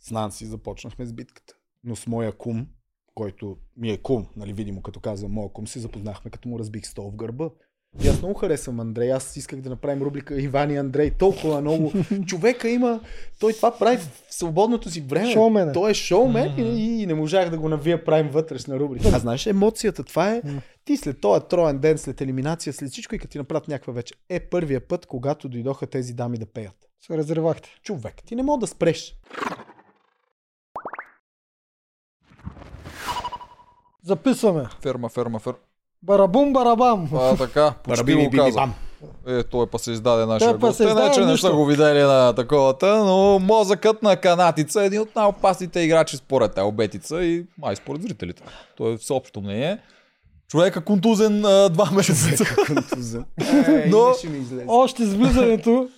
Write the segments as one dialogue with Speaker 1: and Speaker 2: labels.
Speaker 1: с Нанси започнахме с битката. Но с моя кум, който ми е кум, нали, видимо като казвам моя кум, се запознахме като му разбих стол в гърба. И аз много харесвам Андрей. Аз исках да направим рубрика Иван и Андрей. Толкова много. Човека има. Той това прави в свободното си време.
Speaker 2: Шоумен е.
Speaker 1: Той е шоумен и, и не можах да го навия правим вътрешна рубрика. А знаеш, емоцията, това е ти след този троен ден, след елиминация, след всичко и като ти направят някаква вече. Е първия път, когато дойдоха тези дами да пеят.
Speaker 2: Се разревахте.
Speaker 1: Човек, ти не мога да спреш.
Speaker 2: Записваме.
Speaker 3: Ферма, ферма, ферма.
Speaker 2: Барабум, барабам.
Speaker 3: А, така, почти
Speaker 1: Барабили,
Speaker 3: го
Speaker 1: били,
Speaker 3: каза.
Speaker 1: бам.
Speaker 3: Е, той па се издаде нашия
Speaker 2: Той па
Speaker 3: гост.
Speaker 2: се
Speaker 3: Те не,
Speaker 2: издаде
Speaker 3: че не
Speaker 2: нищо.
Speaker 3: са го видели на таковата, но мозъкът на канатица е един от най-опасните играчи според Елбетица и май според зрителите. Той е всеобщо мнение. Човека контузен а, два месеца.
Speaker 1: Контузен.
Speaker 3: Но-
Speaker 1: ще Е, ми излезе.
Speaker 2: Още с влизането.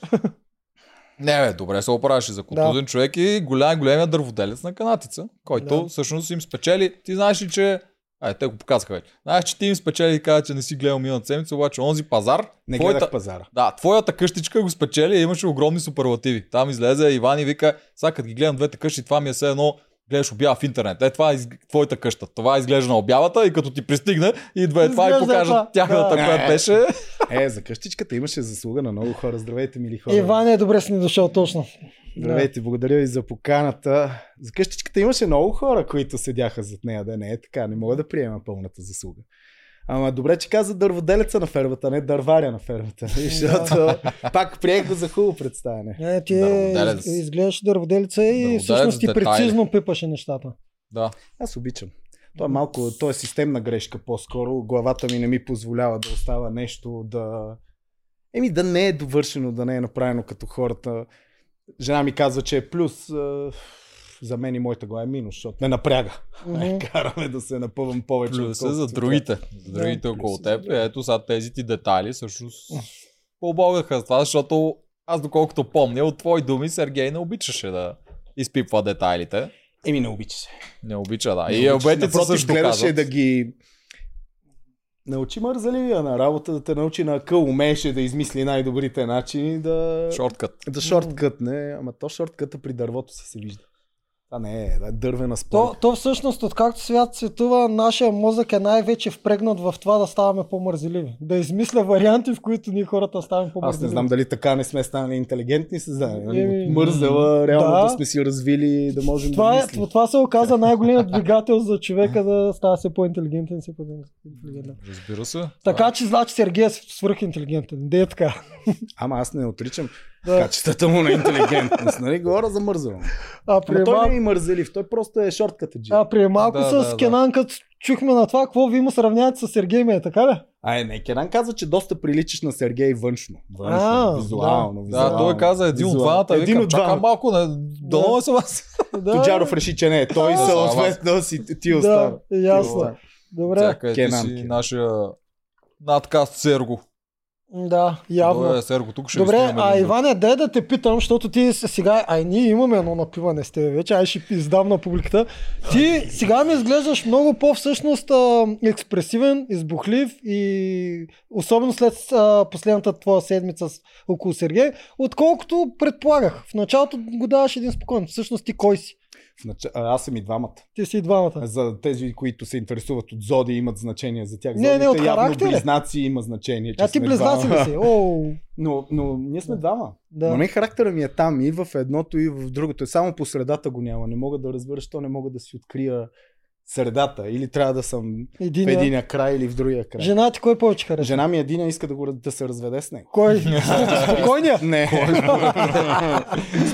Speaker 3: Не, бе, добре се оправяше за контузен човек и голям, големия дърводелец на канатица, който
Speaker 2: Да.
Speaker 3: всъщност им спечели. Ти знаеш ли, че... Ай, те го показаха вече. Знаеш, че ти им спечели и каза, че не си гледал миналата седмица, обаче онзи пазар,
Speaker 1: Не
Speaker 3: твоята-
Speaker 1: гледах пазара.
Speaker 3: Да, твоята къщичка го спечели и имаше огромни суперлативи. Там излезе Иван и вика, сега като ги гледам двете къщи, това ми е все едно гледаш обява в интернет. Е, това е из... твоята къща. Това е изглежда на обявата и като ти пристигне, идва е това и
Speaker 2: Изглежда
Speaker 3: покажа
Speaker 2: това.
Speaker 3: тяхната,
Speaker 1: Да.
Speaker 3: която беше.
Speaker 1: Е, за къщичката имаше заслуга на много хора. Здравейте, мили хора.
Speaker 2: Иван е добре си ни дошъл точно.
Speaker 1: Здравейте, благодаря ви за поканата. За къщичката имаше много хора, които седяха зад нея, да не е така. Не мога да приема пълната заслуга. Ама добре, че каза дърводелеца на фермата, не дърваря на фермата. Защото пак приех го за хубаво представяне.
Speaker 2: Да. Не, ти
Speaker 3: Дърводелец.
Speaker 2: из- изглеждаш дърводелица и
Speaker 3: Дърводелец
Speaker 2: всъщност ти
Speaker 3: детайли.
Speaker 2: прецизно пипаше нещата.
Speaker 3: Да.
Speaker 1: Аз обичам. То е малко, то е системна грешка по-скоро. Главата ми не ми позволява да остава нещо да... Еми да не е довършено, да не е направено като хората. Жена ми казва, че е плюс. е, За мен и моята глава е минус, защото не напряга.
Speaker 2: Мгм.
Speaker 1: Караме да се напъвам повече.
Speaker 3: Плюса е за
Speaker 1: отколкото
Speaker 3: другите. За другите
Speaker 1: Да.
Speaker 3: около
Speaker 1: Плюса за
Speaker 3: теб. И Ето сега тези ти детайли всъщност побогаха с това, защото аз доколкото помня, от твои думи Сергей не обичаше да изпипва детайлите.
Speaker 1: трябва. Еми не обича се.
Speaker 3: Не обича, да.
Speaker 1: Не
Speaker 3: и
Speaker 1: обича се.
Speaker 3: обетица
Speaker 1: Напротив,
Speaker 3: също
Speaker 1: гледаше
Speaker 3: казват.
Speaker 1: да ги... Научи мързаливия на работа, да те научи на къл, умееше да измисли най-добрите начини да...
Speaker 3: Шорткът.
Speaker 1: Да шорткътне, ама то шорткъта при дървото си се вижда. Това не е, да е дървена
Speaker 2: То,
Speaker 1: спойка.
Speaker 2: то всъщност, откакто свят светува, нашия мозък е най-вече впрегнат в това да ставаме по-мързеливи. Да измисля варианти, в които ние хората ставаме
Speaker 1: Аз
Speaker 2: по-мързеливи.
Speaker 1: не знам дали така не сме станали интелигентни създания. нали?
Speaker 2: Еми,
Speaker 1: От Мързела, реално
Speaker 2: да.
Speaker 1: да. сме си развили да можем
Speaker 2: Това,
Speaker 1: да
Speaker 2: е,
Speaker 1: мислим.
Speaker 2: това се оказа най-големият двигател за човека да става все по-интелигентен и все по-интелигентен.
Speaker 3: Разбира се.
Speaker 2: Нали? Така че значи Сергей е свръхинтелигентен. Де е така?
Speaker 1: Ама аз не отричам
Speaker 2: Да.
Speaker 1: качествата му на интелигентност. Нали? Говоря за мързела.
Speaker 2: А
Speaker 1: Ама
Speaker 2: при,
Speaker 1: той
Speaker 2: мал...
Speaker 1: не е и мързелив, той просто е шортката джи.
Speaker 2: а при малко
Speaker 3: Да, да,
Speaker 2: с
Speaker 3: да.
Speaker 2: Кенан, като чухме на това, какво ви му сравнявате с Сергей ме, така ли?
Speaker 1: А, е, не, Керан каза, че доста приличаш на Сергей външно. Външно,
Speaker 2: А,
Speaker 1: визуално,
Speaker 3: Да,
Speaker 1: визуално.
Speaker 3: той каза един от
Speaker 1: Визуално.
Speaker 3: двамата.
Speaker 1: Един от
Speaker 3: Чакай
Speaker 1: двамата.
Speaker 3: малко, не, да не съм аз.
Speaker 2: Да,
Speaker 1: Тоджаров реши, че не е. Той
Speaker 3: Да,
Speaker 1: съответно си
Speaker 3: е
Speaker 1: ти остава.
Speaker 2: да, ясно.
Speaker 1: остава.
Speaker 2: Добре,
Speaker 3: Чакай, ти
Speaker 1: Кенан,
Speaker 3: си
Speaker 1: Кенан.
Speaker 3: нашия надкаст Серго.
Speaker 2: да, явно.
Speaker 3: Добре, Серго, тук ще ви
Speaker 2: Добре,
Speaker 3: снимем
Speaker 2: а
Speaker 3: един
Speaker 2: Иване, дай да те питам, защото ти с- сега, ай ние имаме едно напиване с тебе вече, ай ще пи- издам на публиката. Ти сега ми изглеждаш много по-всъщност а, експресивен, избухлив и особено след а, последната твоя седмица с, около Сергей, отколкото предполагах. В началото го даваш един спокоен. Всъщност ти кой си?
Speaker 1: В нач- Значи, а, Аз съм и двамата.
Speaker 2: Ти си и двамата.
Speaker 1: За тези, които се интересуват от зоди, имат значение за тях.
Speaker 2: Не, не,
Speaker 1: Зодиите
Speaker 2: от характер е.
Speaker 1: явно близнаци има значение. че
Speaker 2: А ти
Speaker 1: сме
Speaker 2: близнаси
Speaker 1: двама.
Speaker 2: ли си? Оу,
Speaker 1: Но, но ние сме двама.
Speaker 2: да.
Speaker 1: Но не характера ми е там и в едното, и в другото. Само по средата го няма. Не мога да разбера, що не мога да си открия средата. Или трябва да съм в
Speaker 2: Единия.
Speaker 1: единия край или в другия край.
Speaker 2: Жена ти кой повече хареса?
Speaker 1: Жена ми едина иска да, го, раз- да се разведе с него.
Speaker 2: Кой? Спокойния?
Speaker 1: Не.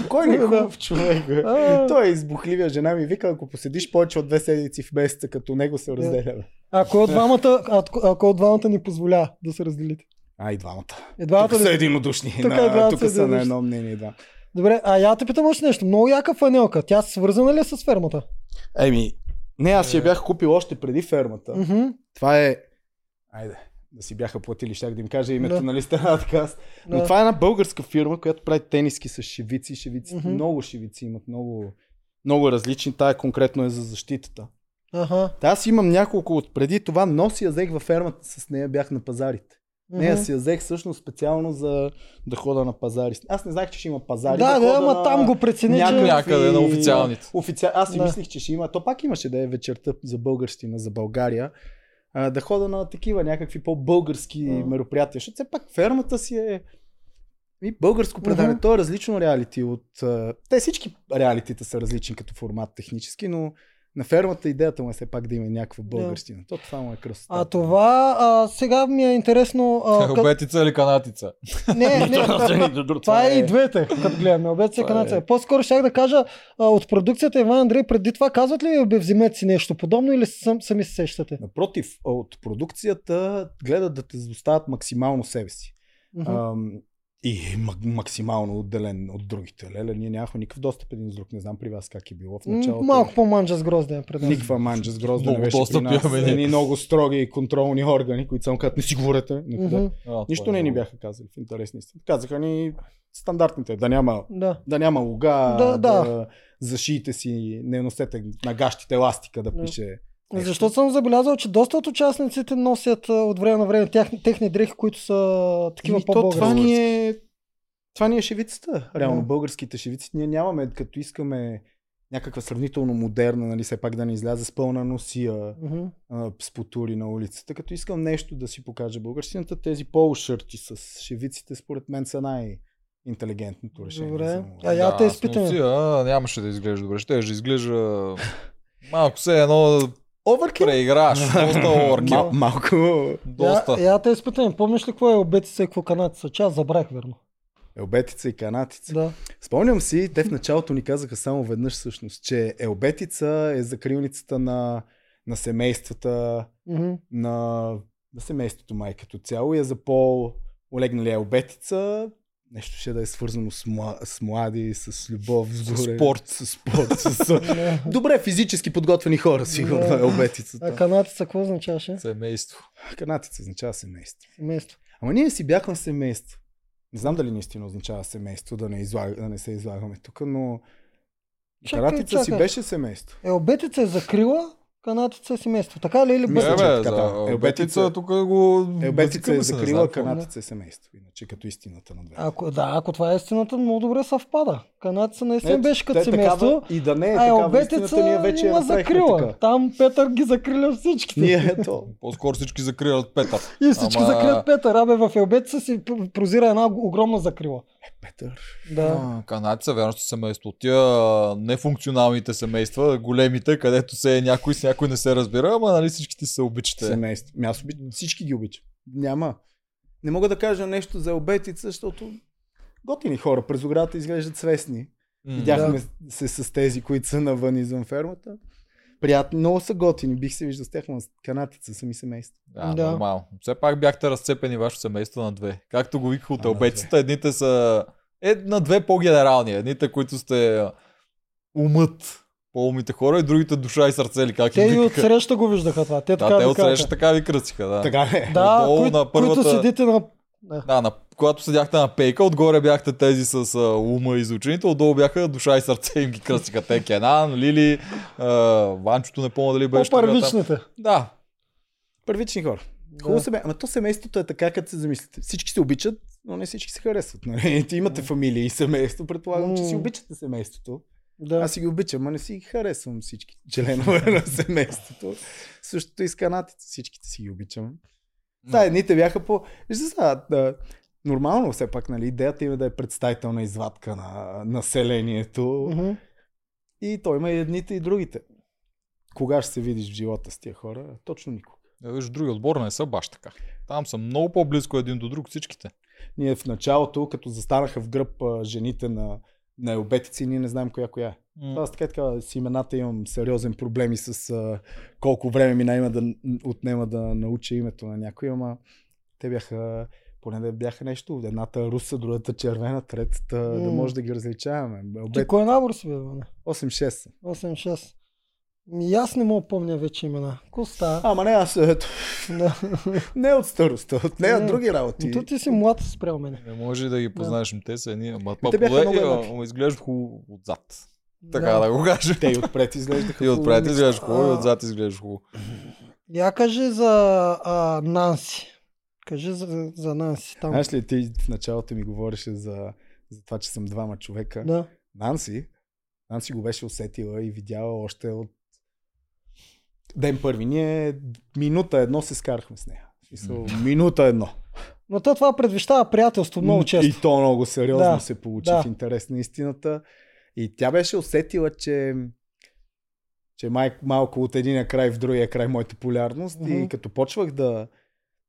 Speaker 1: Кой не е хубав човек? бе.
Speaker 2: А.
Speaker 1: Той е избухливия. Жена ми вика, ако поседиш повече от две седмици в месеца, като него се разделяме.
Speaker 2: Ако от двамата, ако- ако от двамата ни позволя да се разделите.
Speaker 1: А, и двамата.
Speaker 2: И двамата
Speaker 1: Тук са
Speaker 2: ли?
Speaker 1: единодушни.
Speaker 2: Тук
Speaker 1: Тук,
Speaker 2: е
Speaker 1: на,
Speaker 2: двамата
Speaker 1: тук
Speaker 2: са
Speaker 1: са на
Speaker 2: единодушни.
Speaker 1: едно мнение, да.
Speaker 2: Добре, а я те питам още нещо. Много яка фанелка. Тя свързана ли е с фермата?
Speaker 1: Еми, не, аз си я бях купил още преди фермата.
Speaker 2: Мгм.
Speaker 1: Това е... Айде, да си бяха платили, щях да им кажа името
Speaker 2: Да.
Speaker 1: на листа на отказ. Но
Speaker 2: Да.
Speaker 1: това е една българска фирма, която прави тениски с шевици. Шевиците,
Speaker 2: Мгм.
Speaker 1: много шевици имат, много, много различни. Тая конкретно е за защитата.
Speaker 2: Аха.
Speaker 1: Та аз имам няколко от преди това, но си я взех във фермата с нея, бях на пазарите. Не, аз си я взех всъщност специално за да хода на пазари. Аз не знаех, че ще има пазари.
Speaker 2: Да, да,
Speaker 1: хода
Speaker 2: ама
Speaker 1: на...
Speaker 2: там го прецени, че...
Speaker 3: Някъде на официалните.
Speaker 1: Офици... Аз си
Speaker 2: Да.
Speaker 1: мислих, че ще има. То пак имаше да е вечерта за българщина, за България. А, да хода на такива някакви по-български
Speaker 2: Да.
Speaker 1: мероприятия. Защото все пак фермата си е и българско предаване.
Speaker 2: Мгм.
Speaker 1: То е различно реалити от... а, Те всички реалитите са различни като формат технически, но на фермата идеята му е все пак да има някаква българщина. То това му е красота.
Speaker 2: А това а, сега ми е интересно. А, кът...
Speaker 3: Обетица или канатица?
Speaker 2: Не, не, не, това е и двете, като гледаме. Обед се
Speaker 3: Това е.
Speaker 2: канаца. По-скоро щях да кажа а, от продукцията Иван Андрей преди това казват ли бе, вземете си нещо подобно или сам, сами се сещате?
Speaker 1: Напротив, от продукцията гледат да те доставят максимално себе си.
Speaker 2: Мгм.
Speaker 1: Ам, и мак- максимално отделен от другите. Леле, ние нямахме никакъв достъп един с друг. Не знам при вас как е било в
Speaker 2: М,
Speaker 1: началото.
Speaker 2: Малко по-манджа с грозден пред нас.
Speaker 1: Никаква манджа с грозда не
Speaker 3: Много
Speaker 1: беше при
Speaker 3: достъп
Speaker 1: нас.
Speaker 3: имаме ние.
Speaker 1: Едни много строги контролни органи, които само казват, не си говорете. никъде.
Speaker 2: Мгм,
Speaker 3: А,
Speaker 1: Нищо
Speaker 3: това
Speaker 1: не
Speaker 3: е
Speaker 1: ни
Speaker 3: друго.
Speaker 1: бяха казали в интересни истина. Казаха ни стандартните, да няма
Speaker 2: Да.
Speaker 1: да няма луга,
Speaker 2: Да, да.
Speaker 1: за шиите си не носете на гащите еластика да
Speaker 2: Да.
Speaker 1: пише. нещо.
Speaker 2: Защото съм забелязал, че доста от участниците носят а, от време на време тях, техни дрехи, които са такива
Speaker 1: Еми, Ами, то, това
Speaker 2: по-български.
Speaker 1: ни е... Това ни е шевицата. Реално
Speaker 2: Да.
Speaker 1: българските шевици. Ние нямаме, като искаме някаква сравнително модерна, нали, все пак да не изляза с пълна носия,
Speaker 2: Мгм.
Speaker 1: а, с потури на улицата. Като искам нещо да си покажа българщината, тези полушърти с шевиците, според мен, са най-интелигентното решение.
Speaker 2: Добре.
Speaker 1: за-
Speaker 2: А я
Speaker 3: Да,
Speaker 2: те
Speaker 3: аз
Speaker 2: изпитам.
Speaker 3: не си, а, нямаше да изглежда добре. Ще ще изглежда малко се едно
Speaker 1: Overkill?
Speaker 3: преиграш. Доста оркил.
Speaker 1: Мал- малко...
Speaker 3: Доста.
Speaker 2: Я, я те изпитам. Помниш ли какво е обети се, какво канати са? Че аз забравих, верно.
Speaker 1: Елбетица и канатица.
Speaker 2: Да.
Speaker 1: Спомням си, те в началото ни казаха само веднъж всъщност, че Елбетица е закрилницата на, на семействата,
Speaker 2: Мгм.
Speaker 1: на, на семейството май като цяло и е за по-олегнали елбетица. Нещо ще да е свързано с, мла, с млади, с любов, с горе,
Speaker 3: спорт.
Speaker 1: С спорт с...
Speaker 2: Не.
Speaker 1: Добре, физически подготвени хора, сигурно
Speaker 2: Да.
Speaker 1: е елбетицата.
Speaker 2: А канатица какво означаваше?
Speaker 3: Семейство.
Speaker 1: Канатица означава семейство.
Speaker 2: Семейство.
Speaker 1: Ама ние си бяхме семейство. Не знам дали наистина означава семейство, да не, излаг... да не се излагаме тук, но
Speaker 2: Чакай,
Speaker 1: Канатица си
Speaker 2: чакай.
Speaker 1: беше семейство.
Speaker 2: Е, обетица е закрила, канатица е семейство. Така ли или
Speaker 1: Мисля,
Speaker 3: Не,
Speaker 1: че
Speaker 2: бъде?
Speaker 1: е
Speaker 3: бе,
Speaker 1: така, да.
Speaker 3: за
Speaker 1: Елбетица-
Speaker 3: Елбетица тук го...
Speaker 1: Елбетица е
Speaker 3: Бутикаме се, не знам
Speaker 1: закрила,
Speaker 3: какво.
Speaker 1: канатица е семейство. Иначе като истината на две.
Speaker 2: Ако, да, ако това е истината, много добре съвпада. Канатица наистина
Speaker 1: Ето,
Speaker 2: беше като
Speaker 1: те
Speaker 2: семейство.
Speaker 1: Такава, и да не е
Speaker 2: а е,
Speaker 1: такава, истината ние
Speaker 2: обетица
Speaker 1: вече я
Speaker 2: има
Speaker 1: направихме
Speaker 2: закрила.
Speaker 1: така.
Speaker 2: Там Петър ги закриля всичките.
Speaker 1: Ние ето.
Speaker 3: По-скоро всички закрилят Петър.
Speaker 2: И всички
Speaker 3: Ама-
Speaker 2: закрият Петър. Абе, в Елбетица си пр- прозира една огромна закрила.
Speaker 1: Петър.
Speaker 2: Да.
Speaker 3: А, Канадци значи, са вярно, че семейство. От Тия а, нефункционалните семейства, големите, където се е някой с някой не се разбира, ама нали всичките се обичате.
Speaker 1: е? Семейство. Ми аз обичам. Всички ги обичам. Няма. Не мога да кажа нещо за обетица, защото готини хора през оградата изглеждат свестни.
Speaker 3: М,
Speaker 1: Видяхме се с тези, които са навън извън фермата. Приятно, много са готини. Бих се виждал с тях, но с канатица са ми семейство.
Speaker 3: Да,
Speaker 2: Да.
Speaker 3: да, нормално. Все пак бяхте разцепени вашето семейство на две. Както го виках от
Speaker 1: А, на
Speaker 3: обеците, едните са... Е, на две по-генерални. Едните, които сте а, умът, по-умните хора и другите душа и сърце, или как
Speaker 2: Те
Speaker 3: ги
Speaker 2: и от
Speaker 3: викаха.
Speaker 2: среща го виждаха това. Те така
Speaker 3: Да, те
Speaker 2: ви
Speaker 3: от
Speaker 2: казаха.
Speaker 3: среща така ви кръсиха, да.
Speaker 1: Така е.
Speaker 2: Да,
Speaker 3: Отдолу
Speaker 2: които,
Speaker 3: на първата-
Speaker 2: които седите на...
Speaker 3: Да, на, когато седяхте на пейка, отгоре бяхте тези с а, ума и изучените, отдолу бяха душа и сърце им ги кръстиха. Те Кенан, Лили, а, Ванчото не помня дали беше. тогава там.
Speaker 2: По-първичните.
Speaker 3: Да,
Speaker 1: Първични хора. Хубаво семе. Ама то семейството е така, като се замислите. Всички се обичат, но не всички се харесват. Нали? Ти имате фамилия и семейство. Предполагам, че си
Speaker 2: М.
Speaker 1: обичате семейството.
Speaker 2: Да.
Speaker 1: Аз си ги обичам, а не си ги харесвам всички членове на семейството. Същото и с канатите. Всичките си ги обичам. Да, едните бяха по... Вижте сега, да, нормално все пак, нали, идеята им е да е представителна извадка на населението.
Speaker 2: Мгм.
Speaker 1: И той има и едните и другите. Кога ще се видиш в живота с тия хора? Точно никога.
Speaker 3: Е, виж, други отбор не са баш така. Там са много по-близко един до друг всичките.
Speaker 1: Ние в началото, като застанаха в гръб а, жените на, на елбетици, ние не знаем коя коя е.
Speaker 3: М,
Speaker 1: Аз така, и така с имената имам сериозен проблем и с а, колко време ми найма да н- отнема да науча името на някой, ама те бяха, поне да бяха нещо, едната е руса, другата червена, третата да
Speaker 2: М.
Speaker 1: може да ги различаваме.
Speaker 2: Ти
Speaker 1: Обет
Speaker 2: кой набор си бе, Иване?
Speaker 1: 8-6.
Speaker 2: 8-6. Ми, аз не мога да помня вече имена. Коста.
Speaker 1: Ама не, аз е,
Speaker 2: Да.
Speaker 1: не от старостта, от нея
Speaker 2: Не.
Speaker 1: от други работи.
Speaker 2: Но ти, ти си млад спрямо мене.
Speaker 3: Не може да ги познаеш, да. те са едни, ама
Speaker 1: те бяха много еднакви.
Speaker 3: това изглежда хубаво отзад. Така да, го кажа.
Speaker 1: Те и отпред изглеждаха.
Speaker 3: И отпред
Speaker 1: хубаво.
Speaker 3: изглеждаш хубаво, и
Speaker 2: А.
Speaker 3: отзад изглеждаш хубаво.
Speaker 2: Я кажи за а, Нанси. Кажи за, за Нанси там.
Speaker 1: Знаеш ли, ти в началото ми говореше за, за това, че съм двама човека.
Speaker 2: Да.
Speaker 1: Нанси, Нанси го беше усетила и видяла още от ден първи. Ние минута едно се скарахме с нея. В смисъл, Минута едно.
Speaker 2: Но то това предвещава приятелство много често.
Speaker 1: И то много сериозно
Speaker 2: Да,
Speaker 1: да, се получи
Speaker 2: да.
Speaker 1: да. в интерес на истината. И тя беше усетила, че че май, малко от единия край в другия край моята полярност mm-hmm.
Speaker 2: Мгм.
Speaker 1: и като почвах да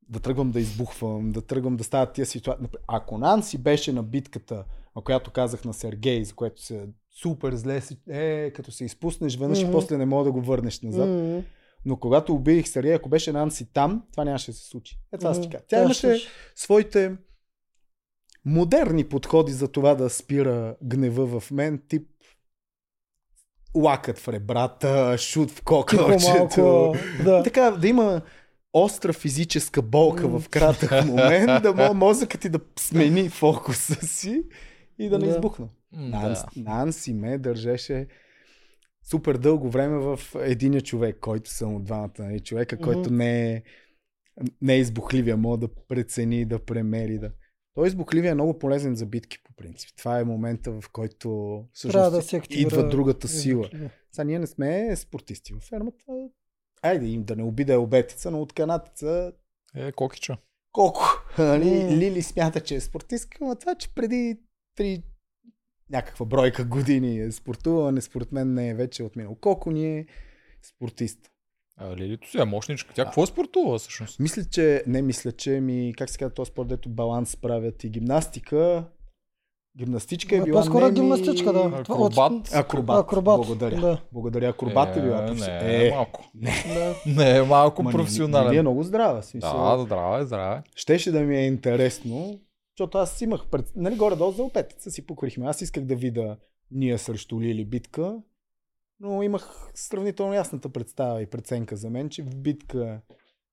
Speaker 1: да тръгвам да избухвам, да тръгвам да стават тия ситуации. Напр- Ако Нанси беше на битката, на която казах на Сергей, за което се супер зле, си, е, като се изпуснеш веднъж
Speaker 2: Мгм.
Speaker 1: и после не мога да го върнеш назад.
Speaker 2: М.
Speaker 1: Но когато обидих Сергей, ако беше Нанси там, това нямаше да се случи. Е, това mm-hmm.
Speaker 2: М.
Speaker 1: ти кажа. Тя
Speaker 2: Да,
Speaker 1: имаше
Speaker 2: слушай.
Speaker 1: своите модерни подходи за това да спира гнева в мен, тип лакът в ребрата, шут в
Speaker 2: Тихо малко.
Speaker 1: кокълчето.
Speaker 2: Да.
Speaker 1: Така, да има остра физическа болка
Speaker 2: М.
Speaker 1: в кратък момент, да мога мозъкът ти да смени фокуса си и да не
Speaker 2: Да.
Speaker 1: избухна.
Speaker 3: М,
Speaker 1: Нанс,
Speaker 3: Да.
Speaker 1: Нанси ме държеше супер дълго време в единия човек, който съм от двамата нали, човека,
Speaker 2: Мгм.
Speaker 1: който не е, не е избухливия, мога да прецени, да премери. Да. Той избухливия е много полезен за битки, по принцип. Това е момента, в който
Speaker 2: Трябва
Speaker 1: всъщност
Speaker 2: да се активира.
Speaker 1: идва другата сила.
Speaker 2: Език.
Speaker 1: Сега ние не сме спортисти в фермата. Айде им да не обида обетица, но от канатица
Speaker 3: Е, кокича.
Speaker 1: колко. Нали?
Speaker 2: М.
Speaker 1: Лили смята, че е спортистка, но това, че преди три някаква бройка години е спортувала, не според мен не е вече отминал. Колко ни е спортист?
Speaker 3: А, Лилито си е мощничка. Тя какво е спортува всъщност?
Speaker 1: Мисля, че, не мисля, че ми, как се казва този спорт, дето баланс правят и гимнастика. Гимнастичка е
Speaker 2: Е,
Speaker 1: била
Speaker 2: по-скоро
Speaker 1: не ми-
Speaker 2: гимнастичка, да. Това от-
Speaker 3: Акробат.
Speaker 1: Акробат.
Speaker 2: Акробат,
Speaker 1: Благодаря.
Speaker 2: да.
Speaker 1: Благодаря. Акробат е, била. професия.
Speaker 3: Не, е, малко.
Speaker 2: Да.
Speaker 3: Не, е малко
Speaker 1: ма,
Speaker 3: професионален.
Speaker 1: Лили е много здрава. в Смисъл.
Speaker 3: да, здраве, здраве.
Speaker 1: Щеше да ми е интересно, защото аз имах пред... Нали, горе-долу за опетица си покорихме. Аз исках да видя ние срещу Лили битка, но имах сравнително ясната представа и преценка за мен, че в битка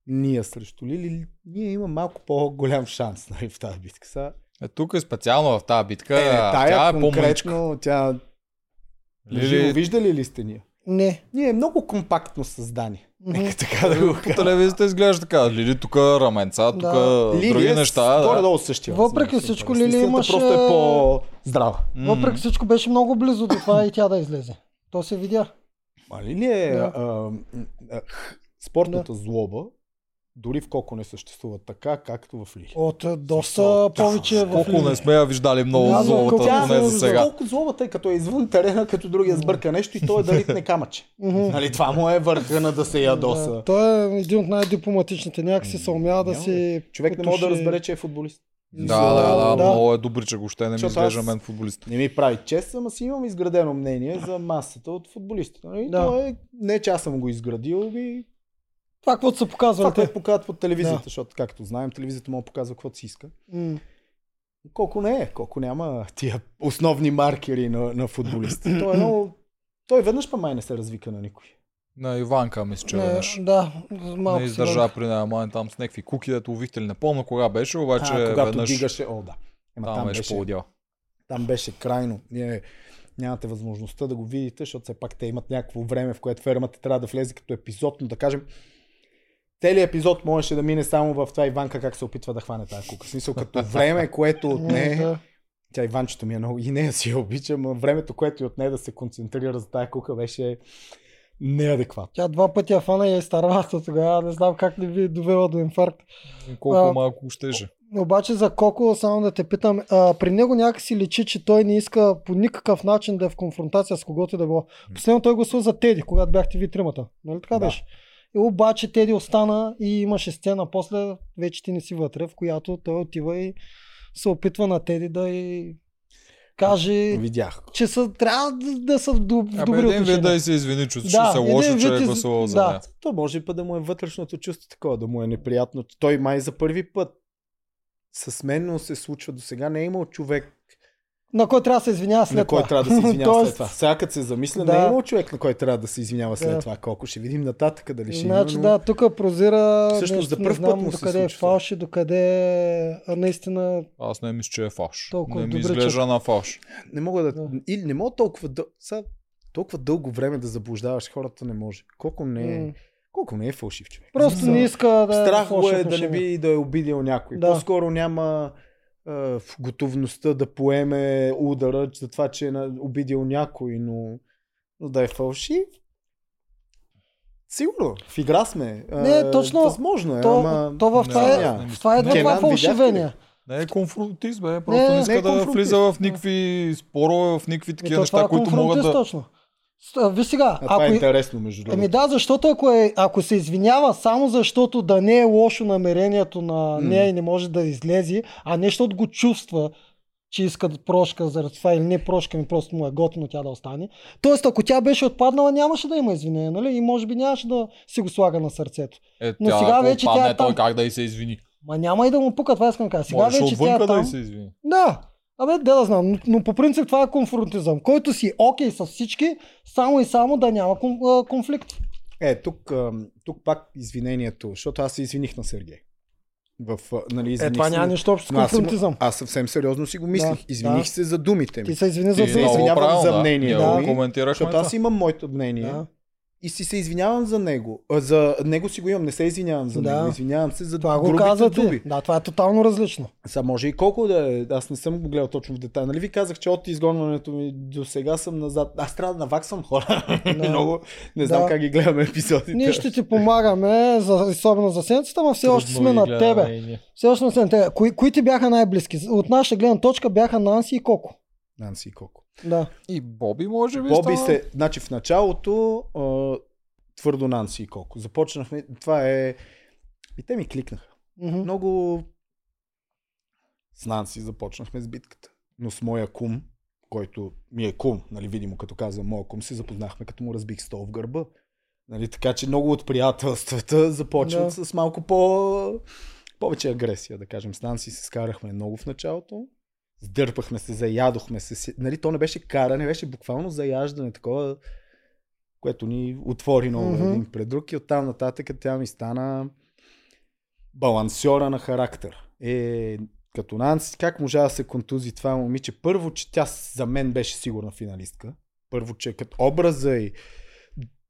Speaker 1: ние срещу Лили, ние има малко по-голям шанс нали, в тази битка. Са...
Speaker 3: Е, тук е специално в тази битка.
Speaker 1: Е, не, тая
Speaker 3: тя е по-мъничка.
Speaker 1: конкретно, тя... Лили...
Speaker 3: Лили,
Speaker 1: Виждали ли сте ние?
Speaker 2: Не.
Speaker 1: Ние е много компактно създание.
Speaker 2: Мгм.
Speaker 1: Нека така да го
Speaker 3: по
Speaker 1: кажа.
Speaker 3: телевизията изглежда така. Лили тук е раменца, тук е
Speaker 2: Да.
Speaker 3: други неща.
Speaker 1: Да.
Speaker 3: Да.
Speaker 1: е Горе-долу същия.
Speaker 2: Въпреки
Speaker 1: размер,
Speaker 2: всичко,
Speaker 1: супер.
Speaker 2: Лили
Speaker 1: Истината
Speaker 2: имаше-
Speaker 1: Просто е по-здрава.
Speaker 3: М,
Speaker 2: Въпреки всичко беше много близо до това и тя да излезе. То се видя.
Speaker 1: А Лили е
Speaker 2: Да.
Speaker 1: да. а, м, а, х- спортната да. злоба, дори в колко не съществува така, както в Лили.
Speaker 2: От е, доста
Speaker 1: Защо?
Speaker 2: повече
Speaker 1: е
Speaker 2: в
Speaker 3: Колко не сме я виждали много
Speaker 2: Да,
Speaker 3: злобата,
Speaker 2: колко
Speaker 1: Тя
Speaker 3: поне
Speaker 1: е
Speaker 3: за сега.
Speaker 1: толкова злобата е, като е извън терена, като другия сбърка нещо и той е да ритне камъче.
Speaker 2: Мгм.
Speaker 1: нали, това му е върха на да се
Speaker 2: Да,
Speaker 1: ядоса.
Speaker 2: той е един от най-дипломатичните. Някакси се умява да
Speaker 1: Няма
Speaker 2: си...
Speaker 1: Човек не може да
Speaker 2: потуши.
Speaker 1: разбере, че е футболист.
Speaker 3: Да, да, да,
Speaker 2: Да.
Speaker 3: много е добричък. Още не ми
Speaker 1: Защото
Speaker 3: изглежда
Speaker 1: аз-
Speaker 3: мен футболист.
Speaker 1: Не ми прави чест, ама си имам изградено мнение за масата от футболистите. Нали?
Speaker 2: Да.
Speaker 1: Да. То е, не че аз съм го изградил, ми
Speaker 2: Това, каквото са
Speaker 1: това,
Speaker 2: показвали те.
Speaker 1: което показват по телевизията,
Speaker 2: Да.
Speaker 1: да. защото както знаем, телевизията му показва каквото си иска.
Speaker 2: М.
Speaker 1: Колко не е, колко няма тия основни маркери на, на футболиста. Той е много... Той веднъж па май не се развика на никой.
Speaker 3: На Иванка, мисля, че
Speaker 2: Не,
Speaker 3: веднъж.
Speaker 2: Да, малко
Speaker 3: Не
Speaker 2: си
Speaker 3: издържа
Speaker 2: върна.
Speaker 3: при нея, май там с някакви куки, дето увихте ли, не помня кога беше, обаче
Speaker 1: а, когато
Speaker 3: веднъж
Speaker 1: дигаше, о да. Ема,
Speaker 3: там беше поудял.
Speaker 1: там беше крайно. Ние нямате възможността да го видите, защото все пак те имат някакво време, в което фермата трябва да влезе като епизод, но да кажем, целият епизод можеше да мине само в това Иванка как се опитва да хване тази кука. В смисъл като време, което от
Speaker 2: М,
Speaker 1: нея
Speaker 2: да.
Speaker 1: тя Иванчето ми е много и нея си я обича, но времето, което и от нея да се концентрира за тая кука беше неадекватно.
Speaker 2: Тя два пъти я фана и я изтърваха тогава. Не знам как не ви е довела до инфаркт.
Speaker 3: Колко
Speaker 2: А,
Speaker 3: малко щеше.
Speaker 2: Обаче за Коко, само да те питам, а, при него някакси личи, че той не иска по никакъв начин да е в конфронтация с когото и да било. Последно той гласува за Теди, когато бяхте ви тримата. Нали така
Speaker 1: Да.
Speaker 2: беше? И обаче Теди остана и имаше сцена после, вече ти не си вътре, в която той отива и се опитва на Теди да и каже,
Speaker 1: Видях.
Speaker 2: че са, трябва да, да са в доб- в
Speaker 3: Абе,
Speaker 2: добри
Speaker 3: един вид да
Speaker 2: отношения.
Speaker 3: и се извини, че
Speaker 2: Е, Да,
Speaker 3: да, се лошо,
Speaker 2: един
Speaker 3: че
Speaker 2: вид
Speaker 3: е
Speaker 2: из-
Speaker 3: гласувал за
Speaker 2: да.
Speaker 3: нея.
Speaker 1: То може па да му е вътрешното чувство такова, да му е неприятно. Той май за първи път с мен но се случва до сега. Не е имал човек,
Speaker 2: На кой трябва да се извинява след
Speaker 1: на
Speaker 2: това?
Speaker 1: кой трябва да се извинява
Speaker 2: Тоест,
Speaker 1: след това. Сега като се замисля,
Speaker 2: Да.
Speaker 1: не е имал човек, на кой трябва да се извинява след
Speaker 2: Да.
Speaker 1: това. Колко ще видим нататък, дали Нали, ще
Speaker 2: Значи
Speaker 1: има.
Speaker 2: да, тук прозира
Speaker 1: Всъщност, за
Speaker 2: нещо,
Speaker 1: пръв
Speaker 2: не
Speaker 1: път
Speaker 2: знам
Speaker 1: му се
Speaker 2: докъде е
Speaker 1: случва.
Speaker 2: фалш и докъде е, а, наистина
Speaker 3: Аз не мисля, че е фалш.
Speaker 2: Толкова
Speaker 3: не ми
Speaker 2: добре, че-
Speaker 3: изглежда на фалш.
Speaker 1: Не мога да...
Speaker 2: Да.
Speaker 1: Или не мога толкова... дъл- Сега, толкова дълго време да заблуждаваш хората не може. Колко не е...
Speaker 2: М.
Speaker 1: Колко не е фалшив човек.
Speaker 2: Просто не иска да... е
Speaker 1: Страх
Speaker 2: в
Speaker 1: го
Speaker 2: лоши
Speaker 1: е да не
Speaker 2: отношения.
Speaker 1: би да е обидил някой.
Speaker 2: Да.
Speaker 1: По-скоро няма а, в готовността да поеме удара за това, че е на- обидил някой, но, но да е фалшив. Сигурно, в игра сме. А,
Speaker 2: Не, точно.
Speaker 1: Възможно е,
Speaker 2: То,
Speaker 1: ама...
Speaker 2: то в
Speaker 3: Не,
Speaker 2: това,
Speaker 1: няма.
Speaker 2: е, в това едва това е
Speaker 1: Кенан,
Speaker 2: фалшивение.
Speaker 3: Не е конфронтист, бе. Просто не,
Speaker 2: не
Speaker 3: не
Speaker 2: е
Speaker 3: иска да
Speaker 1: конфронтист.
Speaker 3: влиза в никакви спорове, в никакви
Speaker 2: Ето
Speaker 3: такива
Speaker 2: това
Speaker 3: неща,
Speaker 2: е
Speaker 3: които могат
Speaker 2: конфронтист
Speaker 3: да...
Speaker 2: Точно. С- а, Ви сега,
Speaker 1: А това е
Speaker 2: ако, Ами
Speaker 1: интересно, между другото.
Speaker 2: Еми да, защото ако, е, ако се извинява само защото да не е лошо намерението на
Speaker 1: М.
Speaker 2: нея и не може да излезе, а не защото го чувства, че иска да прошка заради това или не прошка, ми просто му е готино тя да остане. Тоест, ако тя беше отпаднала, нямаше да има извинение, нали? И може би нямаше да си го слага на сърцето.
Speaker 3: Е,
Speaker 2: Но
Speaker 3: тя,
Speaker 2: сега
Speaker 3: ако
Speaker 2: вече тя е
Speaker 3: падне, той
Speaker 2: там.
Speaker 3: как да и се извини?
Speaker 2: Ма няма и да му пука, това искам да кажа. Сега
Speaker 3: Можеше
Speaker 2: вече тя е
Speaker 3: отвънка да
Speaker 2: там.
Speaker 3: и се извини.
Speaker 2: Да, абе, де да знам, но, но по принцип това е конфронтизъм, който си окей с всички, само и само да няма кон, а, конфликт.
Speaker 1: Е, тук, ам, тук пак извинението, защото аз се извиних на Сергей. В, а, нали,
Speaker 2: Е,
Speaker 1: извиних
Speaker 2: това
Speaker 1: се-
Speaker 2: няма нищо общо с
Speaker 1: Но аз, си му-
Speaker 2: конфронтизъм.
Speaker 1: аз съвсем сериозно си го мислих.
Speaker 2: Да,
Speaker 1: извиних
Speaker 2: да.
Speaker 1: се за думите ми.
Speaker 2: Ти се извини за нали?
Speaker 3: Ти
Speaker 1: се
Speaker 2: това.
Speaker 1: много извинявам за
Speaker 3: да.
Speaker 1: мнението
Speaker 3: Ние
Speaker 2: ми,
Speaker 3: го коментирахме
Speaker 1: Защото
Speaker 3: това.
Speaker 1: аз имам моето мнение.
Speaker 2: Да.
Speaker 1: И си се извинявам за него. А, За него си го имам, не се извинявам за
Speaker 2: Да.
Speaker 1: него. Извинявам се за
Speaker 2: Това го
Speaker 1: грубите
Speaker 2: каза
Speaker 1: думи.
Speaker 2: ти. Да, това е тотално различно.
Speaker 1: Са може и колко да е. Аз не съм го гледал точно в детайл. Нали ви казах, че от изгонването ми до сега съм назад. Аз трябва да наваксвам хора.
Speaker 2: Да.
Speaker 1: Много. Не
Speaker 2: Да.
Speaker 1: знам как ги гледаме епизодите.
Speaker 2: Ние ще ти помагаме, за, особено за сенцата, но все още
Speaker 3: Трудно
Speaker 2: сме
Speaker 3: ги
Speaker 2: на
Speaker 3: гледаме
Speaker 2: тебе.
Speaker 3: и ние.
Speaker 2: Все още сме на тебе. Кои, кои ти бяха най-близки? От наша гледна точка бяха Нанси и Коко.
Speaker 1: Нанси и Коко.
Speaker 2: Да.
Speaker 3: И Боби може
Speaker 2: Ами
Speaker 3: би
Speaker 1: Боби
Speaker 3: стана-
Speaker 1: се, значи в началото а, твърдо Нанси и Коко. Започнахме, това е... И те ми кликнаха.
Speaker 2: Мгм.
Speaker 1: Много... С Нанси започнахме с битката. Но с моя кум, който ми е кум, нали, видимо като казвам моя кум, се запознахме, като му разбих стол в гърба. Нали, така че много от приятелствата започват
Speaker 2: Да.
Speaker 1: с малко по... повече агресия, да кажем. С Нанси се скарахме много в началото. Сдърпахме се, заядохме се. си- Нали, то не беше каране, беше буквално заяждане, такова, което ни отвори много
Speaker 2: Мгм.
Speaker 1: mm-hmm. един пред друг. И оттам нататък тя ми стана балансьора на характер. Е, като Нанси, как можа да се контузи това момиче? Първо, че тя за мен беше сигурна финалистка. Първо, че като образа и...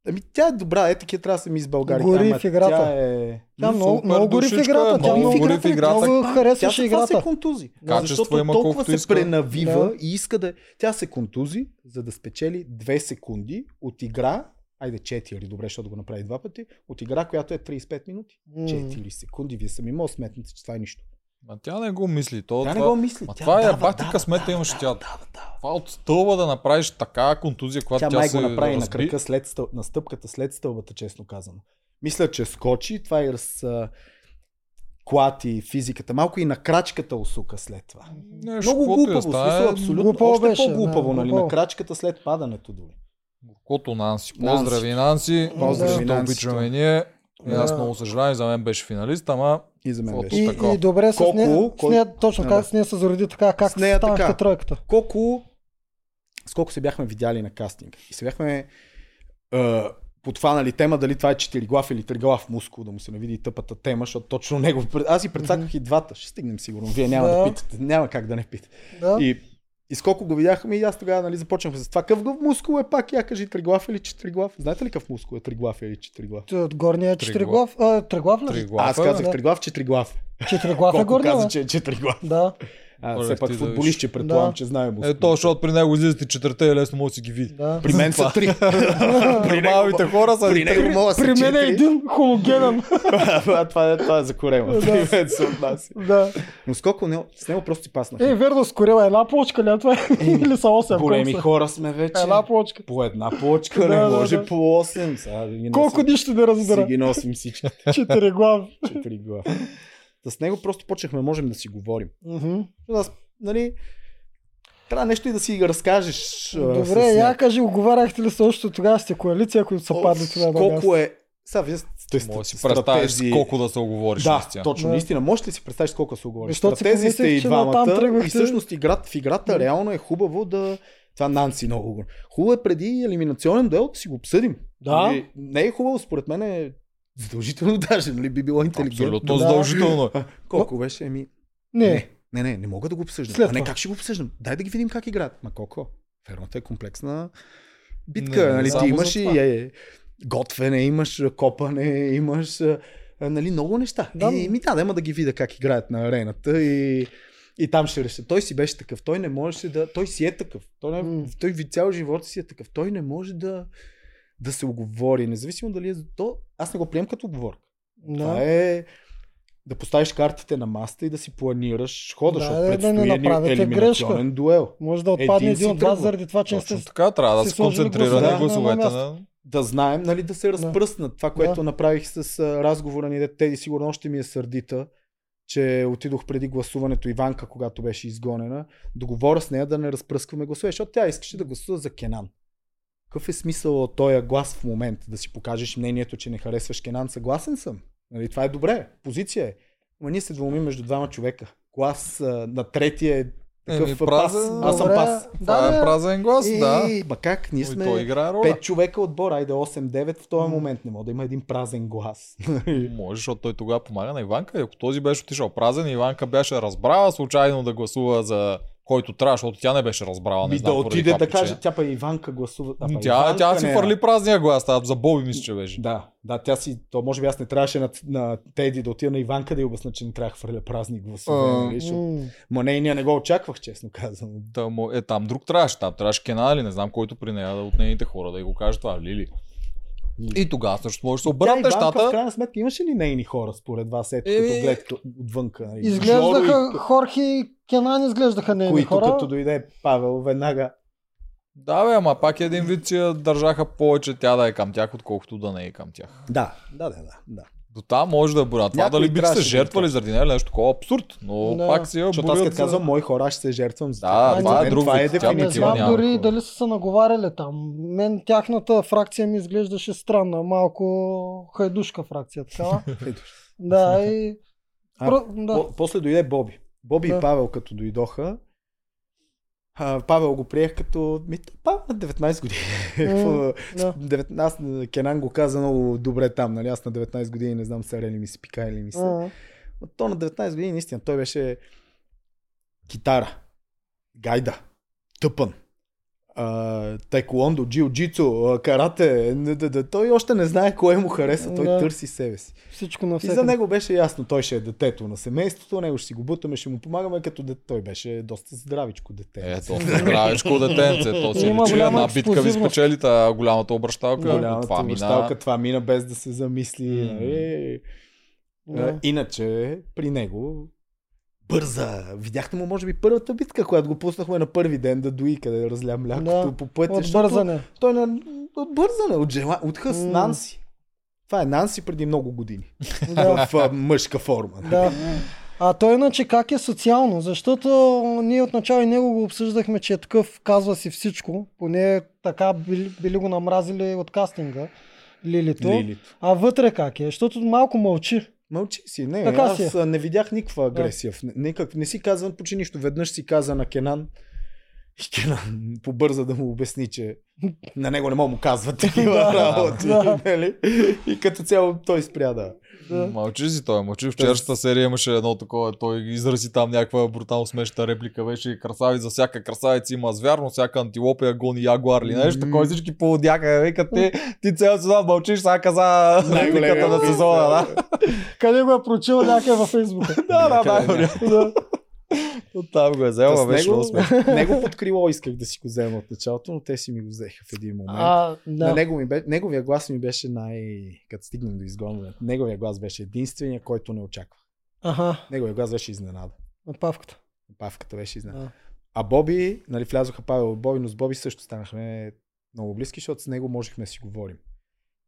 Speaker 1: Ами тя е добра, е такива трябва да се ми из България.
Speaker 2: Гори
Speaker 1: Ама
Speaker 2: в играта.
Speaker 1: Тя е...
Speaker 2: Тя много,
Speaker 3: супер
Speaker 2: много гори в
Speaker 3: душичка,
Speaker 2: играта. Тя
Speaker 3: много
Speaker 2: много,
Speaker 3: гори в
Speaker 2: играта,
Speaker 3: играта.
Speaker 2: много
Speaker 1: Тя
Speaker 2: харесваше
Speaker 1: за това се
Speaker 2: играта.
Speaker 1: контузи.
Speaker 3: Качество
Speaker 1: защото
Speaker 3: има
Speaker 1: толкова
Speaker 3: колкото
Speaker 1: се
Speaker 3: иска.
Speaker 1: пренавива
Speaker 2: Да.
Speaker 1: и иска да... е. Тя се контузи, за да спечели 2 секунди от игра, айде 4, добре, защото го направи два пъти, от игра, която е 35 минути.
Speaker 2: М.
Speaker 1: 4 секунди, вие сами мога сметнете, че това е нищо.
Speaker 3: Ма тя не го мисли. То,
Speaker 1: Тя
Speaker 3: това...
Speaker 1: не го мисли.
Speaker 3: Ма
Speaker 1: Тя
Speaker 3: това е
Speaker 1: дава,
Speaker 3: бати
Speaker 1: дава,
Speaker 3: късмета
Speaker 1: дава,
Speaker 3: имаше
Speaker 1: дава,
Speaker 3: тя.
Speaker 1: дава, дава.
Speaker 3: Това от стълба да направиш така контузия, когато
Speaker 1: Тя,
Speaker 3: тя,
Speaker 1: май
Speaker 3: се
Speaker 1: го направи на
Speaker 3: разби.
Speaker 1: кръка след стъл... на стъпката след стълбата, честно казано. Мисля, че скочи, това и раз а, клати физиката. Малко и на крачката усука след това.
Speaker 3: Нещо,
Speaker 1: Много
Speaker 3: каквото и да
Speaker 1: глупаво,
Speaker 3: стане,
Speaker 1: смисъл, е абсолютно.
Speaker 2: глупаво
Speaker 1: Още
Speaker 2: беше,
Speaker 1: по-глупаво,
Speaker 2: да,
Speaker 1: нали,
Speaker 2: глупаво.
Speaker 1: на крачката след падането дори.
Speaker 3: Горкото Нанси.
Speaker 1: Нанси.
Speaker 3: Поздрави, Нанси.
Speaker 2: Поздрави,
Speaker 3: Поздрави, да.
Speaker 1: Нанси.
Speaker 3: обичаме ние. И аз
Speaker 2: Да.
Speaker 3: много съжалявам, за мен беше финалист, ама
Speaker 1: И за мен
Speaker 3: Фото.
Speaker 1: беше.
Speaker 2: И,
Speaker 3: Такова.
Speaker 2: и добре с
Speaker 1: Коко,
Speaker 2: нея, с
Speaker 1: кой-
Speaker 2: нея, точно
Speaker 1: Да,
Speaker 2: как
Speaker 1: да.
Speaker 2: с нея се заради така, как
Speaker 1: С нея
Speaker 2: станахте
Speaker 1: така.
Speaker 2: тройката.
Speaker 1: Колко, с колко се бяхме видяли на кастинг? И се бяхме е, подхванали тема дали това е четириглав или триглав мускул, да му се навиди тъпата тема, защото точно него... пред- Аз и предсаках и двата. Ще стигнем сигурно. Вие няма
Speaker 2: Да.
Speaker 1: да питате. Няма как да не питате.
Speaker 2: Да.
Speaker 1: И, и сколко го видяхме и аз тогава нали, започнах с това. Какъв гъв мускул е пак? Я кажи триглав или четириглав. Знаете ли какъв мускул е триглав или четириглав?
Speaker 2: Т- От горния
Speaker 3: Триглав.
Speaker 2: четириглав. а, Триглав
Speaker 3: три
Speaker 2: ли?
Speaker 3: глава.
Speaker 1: Аз казах е
Speaker 2: да.
Speaker 1: триглав, четириглав.
Speaker 2: Четириглав е
Speaker 1: Колко
Speaker 2: горния.
Speaker 1: каза,
Speaker 2: бе.
Speaker 1: че е четириглав.
Speaker 2: Да.
Speaker 1: А,
Speaker 3: Оле,
Speaker 1: все пак
Speaker 3: ти да
Speaker 1: футболист,
Speaker 3: виж.
Speaker 1: че предполагам,
Speaker 2: Да.
Speaker 1: че знае мускул.
Speaker 3: Е, то, защото при него излизате четвърта и е лесно може да си ги види.
Speaker 2: Да.
Speaker 1: При мен са три. при него,
Speaker 3: Малите хора са...
Speaker 1: при него мога да са
Speaker 2: При мен е
Speaker 1: четири.
Speaker 2: един хомогенен.
Speaker 1: а, това, е, това е за корема.
Speaker 2: Да.
Speaker 1: При мен се отнася.
Speaker 2: да.
Speaker 1: Но сколко не, с него просто си паснах.
Speaker 2: Е, верно, с корела една плочка ли? А това е? Или са 8?
Speaker 1: Големи хора сме вече.
Speaker 2: Една плочка.
Speaker 1: По една плочка,
Speaker 2: Да,
Speaker 1: не
Speaker 2: да,
Speaker 1: може
Speaker 2: да.
Speaker 1: по 8. Сега да ги
Speaker 2: Колко
Speaker 1: носим-
Speaker 2: нищо не
Speaker 1: си
Speaker 2: разбира.
Speaker 1: ги носим всички
Speaker 2: Четири глав.
Speaker 1: четири глава. С него просто почнахме, можем да си говорим. Защото Аз, нали, трябва нещо и да си ги разкажеш. а, с
Speaker 2: Добре,
Speaker 1: някой.
Speaker 2: я кажи, оговаряхте ли се още от тогава сте коалиция, които са
Speaker 1: О,
Speaker 2: падли тогава?
Speaker 1: Колко е... Сега вие сте
Speaker 3: Може да си представиш с колко да се оговориш
Speaker 1: Да,
Speaker 3: с тях.
Speaker 1: точно.
Speaker 2: Да.
Speaker 1: Наистина, можете ли си представиш колко се оговориш?
Speaker 2: Защото си
Speaker 1: Стратези
Speaker 2: помислих,
Speaker 1: сте и
Speaker 2: че натам
Speaker 1: двамата.
Speaker 2: тръгнахте.
Speaker 1: И всъщност играта, в играта
Speaker 2: Да.
Speaker 1: реално е хубаво да... Това Нанси много го. Хубаво е преди елиминационен дуел да си го обсъдим.
Speaker 2: Да.
Speaker 1: Нали, Не е хубаво, според мен е задължително даже, нали би било интелигентно.
Speaker 3: Абсолютно
Speaker 2: Да.
Speaker 3: задължително. е.
Speaker 1: Колко беше? ами, Еми,
Speaker 2: Не.
Speaker 1: не, не, не мога да го обсъждам.
Speaker 2: След
Speaker 1: а не,
Speaker 2: това.
Speaker 1: как ще го обсъждам? Дай да ги видим как играят. Ма колко? Фермата е комплексна битка.
Speaker 3: Не,
Speaker 1: нали,
Speaker 3: само
Speaker 1: ти
Speaker 3: за
Speaker 1: имаш и
Speaker 3: това.
Speaker 1: е, готвене, имаш а, копане, имаш а, а, нали, много неща. Да.
Speaker 2: Да.
Speaker 1: И, ми да, да, ема да ги видя как играят на арената и, и там ще реша. Той си беше такъв, той не можеше да... Той си е такъв. Той, не,
Speaker 2: М.
Speaker 1: той ви цял живот си е такъв. Той не може да, да се оговори, независимо дали е... за- То, аз не го приемам като оговорка. Това
Speaker 2: Да.
Speaker 1: е да поставиш картите на масата и да си планираш хода,
Speaker 2: Да,
Speaker 1: защото
Speaker 2: да, да не
Speaker 1: предстои ни
Speaker 2: направите
Speaker 1: елиминационен дуел.
Speaker 2: Може да
Speaker 1: Един
Speaker 2: отпадне
Speaker 1: си
Speaker 2: един от вас
Speaker 1: тръгва.
Speaker 2: заради това, че не сте...
Speaker 3: Точно така, трябва да
Speaker 2: си
Speaker 3: се
Speaker 2: сложили
Speaker 3: концентриране
Speaker 1: гласовете
Speaker 3: на
Speaker 1: на
Speaker 3: гласовете
Speaker 2: място.
Speaker 3: на...
Speaker 1: Да знаем, нали, да се разпръснат. Това, което
Speaker 2: Да.
Speaker 1: направих с а, разговора ни, де- Теди сигурно още ми е сърдита, че отидох преди гласуването Иванка, когато беше изгонена, договора с нея да не разпръскваме гласове, защото тя искаше да гласува за Кенан. Какъв е смисъл от този глас в момент? Да си покажеш мнението, че не харесваш Кенан. Съгласен съм. Нали, това е добре. Позиция е. Ма ние се двумим между двама човека. Глас а, на третия е такъв
Speaker 3: Еми,
Speaker 1: а,
Speaker 3: празен-
Speaker 1: пас. Аз съм
Speaker 2: Добре,
Speaker 1: пас.
Speaker 2: Да,
Speaker 3: Това е
Speaker 2: бе.
Speaker 3: празен глас,
Speaker 1: и,
Speaker 3: да.
Speaker 1: Ма как? Ние
Speaker 3: И
Speaker 1: сме...
Speaker 3: той играе роля.
Speaker 1: Пет човека отбор, айде 8-9 в този
Speaker 2: М.
Speaker 1: момент не мога да има един празен глас.
Speaker 3: Може, защото той тогава помага на Иванка. И ако този беше отишъл празен, Иванка беше разбрала случайно да гласува за който трябва, защото тя не беше разбрала. Не
Speaker 1: И да
Speaker 3: знам, поради
Speaker 1: отиде
Speaker 3: каква
Speaker 1: да каже,
Speaker 3: причина.
Speaker 1: тя па Иванка гласува. А, па
Speaker 3: М, Тя,
Speaker 1: Иванка
Speaker 3: тя си
Speaker 1: не е.
Speaker 3: фърли празния глас, а за Боби мисля, че беше.
Speaker 1: Да, да, тя си, то може би аз не трябваше на, на Теди да отида на Иванка да й обясна, че не трябва да хвърля празни
Speaker 3: А.
Speaker 1: гласове. нали, защото-
Speaker 2: М.
Speaker 1: Ма не, и ние не го очаквах, честно казано.
Speaker 3: Та му- е, там друг трябваше, там трябваше Кена или не знам който при нея да от нейните хора да й го каже това, Лили. И тогава също може да
Speaker 1: Тя
Speaker 3: се обърнат
Speaker 1: Иванка, в
Speaker 3: нещата.
Speaker 1: крайна сметка имаше ли нейни хора според вас, ето
Speaker 3: Еми,
Speaker 1: като гледат отвънка? нали?
Speaker 2: Изглеждаха,
Speaker 1: Жоро
Speaker 2: Хорхи и Кенан изглеждаха
Speaker 1: и-
Speaker 2: нейни
Speaker 1: които
Speaker 2: хора.
Speaker 1: като дойде Павел, веднага
Speaker 3: Да, бе, ама пак един вид, че я държаха повече тя да е към тях, отколкото да не е към тях.
Speaker 1: да, да, да, да, да.
Speaker 3: До там може да е буря. Това
Speaker 1: Някой
Speaker 3: дали биха
Speaker 1: трябваше да
Speaker 3: се жертвали заради нея или нещо такова абсурд, но
Speaker 2: Да.
Speaker 3: пак си я
Speaker 1: Защото аз
Speaker 3: бурят
Speaker 1: като
Speaker 3: за-
Speaker 1: казвам, мои хора, аз ще се жертвам за
Speaker 3: Да,
Speaker 1: тях.
Speaker 2: това е
Speaker 1: За мен
Speaker 3: друг
Speaker 1: Това е
Speaker 3: вид. Тя
Speaker 2: Не
Speaker 3: мотива
Speaker 1: дефиниция.
Speaker 2: знам
Speaker 3: няма
Speaker 2: дори
Speaker 3: хора.
Speaker 2: дали са се наговаряли там. Мен тяхната фракция ми изглеждаше странна, малко хайдушка фракция такава. да, и...
Speaker 1: А,
Speaker 2: Про... Да.
Speaker 1: По- После дойде Боби. Боби и
Speaker 2: Да.
Speaker 1: Павел като дойдоха, а, Павел го приех като... Ми, то Павел на 19 години. Какво-
Speaker 2: да.
Speaker 1: девет- Аз, Кенан го каза много добре там, нали? Аз на 19 години не знам сарели ми се, пикали ми се.
Speaker 2: А,
Speaker 1: Но то на 19 години наистина той беше китара, гайда, тъпан, а, тайколондо, джиу-джицу, а, карате. н- д- д- Той още не знае кое му харесва, той
Speaker 2: Да.
Speaker 1: търси себе си.
Speaker 2: Всичко на
Speaker 1: И
Speaker 2: всеки.
Speaker 1: за него беше ясно, той ще е детето на семейството, него ще си го бутаме, ще му помагаме като дете. Той беше доста здравичко дете.
Speaker 3: Е, то е здравичко детенце, то си
Speaker 2: Има
Speaker 3: личи
Speaker 2: голяма
Speaker 3: една битка ви
Speaker 2: експлозивност.
Speaker 3: спечели, та голямата обръщалка, но
Speaker 1: Голямата
Speaker 3: това
Speaker 1: обещалка,
Speaker 3: мина.
Speaker 1: това мина без да се замисли.
Speaker 3: М.
Speaker 1: нали. А,
Speaker 2: Да.
Speaker 1: Иначе, при него, бърза. Видяхте му, може би, първата битка, когато го пуснахме на първи ден да дои, къде разля млякото
Speaker 2: Да,
Speaker 1: по пътя.
Speaker 2: От
Speaker 1: защото
Speaker 2: бързане.
Speaker 1: Той на... от бързане, от, жела... от хъс,
Speaker 2: М.
Speaker 1: Нанси. Това е Нанси преди много години.
Speaker 2: Да.
Speaker 1: В а, мъжка форма.
Speaker 2: да. А той иначе как е социално? Защото ние отначало и него го обсъждахме, че е такъв, казва си всичко. Поне така били, били го намразили от кастинга. Лилито.
Speaker 1: Лилито.
Speaker 2: А вътре как е? Защото малко мълчи.
Speaker 1: Мълчи си, не.
Speaker 2: Така
Speaker 1: аз
Speaker 2: си е.
Speaker 1: а, не видях никаква агресия. Да. Никак, не си казвам почти нищо. Веднъж си каза на Кенан. И Кенан побърза да му обясни, че на него не мога му казва такива
Speaker 2: Да,
Speaker 1: работи.
Speaker 2: да.
Speaker 1: нали? И като цяло той спря да.
Speaker 2: Да.
Speaker 3: Мълчи си той, мълчи. Вчерашната серия имаше едно такова, той изрази там някаква брутално смешна реплика, беше красавица, за всяка красавица има звяр, но всяка антилопа я гони ягуар или нещо,
Speaker 1: Мгм.
Speaker 3: такова И всички поводяха, вика ти, ти цял сезон мълчиш, сега каза репликата на сезона, да.
Speaker 2: Къде го е прочил някъде във Фейсбука?
Speaker 3: Да, да,
Speaker 1: Някъде,
Speaker 3: най-вероятно. да. От там го е взела,
Speaker 1: С
Speaker 3: беше
Speaker 1: него,
Speaker 3: много смешно.
Speaker 1: него под крило исках да си го взема от началото, но те си ми го взеха в един момент.
Speaker 2: А,
Speaker 1: На
Speaker 2: да.
Speaker 1: него ми бе, неговия глас ми беше най... Като стигнем до изгонването, неговия глас беше единствения, който не очаквах.
Speaker 2: Аха,
Speaker 1: Неговия глас беше изненада.
Speaker 2: на павката.
Speaker 1: Павката беше изненада.
Speaker 2: Да.
Speaker 1: А Боби, нали, влязоха Павел и Боби, но с Боби също станахме много близки, защото с него можехме да си говорим.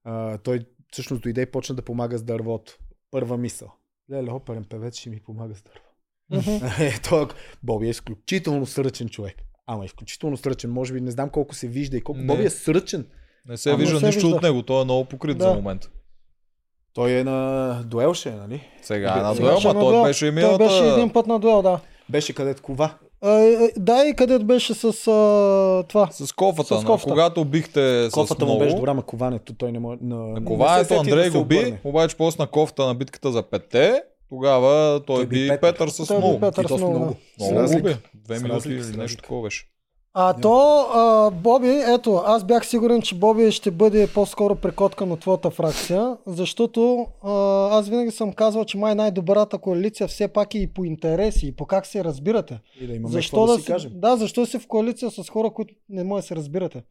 Speaker 1: А, той всъщност дойде и почна да помага с дървото. Първа мисъл. Леле, оперен певец ще ми помага с дърво.
Speaker 2: Мгм.
Speaker 1: Е, той, Боби е изключително сръчен човек. Ама изключително сръчен. Може би не знам колко се вижда и колко.
Speaker 3: Не.
Speaker 1: Боби е сръчен.
Speaker 3: Не се
Speaker 2: Ама
Speaker 3: вижда
Speaker 2: се
Speaker 3: нищо
Speaker 2: вижда.
Speaker 3: от него, той е много покрит
Speaker 2: Да.
Speaker 3: за момента.
Speaker 1: Той е на дуелше, нали?
Speaker 3: Сега
Speaker 1: Да,
Speaker 3: е на
Speaker 1: сега
Speaker 3: дуел,
Speaker 2: ще
Speaker 3: ма
Speaker 2: на
Speaker 3: той
Speaker 2: дуел.
Speaker 3: беше и
Speaker 2: Той
Speaker 3: миналата.
Speaker 2: беше един път на дуел, да.
Speaker 1: Беше където кова.
Speaker 2: А, е, да, и където беше с а, това.
Speaker 3: С кофата,
Speaker 2: С
Speaker 3: с
Speaker 2: кофата.
Speaker 3: когато бихте с
Speaker 1: Кофата му
Speaker 3: много.
Speaker 1: беше добра, ма коването той не може. На,
Speaker 3: На
Speaker 1: не се
Speaker 3: кованието
Speaker 1: сети да
Speaker 3: Андрей
Speaker 1: се
Speaker 3: го би,
Speaker 1: обърне.
Speaker 3: обаче после на кофта на битката за петте, тогава той,
Speaker 1: Той би
Speaker 3: би
Speaker 1: Петър.
Speaker 3: Петър с
Speaker 2: Той би
Speaker 3: много.
Speaker 2: Петър
Speaker 1: И то
Speaker 2: с
Speaker 1: с
Speaker 2: много.
Speaker 1: много.
Speaker 2: да.
Speaker 1: С
Speaker 3: Много
Speaker 1: разлика.
Speaker 3: губи. Две
Speaker 1: С
Speaker 3: минути
Speaker 1: разлика, с
Speaker 3: или нещо
Speaker 1: разлика.
Speaker 3: такова беше.
Speaker 2: А то, а, Боби, ето, аз бях сигурен, че Боби ще бъде по-скоро прекоткан от твоята фракция, защото а, аз винаги съм казвал, че май най-добрата коалиция все пак е и по интереси, и по как се разбирате.
Speaker 1: И да имаме
Speaker 2: защо
Speaker 1: какво да,
Speaker 2: да,
Speaker 1: си кажем.
Speaker 2: да, защо си в коалиция с хора, които не може да се разбирате?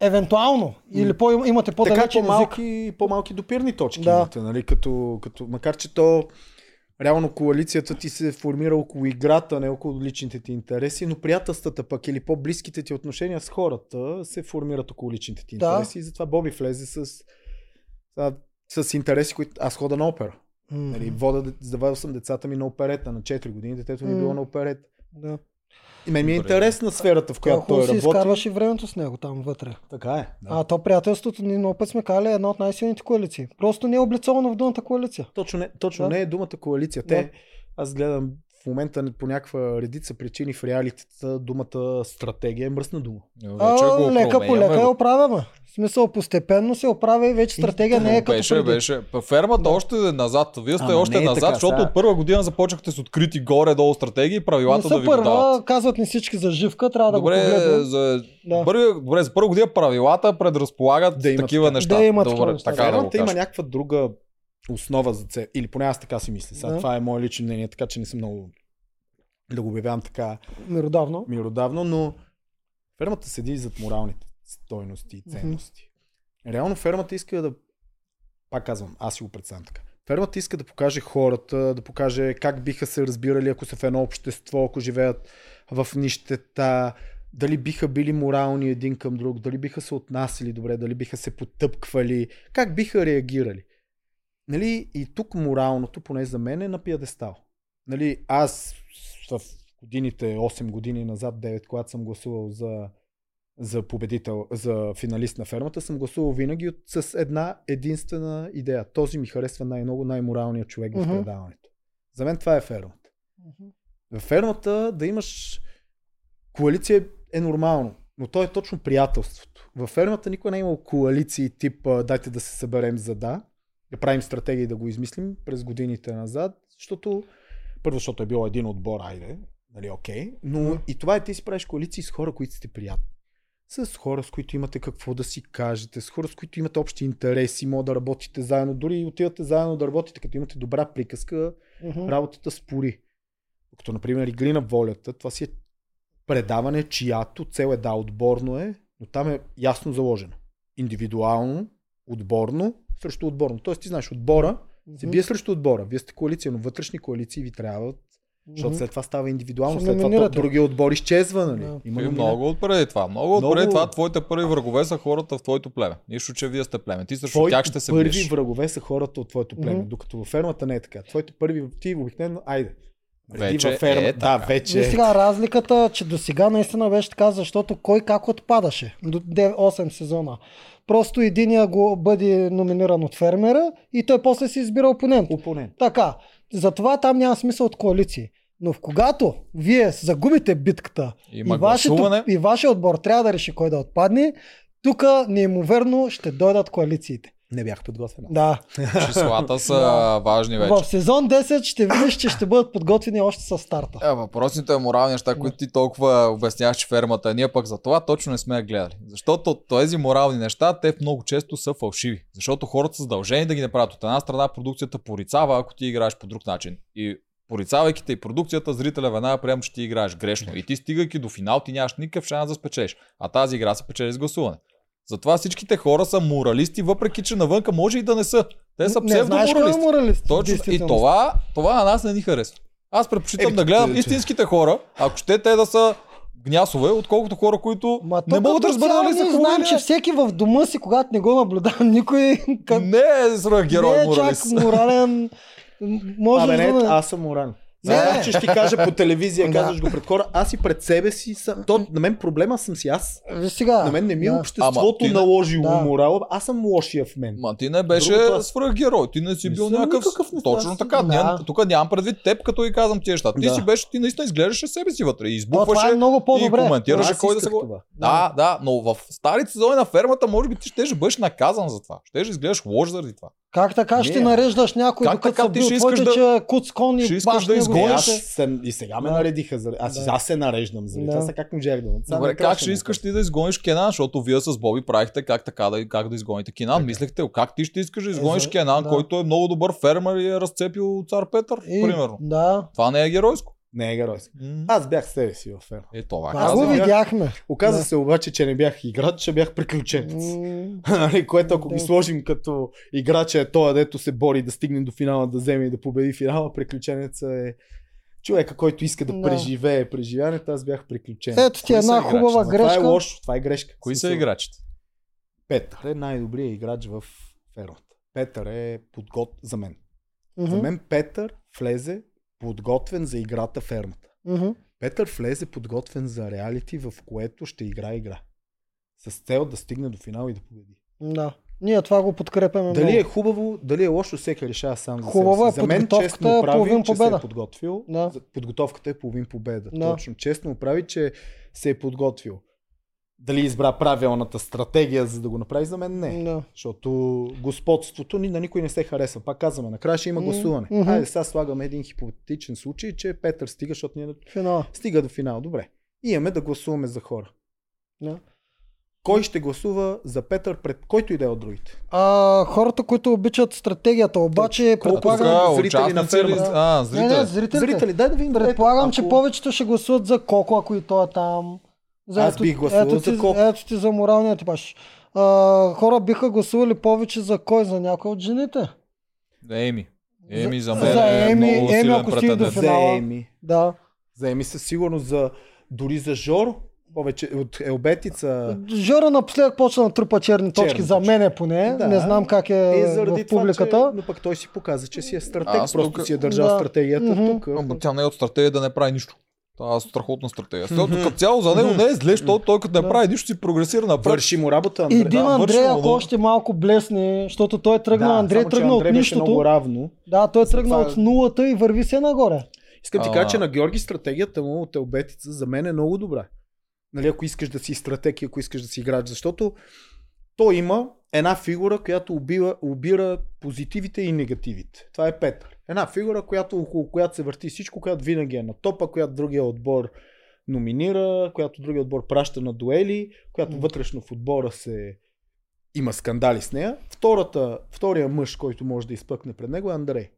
Speaker 2: Евентуално. Или по, имате
Speaker 1: така
Speaker 2: по-далечен език.
Speaker 1: по-малки, по-малки допирни точки да.
Speaker 2: Да.
Speaker 1: имате, нали? Като, като, макар, че то реално коалицията ти се е формира около играта, не около личните ти интереси, но приятелствата пък или по-близките ти отношения с хората се формират около личните ти
Speaker 2: Да.
Speaker 1: интереси и затова Боби влезе с, а, с интереси, които аз хода на опера.
Speaker 2: М,
Speaker 1: Нали, вода, де- завел съм децата ми на оперета на 4 години, детето ми е
Speaker 2: М.
Speaker 1: било на оперета.
Speaker 2: Да.
Speaker 1: И мен ми е
Speaker 3: Добре.
Speaker 1: интересна сферата, в която
Speaker 2: Хубаво
Speaker 1: той
Speaker 2: си
Speaker 1: работи.
Speaker 2: изкарваше времето с него там вътре.
Speaker 1: Така е. Да.
Speaker 2: А то приятелството ни много път сме кали е една от най-силните коалиции. Просто не е облицовано в дъната коалиция.
Speaker 1: Точно не, точно
Speaker 2: Да.
Speaker 1: не е думата коалиция. Те,
Speaker 2: Да.
Speaker 1: аз гледам в момента по някаква редица причини в реалитета думата стратегия е мръсна дума.
Speaker 2: А, лека по лека я
Speaker 3: е
Speaker 2: оправяме. В смисъл, постепенно се оправя и вече стратегия не е като
Speaker 3: беше,
Speaker 2: преди.
Speaker 3: беше. Па Фермата
Speaker 2: Да.
Speaker 3: още е назад. Вие сте
Speaker 1: Ама
Speaker 3: още
Speaker 1: не е
Speaker 3: назад,
Speaker 1: така,
Speaker 3: защото
Speaker 1: сега.
Speaker 3: от първа година започнахте с открити горе-долу стратегии и
Speaker 2: Не
Speaker 3: правилата
Speaker 2: са
Speaker 3: да ви го дават.
Speaker 2: първа, казват ни всички за живка, трябва да го
Speaker 3: Добре,
Speaker 2: погледнем.
Speaker 3: за...
Speaker 2: Да.
Speaker 3: Първи, добре, за първа година правилата предразполагат
Speaker 1: Да
Speaker 3: да
Speaker 1: имат
Speaker 3: такива
Speaker 1: така.
Speaker 3: неща.
Speaker 2: Да имат такива
Speaker 3: добре,
Speaker 2: неща.
Speaker 3: така Значи, да го
Speaker 1: Фермата
Speaker 3: кажа.
Speaker 1: има някаква друга основа за цел. Или поне аз така си мисля. Сега,
Speaker 2: Да.
Speaker 1: Това е мое лично мнение, така че не съм много да го обявявам така
Speaker 2: Миродавно.
Speaker 1: миродавно, но фермата седи зад моралните стойности и
Speaker 2: Мгм.
Speaker 1: ценности. Реално фермата иска да. Пак казвам, аз си го представям така. Фермата иска да покаже хората, да покаже как биха се разбирали, ако са в едно общество, ако живеят в нищета, дали биха били морални един към друг, дали биха се отнасили добре, дали биха се потъпквали, как биха реагирали. Нали? И тук моралното, поне за мен, е на пиадестал. Нали? Аз в годините, 8 години назад, 9, когато съм гласувал за, за победител, за финалист на фермата, съм гласувал винаги от, с една единствена идея. Този ми харесва най-много, най-моралният човек в
Speaker 2: Мгм.
Speaker 1: предаването. За мен това е фермата.
Speaker 2: Мгм.
Speaker 1: В фермата да имаш коалиция е нормално, но то е точно приятелството. В фермата никога не е имал коалиции тип а, дайте да се съберем за да, да правим стратегии да го измислим през годините назад, защото първо, защото е било един отбор, айде, нали, окей, но
Speaker 2: Мгм.
Speaker 1: и това е ти си правиш коалиции с хора, които сте приятни. С хора, с които имате какво да си кажете, с хора, с които имате общи интереси, може да работите заедно, дори и отивате заедно да работите, като имате добра приказка,
Speaker 2: Мгм.
Speaker 1: работата спори. Като, например, Игри на волята, това си е предаване, чиято цел е да, отборно е, но там е ясно заложено. Индивидуално, отборно, срещу отборно. Тоест ти знаеш, отбора се
Speaker 2: Мгм.
Speaker 1: бие срещу отбора. Вие сте коалиция, но вътрешни коалиции ви трябват, защото
Speaker 2: Мгм.
Speaker 1: след това става индивидуално,
Speaker 2: Ще
Speaker 1: след това то
Speaker 2: номинирате.
Speaker 1: другия отбор изчезва, нали?
Speaker 2: Да.
Speaker 1: Има
Speaker 2: И
Speaker 3: И
Speaker 1: номинация.
Speaker 3: Е, много отпреди това. Много отпреди
Speaker 1: Много.
Speaker 3: това. Твоите първи врагове са хората в твоето племе. Нищо, че вие сте племе. Ти срещу
Speaker 1: Твоите
Speaker 3: тях ще се
Speaker 1: първи
Speaker 3: биеш.
Speaker 1: врагове са хората от твоето племе,
Speaker 2: Мгм.
Speaker 1: докато във фермата не е така. Твоите първи, ти обикновено, айде. преди
Speaker 3: Вече
Speaker 1: във ферма-
Speaker 3: е
Speaker 1: да,
Speaker 3: така.
Speaker 1: вече.
Speaker 2: И
Speaker 1: е
Speaker 2: сега разликата, че до сега наистина беше така, защото кой как отпадаше до 9 8 сезона. Просто единия го бъде номиниран от фермера и той после си избира опонент.
Speaker 1: Опонент.
Speaker 2: Така, затова там няма смисъл от коалиции. Но в когато вие загубите битката
Speaker 3: Има
Speaker 2: и, вашето,
Speaker 3: гласуване.
Speaker 2: и вашия отбор трябва да реши кой да отпадне, тук неимоверно ще дойдат коалициите.
Speaker 1: Не бях подготвен.
Speaker 2: Да.
Speaker 3: Числата са
Speaker 2: Да.
Speaker 3: важни вече.
Speaker 2: В сезон 10 ще видиш, че ще бъдат подготвени още с старта.
Speaker 3: Е, въпросните морални неща, които ти толкова обясняваш, че фермата, ние пък за това точно не сме я гледали. Защото тези морални неща, те много често са фалшиви. Защото хората са задължени да ги не правят. От една страна продукцията порицава, ако ти играеш по друг начин. И порицавайки те и продукцията, зрителя веднага приема, че ти играеш грешно. И ти стигайки до финал, ти нямаш никакъв шанс да спечелиш. А тази игра се печели с гласуване. Затова всичките хора са моралисти, въпреки че навънка може и да не са. Те са
Speaker 2: не знаеш кой е
Speaker 3: псевдоморалисти.
Speaker 2: моралист. в
Speaker 3: Точно. И
Speaker 2: действителност.
Speaker 3: това, това на нас не ни харесва. Аз предпочитам
Speaker 1: Е,
Speaker 3: да гледам
Speaker 1: че- че-
Speaker 3: истинските хора, ако ще те да са гнясове, отколкото хора, които
Speaker 2: Ма,
Speaker 3: не могат да разберат
Speaker 1: нали,
Speaker 3: дали са хубави.
Speaker 2: Знам,
Speaker 1: е?
Speaker 3: или
Speaker 2: че
Speaker 3: не.
Speaker 2: всеки в дома си, когато не го наблюдавам, никой към...
Speaker 3: Не е свръхгерой
Speaker 2: не
Speaker 3: е
Speaker 2: е
Speaker 3: моралист.
Speaker 2: чак морален. М, Може
Speaker 1: Абе,
Speaker 2: да...
Speaker 1: не,
Speaker 2: не-
Speaker 1: аз съм морален.
Speaker 2: Не.
Speaker 1: Знаеш, че ще ти кажа по телевизия,
Speaker 2: Да.
Speaker 1: казваш го пред хора, аз и пред себе си съм. То, на мен проблема съм си аз.
Speaker 2: Виж сега.
Speaker 1: На мен не ми е
Speaker 2: да.
Speaker 1: обществото
Speaker 3: Ама ти не-
Speaker 1: наложило
Speaker 2: Да.
Speaker 1: морала, аз съм лошия в мен.
Speaker 3: Ма ти не беше
Speaker 1: Другото аз-
Speaker 3: свръхгерой, ти не си
Speaker 1: Не
Speaker 3: бил
Speaker 1: съм
Speaker 3: някакъв.
Speaker 1: никакъв, не
Speaker 3: Точно
Speaker 1: съм.
Speaker 3: така.
Speaker 2: Да.
Speaker 3: Ням, тук нямам предвид теб, като и казвам тия неща. Ти
Speaker 1: Да.
Speaker 3: си беше, ти наистина изглеждаше себе си вътре и
Speaker 2: О, това е
Speaker 3: избухваше.
Speaker 2: много по-добре.
Speaker 3: коментираш.
Speaker 1: Аз
Speaker 3: Разбираш ли кой да
Speaker 1: исках
Speaker 3: се го-
Speaker 1: това.
Speaker 3: Да, да, но в старите сезони на фермата, може би ти ще бъдеш наказан за това. Ще изглеждаш лош заради това.
Speaker 2: Как така ще
Speaker 1: Не.
Speaker 2: нареждаш някой,
Speaker 3: Как
Speaker 2: докато
Speaker 3: така
Speaker 2: са
Speaker 3: ти
Speaker 2: бил
Speaker 3: ще
Speaker 2: твоите,
Speaker 3: искаш да-
Speaker 2: че куц кон и
Speaker 3: ще искаш
Speaker 2: баш
Speaker 3: да
Speaker 2: него
Speaker 1: Е,
Speaker 3: изгониш?
Speaker 1: аз
Speaker 2: ще-
Speaker 1: съм, и сега ме
Speaker 2: Да.
Speaker 1: наредиха. За... Аз,
Speaker 2: Да.
Speaker 1: аз се нареждам за
Speaker 2: Да.
Speaker 1: да. Аз са как му Джердан. Сега
Speaker 3: Добре,
Speaker 1: ме
Speaker 3: как
Speaker 1: крашна
Speaker 3: ще
Speaker 1: му. е
Speaker 3: искаш ти да изгониш Кенан, защото вие с Боби правихте как така да, как да изгоните Кенан. Мислехте, как ти ще искаш да изгониш
Speaker 2: за-
Speaker 3: Кенан,
Speaker 2: да.
Speaker 3: който е много добър фермер и е разцепил цар Петър,
Speaker 2: И-
Speaker 3: примерно.
Speaker 2: Да.
Speaker 3: Това не е геройско.
Speaker 1: Не е герой. си.
Speaker 3: М.
Speaker 1: Аз бях себе си в ферма.
Speaker 3: Е, това е.
Speaker 2: Това го
Speaker 1: казвам, бях-
Speaker 2: видяхме.
Speaker 1: Оказа
Speaker 2: Да.
Speaker 1: се обаче, че не бях играч, а бях приключенец.
Speaker 2: М,
Speaker 1: Нали, което ако
Speaker 2: Да.
Speaker 1: ги сложим като играча е той, дето се бори да стигне до финала, да вземе и да победи финала, приключенеца е човека, който иска да,
Speaker 2: Да.
Speaker 1: преживее преживяването. Аз бях приключен.
Speaker 2: Ето ти
Speaker 3: Кои са
Speaker 2: една
Speaker 3: играчи?
Speaker 2: хубава
Speaker 1: Ама Това е
Speaker 2: грешка.
Speaker 1: лошо, това е грешка.
Speaker 3: Кои са
Speaker 1: Смисъл,
Speaker 3: играчите?
Speaker 1: Петър е най-добрият играч в фермата. Петър е подгот за мен.
Speaker 2: Мгм,
Speaker 1: За мен Петър влезе подготвен за играта фермата.
Speaker 2: мгм.
Speaker 1: Петър влезе подготвен за реалити, в което ще игра игра. С цел да стигне до финал и да победи.
Speaker 2: Да. Ние това го подкрепяме
Speaker 1: Дали е
Speaker 2: много.
Speaker 1: хубаво, дали е лошо, всеки решава сам за
Speaker 2: Хубава
Speaker 1: себе
Speaker 2: е
Speaker 1: си. За мен
Speaker 2: подготовката,
Speaker 1: честно
Speaker 2: половин
Speaker 1: прави, че се
Speaker 2: победа.
Speaker 1: е подготвил.
Speaker 2: Да.
Speaker 1: За- Подготовката е половин победа.
Speaker 2: Да.
Speaker 1: Точно честно прави, че се е подготвил. Дали избра правилната стратегия, за да го направи, за мен не.
Speaker 2: Да.
Speaker 1: Защото господството ни на никой не се харесва. Пак казваме, накрая ще има
Speaker 2: М,
Speaker 1: гласуване.
Speaker 2: мгм.
Speaker 1: Хайде сега слагаме един хипотетичен случай, че Петър стига, защото ние
Speaker 2: Финала.
Speaker 1: стига до финал. Добре. И имаме да гласуваме за хора.
Speaker 2: Да.
Speaker 1: Кой ще гласува за Петър пред който и да е от другите?
Speaker 2: А, хората, които обичат стратегията, обаче
Speaker 1: Колко
Speaker 2: предполагам...
Speaker 1: са?
Speaker 3: Тук,
Speaker 1: зрители на
Speaker 3: участници ли?
Speaker 1: фермата.
Speaker 3: А,
Speaker 2: Не, не,
Speaker 3: зрители.
Speaker 2: зрителите.
Speaker 1: Зрители, дай да видим. добре.
Speaker 2: Предполагам,
Speaker 1: Ако-
Speaker 2: че повечето ще гласуват за Коко, ако и той е там. За
Speaker 1: Аз бих гласувал
Speaker 2: ето
Speaker 1: за
Speaker 2: ти,
Speaker 1: Коко.
Speaker 2: Ето ти за моралния ти баш. А, хора биха гласували повече за кой? За някой от жените.
Speaker 3: Еми. Еми за
Speaker 2: За-
Speaker 3: мен
Speaker 2: за
Speaker 3: е
Speaker 2: Еми-
Speaker 3: много
Speaker 2: Еми,
Speaker 3: силен
Speaker 2: ако стига до
Speaker 3: претендент.
Speaker 2: финал. финала.
Speaker 1: Заеми.
Speaker 2: Да.
Speaker 1: Заеми със сигурност за дори за Жоро, повече от Елбетица.
Speaker 2: Жора напоследък почна да трупа черни точки,
Speaker 1: Черни
Speaker 2: за
Speaker 1: точки.
Speaker 2: мен е поне.
Speaker 1: Да.
Speaker 2: Не знам как е,
Speaker 1: Е, заради
Speaker 2: в
Speaker 1: това, че,
Speaker 2: публиката.
Speaker 1: но пък той си показа, че си е стратег.
Speaker 3: Аз
Speaker 1: Просто
Speaker 3: тук-
Speaker 1: си е държал
Speaker 2: Да.
Speaker 1: стратегията
Speaker 2: Мгм.
Speaker 1: тук.
Speaker 3: Ама тя не е от стратегия да не прави нищо. Това е страхотна стратегия. Защото
Speaker 1: Мгм.
Speaker 3: като цяло за него
Speaker 1: Мгм.
Speaker 3: не е зле, защото той като
Speaker 2: Да.
Speaker 3: не прави нищо си прогресира напред.
Speaker 1: Върши му работа, Андре.
Speaker 2: Един
Speaker 3: да,
Speaker 2: Андрей,
Speaker 3: върши му,
Speaker 2: ако
Speaker 3: да.
Speaker 2: още малко блесне, защото той е тръгнал, Андрей
Speaker 1: само, че
Speaker 2: тръгна
Speaker 1: Андрей
Speaker 2: от
Speaker 1: беше
Speaker 2: нищото.
Speaker 1: много равно.
Speaker 2: Да, той е тръгнал
Speaker 1: това-
Speaker 2: от нулата и върви се нагоре.
Speaker 1: Искам ти
Speaker 3: А.
Speaker 1: кажа, че на Георги стратегията му от Елбетица за мен е много добра. Нали, ако искаш да си стратег и ако искаш да си играч, защото той има една фигура, която убива, убира позитивите и негативите. Това е Петър. Една фигура, която, около която се върти всичко, която винаги е на топа, която другия отбор номинира, която другия отбор праща на дуели, която
Speaker 2: М.
Speaker 1: вътрешно в отбора се има скандали с нея. Втората, втория мъж, който може да изпъкне пред него е Андрей,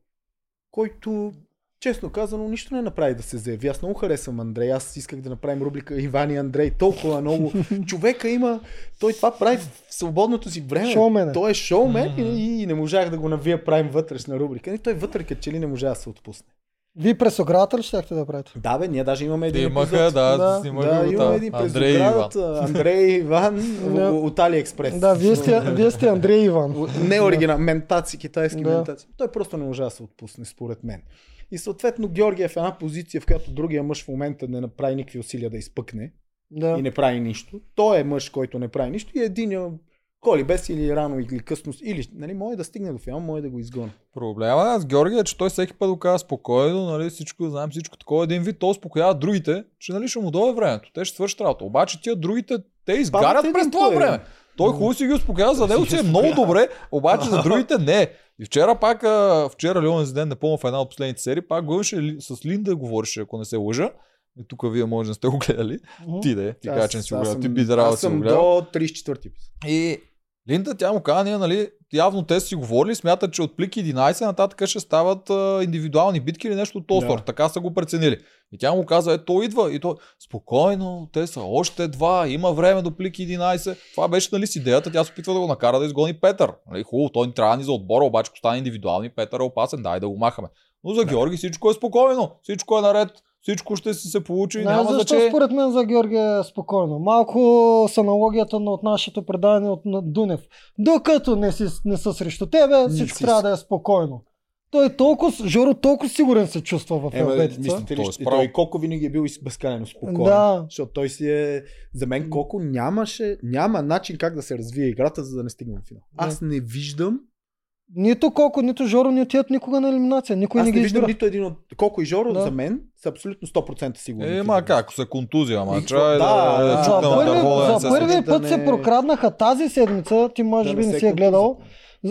Speaker 1: който честно казано нищо не направи да се заяви. Аз много харесвам Андрей. Аз исках да направим рубрика Иван и Андрей. Толкова много. Човека има... Той това прави в свободното си време.
Speaker 2: Шоумен е.
Speaker 1: Той е шоумен
Speaker 3: Мгм.
Speaker 1: и, и не можах да го навия правим вътрешна рубрика. Не, той вътре като че ли не можа да се отпусне.
Speaker 2: Вие през оградата ли щяхте да правите?
Speaker 1: Да бе, ние даже имаме
Speaker 3: Те
Speaker 1: един
Speaker 3: имаха,
Speaker 1: епизод.
Speaker 3: да,
Speaker 2: Да,
Speaker 3: снимали
Speaker 1: Да,
Speaker 3: го
Speaker 1: имаме
Speaker 3: там.
Speaker 1: един през
Speaker 3: Андрей и Иван.
Speaker 1: оградата. Андрей и Иван
Speaker 2: Да.
Speaker 1: в- от Алиекспрес.
Speaker 2: Да, вие сте, вие сте Андрей Иван.
Speaker 1: Не оригинал, ментаци, китайски
Speaker 2: Да.
Speaker 1: ментаци. Той просто не може да се отпусне, според мен. И съответно Георги е в една позиция, в която другия мъж в момента не направи никакви усилия да изпъкне
Speaker 2: Да.
Speaker 1: и не прави нищо. Той е мъж, който не прави нищо и един коли без или рано или късно, или нали, може да стигне до финал, може да го изгони.
Speaker 3: Проблема с Георгия е, че той всеки път го казва спокойно, нали, всичко, знаем всичко такова. Един вид, той успокоява другите, че нали ще му дойде времето. Те ще свършат работа. Обаче тия другите, те изгарят
Speaker 1: един е.
Speaker 3: през
Speaker 1: по
Speaker 3: това
Speaker 1: един.
Speaker 3: време. Той хубаво си ги успокоява, за него си е много добре, обаче за другите не. И вчера пак, а, вчера ли онзи ден, не помня в една от последните серии, пак го имаше ли- с Линда, говореше, ако не се лъжа. И тук вие може да не сте го гледали.
Speaker 2: Мгм.
Speaker 3: Ти да е, ти
Speaker 1: Аз-
Speaker 3: кажа, че не си го
Speaker 1: аз
Speaker 3: гледал. Ти
Speaker 1: съм-
Speaker 3: би трябвало да
Speaker 1: аз
Speaker 3: си го
Speaker 1: съм
Speaker 3: гледал.
Speaker 1: до 34-ти епизод.
Speaker 3: И Линда, тя му каза, ние, нали, явно те са си говорили, смятат, че от плик 11 нататък ще стават а, индивидуални битки или нещо от този
Speaker 1: Да.
Speaker 3: сорт. Така са го преценили. И тя му каза, е, то идва. И то, спокойно, те са още два, има време до плик 11. Това беше, нали, с идеята. Тя се опитва да го накара да изгони Петър. Нали, хубаво, той ни трябва ни за отбора, обаче, ако стане индивидуални, Петър е опасен, дай да го махаме. Но за Георги всичко е спокойно, всичко е наред, всичко ще си се получи,
Speaker 2: Знаеш
Speaker 3: няма
Speaker 2: защо
Speaker 3: значение.
Speaker 2: според мен за Георгия е спокойно? Малко с аналогията на от нашето предаване от на Дунев. Докато не, си, не са срещу тебе, всичко
Speaker 1: си-
Speaker 2: трябва да е спокойно. Той толкова, Жоро толкова сигурен се чувства в
Speaker 1: Е,
Speaker 2: Елбетица.
Speaker 1: мислите ли,
Speaker 3: Той е
Speaker 1: че
Speaker 3: справ.
Speaker 1: той колко винаги е бил из- безкрайно спокоен.
Speaker 2: Да.
Speaker 1: Защото той си е... За мен колко нямаше... Няма начин как да се развие играта, за да не стигнем до финал.
Speaker 2: Да.
Speaker 1: Аз не виждам...
Speaker 2: Нито Коко, нито Жоро не отиват никога на елиминация. Никой
Speaker 1: аз
Speaker 2: не
Speaker 1: не
Speaker 2: ги
Speaker 1: виждам
Speaker 2: избира.
Speaker 1: нито един от... Колко и Жоро
Speaker 2: Да.
Speaker 1: за мен са абсолютно 100% сигурни.
Speaker 3: Е, ма как, ако се контузия, ама
Speaker 1: И-
Speaker 3: чай да,
Speaker 1: да,
Speaker 3: да,
Speaker 1: да.
Speaker 3: чукна
Speaker 2: За
Speaker 3: на дърво, да не
Speaker 2: първи,
Speaker 3: се
Speaker 2: за първи
Speaker 1: случи.
Speaker 2: път
Speaker 1: Да
Speaker 2: се
Speaker 1: не-
Speaker 2: прокраднаха тази седмица, ти може
Speaker 1: Да
Speaker 2: би
Speaker 1: не
Speaker 2: не
Speaker 1: се
Speaker 2: си я
Speaker 1: контуза.
Speaker 2: гледал,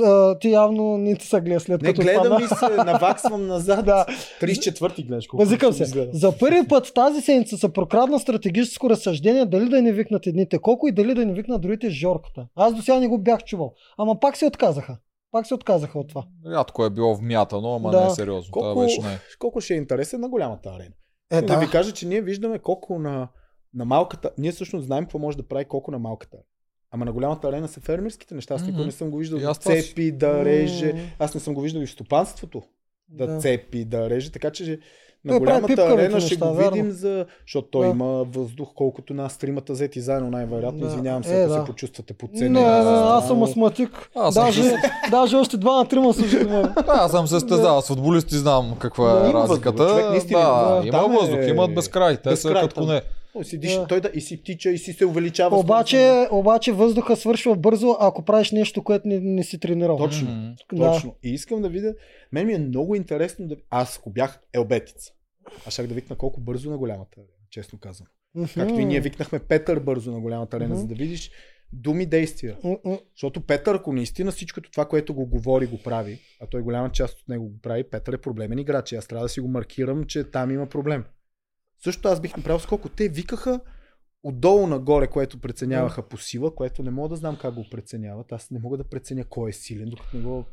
Speaker 2: а, ти явно не ти се гледа след
Speaker 1: Не,
Speaker 2: като
Speaker 1: гледам
Speaker 2: това.
Speaker 1: и се, наваксвам назад.
Speaker 2: Да.
Speaker 1: 34-ти гледаш колко.
Speaker 2: Базикам
Speaker 1: съм
Speaker 2: се.
Speaker 1: изгледал.
Speaker 2: За първи път тази седмица се прокрадна стратегическо разсъждение дали да не викнат едните колко и дали да не викнат другите жорката. Аз до сега не го бях чувал. Ама пак се отказаха. Пак се отказаха от това.
Speaker 3: Рядко е било вмятано, ама
Speaker 2: Да.
Speaker 3: не е сериозно. Колко... Това
Speaker 1: Колко-
Speaker 3: беше не.
Speaker 1: Колко ще е интересен на голямата арена.
Speaker 2: Е,
Speaker 1: да. да ви кажа, че ние виждаме колко на, на малката. Ние всъщност знаем какво може да прави колко на малката. Ама на голямата арена са фермерските неща. Аз никога
Speaker 3: Мгм.
Speaker 1: не съм го виждал
Speaker 3: И
Speaker 1: да
Speaker 3: аз това си-
Speaker 1: цепи, да реже.
Speaker 2: М.
Speaker 1: Аз не съм го виждал и в стопанството да, да. цепи, да реже. Така че на
Speaker 2: Той прави
Speaker 1: голямата
Speaker 2: пипкавите
Speaker 1: арена ще
Speaker 2: неща,
Speaker 1: го
Speaker 2: вярно.
Speaker 1: видим, за... защото той
Speaker 2: Да.
Speaker 1: да. има въздух, колкото нас тримата взети заедно, най-вероятно.
Speaker 2: Да.
Speaker 1: Да. Извинявам
Speaker 2: Е,
Speaker 1: се, ако
Speaker 2: да.
Speaker 1: се почувствате
Speaker 2: Не,
Speaker 1: подценени.
Speaker 2: не,
Speaker 3: а,
Speaker 2: аз съм астматик.
Speaker 3: Аз съм
Speaker 2: Даже,
Speaker 3: със-
Speaker 2: даже още два на трима служители.
Speaker 3: Аз съм се стезал с футболисти, знам каква
Speaker 1: Да,
Speaker 3: е
Speaker 1: има
Speaker 3: разликата.
Speaker 1: въздух, човек, наистина,
Speaker 3: да,
Speaker 1: да.
Speaker 3: има
Speaker 1: Там е-
Speaker 3: въздух, имат безкрай. Те са
Speaker 1: Безкрай
Speaker 3: като
Speaker 1: там.
Speaker 3: коне.
Speaker 1: Той си диша,
Speaker 2: Да.
Speaker 1: той да и си тича, и си се увеличава.
Speaker 2: Обаче, обаче въздуха свършва бързо, ако правиш нещо, което не, не си тренирал.
Speaker 1: Точно.
Speaker 3: М.
Speaker 2: Да.
Speaker 1: Точно. Да. И искам да видя. Мен ми е много интересно да. Аз ако бях елбетица, аз щях да викна колко бързо на голямата арена, честно казвам.
Speaker 2: Мгм.
Speaker 1: Както и ние викнахме Петър бързо на голямата арена,
Speaker 2: Мгм.
Speaker 1: за да видиш думи действия.
Speaker 2: М, м.
Speaker 1: Защото Петър, ако наистина всичкото това, което го говори, го прави, а той голяма част от него го прави, Петър е проблемен играч. И аз трябва да си го маркирам, че там има проблем. Също аз бих направил скоко. Те викаха отдолу нагоре, което преценяваха по сила, което не мога да знам как го преценяват. Аз не мога да преценя кой е силен, докато не го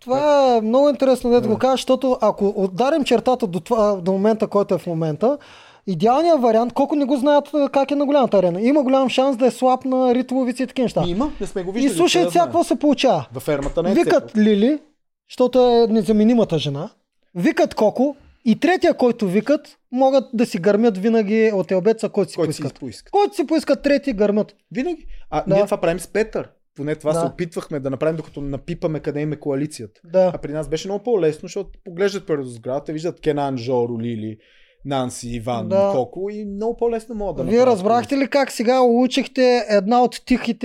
Speaker 2: Това е много интересно да, да
Speaker 1: Да.
Speaker 2: го кажа, защото ако отдарим чертата до, това, до момента, който е в момента, идеалният вариант, колко не го знаят а, как е на голямата арена, има голям шанс да е слаб на ритмовици и такива неща.
Speaker 1: Има, не сме го
Speaker 2: И
Speaker 1: виждали.
Speaker 2: слушай
Speaker 1: откъде
Speaker 2: сега
Speaker 1: да знаем.
Speaker 2: какво се получава.
Speaker 1: Във фермата не е
Speaker 2: Викат
Speaker 1: цепел.
Speaker 2: Лили, защото е незаменимата жена. Викат Коко. И третия, който викат, могат да си гърмят винаги от елбеца, който си
Speaker 1: който си
Speaker 2: поискат.
Speaker 1: поиска.
Speaker 2: Който си поискат трети, гърмят.
Speaker 1: Винаги. А
Speaker 2: Да.
Speaker 1: ние това правим с Петър. Поне това
Speaker 2: Да.
Speaker 1: се опитвахме да направим, докато напипаме къде им е коалицията.
Speaker 2: Да.
Speaker 1: А при нас беше много по-лесно, защото поглеждат първо сградата, виждат Кенан, Жоро, Лили, Нанси, Иван,
Speaker 2: Да.
Speaker 1: Коко и много по-лесно могат да
Speaker 2: Вие
Speaker 1: направят
Speaker 2: разбрахте ли как сега улучихте една от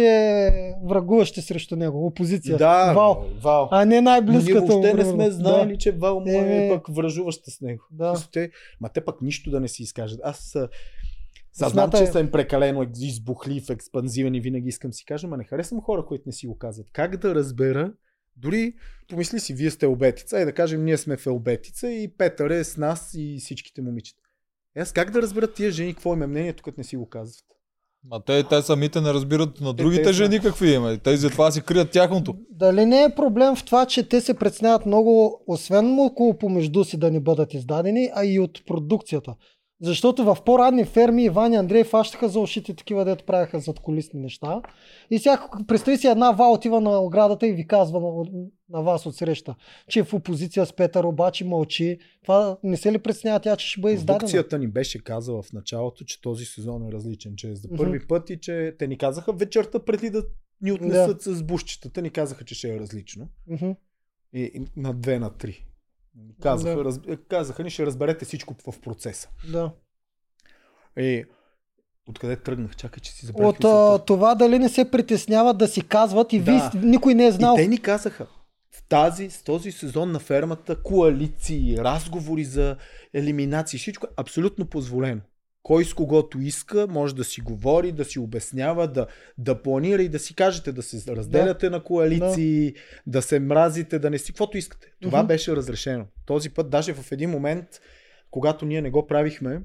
Speaker 2: тихите врагуващи срещу него? Опозиция.
Speaker 1: Да,
Speaker 2: Вал.
Speaker 1: Вал.
Speaker 2: А не
Speaker 1: Ние
Speaker 2: най-близката. му,
Speaker 1: въобще не
Speaker 2: примерно.
Speaker 1: сме знаели, че Вал му е
Speaker 2: Еми.
Speaker 1: пък връжуваща с него.
Speaker 2: Да.
Speaker 1: Мисля, Те, ма те пък нищо да не си изкажат. Аз а, сега знам,
Speaker 2: Смятай-
Speaker 1: че съм прекалено екз- избухлив, експанзивен и винаги искам си кажа, ма не харесвам хора, които не си го казват. Как да разбера? Дори помисли си, вие сте обетица, и да кажем, ние сме в обетица и Петър е с нас и всичките момичета. Е, Аз как да разбера тия жени, какво им е мнението, като не си го казват?
Speaker 3: Ма те, те самите не разбират на другите
Speaker 1: те са-
Speaker 3: жени какви има. Те затова си крият тяхното.
Speaker 2: Дали не е проблем в това, че те се преценяват много, освен около помежду си да не бъдат издадени, а и от продукцията? Защото в по-радни ферми Иван и Андрей фащаха за ушите такива, дето правяха зад колисни неща. И сега, представи си, една ва отива на оградата и ви казва на, на вас от среща, че е в опозиция с Петър, обаче мълчи. Това не се ли преценява тя, че ще бъде е издадена?
Speaker 1: Продукцията ни беше казала в началото, че този сезон е различен, че е за
Speaker 2: Мгм.
Speaker 1: първи път и че те ни казаха вечерта преди да ни отнесат с бушчетата, ни казаха, че ще е различно.
Speaker 2: Мгм.
Speaker 1: И, и на две на три. Казаха,
Speaker 2: Да.
Speaker 1: да. раз, е, казаха ни, ще разберете всичко в процеса.
Speaker 2: Да.
Speaker 1: И откъде тръгнах? Чакай, че си забравих.
Speaker 2: От а,
Speaker 1: мисълта.
Speaker 2: това дали не се притесняват да си казват и
Speaker 1: Да.
Speaker 2: да. ви, никой не е знал.
Speaker 1: И те ни казаха, в тази, с този сезон на фермата, коалиции, разговори за елиминации, всичко е абсолютно позволено. Кой с когото иска, може да си говори, да си обяснява, да, да планира и да си кажете, да се разделяте на коалиции, да. да се мразите, да не си, каквото искате. Това
Speaker 2: Мгм.
Speaker 1: беше разрешено. Този път, даже в един момент, когато ние не го правихме,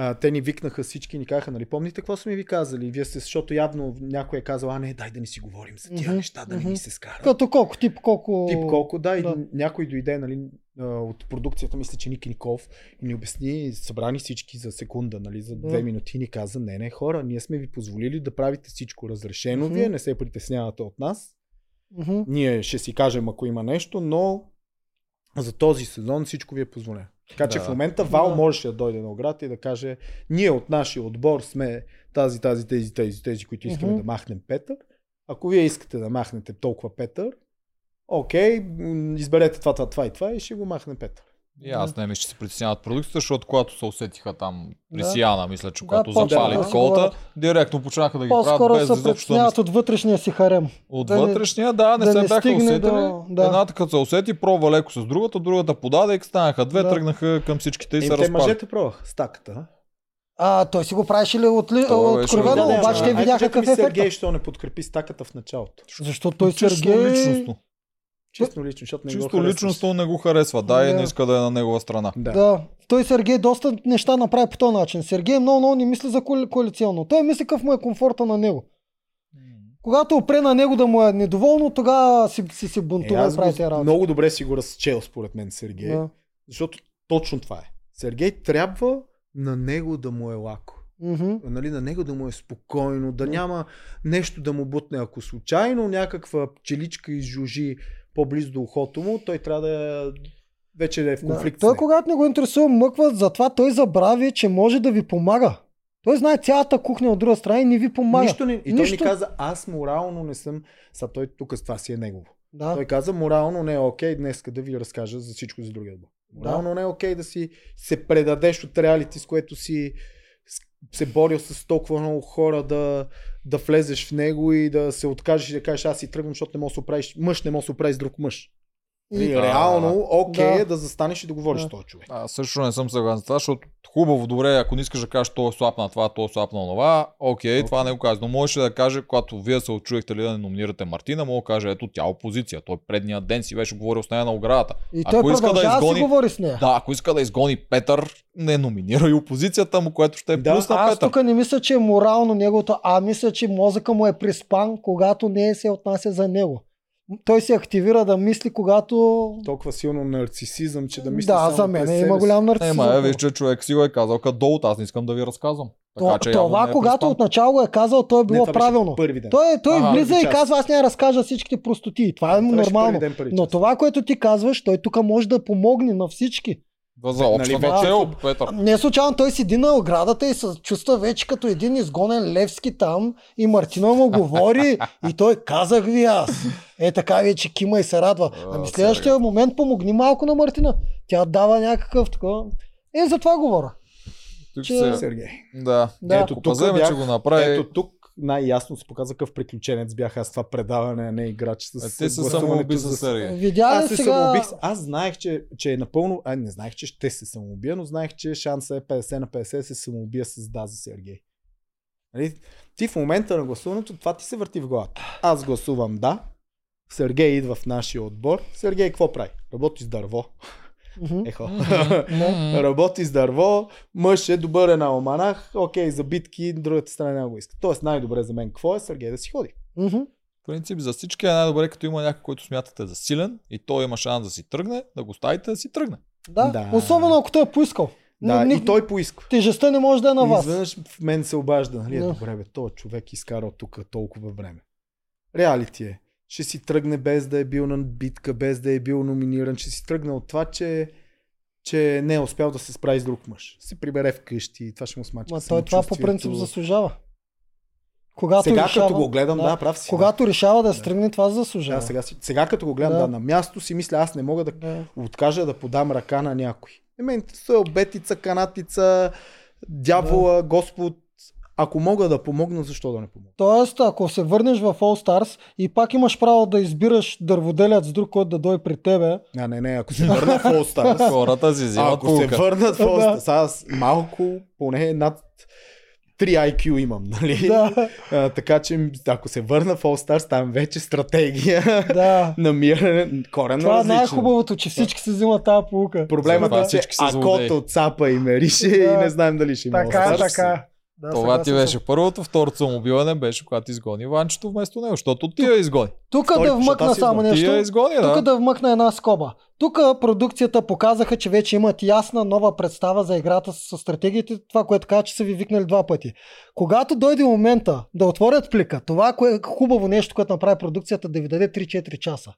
Speaker 1: а, те ни викнаха всички и ни казаха, нали, помните какво сме ви казали? Вие сте, защото явно някой е казал, а не, дай да не си говорим за тия
Speaker 2: Мгм,
Speaker 1: неща, да не
Speaker 2: мгм.
Speaker 1: ни се скарат.
Speaker 2: Като колко тип, колко...
Speaker 1: Тип колко, да, и
Speaker 2: да.
Speaker 1: да. някой дойде нали, а, от продукцията, мисля, че Ники Ников, и ни обясни, събрани всички за секунда, нали, за две
Speaker 2: Да.
Speaker 1: минути, и ни каза, не, не, хора, ние сме ви позволили да правите всичко разрешено,
Speaker 2: Мгм.
Speaker 1: вие не се притеснявате от нас,
Speaker 2: Мгм.
Speaker 1: ние ще си кажем, ако има нещо, но за този сезон всичко ви е позволено. Така че
Speaker 3: Да.
Speaker 1: в момента Вал
Speaker 2: Да.
Speaker 1: можеше да дойде на оград и да каже, ние от нашия отбор сме тази, тази, тези, тези, тези, които искаме
Speaker 2: Мгм.
Speaker 1: да махнем Петър. Ако вие искате да махнете толкова Петър, окей, м, изберете това, това, това и това и ще го махне Петър.
Speaker 3: И аз не мисля, че се притесняват продукцията, защото когато се усетиха там при
Speaker 2: Да.
Speaker 3: Сияна, мисля, че
Speaker 2: Да,
Speaker 3: когато
Speaker 2: почнаха
Speaker 3: запали
Speaker 1: да
Speaker 3: да,
Speaker 1: си
Speaker 3: колата,
Speaker 2: говорят.
Speaker 3: директно почнаха да ги правят
Speaker 2: По-скоро
Speaker 3: без
Speaker 2: се
Speaker 3: изобщо да
Speaker 2: притесняват
Speaker 3: мислят.
Speaker 2: от вътрешния си харем.
Speaker 3: От
Speaker 2: да не-
Speaker 3: вътрешния, да, не
Speaker 2: да
Speaker 3: се
Speaker 2: не
Speaker 3: бяха
Speaker 2: стигне
Speaker 3: усетили.
Speaker 2: до- да.
Speaker 3: Едната като се усети, пробва леко с другата, другата подаде и станаха две,
Speaker 2: Да.
Speaker 3: тръгнаха към всичките и
Speaker 1: И
Speaker 3: се
Speaker 1: те
Speaker 3: разпали.
Speaker 1: мъжете пробваха стаката. а?
Speaker 2: А, той си го правеше ли от, ли,
Speaker 3: Той беше
Speaker 2: откровено,
Speaker 3: Да, да,
Speaker 2: обаче те
Speaker 1: ай,
Speaker 2: видяха
Speaker 1: чакай ми
Speaker 2: какъв е
Speaker 1: Сергей,
Speaker 2: ефект.
Speaker 1: що не подкрепи стаката в началото.
Speaker 2: Защото той
Speaker 3: Чисто
Speaker 2: Сергей...
Speaker 3: личностно.
Speaker 1: Чисто лично, защото не го
Speaker 3: Чисто
Speaker 1: харесваш.
Speaker 3: личностно не го харесва. Да, и
Speaker 2: Да.
Speaker 3: не иска да е на негова страна.
Speaker 1: Да.
Speaker 2: Да. Той Сергей доста неща направи по този начин. Сергей много, много не мисли за коали- коалиционно. Той мисли какъв му е комфорта на него. Когато опре на него да му е недоволно, тогава си си, си
Speaker 1: Е,
Speaker 2: бунтува и
Speaker 1: аз
Speaker 2: прави тези
Speaker 1: го,
Speaker 2: работи.
Speaker 1: много добре си го разчел, според мен, Сергей.
Speaker 2: Да.
Speaker 1: Защото точно това е. Сергей трябва на него да му е лако.
Speaker 2: Мгм.
Speaker 1: Нали, на него да му е спокойно, да няма нещо да му бутне. Ако случайно някаква пчеличка изжужи по-близо до ухото му, той трябва да е, вече да е в конфликт.
Speaker 2: Да. Той,
Speaker 1: с него.
Speaker 2: когато не го интересува мъква, затова той забрави, че може да ви помага. Той знае цялата кухня от друга страна и не ви помага.
Speaker 1: Нищо не, и той ми
Speaker 2: Нищо.
Speaker 1: каза, аз морално не съм. Са той тук с това си е негово.
Speaker 2: Да.
Speaker 1: Той каза, морално не е окей днес да ви разкажа за всичко за другия отбор. Морално не е окей да си се предадеш от реалити, с което си с- се борил с толкова много хора да, да влезеш в него и да се откажеш и да кажеш аз си тръгвам, защото не мога да се оправиш. Мъж не може да се оправи с друг мъж. И,
Speaker 2: И-
Speaker 1: реално окей
Speaker 2: Да.
Speaker 1: е да застанеш и да говориш
Speaker 2: Да.
Speaker 1: с този човек.
Speaker 3: Аз също не съм съгласен с това, защото хубаво, добре, ако не искаш да кажеш, то е слаб на това, то е слаб на това, окей, okay, това не го казва. Но можеше да каже, когато вие се очуехте ли да не номинирате Мартина, мога да каже, ето тя е опозиция. Той предния ден си беше говорил с нея на оградата.
Speaker 2: И той
Speaker 3: ако иска да
Speaker 2: продължава да си
Speaker 3: изгони-
Speaker 2: говори с нея.
Speaker 3: Да, ако иска да изгони Петър, не номинира и опозицията му, което ще е
Speaker 1: Да,
Speaker 3: плюс на
Speaker 2: Аз
Speaker 3: Петър.
Speaker 2: тук не мисля, че е морално неговото, а мисля, че мозъка му е приспан, когато не се отнася за него. Той се активира да мисли, когато...
Speaker 1: Толкова силно нарцисизъм, че да мисля
Speaker 2: да,
Speaker 1: само
Speaker 2: за
Speaker 1: през
Speaker 2: мен
Speaker 1: себе
Speaker 2: има
Speaker 1: си.
Speaker 2: голям нарцизъм.
Speaker 3: Ема, е, виж, че човек си го е казал като долу, аз не искам да ви разказвам.
Speaker 2: То,
Speaker 3: Така, че явно
Speaker 2: това,
Speaker 3: не е
Speaker 2: когато
Speaker 3: приспан.
Speaker 2: отначало го е казал, той е
Speaker 1: Не,
Speaker 2: било
Speaker 1: това беше
Speaker 2: правилно.
Speaker 1: Първи ден.
Speaker 2: Той, той
Speaker 3: Ага,
Speaker 2: влиза
Speaker 1: първи
Speaker 2: и
Speaker 1: час.
Speaker 2: казва, аз няма да разкажа всичките простотии. Това е
Speaker 1: Това беше
Speaker 2: нормално.
Speaker 1: първи ден, първи
Speaker 2: Но
Speaker 1: час.
Speaker 2: това, което ти казваш, той тук може да помогне на всички.
Speaker 3: Да, за
Speaker 1: Нали,
Speaker 3: общата
Speaker 1: вече-
Speaker 3: цел, Петър.
Speaker 2: Не случайно той седи на оградата и се чувства вече като един изгонен Левски там и Мартина му говори и той казах ви аз. Е така вече кима и се радва.
Speaker 3: А,
Speaker 2: Ами следващия момент помогни малко на Мартина. Тя дава някакъв такова. Е, за това говоря.
Speaker 3: Тук
Speaker 2: че-
Speaker 3: се...
Speaker 1: Сергей.
Speaker 3: Да,
Speaker 2: Да.
Speaker 3: ето, тук
Speaker 1: бях-
Speaker 3: че го направи.
Speaker 1: Ето тук най-ясно се показа какъв приключенец бях аз това предаване, а не играч с
Speaker 3: А Те са
Speaker 1: гласуването
Speaker 3: самоуби
Speaker 1: за-
Speaker 3: за Сергей.
Speaker 2: Видя ли
Speaker 1: Аз се
Speaker 2: сега...
Speaker 1: самоубих. Аз знаех, че, че е напълно... А, не знаех, че ще се самоубия, но знаех, че шанса е 50 на 50 да се самоубия с да за Сергей. Нали? Ти в момента на гласуването, това ти се върти в главата. Аз гласувам да, Сергей идва в нашия отбор. Сергей какво прави? Работи с дърво.
Speaker 2: Мгм.
Speaker 1: Ехо.
Speaker 3: М.
Speaker 1: Работи с дърво, мъж е добър е на оманах, окей, за битки, другата страна няма го иска. Тоест най-добре за мен какво е Сергей да си ходи.
Speaker 2: Мгм.
Speaker 3: В принцип за всички е най-добре, като има някой, който смятате за силен и той има шанс да си тръгне, да го ставите да си тръгне.
Speaker 2: Да.
Speaker 1: Да.
Speaker 2: Особено ако той е поискал.
Speaker 1: Да,
Speaker 2: Ни- ни-
Speaker 1: и той поиска.
Speaker 2: Тежестта не може да е на
Speaker 1: И
Speaker 2: вас.
Speaker 1: Изведнъж в мен се обажда, нали, е,
Speaker 2: Да.
Speaker 1: добре бе, този човек изкарал тук толкова време. Реалити е. Ще си тръгне без да е бил на битка, без да е бил номиниран, ще си тръгне от това, че че не е успял да се справи с друг мъж. Се прибере вкъщи и това ще му смачка
Speaker 2: Ма той е това по принцип
Speaker 1: самочувствието.
Speaker 2: заслужава. Когато
Speaker 1: Сега
Speaker 2: решава,
Speaker 1: като го гледам, да, прав си.
Speaker 2: Когато решава да се
Speaker 1: Да.
Speaker 2: тръгне, това
Speaker 1: да, да,
Speaker 2: заслужава.
Speaker 1: сега, си- сега като го гледам
Speaker 2: Да.
Speaker 1: да. на място си, мисля, аз не мога да
Speaker 2: Да.
Speaker 1: откажа да подам ръка на някой. Не ме интересува обетица, канатица, дявола, да. Господ. Ако мога да помогна, защо да не помогна?
Speaker 2: Тоест, ако се върнеш в All Stars и пак имаш право да избираш дърводелец с друг, който да дойде при тебе,
Speaker 1: А, не, не, ако се върна в All Stars.
Speaker 3: Хората си взимат
Speaker 1: ако се
Speaker 3: пулка.
Speaker 1: върнат в All
Speaker 2: Да.
Speaker 1: Stars, аз малко, поне над 3 IQ имам, нали?
Speaker 2: да,
Speaker 1: А, така че, ако се върна в All Stars, там вече стратегия,
Speaker 2: да.
Speaker 1: намиране, корено
Speaker 2: Това е
Speaker 1: различно.
Speaker 2: най-хубавото, че всички си взимат тази полука.
Speaker 1: Проблемът
Speaker 3: Затова
Speaker 1: е, че
Speaker 3: всички са злодеи.
Speaker 1: акото цапа и мерише и
Speaker 2: Да.
Speaker 1: не знаем дали ще има All
Speaker 2: Така, е,
Speaker 1: Stars.
Speaker 2: така. Да,
Speaker 3: Това ти
Speaker 2: съгласен съм.
Speaker 3: беше първото, второто самоубиване беше, когато изгони Ванчето вместо него, защото ти я изгони.
Speaker 2: Тук
Speaker 1: Той-
Speaker 2: да вмъкна
Speaker 1: защото си
Speaker 2: само
Speaker 1: го-
Speaker 3: Ти
Speaker 2: нещо.
Speaker 3: я изгони,
Speaker 2: Е, Тук
Speaker 3: Е, да.
Speaker 2: да вмъкна една скоба. Тук продукцията показаха, че вече имат ясна нова представа за играта с с стратегиите, това, което каза, че са ви викнали два пъти. Когато дойде момента да отворят плика, това кое е хубаво нещо, което направи продукцията, да ви даде 3-4 часа.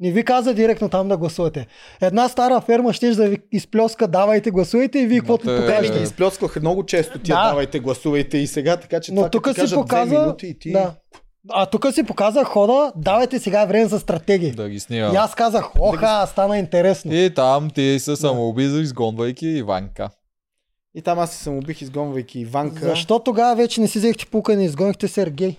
Speaker 2: Не ви каза директно там да гласувате. Една стара ферма ще да ви изплеска, давайте, гласувайте и вие
Speaker 3: Но
Speaker 2: каквото
Speaker 3: те-
Speaker 1: Те ми ги
Speaker 2: покажете.
Speaker 1: изплескваха много често тия
Speaker 2: Да.
Speaker 1: да. давайте, гласувайте и сега, така че
Speaker 2: Но
Speaker 1: това
Speaker 2: тук
Speaker 1: като
Speaker 2: си
Speaker 1: кажат две
Speaker 2: показа...
Speaker 1: минути и ти...
Speaker 2: Да. А тук си показа хода, давайте сега е време за стратегии.
Speaker 3: Да ги
Speaker 2: И
Speaker 3: снима.
Speaker 2: аз казах, оха, стана интересно.
Speaker 3: И там ти се самоуби, изгонвайки Иванка.
Speaker 1: И там аз се самоубих изгонвайки Иванка.
Speaker 2: Защо тогава вече не си взехте пука и не изгонихте Сергей?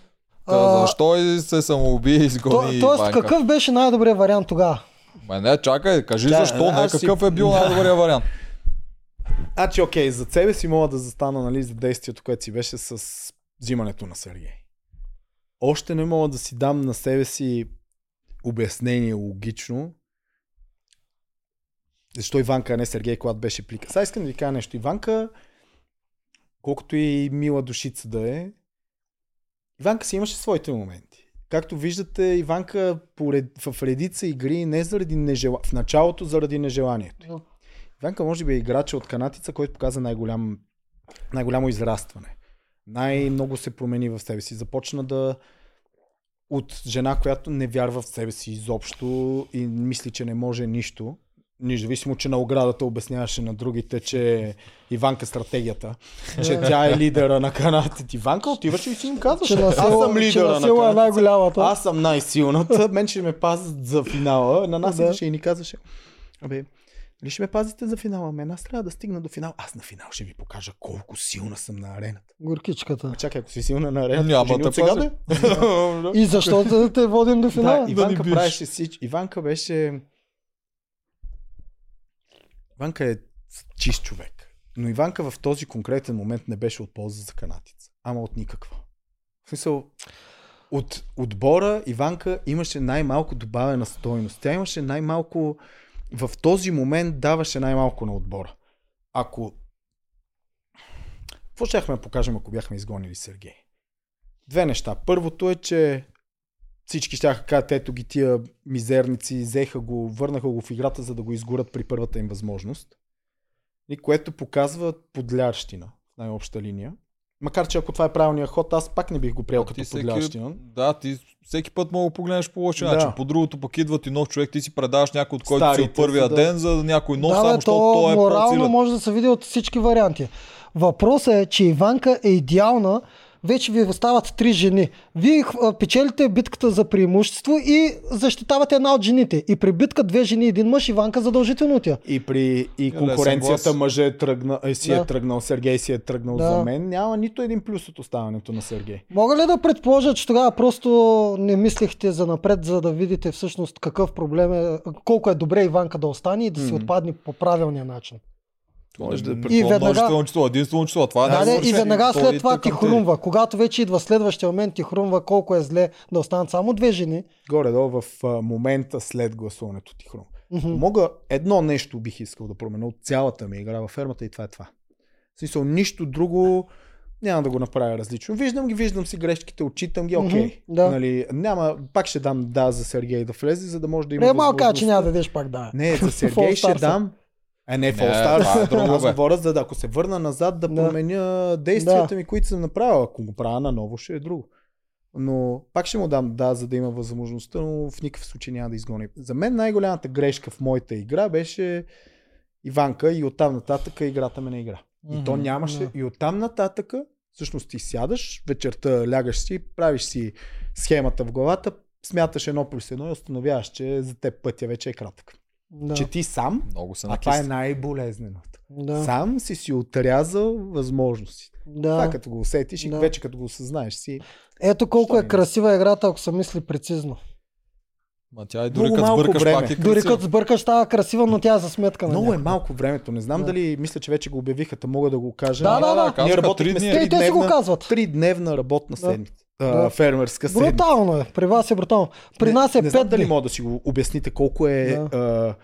Speaker 3: Та, защо и се самоуби и
Speaker 2: то,
Speaker 3: изгони
Speaker 2: тоест,
Speaker 3: Иванка?
Speaker 2: какъв беше най-добрият вариант тогава?
Speaker 3: Ме не, чакай, кажи
Speaker 1: Да,
Speaker 3: защо, не,
Speaker 1: аз си-
Speaker 3: какъв е бил най-добрият вариант.
Speaker 1: Значи, окей, за себе си мога да застана нали, за действието, което си беше с взимането на Сергей. Още не мога да си дам на себе си обяснение логично, защо Иванка, а не Сергей, когато беше плика. Сега искам да ви кажа нещо. Иванка, колкото и мила душица да е, Иванка си имаше своите моменти. Както виждате, Иванка поред, в редица игри не заради нежела... в началото заради нежеланието.
Speaker 2: Да.
Speaker 1: Иванка може би е играча от канатица, който показа най-голям, най-голямо израстване. Най-много се промени в себе си. Започна да от жена, която не вярва в себе си изобщо и мисли, че не може нищо. Независимо, че на оградата обясняваше на другите, че Иванка е стратегията, че тя е лидера на канатите. Иванка отиваше и си им казваше.
Speaker 2: Че на
Speaker 1: Аз
Speaker 2: село,
Speaker 1: съм
Speaker 2: че
Speaker 1: лидера
Speaker 2: на
Speaker 1: на
Speaker 2: село е
Speaker 1: канатица.
Speaker 2: най-голямата.
Speaker 1: Аз съм най-силната. Мен ще ме пазят за финала. На нас
Speaker 2: Да.
Speaker 1: идваше и ни казваше. Абе, ли ще ме пазите за финала? Мен аз трябва да стигна до финал. Аз на финал ще ви покажа колко силна съм на арената.
Speaker 2: Горкичката.
Speaker 1: Ма чакай, ако си силна на арената,
Speaker 3: Няма
Speaker 1: жени
Speaker 3: да
Speaker 1: от сега
Speaker 3: пазя.
Speaker 1: да е.
Speaker 2: И защо да те водим до
Speaker 1: Да,
Speaker 2: финала?
Speaker 1: Иванка
Speaker 3: ни биеш.
Speaker 1: правеше всичко. Иванка беше... Иванка е чист човек. Но Иванка в този конкретен момент не беше от полза за канатица. Ама от никаква. В смисъл, от отбора Иванка имаше най-малко добавена стойност. Тя имаше най-малко... В този момент даваше най-малко на отбора. Ако... Какво щяхме да покажем, ако бяхме изгонили Сергей? Две неща. Първото е, че всички щяха да кажат, ето ги тия мизерници, взеха го, върнаха го в играта, за да го изгорят при първата им възможност. И което показва подлярщина, в най-обща линия. Макар, че ако това е правилният ход, аз пак не бих го приел като
Speaker 3: Ти всеки,
Speaker 1: подлярщина.
Speaker 3: да, ти всеки път мога да погледнеш по лошия
Speaker 1: Да.
Speaker 3: начин. По другото пък идва ти нов човек, ти си предаваш някой, от който си
Speaker 1: Старите,
Speaker 3: от първия
Speaker 1: за да-
Speaker 3: ден, за някой нов,
Speaker 2: да,
Speaker 3: само
Speaker 2: бе,
Speaker 3: защото
Speaker 2: то
Speaker 3: той е
Speaker 2: морално
Speaker 3: по-силен.
Speaker 2: може да се види от всички варианти. Въпросът е, че Иванка е идеална. Вече ви остават три жени. Вие хв- а, печелите битката за преимущество и защитавате една от жените. И при битка две жени и един мъж, Иванка задължително тя.
Speaker 1: И при и
Speaker 3: лесен
Speaker 1: конкуренцията
Speaker 3: глас.
Speaker 1: мъже е тръгна, е, си
Speaker 2: Да.
Speaker 1: е тръгнал, Сергей си е тръгнал
Speaker 2: Да.
Speaker 1: за мен. Няма нито един плюс от оставането на Сергей.
Speaker 2: Мога ли да предположа, че тогава просто не мислихте за напред, за да видите всъщност какъв проблем е, колко е добре Иванка да остане и да си
Speaker 1: Мгм.
Speaker 2: отпадне по правилния начин?
Speaker 3: Може
Speaker 1: И
Speaker 3: да предполагам
Speaker 2: веднага-
Speaker 3: множествено число, единствено число. Това е
Speaker 2: Да, да,
Speaker 3: най-свършен.
Speaker 2: и веднага
Speaker 3: Той
Speaker 2: след това
Speaker 3: тук
Speaker 1: е.
Speaker 2: ти
Speaker 3: към
Speaker 2: хрумва. Когато вече идва следващия момент, ти хрумва колко е зле да останат само две жени.
Speaker 1: Горе-долу в а, момента след гласуването ти хрум.
Speaker 2: Мгм.
Speaker 1: Мога едно нещо бих искал да променя от цялата ми игра във фермата и това е това. В смисъл, нищо друго няма да го направя различно. Виждам ги, виждам си грешките, отчитам ги, окей. Okay.
Speaker 2: Мгм, да.
Speaker 1: нали, няма, пак ще дам да за Сергей да влезе, за да може да има
Speaker 2: Не Е, малка, че
Speaker 1: възможността.
Speaker 2: няма да дадеш пак да.
Speaker 1: Не, за
Speaker 2: Fall
Speaker 1: Сергей ще
Speaker 2: Stars.
Speaker 1: дам. Е, не, в
Speaker 3: Не,
Speaker 1: All
Speaker 3: това е
Speaker 1: Stars.
Speaker 3: друго,
Speaker 1: Аз
Speaker 3: бе.
Speaker 1: говоря, за да ако се върна назад, да
Speaker 2: Да.
Speaker 1: променя действията
Speaker 2: Да.
Speaker 1: ми, които съм направил. Ако го правя наново, ще е друго. Но пак ще му дам да, за да има възможността, но в никакъв случай няма да изгоня. За мен най-голямата грешка в моята игра беше Иванка и оттам нататък играта ме не игра. И то
Speaker 3: Мгм,
Speaker 1: нямаше.
Speaker 2: да.
Speaker 1: И оттам нататък, всъщност ти сядаш, вечерта лягаш си, правиш си схемата в главата, смяташ едно плюс едно и установяваш, че за теб пътя вече е кратък.
Speaker 2: Да.
Speaker 1: Че ти сам,
Speaker 3: Много се
Speaker 1: а това е
Speaker 3: накисна.
Speaker 1: най-болезненото.
Speaker 2: Да.
Speaker 1: Сам си си отрязал възможности. Това
Speaker 2: да.
Speaker 1: като го усетиш и
Speaker 2: Да.
Speaker 1: вече като го осъзнаеш си.
Speaker 2: Ето колко
Speaker 1: Що
Speaker 2: е
Speaker 1: не?
Speaker 2: красива играта, ако се мисли прецизно.
Speaker 3: Ма тя и
Speaker 1: Много
Speaker 3: дори като
Speaker 1: малко
Speaker 3: сбъркаш
Speaker 1: време.
Speaker 3: пак е
Speaker 2: Дори
Speaker 3: красива.
Speaker 2: като сбъркаш става красива, но тя е за сметка на
Speaker 1: Много е
Speaker 2: някой.
Speaker 1: малко времето. Не знам
Speaker 2: Да.
Speaker 1: дали мисля, че вече го обявиха, та мога да го кажа.
Speaker 2: Да, да, да.
Speaker 3: казаха
Speaker 1: Ние
Speaker 3: три
Speaker 1: работихме
Speaker 3: дни.
Speaker 1: с
Speaker 2: Те, и те си го
Speaker 1: тридневна,
Speaker 2: казват.
Speaker 1: тридневна работна
Speaker 2: Да.
Speaker 1: седмица.
Speaker 2: Да.
Speaker 1: А, Фермерска седмица.
Speaker 2: Брутално е. При вас е брутално. При нас е
Speaker 1: не, не
Speaker 2: 5
Speaker 1: знам дали
Speaker 2: дни.
Speaker 1: мога да си го обясните колко е...
Speaker 2: Да.
Speaker 1: А,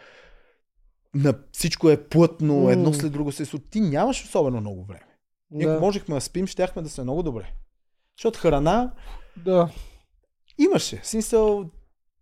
Speaker 1: на всичко е плътно,
Speaker 2: М.
Speaker 1: едно след друго се случва. Ти нямаш особено много време. Ние ако
Speaker 2: Да.
Speaker 1: можехме да спим, щяхме да сме много добре. Защото храна
Speaker 2: Да.
Speaker 1: имаше. В Смисъл,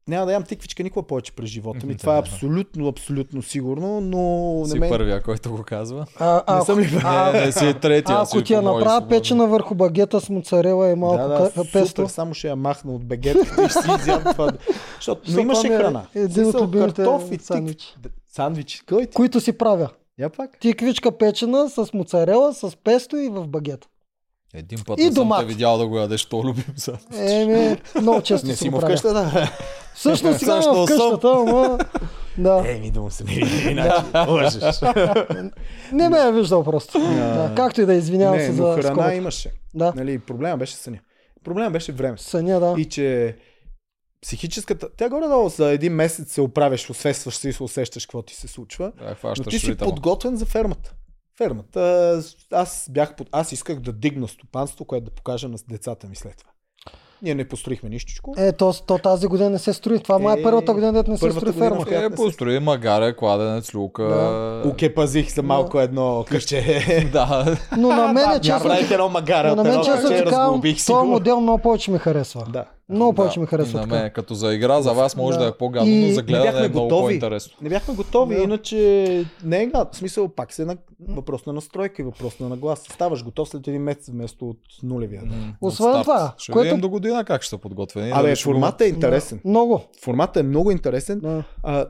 Speaker 1: няма да ям тиквичка никога повече през живота ми.
Speaker 3: Мгм,
Speaker 1: Това е
Speaker 3: да.
Speaker 1: абсолютно, абсолютно сигурно, но не
Speaker 3: Си
Speaker 1: ме...
Speaker 3: първия, който го казва.
Speaker 2: А, а,
Speaker 1: Не съм ли
Speaker 2: а,
Speaker 3: Не, не си е третия.
Speaker 2: а,
Speaker 3: си
Speaker 2: ако ти я
Speaker 3: помоли
Speaker 2: направя
Speaker 3: свободно.
Speaker 2: печена върху багета с моцарела и малко
Speaker 1: да, да,
Speaker 2: ка- песто.
Speaker 1: супер, само ще я махна от бегетката и ще си изям това. Защото, но
Speaker 2: Защото
Speaker 1: имаше
Speaker 2: това ми е
Speaker 1: храна.
Speaker 2: един от
Speaker 1: Смисъл,
Speaker 2: любимите
Speaker 1: картоф и
Speaker 2: сандвичи.
Speaker 1: сандвич. Сандвич, кой ти?
Speaker 2: Които си правя.
Speaker 1: Я пак.
Speaker 2: Тиквичка печена с моцарела, с песто и в багета.
Speaker 3: Един път
Speaker 2: И
Speaker 3: не съм
Speaker 2: домат.
Speaker 3: те видял да го ядеш, то любим за.
Speaker 2: Еми, много често
Speaker 1: Не
Speaker 2: си
Speaker 1: си
Speaker 2: го
Speaker 1: му
Speaker 2: правя.
Speaker 1: вкъща, да.
Speaker 2: Всъщност сега
Speaker 3: Защо
Speaker 2: имам в къщата, ама... Да.
Speaker 1: Еми, да му се не види, иначе лъжеш.
Speaker 2: Не ме е виждал просто. Да, както и да е, извинявам
Speaker 1: Не,
Speaker 2: се
Speaker 1: но
Speaker 2: за
Speaker 1: храна
Speaker 2: скобата.
Speaker 1: имаше.
Speaker 2: Да.
Speaker 1: Нали, проблема беше съня. Проблема беше време.
Speaker 2: Съня, да.
Speaker 1: И че психическата... Тя горе-долу за един месец се оправяш, усвестваш се и се усещаш какво ти се случва.
Speaker 3: Да,
Speaker 1: Но
Speaker 3: Е, хващаш
Speaker 1: ти си
Speaker 3: ритъма.
Speaker 1: подготвен за фермата. фермата. Аз, бях под... аз исках да дигна стопанство, което да покажа на децата ми след това. Ние не построихме нищичко.
Speaker 2: Е, то, то тази година не се строи. Това май е
Speaker 1: Е,
Speaker 2: първата година, дето не се
Speaker 1: първата
Speaker 2: строи
Speaker 1: година,
Speaker 2: ферма.
Speaker 1: в която
Speaker 3: Е,
Speaker 1: не се-
Speaker 3: построи магаре, кладенец, люка.
Speaker 2: Да.
Speaker 1: Уке пазих Е, за малко едно къще.
Speaker 3: Да.
Speaker 2: Но на мен, честно,
Speaker 1: Направих едно магара,
Speaker 2: но на мен,
Speaker 1: едно
Speaker 2: честно
Speaker 1: къще,
Speaker 2: ти казвам,
Speaker 1: разглобих си
Speaker 2: този
Speaker 1: го.
Speaker 2: модел много повече ми харесва.
Speaker 1: Да.
Speaker 2: Много повече
Speaker 3: Да,
Speaker 2: ми харесва
Speaker 3: и на
Speaker 2: така.
Speaker 3: мен. Като за игра, за вас може
Speaker 2: Да.
Speaker 3: да, е по-гадно,
Speaker 2: И
Speaker 3: но за
Speaker 2: не
Speaker 3: гледане
Speaker 1: бяхме
Speaker 3: е много
Speaker 1: готови.
Speaker 3: по-интересно.
Speaker 1: Не бяхме готови,
Speaker 2: Да.
Speaker 1: иначе не е гад. В смисъл, пак се на въпрос на настройка и въпрос на наглас. Ставаш готов след един месец вместо от нулевия.
Speaker 3: М,
Speaker 2: Освен
Speaker 3: от старт.
Speaker 2: това,
Speaker 3: ще
Speaker 2: което-
Speaker 3: видим до година как ще са подготвени.
Speaker 1: Абе,
Speaker 3: Дали ще го-
Speaker 1: формата е интересен.
Speaker 2: Много.
Speaker 1: Формата е много интересен.
Speaker 2: Да.
Speaker 1: А,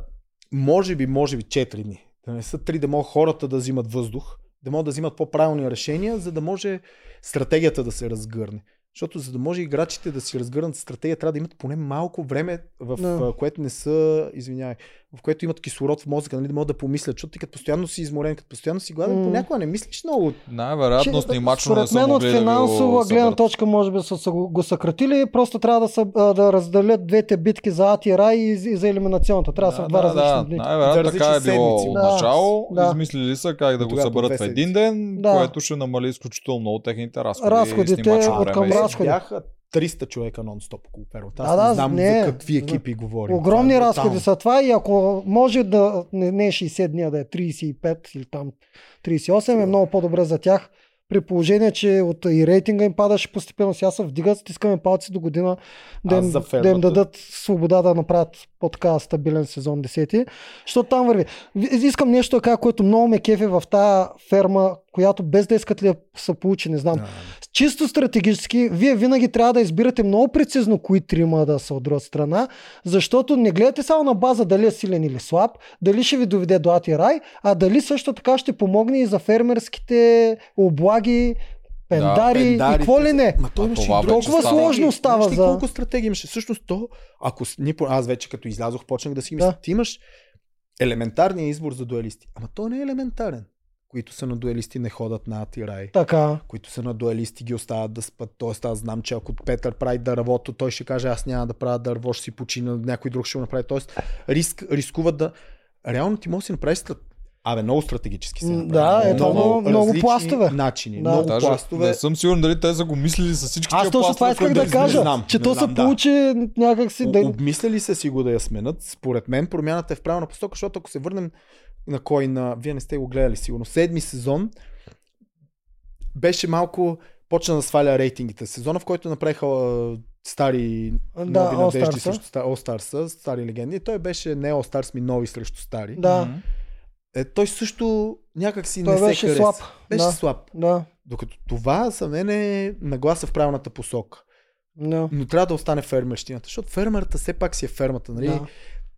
Speaker 1: може би, може би 4 дни. Да не са 3, да могат хората да взимат въздух, да могат да взимат по-правилни решения, за да може стратегията да се разгърне. Защото за да може играчите да си разгърнат стратегия, трябва да имат поне малко време, в
Speaker 2: Да.
Speaker 1: no. което не са, извинявай, в което имат кислород в мозъка, нали, да могат да помислят. Защото ти като постоянно си изморен, като постоянно си гладен,
Speaker 2: М.
Speaker 1: mm. понякога не мислиш много.
Speaker 3: Най-вероятно
Speaker 2: Че,
Speaker 3: снимачно не
Speaker 2: Според
Speaker 3: са
Speaker 2: мен от
Speaker 3: могли да
Speaker 2: финансова
Speaker 3: го
Speaker 2: гледна
Speaker 3: съберат.
Speaker 2: точка може би са са го, го съкратили. Просто трябва да, са, а, да разделят двете битки за Ати и Рай и, и за елиминационната. Трябва да, са в два различни
Speaker 1: За
Speaker 2: дни.
Speaker 3: Най-вероятно така е
Speaker 1: различни
Speaker 3: било
Speaker 1: седмици.
Speaker 3: от
Speaker 2: Да,
Speaker 3: начало.
Speaker 2: да.
Speaker 3: Измислили са как да
Speaker 1: И
Speaker 3: го
Speaker 1: тогава по две
Speaker 3: съберат в един
Speaker 1: седмици.
Speaker 3: ден,
Speaker 2: Да.
Speaker 3: което ще намали изключително много техните разходи. и
Speaker 2: Разходите
Speaker 3: снимачно
Speaker 2: Е, от
Speaker 3: време
Speaker 2: към
Speaker 3: и всичко.
Speaker 2: разходи.
Speaker 1: Бяха 300 човека нон-стоп около перото. Аз
Speaker 2: Да, да,
Speaker 1: не знам
Speaker 2: не,
Speaker 1: за какви
Speaker 2: да.
Speaker 1: екипи говорим.
Speaker 2: Огромни
Speaker 1: Това е
Speaker 2: разходи
Speaker 1: брутално.
Speaker 2: са това и ако може да не, не е 60 дни, а да е 35 или там 38 е много по-добре за тях. При положение, че от и рейтинга им падаше постепенно, сега се вдигат, стискаме палци до година да
Speaker 1: Аз
Speaker 2: им,
Speaker 1: за
Speaker 2: да им
Speaker 1: фермата.
Speaker 2: дадат свобода да направят по-така стабилен сезон 10. Защото там върви. Ви- Искам нещо така, което много ме кефи в тази ферма, която без да искат ли я са получи, не знам.
Speaker 1: Да, да.
Speaker 2: Чисто стратегически, вие винаги трябва да избирате много прецизно кои трима да са от друга страна, защото не гледате само на база дали е силен или слаб, дали ще ви доведе до Ати Рай, а дали също така ще помогне и за фермерските облаги, пендари,
Speaker 1: пендари,
Speaker 2: и какво ли не.
Speaker 1: Ма той
Speaker 3: А
Speaker 1: имаше и
Speaker 3: това
Speaker 1: други
Speaker 3: вече
Speaker 2: Толкова
Speaker 3: става.
Speaker 2: сложно става
Speaker 1: Знаеш ли
Speaker 2: за-
Speaker 1: колко стратегии имаше? Всъщност то, ако с- ни, по- аз вече като излязох, почнах да си мисля,
Speaker 2: Да.
Speaker 1: ти имаш елементарния избор за дуелисти. Ама то не е елементарен. Които са на дуелисти не ходят на Атирай.
Speaker 2: Така.
Speaker 1: Които са на дуелисти ги остават да спят. Тоест аз знам, че ако Петър прави дървото, той ще каже аз няма да правя дърво, ще си почина, някой друг ще го направи. Тоест риск, рискуват да... Реално ти може да си направиш страт... Абе, много стратегически се
Speaker 2: М,
Speaker 1: направи.
Speaker 2: да, е, това
Speaker 1: много,
Speaker 2: много- много
Speaker 1: различни
Speaker 2: пластове.
Speaker 1: Начини,
Speaker 2: Да.
Speaker 1: да. много
Speaker 3: Даже
Speaker 1: пластове.
Speaker 3: не съм сигурен дали те са го мислили с всички
Speaker 2: Аз
Speaker 3: тия
Speaker 2: точно това
Speaker 3: пластове,
Speaker 2: исках
Speaker 3: които
Speaker 2: да
Speaker 1: не
Speaker 2: кажа,
Speaker 1: знам,
Speaker 2: че
Speaker 1: не
Speaker 2: то се
Speaker 1: знам, да.
Speaker 2: получи някакси...
Speaker 1: О-
Speaker 2: Да...
Speaker 1: Обмисляли са си го да я сменят. Според мен промяната е в правилна посока, защото ако се върнем на кой на... Вие не сте го гледали сигурно. Седми сезон беше малко... Почна да сваля рейтингите. Сезона, в който направиха а, стари
Speaker 2: Да,
Speaker 1: нови
Speaker 2: All
Speaker 1: надежди
Speaker 2: Stars-а.
Speaker 1: срещу ста- All Stars, стари легенди. Той беше не All Stars, ми нови срещу стари.
Speaker 2: Да,
Speaker 3: Мгм.
Speaker 1: Е, той също някакси
Speaker 2: той
Speaker 1: не се
Speaker 2: беше
Speaker 1: хареса.
Speaker 2: слаб.
Speaker 1: Беше
Speaker 2: Да,
Speaker 1: слаб.
Speaker 2: да,
Speaker 1: Докато това за мен е нагласа в правилната посока.
Speaker 2: да.
Speaker 1: Но трябва да остане фермерщината, защото фермерата все пак си е фермата. Нали?
Speaker 2: Да.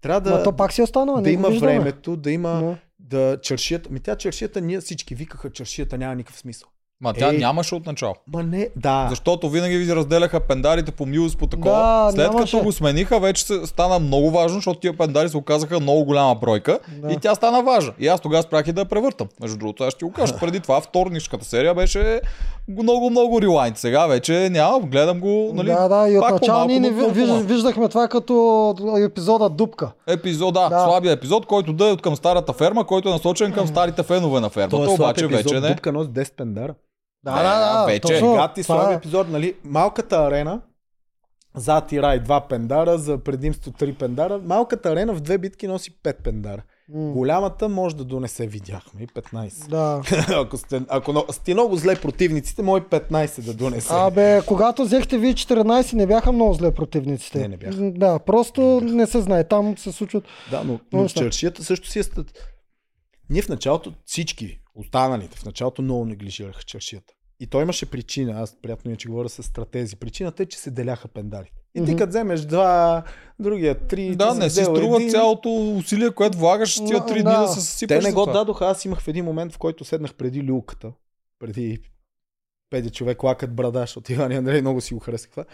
Speaker 1: Трябва
Speaker 2: Ма
Speaker 1: да,
Speaker 2: то пак си е останало,
Speaker 1: да
Speaker 2: не го
Speaker 1: има
Speaker 2: виждаме.
Speaker 1: времето, да има
Speaker 2: Да.
Speaker 1: да чершията. Ми тя чершията, ние всички викаха, чершията няма никакъв смисъл.
Speaker 3: Ма тя
Speaker 1: Е.
Speaker 3: нямаше от начало.
Speaker 1: Ма не, да.
Speaker 3: Защото винаги ви разделяха пендарите по милост по такова.
Speaker 2: Да,
Speaker 3: След
Speaker 2: нямаше.
Speaker 3: като го смениха, вече се, стана много важно, защото тия пендари се оказаха много голяма бройка.
Speaker 2: Да.
Speaker 3: И тя стана важна. И аз тогава спрях и да я превъртам. Между другото, аз ще ти го кажа. Преди това вторничката серия беше много-много релайнт. Сега вече нямам, гледам го, нали?
Speaker 2: да, да, и
Speaker 3: пак
Speaker 2: отначало ние не
Speaker 3: по-малко, но
Speaker 2: ви- виж,
Speaker 3: по-малко.
Speaker 2: виждахме това като епизода Дупка.
Speaker 3: Епизод, да,
Speaker 2: Да.
Speaker 3: слабия епизод, който да е от към старата ферма, който е насочен към старите фенове на фермата,
Speaker 1: Той е слаб
Speaker 3: обаче
Speaker 1: епизод,
Speaker 3: вече не.
Speaker 1: Дупка носи 10 пендара.
Speaker 2: Да,
Speaker 3: Да,
Speaker 2: да, да.
Speaker 3: вече.
Speaker 2: точно,
Speaker 1: Гад и
Speaker 2: това
Speaker 1: слаб
Speaker 2: е.
Speaker 1: епизод, нали? Малката арена, зад и рай 2 пендара, за предимство 3 пендара. Малката арена в две битки носи 5 пендара.
Speaker 2: М,
Speaker 1: Голямата може да донесе, видяхме, и 15.
Speaker 2: Да.
Speaker 1: ако сте, ако но- сте много зле противниците, мой 15 да донесе.
Speaker 2: Абе, когато взехте вие 14, не бяха много зле противниците.
Speaker 1: Не, не бяха.
Speaker 2: М, Да, просто не, се знае. Там се случват.
Speaker 1: Да, но,
Speaker 2: Много
Speaker 1: но
Speaker 2: неща.
Speaker 1: чершията също си е стат... Ние в началото, всички останалите, в началото много неглижираха чершията. И той имаше причина, аз приятно ми е, че говоря с стратези. Причината е, че се деляха пендарите. И ти
Speaker 2: Мгм.
Speaker 1: като вземеш два, другия три,
Speaker 3: Да,
Speaker 1: ти
Speaker 3: не си
Speaker 1: взел
Speaker 3: струва
Speaker 1: един.
Speaker 3: цялото усилие, което влагаш
Speaker 2: Но,
Speaker 3: тия
Speaker 2: да.
Speaker 3: три дни да се съсипеш.
Speaker 1: Те не
Speaker 3: за
Speaker 1: го
Speaker 3: това.
Speaker 1: дадоха. Аз имах в един момент, в който седнах преди люлката, преди педи човек лакът брадаш от Иван и Андрей, много си го харесах това.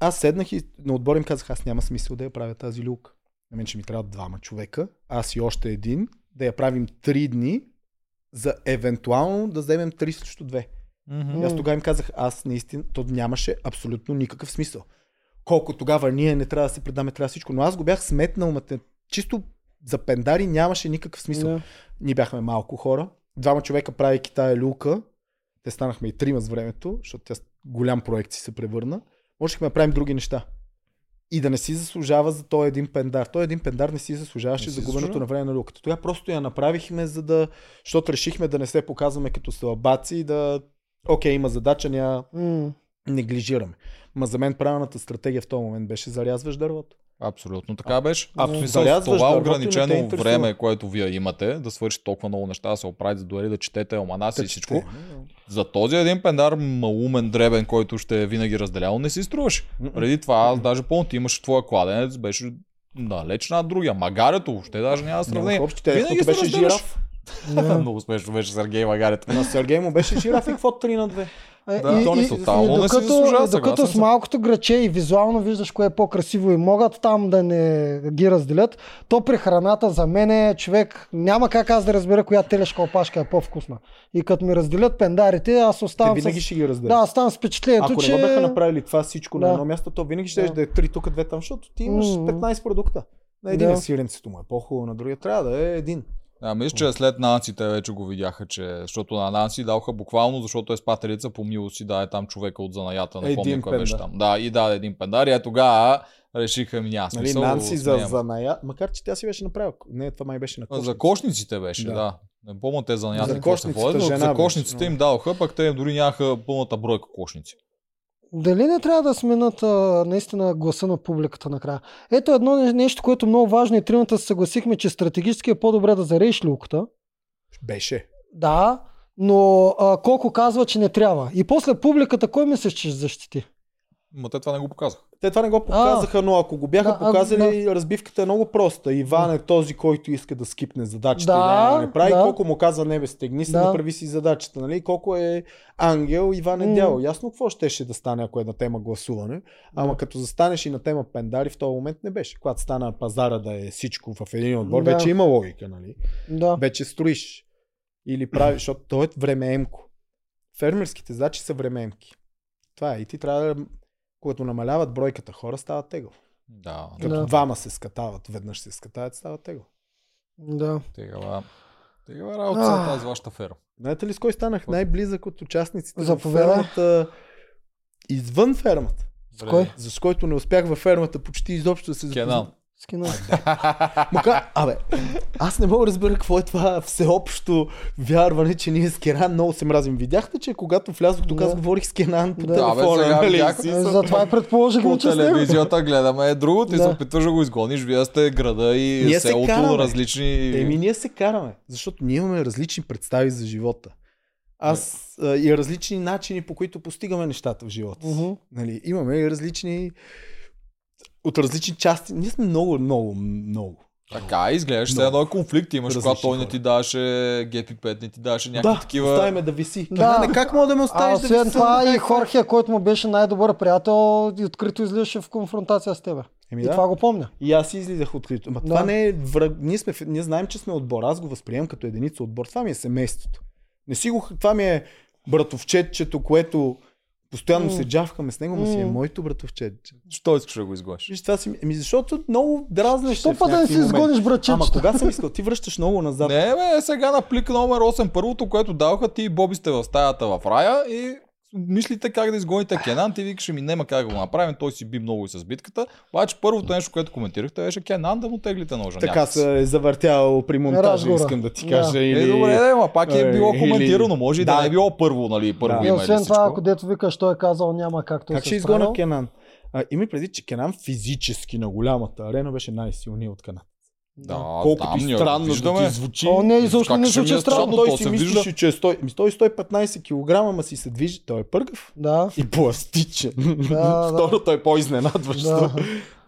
Speaker 1: Аз седнах и на отбор им казах, аз няма смисъл да я правя тази люлка. На мен ще ми трябва двама човека, аз и още един, да я правим три дни, за евентуално да вземем 3 срещу 2.
Speaker 3: Мгм.
Speaker 1: И Аз тогава им казах, аз наистина, то нямаше абсолютно никакъв смисъл. Колко тогава ние не трябва да се предаме, трябва всичко. Но аз го бях сметнал, мате, чисто за пендари нямаше никакъв смисъл.
Speaker 2: Да.
Speaker 1: Ние бяхме малко хора, двама човека правейки тая люлка, те станахме и трима с времето, защото тя с- голям проект си се превърна, можехме да правим други неща. И да не си заслужава за този един пендар. Той един пендар не си заслужаваше
Speaker 3: Не
Speaker 1: за
Speaker 3: си
Speaker 1: губенето
Speaker 3: заслужава.
Speaker 1: на време на люката. Тогава просто я направихме, за да, защото решихме да не се показваме като слабаци и да, окей, има задача, няма
Speaker 2: М.
Speaker 1: неглижираме. Ма за мен правилната стратегия в този момент беше зарязваш дървото.
Speaker 3: Абсолютно така беше.
Speaker 1: а,
Speaker 3: В
Speaker 1: да.
Speaker 3: смисъл, с
Speaker 1: зарязваш
Speaker 3: това
Speaker 1: дървото и не те
Speaker 3: ограничено
Speaker 1: интересува.
Speaker 3: време, което вие имате, да свършите толкова много неща, да се оправите, дори да четете алманаси и всичко. За този един пендар малумен, дребен, който ще е винаги разделял, не си струваше.
Speaker 1: Мгм.
Speaker 3: Преди това, аз даже помня, ти имаше твоя кладенец, беше далеч над другия. Магарето въобще даже няма сравнение.
Speaker 1: Нямах Общо, те,
Speaker 3: Винаги
Speaker 1: винаги
Speaker 3: се
Speaker 1: беше
Speaker 3: разделяш.
Speaker 1: жираф.
Speaker 3: Много смешно беше Сергей Магарето.
Speaker 1: На Сергей му беше жираф и какво 3 на 2.
Speaker 2: Е,
Speaker 3: Да, то не тотално не си
Speaker 2: докато,
Speaker 3: заслужава, съгласен
Speaker 2: докато с
Speaker 3: съм.
Speaker 2: малкото граче и визуално виждаш кое е по-красиво и могат там да не ги разделят, то при храната за мен е човек, няма как аз да разбера коя телешка опашка е по-вкусна. И като ми разделят пендарите, аз
Speaker 1: Те
Speaker 2: оставам
Speaker 1: винаги
Speaker 2: с...
Speaker 1: ще ги разделят.
Speaker 2: Да, аз ставам с впечатлението,
Speaker 1: Ако
Speaker 2: че...
Speaker 1: не го бяха направили това всичко на
Speaker 2: Да.
Speaker 1: едно място, то винаги ще
Speaker 2: Да.
Speaker 1: да. да е 3 тук, 2 там, защото ти имаш
Speaker 2: Мгм.
Speaker 1: 15 продукта. На един
Speaker 2: Да.
Speaker 1: да. е сиренцето му е по-хубаво, на другия трябва да е един.
Speaker 3: Да, мисля, че след Нанси те вече го видяха, че... защото на Нанси даваха буквално, защото е спателица по милост си даде там човека от занаята, не помня
Speaker 1: Един
Speaker 3: кой беше
Speaker 1: пендар.
Speaker 3: там. Да, и даде един пендар и е тогава решиха ми няма
Speaker 1: Нали,
Speaker 3: смисъл.
Speaker 1: Нанси за,
Speaker 3: сменям.
Speaker 1: за ная... Макар, че тя си беше направила. Не, това май беше на кошница.
Speaker 3: За кошниците беше, да.
Speaker 1: Да.
Speaker 3: да. Не помня те за
Speaker 1: За
Speaker 3: някакви кошници,
Speaker 1: кошницата
Speaker 3: но
Speaker 1: жена
Speaker 3: за
Speaker 1: беше,
Speaker 3: кошниците
Speaker 1: да.
Speaker 3: им даваха, пък те дори нямаха пълната бройка кошници.
Speaker 2: Дали не трябва да сменят а, наистина гласа на публиката накрая? Ето едно не- нещо, което е много важно и тримата се съгласихме, че стратегически е по-добре да зарееш люката.
Speaker 1: Беше.
Speaker 2: Да, но а, колко казва, че не трябва. И после публиката, кой мислиш, че ще защити?
Speaker 3: Ма те това не го показах.
Speaker 1: Те това не го показаха, но ако го бяха
Speaker 2: Да, а,
Speaker 1: показали, разбивката е много проста. Иван е този, който иска да скипне задачата
Speaker 2: Да,
Speaker 1: и да я не прави.
Speaker 2: да.
Speaker 1: Колко му каза небе, стегни се,
Speaker 2: Да.
Speaker 1: направи си задачата. Нали? Колко е ангел, Иван е
Speaker 2: М.
Speaker 1: дявол. Ясно какво щеше да стане, ако е на тема гласуване. Ама като застанеш и на тема пендари, в този момент не беше. Когато стана пазара да е всичко в един отбор,
Speaker 2: Да.
Speaker 1: вече има логика. Нали?
Speaker 2: Да.
Speaker 1: вече строиш. Или правиш, защото то е времеемко. Фермерските задачи са времеемки. Това е. И ти трябва да... Когато намаляват бройката хора, става тегъл.
Speaker 3: Да,
Speaker 1: Като
Speaker 2: Да.
Speaker 1: двама се скатават, веднъж се скатават, става тегъл.
Speaker 2: да.
Speaker 3: тегава. Тегава работа за
Speaker 2: А.
Speaker 3: тази вашата фера.
Speaker 1: Знаете ли с кой станах най-близък от участниците
Speaker 2: Заповядай.
Speaker 1: в фермата? Извън фермата.
Speaker 2: С кой?
Speaker 1: За с който не успях във фермата почти изобщо да се запозна-
Speaker 3: Кенан.
Speaker 2: Скина.
Speaker 1: Мака, абе, аз не мога да разбера какво е това всеобщо вярване, че ние с Кенан много се мразим. Видяхте, че когато влязох тук, аз
Speaker 2: Да.
Speaker 1: говорих с Кенан по
Speaker 2: Да.
Speaker 3: Абе,
Speaker 1: телефона.
Speaker 3: сега
Speaker 1: нали?
Speaker 3: видях.
Speaker 2: Е,
Speaker 1: Си-
Speaker 2: Затова и предположихме,
Speaker 3: По
Speaker 2: че сте.
Speaker 3: телевизията гледаме друго, ти
Speaker 2: Да.
Speaker 3: се опитваш да го изгониш, вие сте града и
Speaker 1: Ние се
Speaker 3: селото
Speaker 1: караме.
Speaker 3: различни.
Speaker 1: Еми, ние се караме, защото ние имаме различни представи за живота. Аз а, и различни начини, по които постигаме нещата в живота. си.
Speaker 2: Мгм.
Speaker 1: Нали, имаме и различни. От различни части. Ние сме много, много, много.
Speaker 3: Така, изглеждаш, все
Speaker 1: Много.
Speaker 3: едно е конфликт имаш,
Speaker 1: Различни
Speaker 3: когато той не
Speaker 1: хора.
Speaker 3: ти даше GP5, не ти даше някакви
Speaker 1: да,
Speaker 3: такива...
Speaker 1: оставяме да виси.
Speaker 2: Да.
Speaker 1: Да. Не, как мога да ме
Speaker 2: А
Speaker 1: оставиш да
Speaker 2: освен
Speaker 1: виси?
Speaker 2: това и Хорхе, който му беше най-добър приятел, и открито излизаше в конфронтация с тебе.
Speaker 1: Еми, Ами
Speaker 2: И
Speaker 1: да.
Speaker 2: това го помня.
Speaker 1: И аз излизах открито. Ма
Speaker 2: Да.
Speaker 1: това не е враг. Ние, сме, в- ние знаем, че сме отбор. Аз го възприемам като единица отбор. Това ми е семейството. Не си го... Това ми е братовчетчето, което постоянно
Speaker 2: М.
Speaker 1: се джавкаме с него, но си е
Speaker 2: М.
Speaker 1: моето братовчетче.
Speaker 3: Що искаш да го изгониш?
Speaker 1: Виж, това си... Ами защото много дразнеш
Speaker 2: Що
Speaker 1: в
Speaker 2: па да не
Speaker 1: някакви
Speaker 2: си
Speaker 1: моменти.
Speaker 2: изгониш
Speaker 1: Ама
Speaker 2: братчетчета?
Speaker 1: кога съм искал? Ти връщаш много назад.
Speaker 3: Не, бе, сега на плик номер 8, първото, което даваха ти и Боби сте в стаята в рая и мислите как да изгоните Кенан, ти викаше ми няма как да го направим, той си би много и с битката. Обаче първото нещо, което коментирахте беше Кенан да му теглите ножа.
Speaker 1: Така
Speaker 3: някакси.
Speaker 1: се е завъртял при монтажа,
Speaker 2: Разговора.
Speaker 1: искам да ти
Speaker 2: Да.
Speaker 1: кажа. Или...
Speaker 3: Е, добре, да, ама пак е
Speaker 1: Е,
Speaker 3: било
Speaker 1: или-
Speaker 3: коментирано, може и да,
Speaker 1: Да.
Speaker 3: не е било първо, нали, първо
Speaker 1: Да.
Speaker 2: И
Speaker 3: име или
Speaker 2: освен това,
Speaker 3: всичко.
Speaker 2: ако дето викаш, той е казал няма как той
Speaker 1: Как
Speaker 2: се
Speaker 1: ще
Speaker 2: е
Speaker 1: изгоня
Speaker 2: справил.
Speaker 1: Кенан? А, имай предвид, че Кенан физически на голямата арена беше най-силният от Кенан.
Speaker 3: Да,
Speaker 1: Колкото
Speaker 3: там
Speaker 1: и
Speaker 3: ние го
Speaker 1: странно да
Speaker 3: виждаме.
Speaker 1: ти звучи.
Speaker 2: О, не, изобщо
Speaker 3: Как
Speaker 2: не
Speaker 3: ще ми е
Speaker 2: звучи
Speaker 3: странно?
Speaker 2: странно.
Speaker 1: той
Speaker 3: то се
Speaker 1: си мислеше, че е 100, ми той е 115 кг, ама си се движи. Той е пъргав
Speaker 2: Да.
Speaker 1: и пластичен.
Speaker 2: да.
Speaker 1: Второ, той е по-изненадващо.
Speaker 2: Да.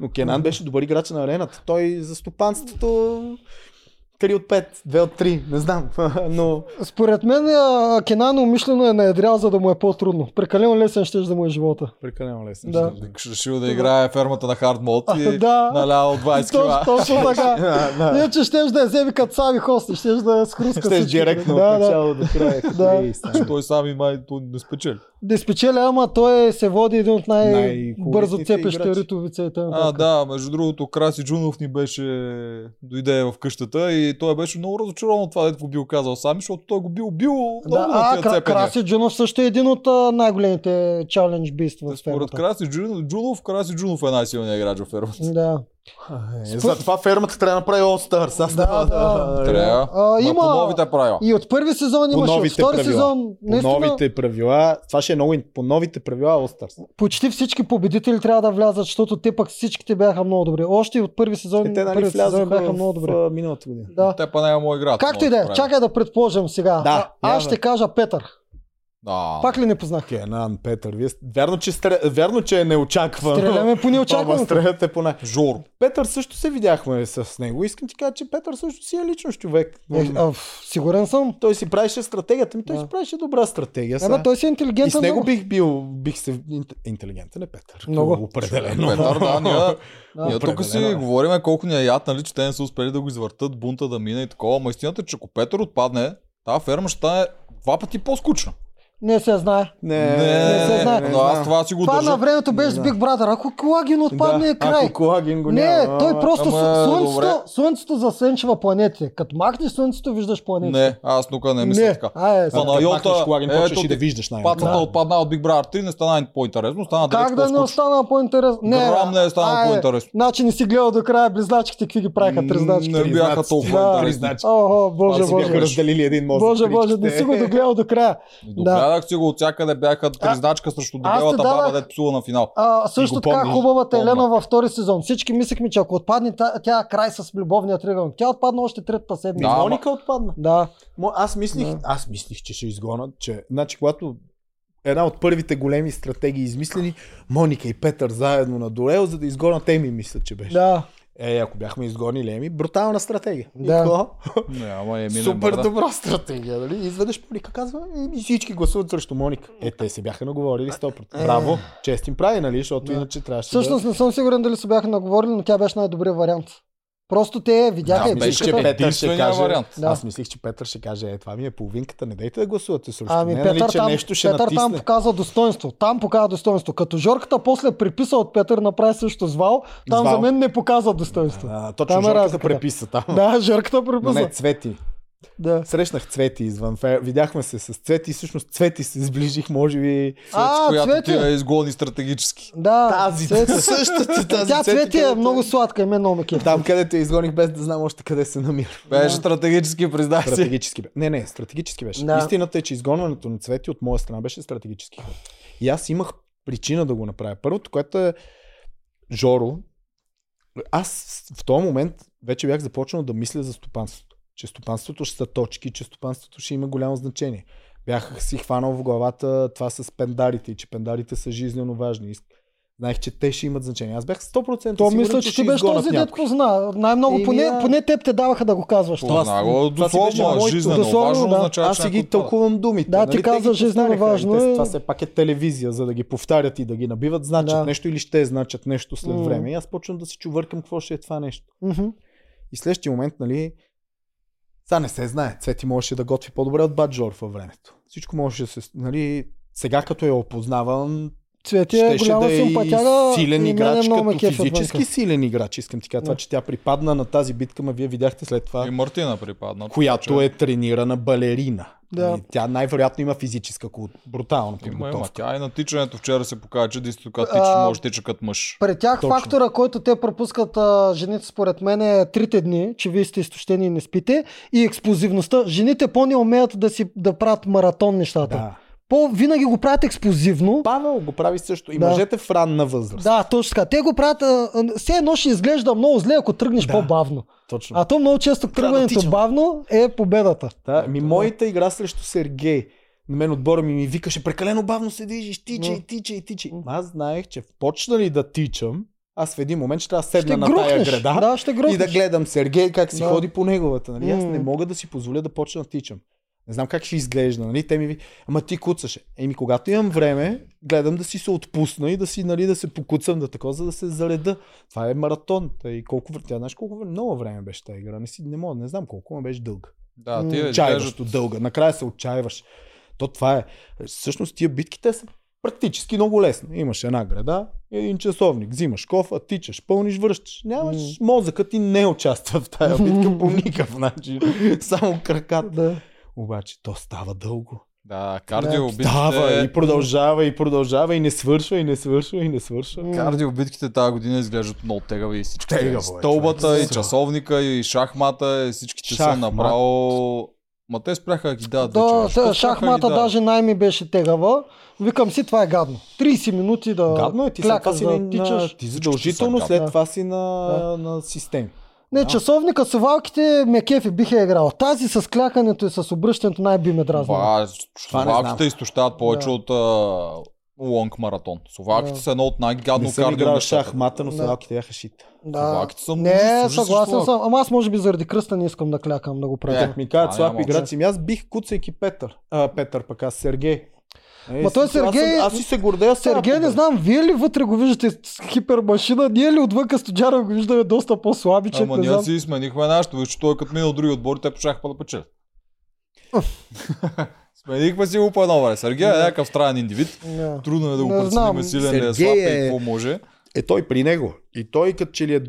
Speaker 1: Но Кенан беше добър играч на арената. Той за стопанството 3 от 5, 2 от 3, не знам. Но
Speaker 2: Според мен а, Кенан умишлено е наедрял, за да му е по-трудно. Прекалено лесен ще да му е живота.
Speaker 1: прекалено лесно.
Speaker 2: Да.
Speaker 1: ще да.
Speaker 3: Е, Решил да играе фермата на хард мод и
Speaker 2: Да.
Speaker 3: налял
Speaker 1: е
Speaker 3: 20
Speaker 2: Точно,
Speaker 3: кила.
Speaker 2: точно така.
Speaker 1: Да, да.
Speaker 2: Иначе щеш да я вземи като Сави Хост, щеш да я схруска.
Speaker 1: Ще е
Speaker 2: всички.
Speaker 1: директно от
Speaker 2: да, да.
Speaker 1: начало до края.
Speaker 2: Да.
Speaker 3: Значи
Speaker 1: Хей, Сани.
Speaker 3: Той сам и май той не спечели.
Speaker 2: да спечеля, ама той е, се води един от най-бързо
Speaker 1: Най-хубавите
Speaker 2: цепещите
Speaker 1: играчи.
Speaker 2: ритовица и т.н.
Speaker 3: А, да, между другото, Краси Джунов ни беше, дойде в къщата и той беше много разочарован от това, дето го бил казал сами, защото той го бил бил много
Speaker 2: Да,
Speaker 3: на
Speaker 2: а,
Speaker 3: тия
Speaker 2: Кра-
Speaker 3: цепеня.
Speaker 2: Краси Джунов също е един от а, най-големите чалендж бист в
Speaker 3: Според
Speaker 2: сферата.
Speaker 3: Краси Джунов, Джунов, Краси Джунов е най-силният играч в фермата.
Speaker 2: Да.
Speaker 1: Е, Затова фермата трябва да направи All Stars. Аз
Speaker 2: Да, да.
Speaker 3: Трябва.
Speaker 2: А,
Speaker 3: Ма
Speaker 2: има-
Speaker 3: по новите правила.
Speaker 2: И от първи сезон
Speaker 1: По
Speaker 2: имаше, от
Speaker 1: новите
Speaker 2: втори
Speaker 1: правила.
Speaker 2: сезон,
Speaker 1: По
Speaker 2: наистина,
Speaker 1: новите правила, това ще е много ин- по новите правила All Stars.
Speaker 2: почти всички победители трябва да влязат, защото те пък всичките бяха много добри. Още и от първи сезон,
Speaker 1: Е, те нали
Speaker 2: първи сезон
Speaker 1: влязоха
Speaker 2: бяха
Speaker 1: в,
Speaker 2: много добри.
Speaker 1: а, миналата година.
Speaker 2: Да.
Speaker 3: Те па няма моя игра.
Speaker 2: Както и да е, чакай да предположим сега.
Speaker 1: Да,
Speaker 2: а, аз
Speaker 1: явно.
Speaker 2: ще кажа Петър.
Speaker 3: Да.
Speaker 2: Пак ли не познах?
Speaker 1: Кенан, Петър, вие... сте- вярно, че, стре... вярно, че е неочаквано.
Speaker 2: Стреляме по
Speaker 1: Ама
Speaker 2: неочакваното.
Speaker 1: стреляте поне.
Speaker 3: Жор.
Speaker 1: Петър също се видяхме с него. Искам ти кажа, че Петър също си е личност човек.
Speaker 2: Е, а, в- сигурен съм.
Speaker 1: Той си правеше стратегията ми, той
Speaker 2: Да.
Speaker 1: си правеше добра стратегия. сега.
Speaker 2: Ема той си
Speaker 1: И
Speaker 2: е
Speaker 1: с
Speaker 2: интелигентен.
Speaker 1: него
Speaker 2: много.
Speaker 1: бих бил, бих се... инт- Интелигентен е Петър.
Speaker 2: Много.
Speaker 1: Определено.
Speaker 3: Петър, да, ние,
Speaker 2: Да.
Speaker 3: ние тук си
Speaker 1: Определено е.
Speaker 3: говориме колко ни е яд, нали, че те не са успели да го извъртат, бунта да мине и такова. Ма истината е, че ако Петър отпадне, тази ферма ще стане два пъти по-скучна.
Speaker 2: Не се знае.
Speaker 1: Не,
Speaker 2: Е, не се знае.
Speaker 3: но аз това си го
Speaker 2: Това на
Speaker 3: държа.
Speaker 2: времето беше с Big Brother. Ако Колагин отпадне е край.
Speaker 1: Ако колаген го
Speaker 2: Не,
Speaker 1: няма.
Speaker 2: той просто
Speaker 3: Ама,
Speaker 2: слъ- слънцето,
Speaker 3: добре.
Speaker 2: слънцето засенчва планетите. Като махнеш слънцето, виждаш планетите.
Speaker 3: Не, аз тук не мисля така.
Speaker 2: А, е,
Speaker 3: Ама,
Speaker 2: сега.
Speaker 3: Йота,
Speaker 1: Йота, колаген,
Speaker 3: ето
Speaker 1: почваш и да
Speaker 3: ти.
Speaker 1: виждаш най
Speaker 3: Пацата
Speaker 2: Да.
Speaker 3: отпадна от Big Brother 3, не стана по-интересно, стана
Speaker 2: как
Speaker 3: далеч
Speaker 2: да не
Speaker 3: по-скучно.
Speaker 2: остана по-интересно? Не,
Speaker 3: Грам не е
Speaker 2: а,
Speaker 3: стана по-интересно.
Speaker 2: Значи не си гледал до края близначките, какви ги правиха трезначките.
Speaker 3: Не бяха толкова
Speaker 2: Да.
Speaker 3: интересни.
Speaker 2: О,
Speaker 1: Аз
Speaker 2: боже,
Speaker 1: си бяха
Speaker 2: боже.
Speaker 1: разделили един мозък.
Speaker 2: Боже, боже, не си го догледал до края. Да.
Speaker 3: Догледах си го от всякъде, бяха тризначка срещу дебелата
Speaker 2: давах-
Speaker 3: баба, дето псува на финал.
Speaker 2: А, също
Speaker 1: го
Speaker 2: така
Speaker 1: помниш,
Speaker 2: хубавата
Speaker 3: помня.
Speaker 2: Елена във втори сезон. Всички мислехме, че ако отпадне, та- тя е край с любовния триъгълник. Тя отпадна още третата
Speaker 1: Ми,
Speaker 2: седмица.
Speaker 3: Да, ама-
Speaker 1: Моника отпадна.
Speaker 2: Да.
Speaker 1: Мо- Аз мислих,
Speaker 2: Да.
Speaker 1: аз мислих, че ще изгонат, че... Значи, когато една от първите големи стратегии измислени, Моника и Петър заедно на дуел, за да изгонат Еми, мисля, че беше.
Speaker 2: Да.
Speaker 1: Е, ако бяхме изгонили Еми, брутална стратегия.
Speaker 2: Да.
Speaker 1: И какво?
Speaker 3: Не, ама е мине
Speaker 1: Супер
Speaker 3: мърда.
Speaker 1: добра стратегия, нали? И Изведнъж Моника казва, и всички гласуват срещу Моника. Е, те се бяха наговорили 100%. Браво, чест им прави, нали? Защото
Speaker 2: Е. Да.
Speaker 1: иначе трябваше
Speaker 2: Всъщност не съм сигурен дали се бяха наговорили, но тя беше най-добрият вариант. Просто те видяха
Speaker 3: Да,
Speaker 2: и
Speaker 1: Мислих, че
Speaker 3: Беше
Speaker 1: Петър ще
Speaker 3: единствения
Speaker 1: каже,
Speaker 3: вариант.
Speaker 2: Да.
Speaker 1: Аз мислих, че Петър ще каже, е, това ми е половинката, не дайте да гласувате срещу
Speaker 2: Ами
Speaker 1: нея,
Speaker 2: Петър,
Speaker 1: нали, че
Speaker 2: там,
Speaker 1: нещо ще
Speaker 2: Петър там
Speaker 1: натисне.
Speaker 2: показа достоинство. Там показа достоинство. Като Жорката после приписа от Петър, направи също звал, там
Speaker 1: Звал.
Speaker 2: за мен не показа достоинство.
Speaker 1: А, точно
Speaker 2: Там е
Speaker 1: там Жорката
Speaker 2: разликата.
Speaker 1: преписа там.
Speaker 2: Да, е Жорката
Speaker 1: Но
Speaker 2: приписа.
Speaker 1: не, Цвети.
Speaker 2: Да.
Speaker 1: Срещнах Цвети извън фер. Видяхме се с Цвети и всъщност Цвети се сближих, може би...
Speaker 2: А,
Speaker 3: която ти я
Speaker 2: Цвети.
Speaker 3: изгони стратегически.
Speaker 2: Да,
Speaker 1: Тази,
Speaker 2: Цвети.
Speaker 1: същата тази
Speaker 2: Тя Цвети е
Speaker 1: където-
Speaker 2: много сладка, и мен много ме кефи.
Speaker 1: Там, където я изгоних, без да знам още къде се намира.
Speaker 3: Беше стратегически, признай си.
Speaker 1: Стратегически беше. Не, не, стратегически беше.
Speaker 2: Да.
Speaker 1: Да. Истината е, че изгонването на цвети от моя страна беше стратегически. ход. И аз имах причина да го направя. Първото, което е Жоро, аз в този момент вече бях започнал да мисля за стопанството. Че стопанството ще са точки, че стопанството ще има голямо значение. Бях си хванал в главата това с пендарите и че пендарите са жизненно важни. Иск- Знаех, че те ще имат значение. Аз бях 100%
Speaker 2: То
Speaker 1: сигурен,
Speaker 2: мисля, че
Speaker 1: ще
Speaker 2: ти беше
Speaker 1: изгонят
Speaker 2: този дед
Speaker 1: някой.
Speaker 2: позна. Най-много,
Speaker 1: Еми,
Speaker 2: поне,
Speaker 1: да.
Speaker 2: поне теб те даваха да го казваш.
Speaker 1: Това-
Speaker 3: Много
Speaker 1: това си беше
Speaker 3: дословно,
Speaker 1: моето.
Speaker 3: жизнено
Speaker 2: Дословно,
Speaker 3: важно
Speaker 2: да.
Speaker 3: означава,
Speaker 1: Аз
Speaker 3: че
Speaker 1: си ги
Speaker 3: някой отпада.
Speaker 1: тълкувам думите. нали?
Speaker 2: Да, ти
Speaker 1: те
Speaker 2: каза,
Speaker 1: ги
Speaker 2: жизнено
Speaker 1: повтаряха. И
Speaker 2: важно
Speaker 1: те-
Speaker 2: е.
Speaker 1: Това все пак е телевизия, за да ги повтарят и да ги набиват, значат
Speaker 2: Да.
Speaker 1: нещо или ще значат нещо след
Speaker 2: М.
Speaker 1: време. И аз почвам да си чувъркам какво ще е това нещо.
Speaker 2: Мгм.
Speaker 1: И следващия момент, нали, сега не се знае. Цвети можеше да готви по-добре от Баджор във времето. Всичко можеше да се, нали, сега като я опознавам,
Speaker 2: Цвети е
Speaker 1: щеше
Speaker 2: голяма
Speaker 1: да е
Speaker 2: симпатяга
Speaker 1: и силен
Speaker 2: и мене
Speaker 1: играч,
Speaker 2: много ме
Speaker 1: като
Speaker 2: кефи отвънка.
Speaker 1: физически силен играч. Искам ти кажа това,
Speaker 2: Да.
Speaker 1: че тя припадна на тази битка, ма вие видяхте след това
Speaker 3: И Мартина припадна.
Speaker 1: която е тренирана балерина.
Speaker 2: Да.
Speaker 1: И Тя най-вероятно има физическа, кул- брутална
Speaker 3: Има, има.
Speaker 1: подготовка.
Speaker 3: Тя и на тичането вчера се показа, че действително като
Speaker 2: А,
Speaker 3: тичаш, може да тича като мъж.
Speaker 2: При тях
Speaker 1: Точно.
Speaker 2: фактора, който те пропускат а, жените, според мен е трите дни, че вие сте изтощени и не спите, и експлозивността. Жените по-не умеят да, си, да правят маратон нещата.
Speaker 1: Да.
Speaker 2: По, винаги го правят експлозивно.
Speaker 1: Павел го прави също. И
Speaker 2: Да.
Speaker 1: мъжете в ранна възраст.
Speaker 2: Да, точно така. Те го правят. а, а, Все едно ще изглежда много зле, ако тръгнеш
Speaker 1: Да.
Speaker 2: по-бавно.
Speaker 1: Точно.
Speaker 2: А то много често тръгването
Speaker 1: тичам.
Speaker 2: бавно е победата.
Speaker 1: Да, ми моята игра срещу Сергей. На мен отбора ми ми викаше, прекалено бавно се движиш, тичай,
Speaker 2: Да.
Speaker 1: тичай, тичай.
Speaker 2: М.
Speaker 1: Аз знаех, че почна ли да тичам, аз в един момент ще трябва да седна
Speaker 2: Ще
Speaker 1: на тая
Speaker 2: грухнеш.
Speaker 1: града.
Speaker 2: Да, ще грухнеш.
Speaker 1: и да гледам Сергей как си
Speaker 2: Да.
Speaker 1: ходи по неговата. Нали? Аз
Speaker 2: М.
Speaker 1: не мога да си позволя да почна да тичам. Не знам как ще изглежда. Нали? Те ми ви... Ама ти куцаш. Еми, когато имам време, гледам да си се отпусна и да си, нали, да се покуцам да такова, за да се зареда. Това е маратон. Та и колко време. Тя знаеш колко време. Много време беше тази игра. Не, си, не мога, не знам колко, но беше дълга.
Speaker 3: Да, ти я изглеждаш
Speaker 1: Отчаиващо дълга. Накрая се отчаиваш. То това е. Всъщност тия битки те са практически много лесни. Имаш една града, един часовник, взимаш кофа, тичаш, пълниш, връщаш. Нямаш мозъкът ти не участва в тая битка по никакъв начин. Само краката.
Speaker 2: Да.
Speaker 1: Обаче то става дълго.
Speaker 3: Да, кардио
Speaker 1: Става
Speaker 3: битките.
Speaker 1: и продължава и продължава и не свършва и не свършва и не свършва.
Speaker 3: Кардио битките тази година изглеждат много тегави и всички.
Speaker 1: Тегаво е,
Speaker 3: Стълбата
Speaker 1: човек.
Speaker 3: и часовника и шахмата, и всичките са
Speaker 1: Шахмат.
Speaker 3: направо... Ма те спряха да ги дадат.
Speaker 2: Да,
Speaker 3: вече, бе.
Speaker 2: да
Speaker 3: Що спряха да ги
Speaker 2: шахмата
Speaker 3: дадат?
Speaker 2: даже най-ми беше тегава. Викам си, това е гадно. 30 минути да
Speaker 1: Гадно е, ти след това
Speaker 2: клякаш,
Speaker 1: си на,
Speaker 2: да
Speaker 1: на,
Speaker 2: тичаш.
Speaker 1: ти задължително
Speaker 3: са
Speaker 1: след
Speaker 2: гадни.
Speaker 1: това си на, на системи.
Speaker 2: Не, часовника, совалките, ме кефи бих я играл. Тази с клякането и с обръщането най-би ме дразна.
Speaker 3: Ба,
Speaker 1: Това не
Speaker 3: словаките
Speaker 1: знам.
Speaker 3: изтощават повече
Speaker 2: Да.
Speaker 3: от а, лонг маратон. Словаките
Speaker 2: Да.
Speaker 3: са едно от най-гадно
Speaker 1: Не съм играл
Speaker 3: кардио
Speaker 1: шахмата, но
Speaker 2: Да.
Speaker 1: седалките бяха шита.
Speaker 2: Да.
Speaker 3: Словаките са много
Speaker 2: Не,
Speaker 3: служи с
Speaker 2: съгласен
Speaker 3: Словак.
Speaker 2: съм. Ама аз може би заради кръста не искам да клякам да го правя.
Speaker 1: Как ми казват
Speaker 3: А,
Speaker 1: слаб
Speaker 3: няма
Speaker 1: играци, ми аз бих куцайки Петър. А, Петър пък аз Сергей. Е,
Speaker 2: Ма той
Speaker 1: смисъл, аз
Speaker 2: Сергей-
Speaker 1: съм- Аз си се гордея с
Speaker 2: Сергей, не
Speaker 1: Арапова.
Speaker 2: знам, вие ли вътре го виждате с хипермашина? Ние ли отвън Кастуджаров го виждаме доста по-слабичък?
Speaker 3: Ама
Speaker 2: не
Speaker 3: ние
Speaker 2: знам.
Speaker 3: си сменихме нашето, виж, че той като минал други отбори, те по шахмата да печелят. Сменихме си го по едно време.
Speaker 2: Да.
Speaker 3: Сергей е
Speaker 2: някакъв
Speaker 3: някакъв странен индивид.
Speaker 2: Не.
Speaker 3: Трудно е да го
Speaker 2: Не знам.
Speaker 3: преценим, силен ли е, слаб
Speaker 1: Сергей
Speaker 3: е
Speaker 1: е-
Speaker 3: и какво може.
Speaker 1: Е той при него. И той като че ли е...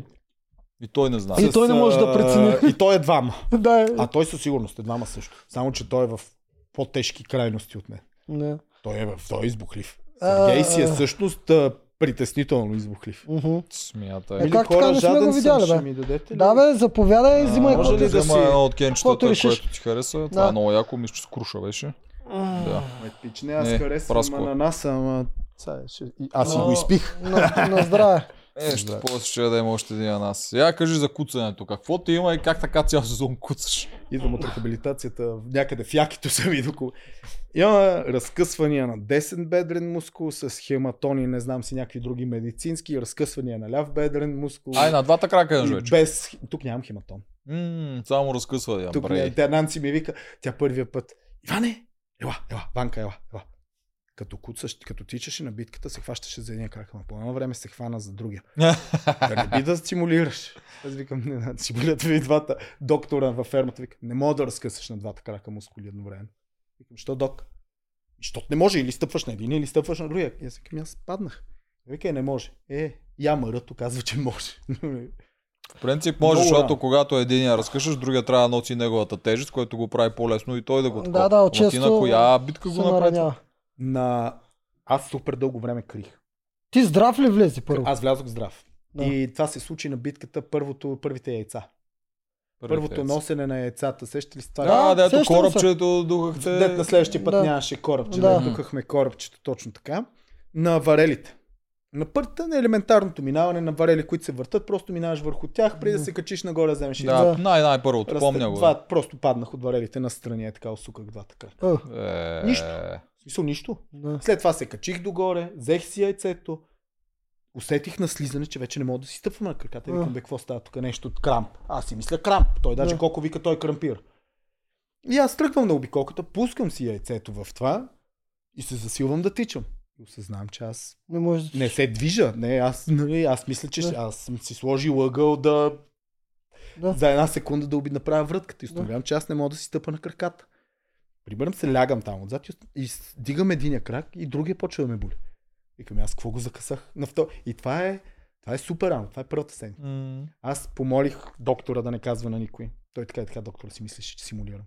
Speaker 3: И той не знае.
Speaker 2: И той не
Speaker 1: с,
Speaker 2: може да
Speaker 1: а,
Speaker 2: прецени.
Speaker 1: И той е двама.
Speaker 2: Да, е.
Speaker 1: А той със сигурност е двама също. Само, че той е в по-тежки крайности от мен.
Speaker 2: Не.
Speaker 1: Той е, в- той е избухлив.
Speaker 2: А,
Speaker 1: Сергей си е
Speaker 2: а.
Speaker 1: всъщност а, притеснително избухлив.
Speaker 2: Мгм.
Speaker 3: Смята.
Speaker 2: Е, как така не сме го видяли, бе?
Speaker 1: ми дадете ли?
Speaker 2: Да, бе, заповядай, взимай
Speaker 1: може
Speaker 3: може
Speaker 1: ли
Speaker 3: ли
Speaker 1: да
Speaker 3: да
Speaker 1: си-
Speaker 3: взема едно от
Speaker 2: каквото
Speaker 3: кенчетата,
Speaker 2: решиш.
Speaker 3: което ти хареса? Това
Speaker 2: Да.
Speaker 3: е много яко, мисля, че с круша беше. Да.
Speaker 1: Ме пич, не, аз
Speaker 3: Не,
Speaker 1: харесвам
Speaker 3: праско.
Speaker 1: ананаса, ама... Са, ще... и- Аз си
Speaker 2: Но-
Speaker 1: го изпих.
Speaker 2: На, на здраве.
Speaker 3: Е, ще
Speaker 1: Здраве.
Speaker 3: после ще да има още един нас. Я кажи за куцането. Какво ти има и как така цял сезон куцаш?
Speaker 1: Идвам от рехабилитацията някъде в якито се ви доколко. Имаме разкъсвания на десен бедрен мускул с хематони, не знам си някакви други медицински, разкъсвания на ляв бедрен мускул.
Speaker 3: Ай, на двата крака
Speaker 1: И
Speaker 3: имаш вече.
Speaker 1: без... Тук нямам хематон.
Speaker 3: Ммм, само разкъсва я.
Speaker 1: Тук
Speaker 3: брей.
Speaker 1: не, тя Нанци ми е вика, тя първия път. Иване, ела, ела, Ванка, ела, ела. Като куцаш, като тичаше на битката, се хващаше за едния крак, ама по едно време се хвана за другия. да не би да стимулираш. Аз викам, не, не, стимулират ви двата. Доктора във фермата вика, не мога да разкъсаш на двата крака мускули едновременно. Викам, що док? Защото не може, или стъпваш на един, или стъпваш на другия. И аз викам, аз паднах. Вика, "Е, не може. Е, я мърато казва, че може.
Speaker 3: В принцип може,
Speaker 1: Много
Speaker 3: защото
Speaker 1: рано.
Speaker 3: когато един я разкъшаш, другия трябва да носи неговата тежест, което го прави по-лесно и той да го
Speaker 2: Да,
Speaker 3: такова.
Speaker 2: да,
Speaker 3: Ама ти
Speaker 2: често
Speaker 3: на коя битка
Speaker 2: Се
Speaker 3: го направи?
Speaker 2: наранява.
Speaker 1: на... Аз супер дълго време крих.
Speaker 2: Ти здрав ли влезе първо?
Speaker 1: Аз влязох здрав.
Speaker 2: Да.
Speaker 1: Да. И това се случи на битката първото, първите яйца. Първото е носене на яйцата. Сеща ли се това?
Speaker 3: Да,
Speaker 2: Да,
Speaker 3: да, дето
Speaker 2: сещам се.
Speaker 3: корабчето духахте.
Speaker 1: Дет на следващия път
Speaker 2: Да.
Speaker 1: да. нямаше корабче. Да.
Speaker 2: Да.
Speaker 1: Духахме корабчето точно така. На варелите. На първата на елементарното минаване на варели, които се въртат, просто минаваш върху тях, преди да се качиш нагоре, вземеш един.
Speaker 3: Да,
Speaker 2: Да.
Speaker 3: най-най-първото,
Speaker 1: Разтъ-
Speaker 3: помня го.
Speaker 1: Два, просто паднах от варелите на страни, е така осуках двата крака.
Speaker 2: Е,
Speaker 3: Е,
Speaker 1: Нищо. В смисъл нищо.
Speaker 2: да.
Speaker 1: След това се качих догоре, взех си яйцето, усетих на слизане, че вече не мога да си стъпвам на краката. И
Speaker 2: Да.
Speaker 1: Викам, бе, какво става тук? Нещо от крамп. Аз си мисля крамп. Той даже
Speaker 2: Да.
Speaker 1: колко вика, той крампир. И аз тръгвам на обиколката, пускам си яйцето в това и се засилвам да тичам. И осъзнавам, че аз
Speaker 2: Не може да...
Speaker 1: не се движа. Не, аз, не, аз мисля, че
Speaker 2: Да.
Speaker 1: ще- аз съм си сложил ъгъл да
Speaker 2: Да.
Speaker 1: за една секунда да оби направя врътката. И установявам, че аз не мога да си стъпа на краката. Прибървам се, лягам там отзад и ост- и с- дигам единия крак и другия почва да ме боли. Викам, аз какво го закъсах на втор... И това е, това е супер рано, това е първата седмица.
Speaker 3: м,
Speaker 1: Аз помолих доктора да не казва на никой. Той така и така, доктора си мислеше, че симулирам.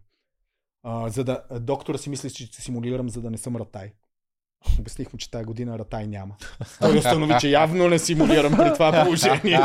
Speaker 1: А, за да, а, доктора си мислеше, че симулирам, за да не съм ратай. Обясних му, че тази година ратай няма. Той установи, че явно не симулирам при това положение.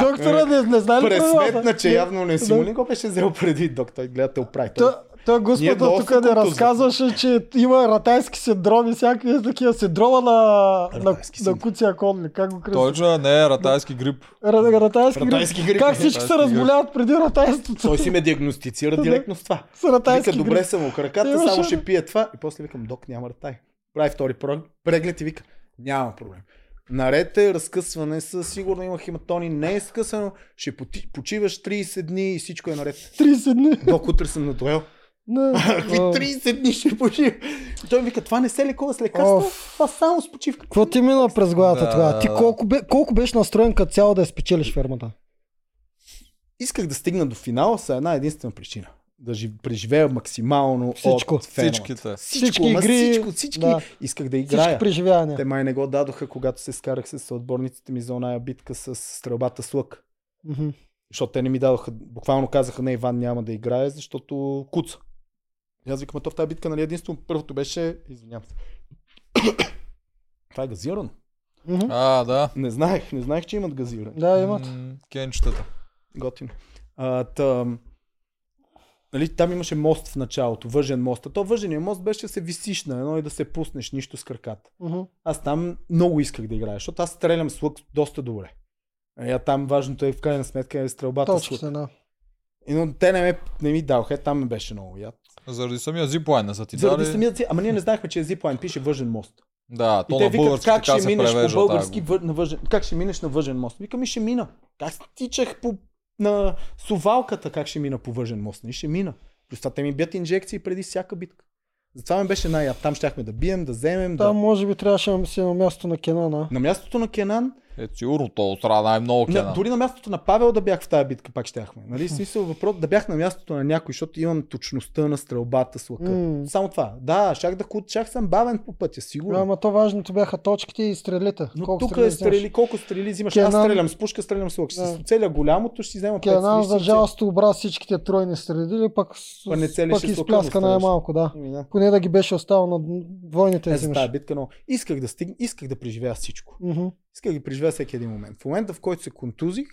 Speaker 2: Доктора не, не знае ли е
Speaker 1: Пресметна,
Speaker 2: правилата?
Speaker 1: че явно не си
Speaker 2: Да.
Speaker 1: му не го беше взел преди док, той гледа те оправи. Той-
Speaker 2: Та,
Speaker 1: Е,
Speaker 2: та
Speaker 1: Ние
Speaker 2: господа
Speaker 1: много
Speaker 2: тук
Speaker 1: се
Speaker 2: не
Speaker 1: контузихме.
Speaker 2: разказваше, че има ратайски синдроми, всякакви такива синдрома на, на,
Speaker 1: Ратайски
Speaker 2: на
Speaker 1: синдром.
Speaker 2: куция конник, как го кръстят.
Speaker 3: Точно, не е ратайски грип.
Speaker 2: Ра- Ратайски
Speaker 1: Ратайски
Speaker 2: грип.
Speaker 1: грип.
Speaker 2: Как всички се
Speaker 3: Ратайски грип.
Speaker 2: разболяват преди ратайството?
Speaker 1: Той си ме диагностицира директно с това.
Speaker 2: С ратайски
Speaker 1: Вика, добре
Speaker 2: грип.
Speaker 1: съм у
Speaker 2: Ти
Speaker 1: краката,
Speaker 2: имаш
Speaker 1: само
Speaker 2: ли?
Speaker 1: ще пия това. И после викам, док, няма ратай. Прави втори прог- преглед и вика, няма проблем. Наред е разкъсване, със сигурно има хематони, не е скъсано, ще поти- почиваш 30 дни и всичко е наред.
Speaker 2: 30 дни.
Speaker 1: Док, утре съм на дуел.
Speaker 2: Не.
Speaker 1: Какви
Speaker 2: Ами,
Speaker 1: 30 дни ще почивам? И Той ми вика, това не се лекува с лекарства,
Speaker 2: Оф.
Speaker 1: това само с почивка.
Speaker 2: Какво ти мина през главата
Speaker 3: Да.
Speaker 2: тогава? Ти колко, бе, колко беше настроен като цяло да я спечелиш фермата?
Speaker 1: исках да стигна до финала с една единствена причина. да жив... преживея максимално
Speaker 2: Всичко.
Speaker 1: от фенове. Всичко,
Speaker 3: Всичките.
Speaker 2: Всички
Speaker 1: всички ама
Speaker 2: игри,
Speaker 1: игри, всичко, всички.
Speaker 2: да.
Speaker 1: Да. Исках да
Speaker 2: Всички
Speaker 1: играя.
Speaker 2: преживявания.
Speaker 1: Те май не го дадоха, когато се скарах с съотборниците ми за оная битка с стрелбата с лък.
Speaker 2: Мгм.
Speaker 1: Защото те не ми дадоха, буквално казаха, не, Иван няма да играе, защото куца. И аз викам, а то в тази битка, нали, единствено първото беше, извинявам се. Това е газирано.
Speaker 2: Мгм.
Speaker 3: А, да.
Speaker 1: Не знаех, не знаех, че имат газиране.
Speaker 2: Да, имат.
Speaker 3: М, Кенчетата.
Speaker 1: Готино. А, тъм, нали, там имаше мост в началото, въжен мост. А то въжения мост беше да се висиш на едно и да се пуснеш нищо с краката.
Speaker 2: Мгм.
Speaker 1: Аз там много исках да играя, защото аз стрелям с лък доста добре. А там важното е в крайна сметка е стрелбата с
Speaker 2: Точно,
Speaker 1: лък.
Speaker 2: да.
Speaker 1: И, Но те не, ме, не ми даваха, там ми беше много яд.
Speaker 3: Заради самия зиплайн не са ти
Speaker 1: Заради
Speaker 3: дали.
Speaker 1: самият си, ама ние не знаехме, че е зиплайн, пише въжен мост.
Speaker 3: Да,
Speaker 1: И
Speaker 3: то
Speaker 1: те
Speaker 3: на
Speaker 1: викат,
Speaker 3: български
Speaker 1: как
Speaker 3: така
Speaker 1: ще
Speaker 3: се
Speaker 1: минеш
Speaker 3: превежда.
Speaker 1: по български
Speaker 3: тази
Speaker 1: вър... на въжен, как ще минеш на въжен мост? Викам, и ще мина. Как стичах по... на сувалката, как ще мина по въжен мост? Не ще мина. Плюс това те ми бият инжекции преди всяка битка. Затова ми беше най-яд. Там щяхме да бием, да вземем,
Speaker 2: Там
Speaker 1: да...
Speaker 2: може би трябваше да си на място на Кенана.
Speaker 1: На мястото на Кенан,
Speaker 3: Е, сигурно то страда най-много
Speaker 1: okay, на,
Speaker 3: кена.
Speaker 1: дори на мястото на Павел да бях в тази битка, пак щяхме. Нали? Смисъл въпрос да бях на мястото на някой, защото имам точността на стрелбата с лъка.
Speaker 2: М.
Speaker 1: Само това. Да, щях да кут, щях съм бавен по пътя, сигурно.
Speaker 2: Ама то важното бяха точките и стрелите.
Speaker 1: Но
Speaker 2: Колко
Speaker 1: тук е
Speaker 2: вземаш.
Speaker 1: стрели, колко стрели взимаш.
Speaker 2: Кенан-
Speaker 1: Аз стрелям с пушка, стрелям с лук. Ще
Speaker 2: Да.
Speaker 1: си оцеля голямото, ще си взема пет
Speaker 2: Кенан
Speaker 1: стрели, ще си
Speaker 2: държава с обра всичките тройни средили, пък, с-
Speaker 1: Па не целиш
Speaker 2: пък
Speaker 1: с лъка, но
Speaker 2: изпляска
Speaker 1: оставаш.
Speaker 2: най-малко, да.
Speaker 1: оцеля. Еми, Ами да.
Speaker 2: Поне да ги беше оставил на двойните
Speaker 1: Е,
Speaker 2: да
Speaker 1: за
Speaker 2: взимаш.
Speaker 1: тази битка, но исках да стигна, исках да преживея всичко.
Speaker 2: Мгм.
Speaker 1: Исках да преживея всеки един момент. В момента, в който се контузих,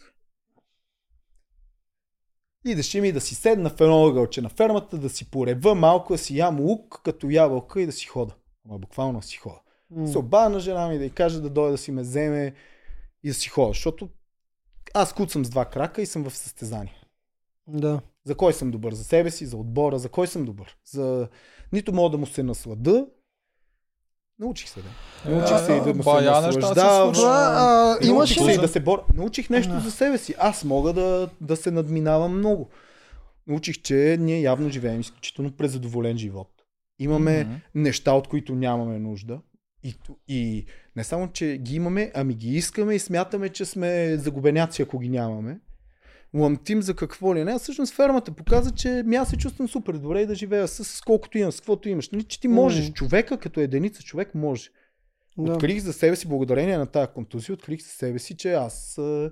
Speaker 1: идеше ми да си седна в едно ъгълче на фермата, да си порева малко, да си ям лук като ябълка и да си хода. Ама буквално да си хода.
Speaker 2: М.
Speaker 1: се обада на жена ми да й каже да дойде да си ме вземе и да си хода, защото аз куцам с два крака и съм в състезание.
Speaker 2: Да.
Speaker 1: За кой съм добър? За себе си, за отбора, за кой съм добър? За... Нито мога да му се наслада. Научих се да. Научих се и да му се
Speaker 3: бая неща се
Speaker 1: наслаждавам.
Speaker 3: случват.
Speaker 2: Това, а,
Speaker 1: И
Speaker 2: имаш
Speaker 1: Научих се и
Speaker 2: ли?
Speaker 1: да се боря. Научих нещо
Speaker 2: Ах.
Speaker 1: за себе си. Аз мога да, да се надминавам много. Научих, че ние явно живеем изключително презадоволен живот. Имаме
Speaker 3: Мгм.
Speaker 1: неща, от които нямаме нужда. И, и не само, че ги имаме, ами ги искаме и смятаме, че сме загубеняци, ако ги нямаме. Ламтим за какво ли не. А всъщност фермата показа, че ми аз се чувствам супер добре и да живея с, с колкото имам, с каквото имаш. Нали, че ти можеш.
Speaker 2: Мгм.
Speaker 1: Човека като единица човек може.
Speaker 2: Да.
Speaker 1: Открих за себе си, благодарение на тази контузия, открих за себе си, че аз а,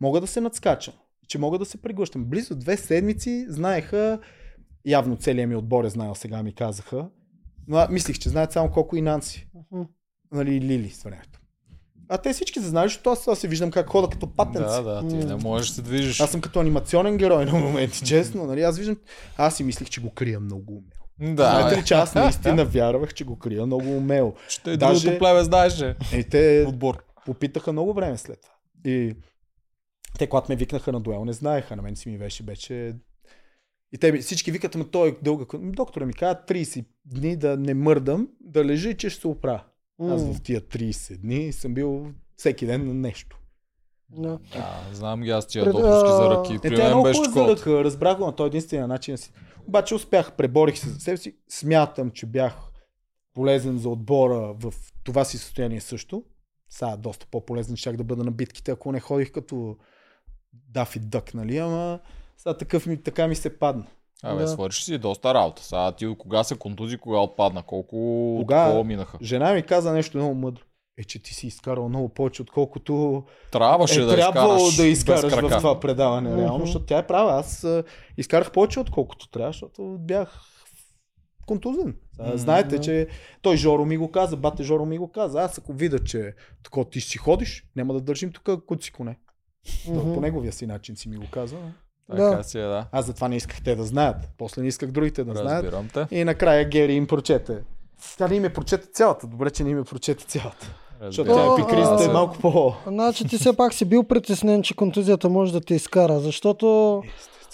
Speaker 1: мога да се надскачам, че мога да се преглъщам. Близо две седмици знаеха, явно целият ми отбор е знаел сега, ми казаха, но а, мислих, че знаят само колко и Нанси,
Speaker 2: Мгм.
Speaker 1: нали, и Лили с времето. А те всички се знаят, защото аз, аз се виждам как хода като патенци.
Speaker 3: Да, да, ти не
Speaker 2: М.
Speaker 3: можеш да се движиш.
Speaker 1: Аз съм като анимационен герой на моменти, честно. Нали? Аз виждам, аз си мислих, че го крия много умело.
Speaker 3: Да,
Speaker 1: Знаете
Speaker 3: бе.
Speaker 1: ли, че аз наистина вярвах, че го крия много умело.
Speaker 3: Ще и
Speaker 1: Даже-
Speaker 3: другото плеве знаеше.
Speaker 1: Е, те
Speaker 3: Отбор.
Speaker 1: попитаха много време след това. И те, когато ме викнаха на дуел, не знаеха. На мен си ми беше вече... И те ми- всички викат, ама той е дълга. кон-». М, Доктора ми каза 30 дни да не мърдам, да лежи, че ще се оправя. Аз
Speaker 2: М.
Speaker 1: в тия 30 дни съм бил всеки ден на нещо.
Speaker 2: Да.
Speaker 3: Да, знам ги аз тия
Speaker 2: Пред-
Speaker 3: допуски за
Speaker 2: а,
Speaker 3: ръки.
Speaker 1: Е,
Speaker 3: При
Speaker 1: тя е
Speaker 3: мен
Speaker 1: много
Speaker 3: беше
Speaker 1: хубава
Speaker 3: такова.
Speaker 1: ръка, разбрах го, но той е единствения начин да си. Обаче успях, преборих се за себе си. Смятам, че бях полезен за отбора в това си състояние също. Сега доста по-полезен щях да бъда на битките, ако не ходих като Дафи Дък, нали? Ама сега такъв ми, така ми се падна.
Speaker 3: Абе,
Speaker 2: Да.
Speaker 3: свърши си доста работа. Сега ти от кога се контузи, кога отпадна, колко
Speaker 1: Кога?
Speaker 3: такова минаха.
Speaker 1: Жена ми каза нещо много мъдро. Е, че ти си изкарал много повече, отколкото е
Speaker 3: Трябваше да
Speaker 1: трябвало
Speaker 3: изкараш
Speaker 1: да
Speaker 3: без
Speaker 1: изкараш в
Speaker 3: крака.
Speaker 1: това предаване, реално,
Speaker 2: Мгм.
Speaker 1: защото тя е права. Аз а, изкарах повече, отколкото трябва, защото бях контузен. А,
Speaker 3: Мгм.
Speaker 1: Знаете, че той Жоро ми го каза, бате Жоро ми го каза. Аз ако видя, че тако ти си ходиш, няма да държим тук куци коне. Той
Speaker 2: Мгм.
Speaker 1: По неговия си начин си ми го каза. но
Speaker 3: Така
Speaker 2: Да.
Speaker 3: си е, да.
Speaker 1: Аз затова не исках те да знаят. После не исках другите да знаят.
Speaker 3: Разбирам те.
Speaker 1: И накрая Гери им прочете. Тя не им е прочете цялата. Добре, че не им е прочете цялата. Защото
Speaker 3: Разбирам.
Speaker 1: тя
Speaker 2: О,
Speaker 1: е при кризата е
Speaker 2: а,
Speaker 1: малко по...
Speaker 2: Значи ти все пак си бил притеснен, че контузията може да те изкара, защото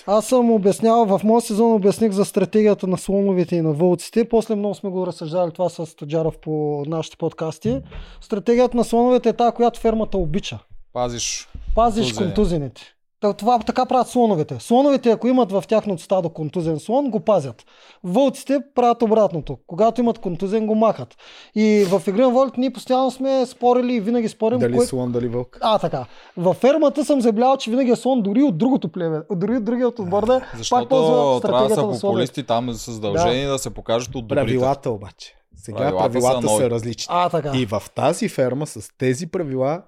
Speaker 2: аз съм обяснявал, в моят сезон обясних за стратегията на слоновете и на вълците. После много сме го разсъждали това с Тоджаров по нашите подкасти. Стратегията на слоновете е тази, която фермата обича.
Speaker 3: Пазиш.
Speaker 2: Пазиш
Speaker 1: е.
Speaker 3: Контузени.
Speaker 2: контузените. Та- Това така правят слоновете. Слоновете, ако имат в тяхното стадо контузен слон, го пазят. Вълците правят обратното. Когато имат контузен, го махат. И в Игри на волята ние постоянно сме спорили и винаги спорим.
Speaker 1: Дали
Speaker 2: кое-
Speaker 1: слон, дали вълк.
Speaker 2: А, така. Във фермата съм забелязал, че винаги е слон дори от другото племе, дори от другият отбор да пак ползва
Speaker 3: Защото трябва да
Speaker 2: стратегията на слоновете.
Speaker 3: са популисти, там са задължени да, се покажат от добрите.
Speaker 1: Правилата обаче. Сега правилата,
Speaker 3: Правилата са
Speaker 1: правилата са,
Speaker 3: нови.
Speaker 1: са различни.
Speaker 2: А, така.
Speaker 1: И в тази ферма с тези правила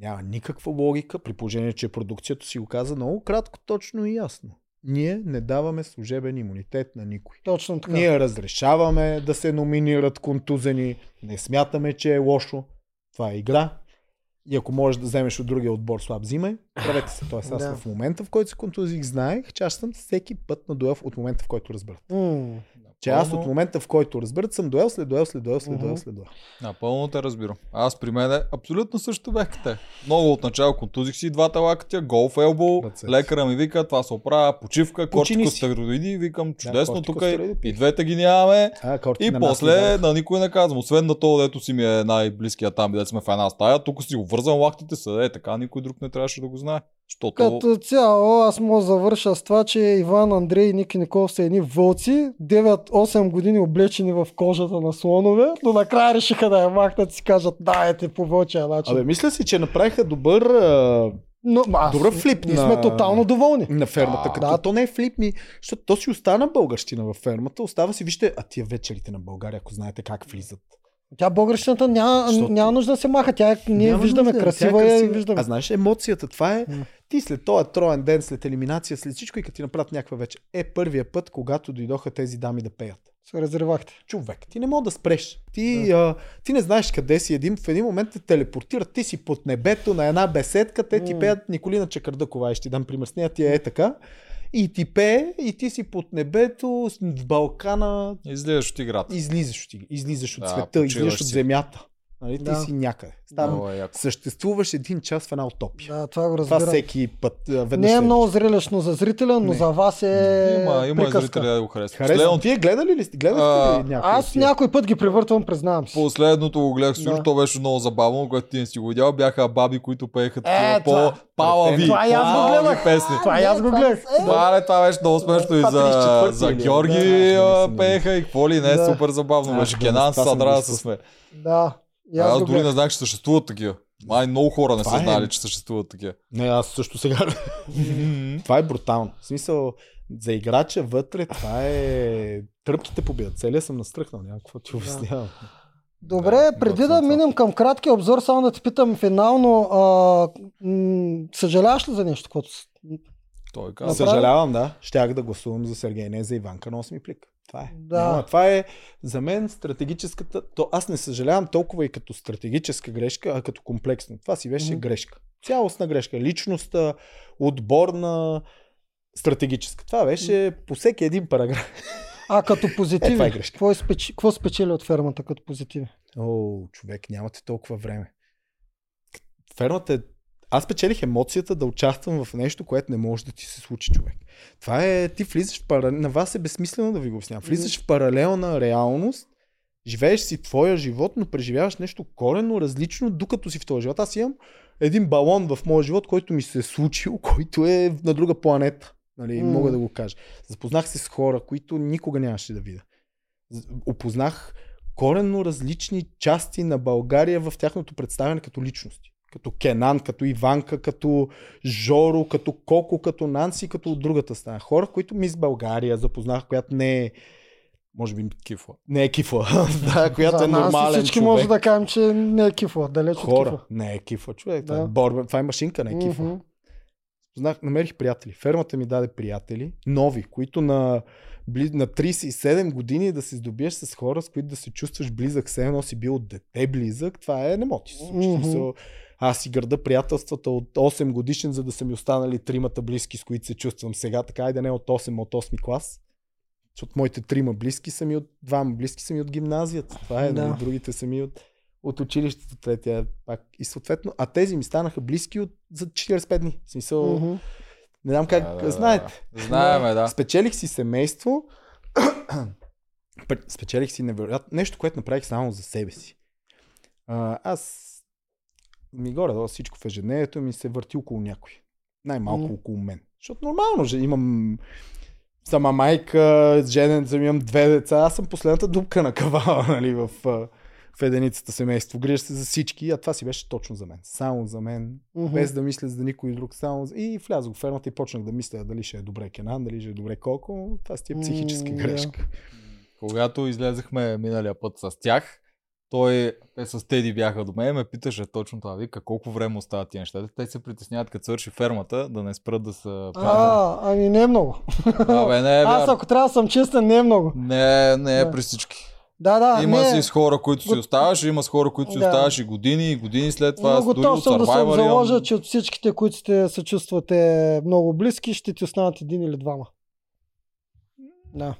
Speaker 1: няма никаква логика, при положение, че продукцията си го каза много кратко, точно и ясно. Ние не даваме служебен имунитет на никой.
Speaker 2: Точно така.
Speaker 1: Ние разрешаваме да се номинират контузени, не смятаме, че е лошо. Това е игра. И ако можеш да вземеш от другия отбор слаб, взимай. Правете се. Тоест аз
Speaker 2: Да.
Speaker 1: в момента, в който се контузих, знаех, че аз съм всеки път на дуел от момента, в който разберат.
Speaker 2: М.
Speaker 1: Че аз
Speaker 3: Напълно.
Speaker 1: от момента, в който разберат, съм дуел след дуел след дуел след дуел
Speaker 2: Мгм.
Speaker 1: след дуел.
Speaker 3: Напълно те разбирам. Аз при мен е абсолютно също бях като те. Много отначало контузих си двата лактя, гол в елбо,
Speaker 1: Ръцете.
Speaker 3: лекара ми вика, това се оправя, почивка,
Speaker 1: Почини си.
Speaker 3: кортикостероиди, викам чудесно, тук и,
Speaker 1: кортикостероиди.
Speaker 3: и двете ги нямаме.
Speaker 1: А, корти
Speaker 3: И
Speaker 1: на нас ни
Speaker 3: после
Speaker 1: дадоха.
Speaker 3: на никой не казвам, освен на то, дето си ми е най-близкия там, дето сме в една стая, тук си обвързан лактите са, е така, никой друг не трябваше да го знае. Защото...
Speaker 2: Като цяло, аз мога да завърша с това, че Иван, Андрей и Ники Николов са едни вълци, 9-8 години облечени в кожата на слонове, но накрая решиха да я махнат и си кажат, да, е те по вълчия начин.
Speaker 1: Абе, мисля си, че направиха добър а,
Speaker 2: но, ма, аз,
Speaker 1: добър флип
Speaker 2: Ние
Speaker 1: на-
Speaker 2: сме тотално доволни.
Speaker 1: на фермата.
Speaker 3: Да.
Speaker 1: като
Speaker 2: Да.
Speaker 1: то не е флип ми, защото то си остана българщина във фермата. Остава си, вижте, а тия вечерите на България, ако знаете как влизат.
Speaker 2: Тя българщината няма,
Speaker 1: Защото-
Speaker 2: няма нужда да се маха, тя е- ние
Speaker 1: Няма
Speaker 2: виждаме,
Speaker 1: нужда, тя е
Speaker 2: красива е и виждаме.
Speaker 1: А знаеш, емоцията, това е
Speaker 2: М.
Speaker 1: ти след този троен ден, след елиминация, след всичко и като ти направят някаква вечер. Е първия път, когато дойдоха тези дами да пеят.
Speaker 2: Се разревахте.
Speaker 1: човек. Ти не мога да спреш. Ти, да. А, ти не знаеш къде си. Един, в един момент те телепортират. Ти си под небето на една беседка. Те ти
Speaker 2: М.
Speaker 1: пеят Николина Чакърдъкова. и Ще ти дам пример с нея. Тя е така. И ти пее, и ти си под небето, с- в Балкана.
Speaker 3: Излизаш от играта.
Speaker 1: Излизаш от, излизаш от
Speaker 3: Да,
Speaker 1: света,
Speaker 3: почиваш
Speaker 1: излизаш от
Speaker 3: си.
Speaker 1: земята. Нали? Ти
Speaker 2: Да.
Speaker 1: си някъде. Там
Speaker 3: Много е яко.
Speaker 1: съществуваш един час в една утопия.
Speaker 2: Да, това го
Speaker 1: Това
Speaker 2: разбирам.
Speaker 1: всеки път. а, Веднъж
Speaker 2: Не е
Speaker 1: се-
Speaker 2: много зрелищно за зрителя, но
Speaker 1: Не.
Speaker 2: за вас е
Speaker 3: Има, има и
Speaker 2: приказка.
Speaker 3: зрители да го харесват.
Speaker 1: Харесвам.
Speaker 3: Последното,
Speaker 1: Вие гледали ли сте? Гледахте ли
Speaker 3: А,
Speaker 1: някой? е. от
Speaker 2: Аз
Speaker 1: тия?
Speaker 2: някой път ги превъртвам, признавам си.
Speaker 3: последното го гледах сигурно,
Speaker 2: Да.
Speaker 3: то беше много забавно, което ти не си го видял. Бяха баби, които пееха
Speaker 2: Е,
Speaker 3: такива
Speaker 2: това. Е,
Speaker 3: по-палави,
Speaker 2: Това и аз го
Speaker 3: палави
Speaker 2: гледах.
Speaker 3: песни.
Speaker 2: Това и аз го гледах.
Speaker 3: Мале, това беше много смешно и
Speaker 1: Това
Speaker 3: за,
Speaker 1: 34-ти
Speaker 3: за
Speaker 1: или е?
Speaker 3: Георги
Speaker 1: Да, аз
Speaker 3: а,
Speaker 1: не съм
Speaker 3: пееха и какво ли не,
Speaker 2: Да.
Speaker 3: супер
Speaker 1: Аз
Speaker 3: забавно беше.
Speaker 1: гледам,
Speaker 3: Кенан
Speaker 1: това съм
Speaker 3: Садра
Speaker 1: го
Speaker 3: да се смее.
Speaker 2: Да. И аз,
Speaker 3: Аз
Speaker 2: го
Speaker 3: дори
Speaker 2: гледах.
Speaker 3: не знаех, че съществуват такива. Май много хора не
Speaker 1: Това
Speaker 3: са
Speaker 1: е-
Speaker 3: знали, че съществуват такива.
Speaker 1: Не, аз също сега Това е брутално. В смисъл, за играча вътре, това е... Тръпките побият. Целия съм настръхнал. Няма какво ти обяснявам.
Speaker 2: Добре,
Speaker 3: Да,
Speaker 2: преди да
Speaker 3: готино това.
Speaker 2: минем към краткия обзор, само да те питам финално, а, м- съжаляваш ли за нещо, което с-
Speaker 3: Той
Speaker 1: Да,
Speaker 3: каза.
Speaker 2: Направо-
Speaker 1: Съжалявам, да. Щях да гласувам за Сергей, не за Иванка на 8 плик. Това е.
Speaker 2: Да.
Speaker 1: Няма, това е за мен стратегическата... То, аз не съжалявам толкова и като стратегическа грешка, а като комплексна. Това си беше
Speaker 2: Мгм.
Speaker 1: грешка. Цялостна грешка. Личността, отборна, стратегическа. Това беше по всеки един параграф.
Speaker 2: А като
Speaker 1: Е, това
Speaker 2: позитиви,
Speaker 1: е грешка.
Speaker 2: какво, е спечи, какво спечели от фермата като позитиви?
Speaker 1: О, човек, нямате толкова време. Фермата е... Аз печелих емоцията да участвам в нещо, което не може да ти се случи, човек. Това е... Ти влизаш в паралел... На вас е безсмислено да ви го обяснявам. Влизаш в паралелна реалност, живееш си твоя живот, но преживяваш нещо коренно различно, докато си в този живот. Аз имам един балон в моя живот, който ми се е случил, който е на друга планета. Нали,
Speaker 2: М.
Speaker 1: мога да го кажа. Запознах се с хора, които никога нямаше да видя. З- Опознах коренно различни части на България в тяхното представяне като личности. Като Кенан, като Иванка, като Жоро, като Коко, като Нанси, като от другата страна. Хора, които ми с България запознах, която не е може би
Speaker 3: Кифла.
Speaker 1: не е кифла, да, която
Speaker 2: за
Speaker 1: е
Speaker 2: нас
Speaker 1: нормален
Speaker 2: всички
Speaker 1: човек.
Speaker 2: може да кажем, че не е кифла, далеч от
Speaker 1: Хора,
Speaker 2: кифла.
Speaker 1: не е кифла, човек. Това,
Speaker 2: Да.
Speaker 1: е борба, това е машинка, не е кифла.
Speaker 2: Мгм.
Speaker 1: Знах, намерих приятели. Фермата ми даде приятели, нови, които на, бли, на 37 години да се здобиеш с хора, с които да се чувстваш близък, все едно си бил от дете близък, това е не мога ти се случи.
Speaker 2: Мгм.
Speaker 1: Mm-hmm. Аз си гърда приятелствата от 8 годишен, за да са ми останали тримата близки, с които се чувствам сега. Така и да не е от 8, а от 8 клас. Защото моите трима близки са ми от... Двама близки са ми от гимназията. Това е,
Speaker 2: Да.
Speaker 1: да. другите са ми от от училището, третия пак. И съответно, а тези ми станаха близки от, за 45 дни. В смисъл, mm-hmm.
Speaker 2: Мгм.
Speaker 1: не знам как, да, знаете.
Speaker 3: Знаеме, да.
Speaker 1: Спечелих си семейство, пе- спечелих си невероятно, нещо, което направих само за себе си. А, аз ми горе, долу всичко в ежедневието ми се върти около някой. Най-малко
Speaker 2: Мгм.
Speaker 1: около мен. Защото нормално, же имам сама майка, женен съм, имам две деца. Аз съм последната дупка на кавала, нали, в, а, в единицата семейство. Грижа се за всички, а това си беше точно за мен. Само за мен.
Speaker 2: Мгм.
Speaker 1: Без да мисля за никой друг. Само... за- И влязох в фермата и почнах да мисля дали ще е добре Кенан, дали ще е добре Коко. Това си е психическа
Speaker 2: М, да.
Speaker 1: грешка.
Speaker 3: Когато излезахме миналия път с тях, той, те с Теди бяха до мен и ме питаше точно това. Вика, колко време остават тия неща. Те се притесняват, като свърши фермата, да не спрат да са правят.
Speaker 2: А, ами не е много.
Speaker 3: Да, бе, не е
Speaker 2: Аз
Speaker 3: вярно.
Speaker 2: ако трябва да съм честен, не е много.
Speaker 3: Не, не е
Speaker 2: Да.
Speaker 3: при всички.
Speaker 2: Да, да,
Speaker 3: Има
Speaker 2: не. е.
Speaker 3: си с хора, които си
Speaker 2: Го-
Speaker 3: оставаш, има с хора, които си
Speaker 2: Да.
Speaker 3: оставаш и години, и години след това.
Speaker 2: Но
Speaker 3: Аз дори
Speaker 2: готов
Speaker 3: от
Speaker 2: съм да съм
Speaker 3: Survivor
Speaker 2: заложа,
Speaker 3: имам-
Speaker 2: че от всичките, които сте, се чувствате много близки, ще ти останат един или двама. Да.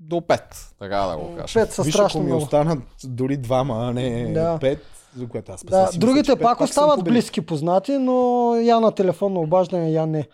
Speaker 3: До пет, така да го кажа.
Speaker 2: Пет са
Speaker 1: Виж,
Speaker 2: страшно
Speaker 1: ако ми
Speaker 2: много.
Speaker 1: останат дори двама, а не
Speaker 2: Да.
Speaker 1: пет, за което аз си
Speaker 2: Да,
Speaker 1: мисля,
Speaker 2: другите
Speaker 1: че пет
Speaker 2: пак
Speaker 1: съм
Speaker 2: остават
Speaker 1: победил.
Speaker 2: близки познати, но я на телефонно обаждане, я не.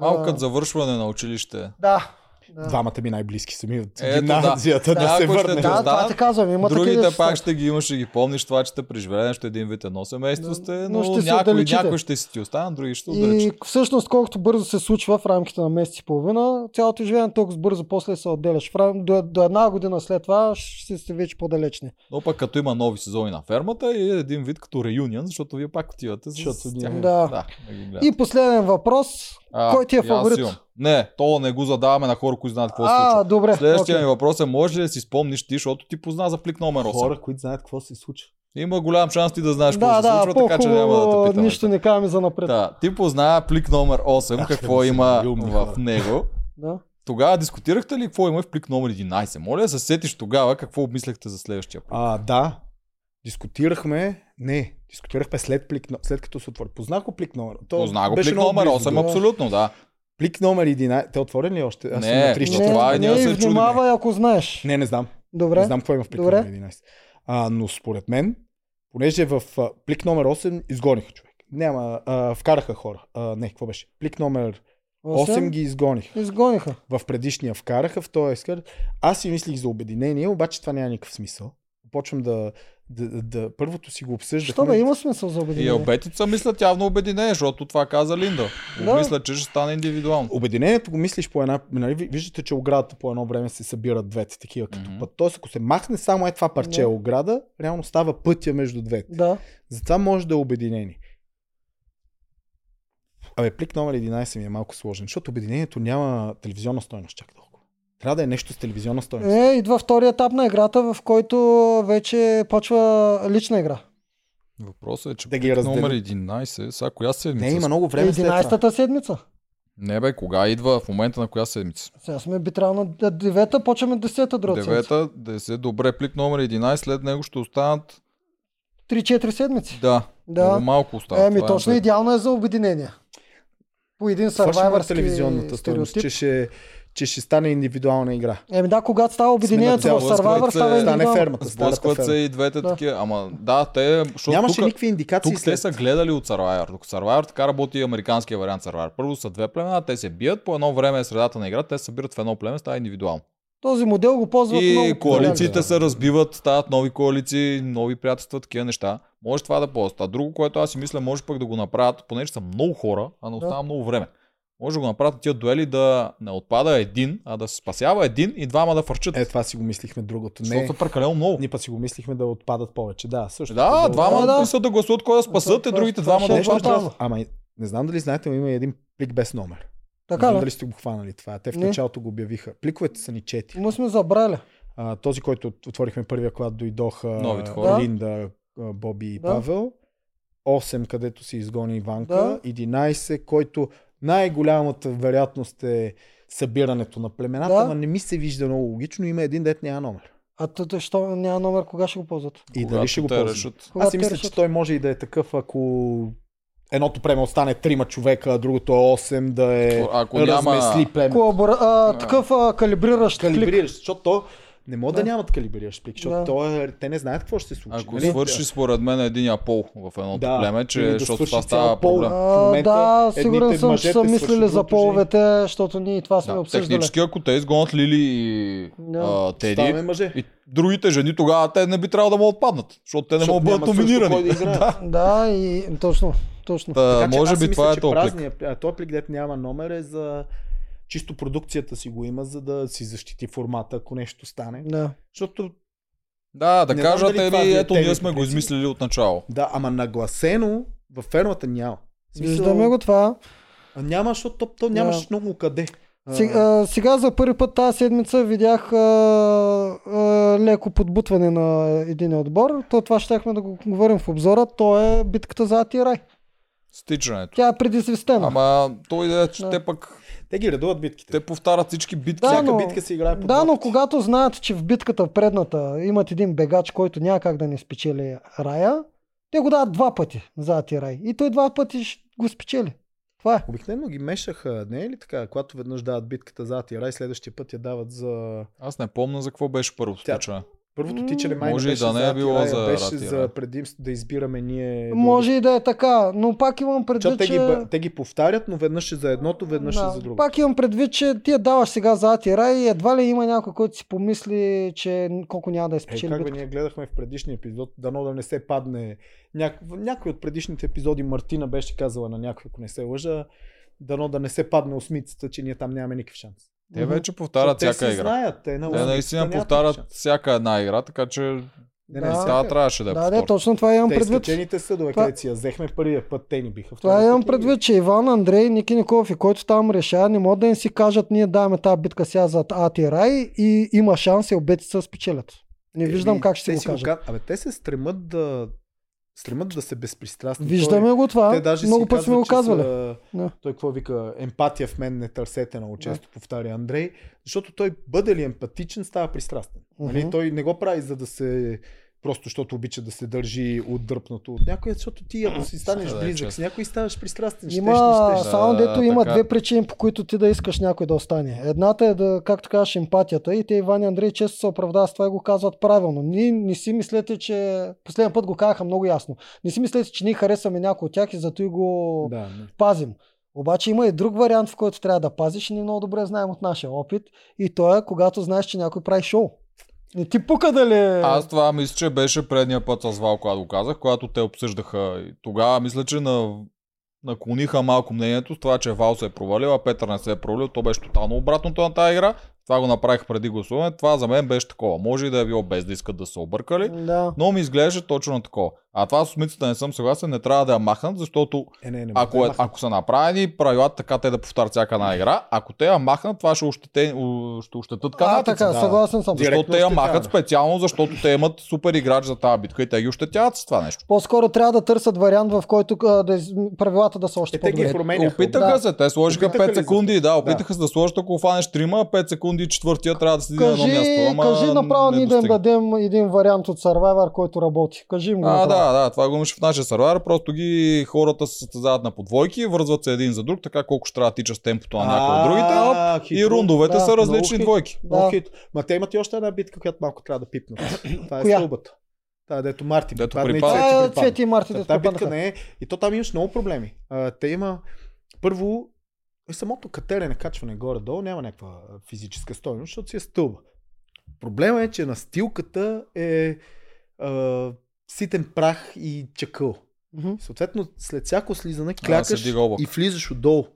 Speaker 3: Малко
Speaker 2: А,
Speaker 3: като завършване на училище.
Speaker 2: Да. Да, да,
Speaker 1: Двамата ми най-близки са ми от
Speaker 3: Ето, да.
Speaker 1: гимназията да,
Speaker 3: Да,
Speaker 1: се
Speaker 3: ако ще
Speaker 1: върнем.
Speaker 3: да.
Speaker 2: това ти казвам. Има
Speaker 3: Другите
Speaker 2: такива,
Speaker 3: пак ще ги имаш, ще ги помниш това, че сте преживели нещо един вид едно семейство
Speaker 2: Да,
Speaker 3: сте,
Speaker 2: но
Speaker 3: но,
Speaker 2: ще се
Speaker 3: някой,
Speaker 2: отдалечите.
Speaker 3: някой ще си ти остане, други ще
Speaker 2: И
Speaker 3: отдалечат.
Speaker 2: всъщност колкото бързо се случва в рамките на месец и половина, цялото живеене толкова бързо после се отделяш. В рам... до, до една година след това ще сте вече по-далечни.
Speaker 3: Но пък като има нови сезони на фермата и е един вид като реюнион, защото вие пак отивате с
Speaker 1: Защото
Speaker 3: тях.
Speaker 1: ние-
Speaker 2: Да.
Speaker 3: Да, да ги гледате.
Speaker 2: И последен въпрос.
Speaker 3: А,
Speaker 2: кой ти е
Speaker 3: и аз
Speaker 2: фаворит?
Speaker 3: имам. Не, то не го задаваме на хора, които знаят какво се
Speaker 2: а,
Speaker 3: случва.
Speaker 2: добре.
Speaker 3: Следващия
Speaker 2: окей.
Speaker 3: ми въпрос е, може ли да си спомниш ти, защото ти позна за плик номер 8.
Speaker 1: Хора, които знаят какво се случва.
Speaker 3: Има голям шанс ти да знаеш какво
Speaker 2: Да,
Speaker 3: се
Speaker 2: да,
Speaker 3: случва, така че няма да те
Speaker 2: по-хубаво
Speaker 3: питаме.
Speaker 2: нищо не казваме за напред.
Speaker 3: Да, ти позна плик номер 8,
Speaker 1: Ах,
Speaker 3: какво
Speaker 1: да са
Speaker 3: има
Speaker 1: любни
Speaker 3: в
Speaker 1: хора.
Speaker 3: него.
Speaker 2: Да.
Speaker 3: Тогава дискутирахте ли какво има в плик номер 11? Моля да се сетиш тогава какво обмисляхте за следващия плик.
Speaker 1: А, да. Дискутирахме. Не, дискутирахме след, плик, но- след като се отвори. Познах го плик номер. То
Speaker 3: Позна го
Speaker 1: беше
Speaker 3: плик
Speaker 1: много
Speaker 3: номер
Speaker 1: близо
Speaker 3: 8,
Speaker 1: до-
Speaker 3: абсолютно, да.
Speaker 1: Плик номер 11. Те отворен ли е още? Аз съм
Speaker 3: Не,
Speaker 1: на 3
Speaker 3: защото това
Speaker 2: Не,
Speaker 3: е ние да се
Speaker 2: не,
Speaker 3: чудим.
Speaker 2: внимавай, ако знаеш.
Speaker 1: Не, не знам.
Speaker 2: Добре.
Speaker 1: Не знам какво има в плик
Speaker 2: Добре.
Speaker 1: номер 11. А, но според мен, понеже в а, плик номер 8 изгониха човек. Няма, а, вкараха хора. А, не, какво беше? Плик номер 8 ги изгониха.
Speaker 2: Изгониха.
Speaker 1: В предишния вкараха, в този ескър. Аз си мислих за обединение, обаче това няма никакъв смисъл. Почвам да, да, да, да първото си го обсъждахме.
Speaker 2: Що бе, има смисъл за
Speaker 3: И
Speaker 2: обединение.
Speaker 3: обетица мислят явно обединение, защото това каза Линда.
Speaker 2: Да.
Speaker 3: Мисля, че ще стане индивидуално.
Speaker 1: Обединението го мислиш по една... Нали, ви- виждате, че оградата по едно време се събират двете такива като
Speaker 3: Мгм.
Speaker 1: път. Тоест, ако се махне само е това парче
Speaker 2: Да.
Speaker 1: ограда, реално става пътя между двете.
Speaker 2: Да.
Speaker 1: Затова може да е обединени. Абе, плик номер 11 ми е малко сложен, защото обединението няма телевизионна стойност чак толкова. Трябва да е нещо с телевизионна стойност.
Speaker 2: Е, идва втори етап на играта, в който вече почва лична игра.
Speaker 3: Въпросът е, че
Speaker 1: Да
Speaker 3: плик
Speaker 1: ги разделим.
Speaker 3: номер 11, сега коя
Speaker 2: Е,
Speaker 3: седмица?
Speaker 1: Не, има много време след това.
Speaker 2: 11-та седмица.
Speaker 3: Не бе, кога идва в момента на коя седмица?
Speaker 2: Сега сме би трябвало на д- девета, почваме десета друга седмица.
Speaker 3: Девета, 10, добре, плик номер 11, след него ще останат,
Speaker 2: 3-4 седмици.
Speaker 3: да,
Speaker 2: Да.
Speaker 3: много малко останат.
Speaker 2: Еми,
Speaker 3: Това е
Speaker 2: точно
Speaker 3: напред.
Speaker 2: идеално е за обединение. По един
Speaker 1: Това ще има
Speaker 2: сървайвърски
Speaker 1: телевизионната стойност,
Speaker 2: стереотип.
Speaker 1: че ще, че сме стане индивидуална игра.
Speaker 2: Еми да, когато става обединението
Speaker 1: цяло
Speaker 2: в Survivor, става
Speaker 3: възглед, се-
Speaker 1: Стане
Speaker 2: индивидуално.
Speaker 1: фермата, старата
Speaker 3: Сблъскват се
Speaker 1: ферма.
Speaker 3: и двете
Speaker 2: Да.
Speaker 3: такива. Ама да, те, защото
Speaker 1: Нямаше
Speaker 3: тука-
Speaker 1: никакви индикации
Speaker 3: Тук те
Speaker 1: след
Speaker 3: са
Speaker 1: това.
Speaker 3: гледали от Survivor. Тук Survivor така работи и американския вариант Survivor. Първо са две племена, те се бият, по едно време е средата на играта, те се събират в едно племе, става индивидуално.
Speaker 2: Този модел го ползват
Speaker 3: И
Speaker 2: много.
Speaker 3: коалициите
Speaker 1: да.
Speaker 3: се разбиват, стават нови коалиции, нови приятелства, такива неща. Може това да ползва. А друго, което аз си мисля, може пък да го направят, понеже са много хора, а не остава много време. Може да го направят тия дуели да не отпада един, а да се спасява един и двама да фърчат.
Speaker 1: Е, това си го мислихме другото.
Speaker 3: защото
Speaker 1: Не,
Speaker 3: са прекалено много.
Speaker 1: ние път си го мислихме да отпадат повече. Да, също. Е,
Speaker 3: Да, двама
Speaker 2: Да,
Speaker 3: да,
Speaker 2: да.
Speaker 3: да. да гласуват кой да спасат, и
Speaker 2: Това-
Speaker 3: другите
Speaker 2: това
Speaker 3: двама да
Speaker 2: ще е
Speaker 1: Нещо
Speaker 3: отпадат.
Speaker 2: фантазия.
Speaker 1: трябва. Ама не знам дали знаете, но има и един плик без номер. не
Speaker 2: Така
Speaker 1: знам
Speaker 2: ли?
Speaker 1: дали сте го хванали това. Те в
Speaker 2: Не.
Speaker 1: началото го обявиха. Пликовете са ни четири.
Speaker 2: Му сме забрали.
Speaker 1: А, този, който от- отворихме първия, когато дойдоха
Speaker 3: Новите
Speaker 1: а,
Speaker 3: хора.
Speaker 2: Да.
Speaker 1: Линда, а, Боби и
Speaker 2: Да.
Speaker 1: Павел. 8, където се изгони Иванка.
Speaker 2: Да.
Speaker 1: 11, който най-голямата вероятност е събирането на племената,
Speaker 2: Да.
Speaker 1: ама не ми се вижда много логично. Има един дет няма номер.
Speaker 2: А тъй, що няма номер, кога ще го ползват?
Speaker 1: И дали
Speaker 3: Когато
Speaker 1: ще го
Speaker 3: те
Speaker 1: ползвам?
Speaker 3: решат.
Speaker 2: Когато
Speaker 1: Аз
Speaker 2: те
Speaker 1: си мисля,
Speaker 2: решат.
Speaker 1: че той може и да е такъв, ако едното племе остане трима човека, а другото е 8, да е
Speaker 3: Ако няма-
Speaker 1: размесли племе.
Speaker 2: Колабора... А, такъв а, калибриращ клик.
Speaker 1: Калибрираш, защото то не мога да,
Speaker 2: Да.
Speaker 1: нямат калибрираш плик, защото
Speaker 2: Да.
Speaker 1: то е, те не знаят какво ще се случи.
Speaker 3: Ако свърши според мен един пол в едното
Speaker 1: Нали? Да,
Speaker 3: племе, че,
Speaker 1: или да
Speaker 3: защото
Speaker 1: свърши
Speaker 3: това
Speaker 1: цял
Speaker 3: става
Speaker 1: пол.
Speaker 3: проблем.
Speaker 1: В
Speaker 2: А,
Speaker 1: момента
Speaker 2: да,
Speaker 1: едните
Speaker 2: сигурен съм, че
Speaker 1: мъжете
Speaker 2: са
Speaker 1: свършат
Speaker 2: мислили за
Speaker 1: другото
Speaker 2: половете, защото ние и това сме
Speaker 3: Да,
Speaker 2: обсъждали.
Speaker 3: технически, ако те изгонят Лили и
Speaker 2: Да.
Speaker 3: а,
Speaker 1: Ставаме
Speaker 3: Теди,
Speaker 1: мъже.
Speaker 3: и другите жени, тогава те не би трябвало да му отпаднат, защото те не
Speaker 1: Защото
Speaker 3: могат да бъдат
Speaker 1: няма срещу кой
Speaker 3: номинирани.
Speaker 1: Да играят.
Speaker 2: Да, и точно. Точно.
Speaker 3: Та,
Speaker 1: Така, че
Speaker 3: може
Speaker 1: аз си
Speaker 3: би това е
Speaker 1: мисля, че
Speaker 3: толкова.
Speaker 1: празния, а, този плик, дето няма номер, е за чисто продукцията си го има, за да си защити формата, ако нещо стане.
Speaker 2: Да.
Speaker 1: Защото,
Speaker 3: Да, да
Speaker 1: Не знам
Speaker 3: кажат,
Speaker 1: дали това ви
Speaker 3: еми,
Speaker 1: е
Speaker 3: ето ние
Speaker 1: тегли
Speaker 3: сме
Speaker 1: по
Speaker 3: го
Speaker 1: принцип.
Speaker 3: измислили от начало.
Speaker 1: да, ама нагласено във фермата няма. В смисъл,
Speaker 2: Виждаме го това.
Speaker 1: а Няма, защото то, то нямаш много къде. А,
Speaker 2: Сега, сега за първи път тази седмица видях а, а, леко подбутване на един отбор. То това щяхме да го говорим в обзора. То е битката за Атирай.
Speaker 3: Стичането.
Speaker 2: Тя е предизвестена.
Speaker 3: Ама той да е, че
Speaker 2: Да.
Speaker 3: те пък,
Speaker 1: Те ги редуват битките.
Speaker 3: те повтарят всички битки.
Speaker 2: Да,
Speaker 1: Всяка
Speaker 2: но-
Speaker 1: битка се играе по
Speaker 2: Да,
Speaker 1: два
Speaker 2: но
Speaker 1: пъти.
Speaker 2: когато знаят, че в битката предната имат един бегач, който няма как да не спечели рая, те го дават два пъти за Атирай. И той два пъти ще го спечели. Това е.
Speaker 1: Обикновено ги мешаха, не е ли така? Когато веднъж дават битката за Атира и следващия път я дават за...
Speaker 3: Аз не помня за какво беше първото
Speaker 1: Тя-
Speaker 3: стичане.
Speaker 1: Първото
Speaker 2: М,
Speaker 1: тичане май
Speaker 3: може и
Speaker 1: беше
Speaker 3: да не е
Speaker 1: за
Speaker 3: било
Speaker 1: Атирай, а
Speaker 3: за
Speaker 1: беше
Speaker 3: Атирай.
Speaker 1: за предимство да избираме ние...
Speaker 2: Може и да е така, но пак имам
Speaker 1: Ча,
Speaker 2: предвид,
Speaker 1: те, ги,
Speaker 2: че...
Speaker 1: ба- те ги повтарят, но веднъж е за едното, веднъж е за другото.
Speaker 2: Пак имам предвид, че ти я даваш сега за Атирай и едва ли има някой, който си помисли, че колко няма да е
Speaker 1: Е,
Speaker 2: спечели
Speaker 1: как бе,
Speaker 2: битката.
Speaker 1: ние гледахме в предишния епизод, дано да не се падне. Няк... в Някой от предишните епизоди Мартина беше казала на някой, ако не се лъжа, дано да не се падне осмицата, че ние там нямаме никакъв шанс.
Speaker 3: Те
Speaker 2: Мгм.
Speaker 3: вече повтарят
Speaker 1: Те
Speaker 3: всяка
Speaker 1: си
Speaker 3: игра.
Speaker 1: знаят, те, на
Speaker 3: Те
Speaker 1: осмицата
Speaker 3: наистина
Speaker 1: нямат никакъв
Speaker 3: повтарят
Speaker 1: шанс.
Speaker 3: всяка една игра, така че
Speaker 1: Не, не,
Speaker 2: Да.
Speaker 1: всяка
Speaker 3: тя
Speaker 1: игра.
Speaker 3: трябваше да е
Speaker 2: Да, да,
Speaker 3: повтор.
Speaker 2: точно това имам
Speaker 1: Те
Speaker 2: предвид.
Speaker 1: изкачените съдове,
Speaker 2: Това-
Speaker 1: където си я взехме първия път, те ни биха.
Speaker 2: Това
Speaker 1: втори
Speaker 2: имам
Speaker 1: път и ние.
Speaker 2: предвид, че Иван, Андрей, Ники Николов и който там решава, не могат да им си кажат, ние даваме тази битка сега за Ати Рай и има шанс и обетица спечелят. Не виждам
Speaker 1: Еми,
Speaker 2: как ще
Speaker 1: те
Speaker 2: си го кажат.
Speaker 1: ка- Абе, те се стремат да стремат да се безпристрастни.
Speaker 2: Виждаме го това.
Speaker 1: Той, те даже
Speaker 2: Много
Speaker 1: си
Speaker 2: път сме го
Speaker 1: казват, че
Speaker 2: казвали.
Speaker 1: Са,
Speaker 2: Да.
Speaker 1: Той какво вика? Емпатия в мен не търсете много често, повтаря Андрей. Защото той бъде ли емпатичен, става пристрастен. Нали?
Speaker 2: Мгм.
Speaker 1: Той не го прави за да се просто защото обича да се държи отдръпнато от някой, защото ти ако си станеш
Speaker 3: Да, да,
Speaker 1: близък
Speaker 3: честно.
Speaker 1: с някой, ставаш пристрастен. Има...
Speaker 2: Има,
Speaker 1: Ще, ще,
Speaker 2: само
Speaker 3: Да,
Speaker 2: дето има
Speaker 3: така.
Speaker 2: две причини, по които ти да искаш някой да остане. Едната е, да, както казваш, емпатията и те Иван и Андрей често се оправдават с това и го казват правилно. Ние не си мислете, че... Последен път го казаха много ясно. Не си мислете, че ние харесваме някой от тях и зато и го...
Speaker 1: да, не.
Speaker 2: пазим. Обаче има и друг вариант, в който трябва да пазиш и ние много добре знаем от нашия опит. И то е, когато знаеш, че някой прави шоу. Не ти пука дали...
Speaker 3: Аз това мисля, че беше предния път с Вал, когато го казах, когато те обсъждаха. И тогава мисля, че на... наклониха малко мнението с това, че Вал се е провалил, а Петър не се е провалил. То беше тотално обратното на тази игра. Това го направих преди гласуване. Това за мен беше такова. Може и да е било без да искат да се объркали.
Speaker 2: Да.
Speaker 3: Но ми изглежда точно на такова. А това с усмицата не съм съгласен, не трябва да я махнат, защото
Speaker 1: Е, не, не,
Speaker 3: ако,
Speaker 1: не,
Speaker 3: е,
Speaker 1: махна.
Speaker 3: ако са направени правилата така те да повтарят всяка една игра, ако те я махнат, това ще, ощете, у- ще ощетат
Speaker 2: А,
Speaker 3: канатица.
Speaker 2: така, да. съгласен съм.
Speaker 1: Директно
Speaker 3: Защото те я
Speaker 1: ще трябва,
Speaker 3: махат
Speaker 1: да.
Speaker 3: специално, защото те имат супер играч за тази битка и те ги ощетяват с това нещо.
Speaker 2: По-скоро трябва да търсят вариант, в който а, да, из- правилата да са още
Speaker 1: Е, те ги
Speaker 2: по-добре.
Speaker 1: променяха.
Speaker 3: Опитаха
Speaker 2: Да.
Speaker 3: се, те сложиха
Speaker 1: Опитаха
Speaker 3: 5
Speaker 1: ли за-
Speaker 3: секунди, да, опитаха се да сложат, ако фанеш трима, 5 секунди четвъртия трябва да седи на едно
Speaker 2: Кажи,
Speaker 3: място. Ама
Speaker 2: кажи направо
Speaker 3: не
Speaker 2: ние да им
Speaker 3: достига.
Speaker 2: дадем един вариант от Survivor, който работи. Кажи им го.
Speaker 3: А,
Speaker 2: направо.
Speaker 3: да, да, това го имаше в нашия сервер, просто ги хората се състезават на подвойки, вързват се един за друг, така колко ще трябва да тича с темпото на някой от другите.
Speaker 1: А,
Speaker 3: И
Speaker 1: хитро.
Speaker 3: рундовете
Speaker 2: да,
Speaker 3: са
Speaker 1: много
Speaker 3: различни
Speaker 1: хитро.
Speaker 3: двойки.
Speaker 1: Много
Speaker 2: Да.
Speaker 1: хитро. Ма те имат и още една битка, която малко трябва да пипнат. Това е
Speaker 2: Коя?
Speaker 1: стълбата. Та, дето Марти.
Speaker 3: Дето
Speaker 1: припадна и
Speaker 3: припада.
Speaker 1: Цвети
Speaker 2: А,
Speaker 1: припадна.
Speaker 2: Цвети е и Марти да
Speaker 1: Та, тази битка не е. И то там имаш много проблеми. А, те има. Първо, е самото катерене, качване горе-долу няма някаква а, физическа стойност, защото си е стълба. Проблема е, че настилката е а, ситен прах и чакъл. Съответно, след всяко слизане клякаш
Speaker 3: дига облак.
Speaker 1: и влизаш отдолу.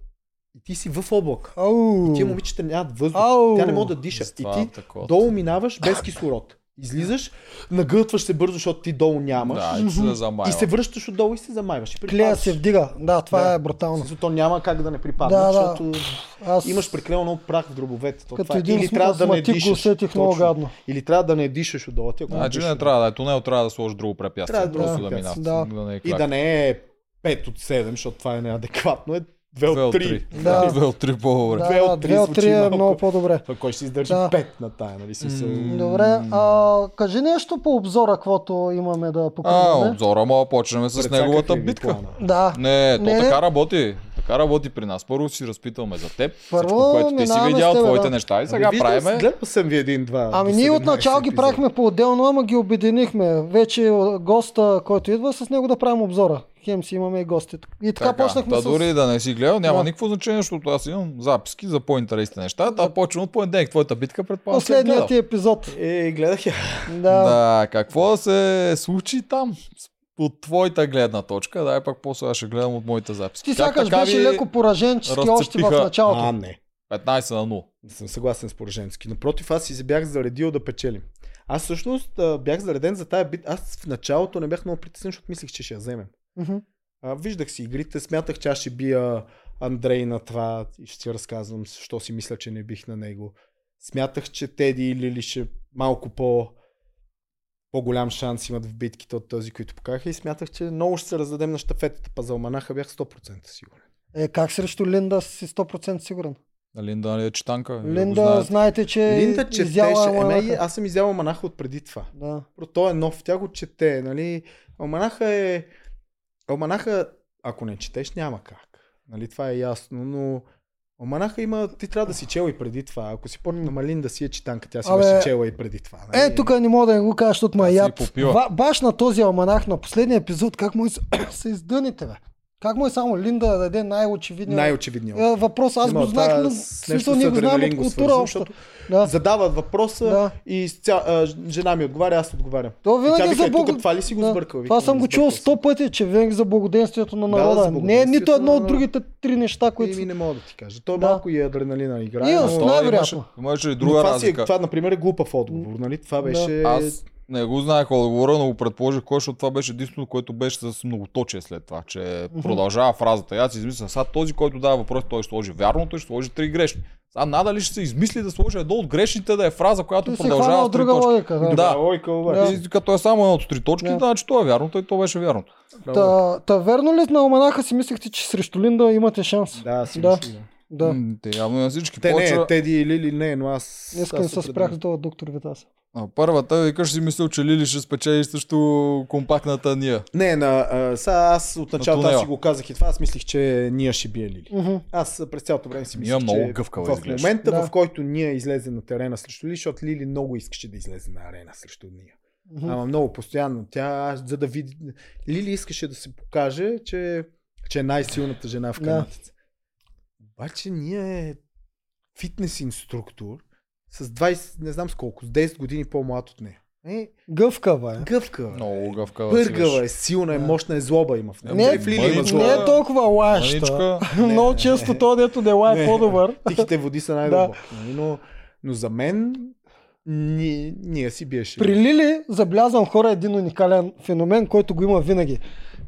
Speaker 1: И ти си в облак.
Speaker 2: Ау.
Speaker 1: Тия момичета нямат въздух.
Speaker 2: Ау.
Speaker 1: Тя не може да диша. И
Speaker 3: Това
Speaker 1: ти
Speaker 3: е такова.
Speaker 1: долу минаваш без кислород. Излизаш, нагътваш се бързо, защото ти долу нямаш.
Speaker 3: Да, и се замайва.
Speaker 1: И се връщаш отдолу и се замайваш. И
Speaker 2: Клея
Speaker 1: припадаш.
Speaker 2: се вдига. Да, това
Speaker 1: Да.
Speaker 2: е брутално.
Speaker 1: Смисъл, то няма как да не припадне,
Speaker 2: Да, да.
Speaker 1: да, защото
Speaker 2: Аз...
Speaker 1: имаш прекалено много прах в дробовете. То
Speaker 2: като
Speaker 1: това е.
Speaker 2: един
Speaker 1: Или трябва да не
Speaker 2: сматик го
Speaker 1: дишаш.
Speaker 2: усетих много
Speaker 1: Точно.
Speaker 2: гадно.
Speaker 1: Или трябва да не дишаш отдолу. Ти, ако не
Speaker 3: Значи
Speaker 1: дишаш,
Speaker 3: не трябва да е тунел, трябва да сложи друго препятствие.
Speaker 1: Трябва да
Speaker 3: просто да,
Speaker 1: друго
Speaker 3: минава.
Speaker 2: препятствие, да.
Speaker 3: не е
Speaker 1: И
Speaker 3: крак.
Speaker 1: да не е 5 от 7, защото това е неадекватно. Е 2
Speaker 3: Две
Speaker 1: от 3.
Speaker 3: 3.
Speaker 2: Да.
Speaker 3: Две от 3 по-добре.
Speaker 1: Две
Speaker 2: Да,
Speaker 1: от три
Speaker 2: две от
Speaker 1: звучи
Speaker 2: три е
Speaker 1: малко.
Speaker 2: много по-добре.
Speaker 1: Това кой ще си издържи
Speaker 2: Да.
Speaker 1: 5 на тая, нали? Смисъл...
Speaker 3: М.
Speaker 2: Добре, а, кажи нещо по обзора, каквото имаме да
Speaker 3: А,
Speaker 2: покриваме.
Speaker 3: обзора мога почнем с
Speaker 1: Прецаках
Speaker 3: неговата
Speaker 1: ли ви
Speaker 3: битка.
Speaker 1: плана?
Speaker 2: Да,
Speaker 3: Не, то
Speaker 2: Не.
Speaker 3: така работи. Така работи при нас. Първо си разпитваме за теб,
Speaker 2: Първо
Speaker 3: всичко, което ти си
Speaker 2: минаваме
Speaker 3: видял,
Speaker 2: с тебе,
Speaker 3: твоите
Speaker 2: да.
Speaker 3: неща и Е, сега
Speaker 1: Ами, виждал си-
Speaker 3: правиме.
Speaker 1: Гледал съм ви един-два.
Speaker 2: ами
Speaker 1: до
Speaker 2: ние
Speaker 1: 17
Speaker 2: отначало ги
Speaker 1: епизода.
Speaker 2: правихме по-отделно, ама ги обединихме. Вече а, госта, който идва, с него да правим обзора. Хем си имаме и гости. И така, почнахме
Speaker 3: та
Speaker 2: с...
Speaker 3: дори да не си гледал, няма
Speaker 2: Да.
Speaker 3: никакво значение, защото аз имам записки за по-интересни неща. Та почвам от понеделник. Твоята битка предполагам. е си я
Speaker 2: Последният
Speaker 3: гледал.
Speaker 2: ти епизод.
Speaker 1: Е, гледах я.
Speaker 2: Да.
Speaker 3: Да, какво се случи там? от твоята гледна точка, дай пак после аз ще гледам от моята запис.
Speaker 2: Ти
Speaker 3: Как
Speaker 2: сякаш
Speaker 3: така
Speaker 2: беше
Speaker 3: ви
Speaker 2: леко пораженчески още в
Speaker 3: разцепиха?
Speaker 1: А,
Speaker 2: началото.
Speaker 1: не.
Speaker 3: 15 на 0.
Speaker 1: Не съм съгласен с Пораженски. Напротив, аз си се бях заредил да печелим. Аз всъщност а, бях зареден за тая бит. Аз в началото не бях много притеснен, защото мислех, че ще я вземем.
Speaker 2: Мгм.
Speaker 1: А, виждах си игрите, смятах, че аз ще бия Андрей на това и ще си разказвам, защо си мисля, че не бих на него. Смятах, че Теди и Лили ще малко по по-голям шанс имат в битките от този, които покаха и смятах, че много ще се раздадем на щафетата, па за Оманаха бях 100% сигурен.
Speaker 2: Е, как срещу Линда си 100% сигурен?
Speaker 3: Линда ли е читанка? Вие го
Speaker 2: Линда,
Speaker 3: знаете.
Speaker 2: знаете, че
Speaker 1: Линда четеше,
Speaker 2: изяла е
Speaker 1: еме,
Speaker 2: Ланаха.
Speaker 1: и аз съм изяла Оманаха от преди това.
Speaker 2: Да.
Speaker 1: Про той е нов, тя го чете, нали? Алманаха е... Алманаха, ако не четеш, няма как. Нали, това е ясно, но... Алманаха има... Ти трябва да си чела и преди това. Ако си под намалин да си е читанка, тя си
Speaker 2: Абе,
Speaker 1: беше чела и преди това. Нали?
Speaker 2: Е, тук не мога да не го кажа, защото ме
Speaker 3: Аз си
Speaker 2: яд.
Speaker 3: попила.
Speaker 2: Ба- баш на този алманах на последния епизод, как му и с- се издъните, бе. Как му е само Линда да даде най-очевидния
Speaker 1: Най-очевидният.
Speaker 2: е, въпрос? Аз
Speaker 1: Има,
Speaker 2: го знах,
Speaker 1: това
Speaker 2: но
Speaker 1: с
Speaker 2: в
Speaker 1: нещо
Speaker 2: смисъл ние
Speaker 1: с
Speaker 2: го знаем
Speaker 1: адреналин
Speaker 2: от
Speaker 1: го
Speaker 2: култура
Speaker 1: свързвам,
Speaker 2: общо.
Speaker 1: защото
Speaker 2: Да.
Speaker 1: Задават въпроса
Speaker 2: Да.
Speaker 1: и с ця, а, ж- жена ми отговаря, аз отговарям.
Speaker 2: То
Speaker 1: И тя
Speaker 2: винаги
Speaker 1: вика,
Speaker 2: за
Speaker 1: е, тук
Speaker 2: Бог...
Speaker 1: това ли си го
Speaker 2: Да.
Speaker 1: сбъркал?
Speaker 2: Това съм го чувал сто
Speaker 1: стоп.
Speaker 2: пъти, че винаги за благоденствието на
Speaker 1: Да, за
Speaker 2: народа. Не е нито
Speaker 1: благоденствието
Speaker 2: едно
Speaker 1: на
Speaker 2: от
Speaker 1: народа.
Speaker 2: другите три неща, които...
Speaker 1: Еми,
Speaker 2: са-
Speaker 1: не мога да ти кажа. Той
Speaker 2: Да.
Speaker 1: малко и адреналина играе.
Speaker 2: И
Speaker 1: но-
Speaker 2: аз-
Speaker 3: То
Speaker 2: Най-вероятно.
Speaker 3: имаше- Имаше и
Speaker 1: но
Speaker 3: друга
Speaker 1: това, си, е-
Speaker 3: разлика.
Speaker 1: това, например, е глупав отговор. Нали? Това
Speaker 2: Да.
Speaker 1: беше...
Speaker 3: Аз не го знаех отговора, но го предположих кой, защото това беше единственото, което беше с многоточие след това, че продължава фразата. И аз си измисля, сега този, който дава въпрос, той ще сложи вярно, той ще сложи три грешни. Сега надали ще се измисли да сложи едно от грешните да е фраза, която
Speaker 2: Той се е хванал
Speaker 3: продължава с
Speaker 2: от
Speaker 3: три
Speaker 2: друга
Speaker 3: точки.
Speaker 2: логика. Да.
Speaker 3: Да.
Speaker 1: Лойка, обаче.
Speaker 2: Да.
Speaker 3: И като е само едно от три точки,
Speaker 2: Да.
Speaker 3: значи то е вярно, и то беше вярно.
Speaker 2: Та, та верно ли на Оманаха си мислехте, че срещу Линда имате шанс?
Speaker 1: Да, си
Speaker 2: Да.
Speaker 1: да. да.
Speaker 2: Да.
Speaker 3: М, Те явно на всички
Speaker 1: Те не,
Speaker 3: почва-
Speaker 1: Теди и Лили не, но аз...
Speaker 2: Днеска
Speaker 1: аз
Speaker 2: не се
Speaker 1: определено-
Speaker 2: спрях с това доктор Витас.
Speaker 3: А, Първата, викаш си мислил, че Лили ще спечели също компактната ния.
Speaker 1: Не, на, а, сега аз от началото аз
Speaker 3: тунела.
Speaker 1: си го казах и това, аз мислих, че ние ще бие Лили.
Speaker 2: Мгм.
Speaker 1: Аз през цялото време си
Speaker 3: Ние
Speaker 1: мислих,
Speaker 3: много
Speaker 1: че
Speaker 3: гъвкава
Speaker 1: в
Speaker 3: изглеждаш.
Speaker 1: момента,
Speaker 2: Да.
Speaker 1: в който ние излезе на терена срещу Лили, защото Лили много искаше да излезе на арена срещу ние.
Speaker 2: Мгм.
Speaker 1: Ама много постоянно. Тя, за да види... Лили искаше да се покаже, че, че е най-силната жена в
Speaker 2: Да.
Speaker 1: канатица. Обаче ние е фитнес инструктор с 20, не знам с колко, с 10 години по-млад от нея. Е,
Speaker 2: Гъвкава е.
Speaker 1: гъвкава.
Speaker 3: Много гъвкава. си беше.
Speaker 1: Бъргава е, силна е,
Speaker 2: Да. Ами,
Speaker 1: мощна е, злоба има в нея.
Speaker 2: Не,
Speaker 1: Дори в Лили има
Speaker 3: мъничка.
Speaker 1: злоба.
Speaker 2: Не е толкова лаща.
Speaker 3: Маничка.
Speaker 2: Много
Speaker 1: не,
Speaker 2: често
Speaker 1: не.
Speaker 2: то, дето дела е
Speaker 1: Не.
Speaker 2: по-добър.
Speaker 1: Тихите води са най-дълбоки. нали, но, но за мен ни, ние си биеше.
Speaker 2: При Лили заблязвам хора един уникален феномен, който го има винаги.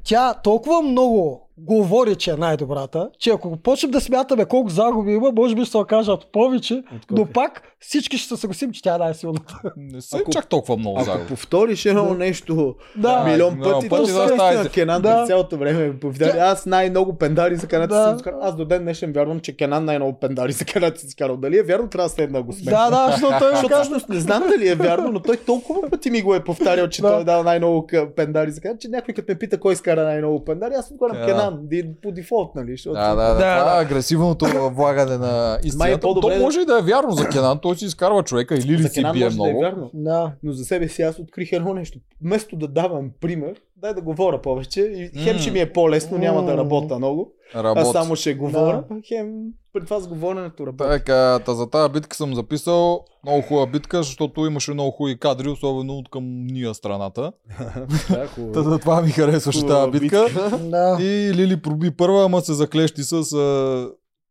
Speaker 2: Тя толкова много говори, че е най-добрата, че ако почнем да смятаме колко загуби има, може би ще се окажат повече,
Speaker 1: Отколко
Speaker 2: но
Speaker 1: е.
Speaker 2: пак всички ще се съгласим, че тя е най-силната.
Speaker 3: Не са
Speaker 1: Ако-
Speaker 3: чак толкова много
Speaker 1: Ако
Speaker 3: загуби.
Speaker 1: повториш едно нещо
Speaker 2: Да.
Speaker 1: милион
Speaker 3: много
Speaker 1: пъти, то
Speaker 3: пъти, да,
Speaker 1: наистина
Speaker 3: става-
Speaker 1: Кенан
Speaker 2: Да.
Speaker 1: през цялото време ми повтаря.
Speaker 2: Тя-
Speaker 1: Аз най-много пендари за каната
Speaker 2: Да.
Speaker 1: съм изкарал. Аз до ден днешен вярвам, че Кенан най-много пендари за каната си изкарал. Дали е вярно, трябва следна да го сме.
Speaker 2: Да, да, защото той е го
Speaker 1: Защото
Speaker 2: казва.
Speaker 1: всъщност не знам дали е вярно, но той толкова пъти ми го е повтарял, че
Speaker 2: Да.
Speaker 1: той е дал най-много къ- пендари за канат, че някой като ме пита кой изкара най-много пендари, аз отговарям
Speaker 3: Да.
Speaker 1: Кенан, ди- по дефолт, нали? защото-
Speaker 3: Да, да, да.
Speaker 2: Да,
Speaker 3: Това
Speaker 2: да.
Speaker 3: е агресивното влагане на
Speaker 1: Май е
Speaker 3: истината.
Speaker 1: по-добре
Speaker 3: То
Speaker 1: да-
Speaker 3: може и да е вярно за Кенан. Той си изкарва човека и Лили
Speaker 1: За
Speaker 3: си
Speaker 1: Кенан
Speaker 3: бие
Speaker 1: може да е
Speaker 3: много.
Speaker 1: вярно.
Speaker 2: Да.
Speaker 1: Но за себе си аз открих едно нещо. Вместо да давам пример, дай да говоря повече. И хем
Speaker 3: М.
Speaker 1: ще ми е по-лесно, няма да работя много. Аз
Speaker 3: Работи.
Speaker 1: само ще говоря. Хем пред това с говоренето работя.
Speaker 3: Така, та за тази битка съм записал. Много хубава битка, защото имаше много хубави кадри, особено от към ния страната.
Speaker 1: Да,
Speaker 3: Та
Speaker 1: хубаво.
Speaker 3: за това ми харесваше
Speaker 1: Хубава
Speaker 3: тази битка.
Speaker 2: Да.
Speaker 3: И Лили проби първа, ама се заклещи с а,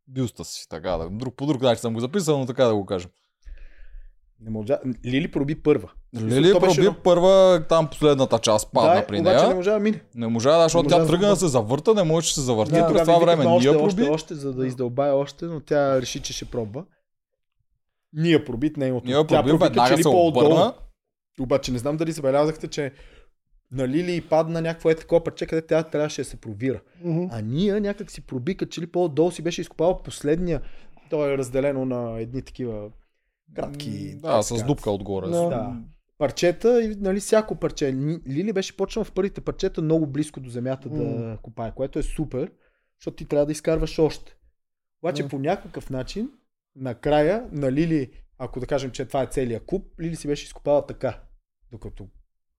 Speaker 3: бюста си. Така да. Друг, по друг начин съм го записал, но така да го кажа.
Speaker 1: Не можа... Лили проби първа.
Speaker 3: Лили
Speaker 1: То беше
Speaker 3: проби
Speaker 1: едно-
Speaker 3: първа, там последната част падна
Speaker 1: да,
Speaker 3: при
Speaker 1: обаче не
Speaker 3: нея.
Speaker 1: можа да мине.
Speaker 3: Не можа, да, защото
Speaker 1: Не можа
Speaker 3: тя
Speaker 1: да
Speaker 3: тръгна да
Speaker 1: забърне.
Speaker 3: се завърта, не можеше да се завърти.
Speaker 2: Да.
Speaker 3: Да,
Speaker 1: Тогава
Speaker 3: През това
Speaker 1: ми
Speaker 3: време
Speaker 1: викахме
Speaker 3: ние
Speaker 1: още,
Speaker 3: проби.
Speaker 1: още, още, за да издълбая още, но тя реши, че ще пробва. Ние проби нейното. тя
Speaker 3: Ние проби, веднага
Speaker 1: качели
Speaker 3: се
Speaker 1: по-отдолу.
Speaker 3: обърна.
Speaker 1: Обаче не знам дали забелязахте, че на Лили падна някакво е такова парче, къде тя трябваше да се провира.
Speaker 2: Мгм.
Speaker 1: А ние някак си пробика, че ли по-долу си беше изкопал последния. То е разделено на едни такива кратки.
Speaker 3: Да, с дупка отгоре.
Speaker 2: Да.
Speaker 1: Да. Парчета и нали, всяко парче. Ни- Лили беше почнала в първите парчета много близко до земята да
Speaker 2: М.
Speaker 1: копае, което е супер, защото ти трябва да изкарваш още. Обаче
Speaker 2: Да.
Speaker 1: по някакъв начин, накрая на Лили, ако да кажем, че това е целият куп, Лили си беше изкопала така. Докато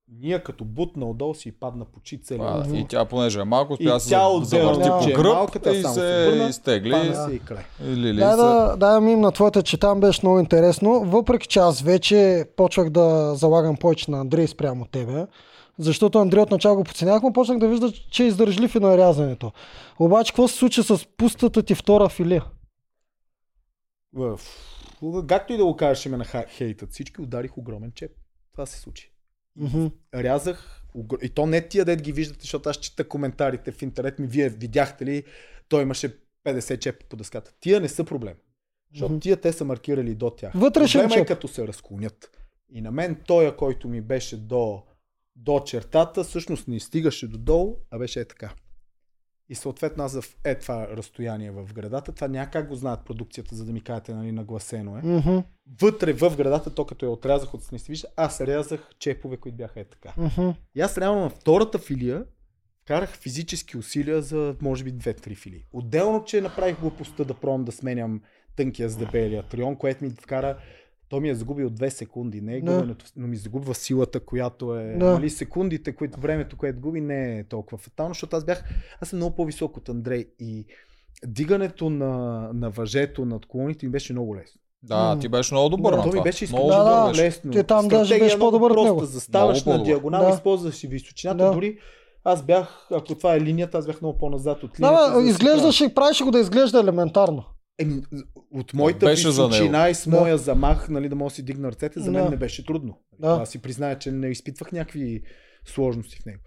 Speaker 1: ние като бутна отдолу си и падна почти целият.
Speaker 3: А,
Speaker 1: куп.
Speaker 3: да. И тя, понеже е малко,
Speaker 1: И
Speaker 3: успя да се
Speaker 1: тя отделно,
Speaker 3: завърти
Speaker 2: че е
Speaker 3: по
Speaker 1: малка,
Speaker 3: гръб
Speaker 1: тя
Speaker 3: и
Speaker 1: само се
Speaker 3: се
Speaker 1: върна,
Speaker 3: изтегли.
Speaker 1: Падна си и край.
Speaker 3: И Лили
Speaker 2: Дай
Speaker 3: се...
Speaker 2: да, да им на твоята, че там беше много интересно, въпреки че аз вече почвах да залагам повече на Андрей спрямо тебе, Защото Андрей отначало го подценявахме, почнах да вижда, че е издържлив и на рязането. Обаче, какво се случи с пустата ти втора филия?
Speaker 1: В... Както и да го кажеш име на ха- хейтът, всички ударих огромен чеп. Това се случи.
Speaker 2: Mm-hmm.
Speaker 1: Рязах, огр- и то не тия дет ги виждате, защото аз чета коментарите в интернет ми, вие видяхте ли, той имаше 50 чепа по дъската. Тия не са проблем. Защото
Speaker 2: Мгм.
Speaker 1: тия те са маркирали до тях.
Speaker 2: Вътрешен
Speaker 1: Проблема е
Speaker 2: чеп.
Speaker 1: като се разклонят. И на мен тоя, който ми беше до, до чертата, всъщност не стигаше додолу, а беше е така. И съответно аз в е това разстояние в градата, това няма как го знаят продукцията, за да ми кажете, нали, нагласено е.
Speaker 2: Mm-hmm.
Speaker 1: Вътре в градата, то като я отрязах от снестивище, аз рязах чепове, които бяха е така.
Speaker 2: Mm-hmm.
Speaker 1: И аз реално на втората филия карах физически усилия за може би две-три филии. Отделно, че направих глупостта да пробвам да сменям тънкия с дебелия трион, което ми вкара то ми е загубил две секунди, не е
Speaker 2: Да.
Speaker 1: губенето, но ми загубва силата, която е,
Speaker 2: Да.
Speaker 1: нали, секундите, които, времето, което губи, не е толкова фатално, защото аз бях, аз съм много по-висок от Андрей и дигането на, на въжето над колоните ми беше много лесно.
Speaker 3: Да, ти беше много добър
Speaker 1: Да,
Speaker 3: на
Speaker 1: то ми
Speaker 3: това.
Speaker 1: беше
Speaker 3: много
Speaker 1: изключително
Speaker 3: добър
Speaker 2: Да,
Speaker 1: да,
Speaker 2: да.
Speaker 3: беше.
Speaker 1: лесно.
Speaker 2: Ти там даже
Speaker 1: Стратегия
Speaker 2: беше
Speaker 1: много
Speaker 2: по-добър от
Speaker 1: проста.
Speaker 2: него.
Speaker 1: Заставаш
Speaker 3: Много
Speaker 1: на
Speaker 3: по-добър.
Speaker 1: диагонал,
Speaker 2: Да.
Speaker 1: използваш и височината.
Speaker 2: Да.
Speaker 1: Дори аз бях, ако това е линията, аз бях много по-назад от линията. за
Speaker 2: Да, бе,
Speaker 1: си правя.
Speaker 2: изглеждаше и правеше го да изглежда елементарно.
Speaker 1: Еми, от моята
Speaker 3: Беше за
Speaker 1: височина и с
Speaker 2: Да.
Speaker 1: моя замах, нали, да мога да си дигна ръцете, за мен
Speaker 2: Да.
Speaker 1: не беше трудно.
Speaker 2: Да.
Speaker 1: Аз си призная, че не изпитвах някакви сложности в него.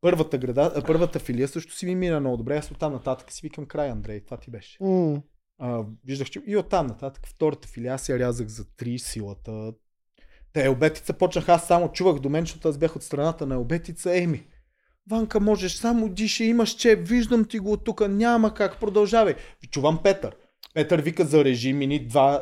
Speaker 1: Първата, града, а, първата филия също си ми мина много добре. Аз оттам нататък си викам край, Андрей. Това ти беше.
Speaker 2: Mm.
Speaker 1: А, виждах, че и оттам нататък втората филия аз я рязах за три силата. Та елбетица почнах, аз само чувах до мен, защото аз бях от страната на елбетица. Еми, Ванка, можеш, само диши, имаш чеп, виждам ти го от тук, няма как, продължавай. Чувам Петър. Петър вика за режи, мини 2-5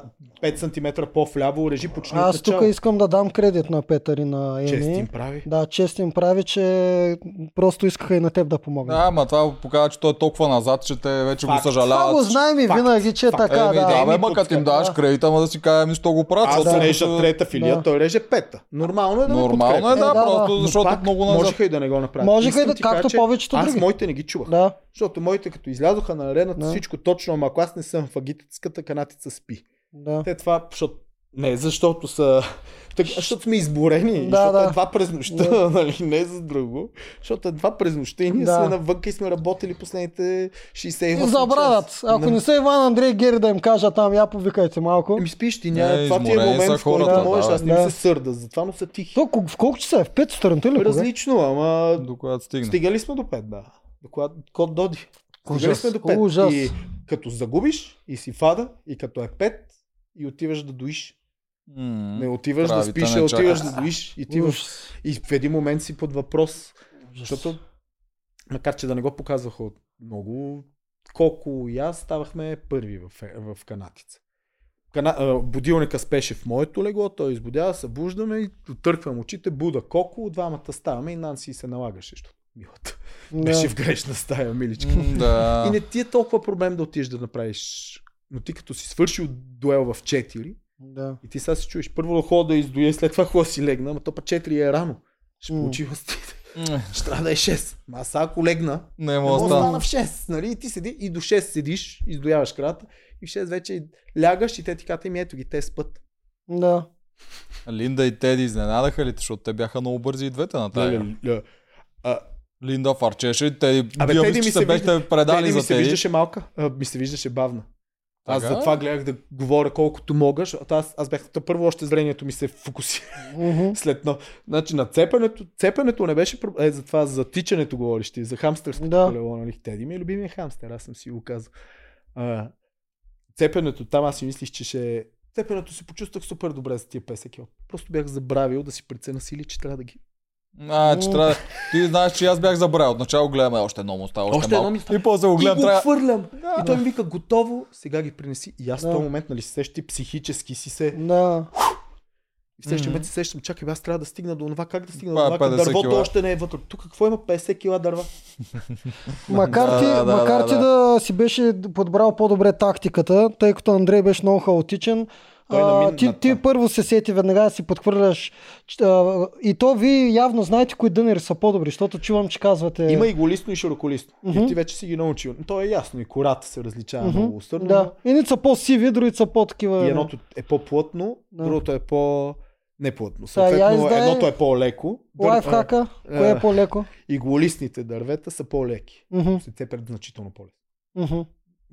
Speaker 1: см по-вляво, режи, почни
Speaker 2: Аз
Speaker 1: от
Speaker 2: тук
Speaker 1: начало.
Speaker 2: искам да дам кредит на Петър и на Еми.
Speaker 1: Чест им прави.
Speaker 2: Да, чест им прави, че просто искаха и на теб да помогнат.
Speaker 3: Да, ма това показва, че той е толкова назад, че те вече
Speaker 1: Факт.
Speaker 3: го
Speaker 2: Това
Speaker 3: съжаляват.
Speaker 2: го знаем и
Speaker 1: факт,
Speaker 2: винаги, че е
Speaker 1: факт.
Speaker 2: така,
Speaker 3: Еми, да,
Speaker 2: да.
Speaker 3: бе,
Speaker 1: Еми,
Speaker 3: ма като им даваш
Speaker 2: да.
Speaker 3: кредита, ма да си кажа, ми, що го правят.
Speaker 1: Аз
Speaker 3: защото е
Speaker 1: да,
Speaker 2: да.
Speaker 1: режа трета филия,
Speaker 2: Да.
Speaker 1: той реже пета. Нормално е да
Speaker 3: Нормално е,
Speaker 1: е,
Speaker 2: Е,
Speaker 3: да,
Speaker 2: да,
Speaker 3: просто
Speaker 2: да.
Speaker 3: защото е много назад.
Speaker 1: Можеха и да не го направят.
Speaker 2: Можеха и
Speaker 1: Искам
Speaker 2: да-
Speaker 1: ти кажа,
Speaker 2: както
Speaker 1: че
Speaker 2: повечето
Speaker 1: Аз
Speaker 2: други.
Speaker 1: моите не ги чувах.
Speaker 2: Да,
Speaker 1: Защото моите като излязоха на арената,
Speaker 2: Да.
Speaker 1: всичко точно, ама ако аз не съм в агитската, канатица спи.
Speaker 2: да.
Speaker 1: Те това, защото не защото са... Так, защото сме изборени,
Speaker 2: Да,
Speaker 1: да, защото
Speaker 2: да.
Speaker 1: едва през нощта, да.
Speaker 2: Да.
Speaker 1: нали, не за друго, защото едва през нощта и ние
Speaker 2: Да.
Speaker 1: да. сме навънка и сме работили последните 68
Speaker 2: И забравят.
Speaker 1: часа. Нали?
Speaker 2: Ако не са Иван, Андрей, Гери да им кажа там, я повикайте малко.
Speaker 1: Еми Ами спиш ти, няма,
Speaker 3: Не,
Speaker 1: това ти е
Speaker 3: изморени
Speaker 1: момент,
Speaker 3: са
Speaker 1: в който
Speaker 3: хората,
Speaker 1: можеш,
Speaker 3: да.
Speaker 1: аз не ми
Speaker 2: Да.
Speaker 1: се сърда, затова но са тихи.
Speaker 2: То, ко- в колко часа е? В 5 сутринта ли? кога?
Speaker 1: Различно, ама
Speaker 3: До която стигна.
Speaker 1: Стигали сме до 5, да. До коя- Код Доди. Стигали
Speaker 2: Ужас,
Speaker 1: сме до 5.
Speaker 2: ужас.
Speaker 1: И като загубиш и си фада, и като е 5, и отиваш да доиш.
Speaker 3: М.
Speaker 1: Не отиваш да
Speaker 3: Правите
Speaker 1: спиш, а
Speaker 3: не
Speaker 1: отиваш
Speaker 3: чакаш.
Speaker 1: да доиш. И, ти в...
Speaker 2: е Ужас.
Speaker 1: и в един момент си под въпрос.
Speaker 2: Ужас.
Speaker 1: Защото, макар че да не го показваха от много, колко и аз ставахме първи в, в канатица. Кана, а, будилника спеше в моето легло, той избудява, събуждаме и търквам очите, буда Коко, двамата ставаме и Нанси се налагаше, защото милата.
Speaker 2: Да.
Speaker 1: Беше в грешна стая, миличка.
Speaker 3: М, Да.
Speaker 1: И не ти е толкова проблем да отидеш да направиш. Но ти като си свършил дуел в 4
Speaker 2: Да.
Speaker 1: и ти сега се чуеш, първо да ходя да издоя, след това хубаво си легна, ама то па 4 е рано. Ще
Speaker 2: М.
Speaker 1: получи остите.
Speaker 3: М,
Speaker 1: Ще трябва да е 6. Ама аз сега ако легна,
Speaker 3: Не мога
Speaker 1: може да
Speaker 3: да стана.
Speaker 1: стана в 6. Нали? И ти седи и до 6 седиш, издояваш крата и в 6 вече лягаш и те ти казват, ми ето ги, те спът.
Speaker 2: Да.
Speaker 3: Линда и Теди изненадаха ли, те, защото те бяха много бързи и двете на тази.
Speaker 1: Ле,
Speaker 3: игра.
Speaker 1: Нали, ле, ле. А,
Speaker 3: Линда фарчеше, Теди,
Speaker 1: Абе,
Speaker 3: вие
Speaker 1: Теди
Speaker 3: мисля, че
Speaker 1: ми
Speaker 3: се
Speaker 1: се
Speaker 3: бяхте предали
Speaker 1: Дали ми
Speaker 3: Е, за
Speaker 1: се
Speaker 3: Теди.
Speaker 1: виждаше малка, а, ми се виждаше бавна. Аз
Speaker 3: Така?
Speaker 1: затова гледах да говоря колкото мога, защото аз, аз бях, та първо още зрението ми се фокусира
Speaker 2: Мгм.
Speaker 1: след но. Значи на цепенето, цепенето не беше проблем, е, за това за тичането говориш ти, за хамстерското
Speaker 2: Да.
Speaker 1: да. колело, нали? Теди ми е любимия хамстер, аз съм си го казал. А, цепенето, там аз си мислих, че ще... е, Цепенето се почувствах супер добре за тия 50 кг. Просто бях забравил да си преценя сили, че трябва да ги...
Speaker 3: А, че трябва. Ти знаеш, че аз бях забравил. Отначало гледаме още едно му става.
Speaker 1: Още едно
Speaker 3: малко.
Speaker 1: ми остава.
Speaker 3: И после го
Speaker 1: и
Speaker 3: гледам.
Speaker 1: го
Speaker 3: Трябва...
Speaker 1: хвърлям! И той ми вика, готово, сега ги принеси. И аз в
Speaker 2: Да.
Speaker 1: този момент, нали, се сещи психически си се...
Speaker 2: Да.
Speaker 1: И в следващия
Speaker 3: Мгм.
Speaker 1: момент се сещам, чакай, бе, аз трябва да стигна до това, как да стигна
Speaker 3: Това е
Speaker 1: до това,
Speaker 3: 50
Speaker 1: дървото
Speaker 3: кила.
Speaker 1: още не е вътре. Тук какво има 50 кила дърва?
Speaker 2: Макар ти,
Speaker 3: да, да,
Speaker 2: макар
Speaker 3: да,
Speaker 2: ти да, си беше подбрал по-добре тактиката, тъй като Андрей беше много хаотичен,
Speaker 1: Той
Speaker 2: а,
Speaker 1: намина
Speaker 2: ти,
Speaker 1: над
Speaker 2: ти
Speaker 1: това.
Speaker 2: първо се сети, веднага си подхвърляш. че, А, и то ви явно знаете кои дънери са по-добри, защото чувам, че казвате...
Speaker 1: Има и голисно и широколисно.
Speaker 2: Е. Мгм.
Speaker 1: И ти вече си ги научил. То е ясно и кората се различава
Speaker 2: Мгм.
Speaker 1: много усърдно.
Speaker 2: Да. Едни са по-сиви, другите са по-такива. нали.
Speaker 1: И едното е по-плътно,
Speaker 2: Да.
Speaker 1: другото е по... Не плътно.
Speaker 2: Та, я
Speaker 1: Съответно,
Speaker 2: издай-
Speaker 1: едното е по-леко. дър- а,
Speaker 2: Лайфхака, кое е по-леко?
Speaker 1: И голистните дървета са по-леки.
Speaker 2: Мгм,
Speaker 1: Се цепят значително по-леко.
Speaker 2: мгм.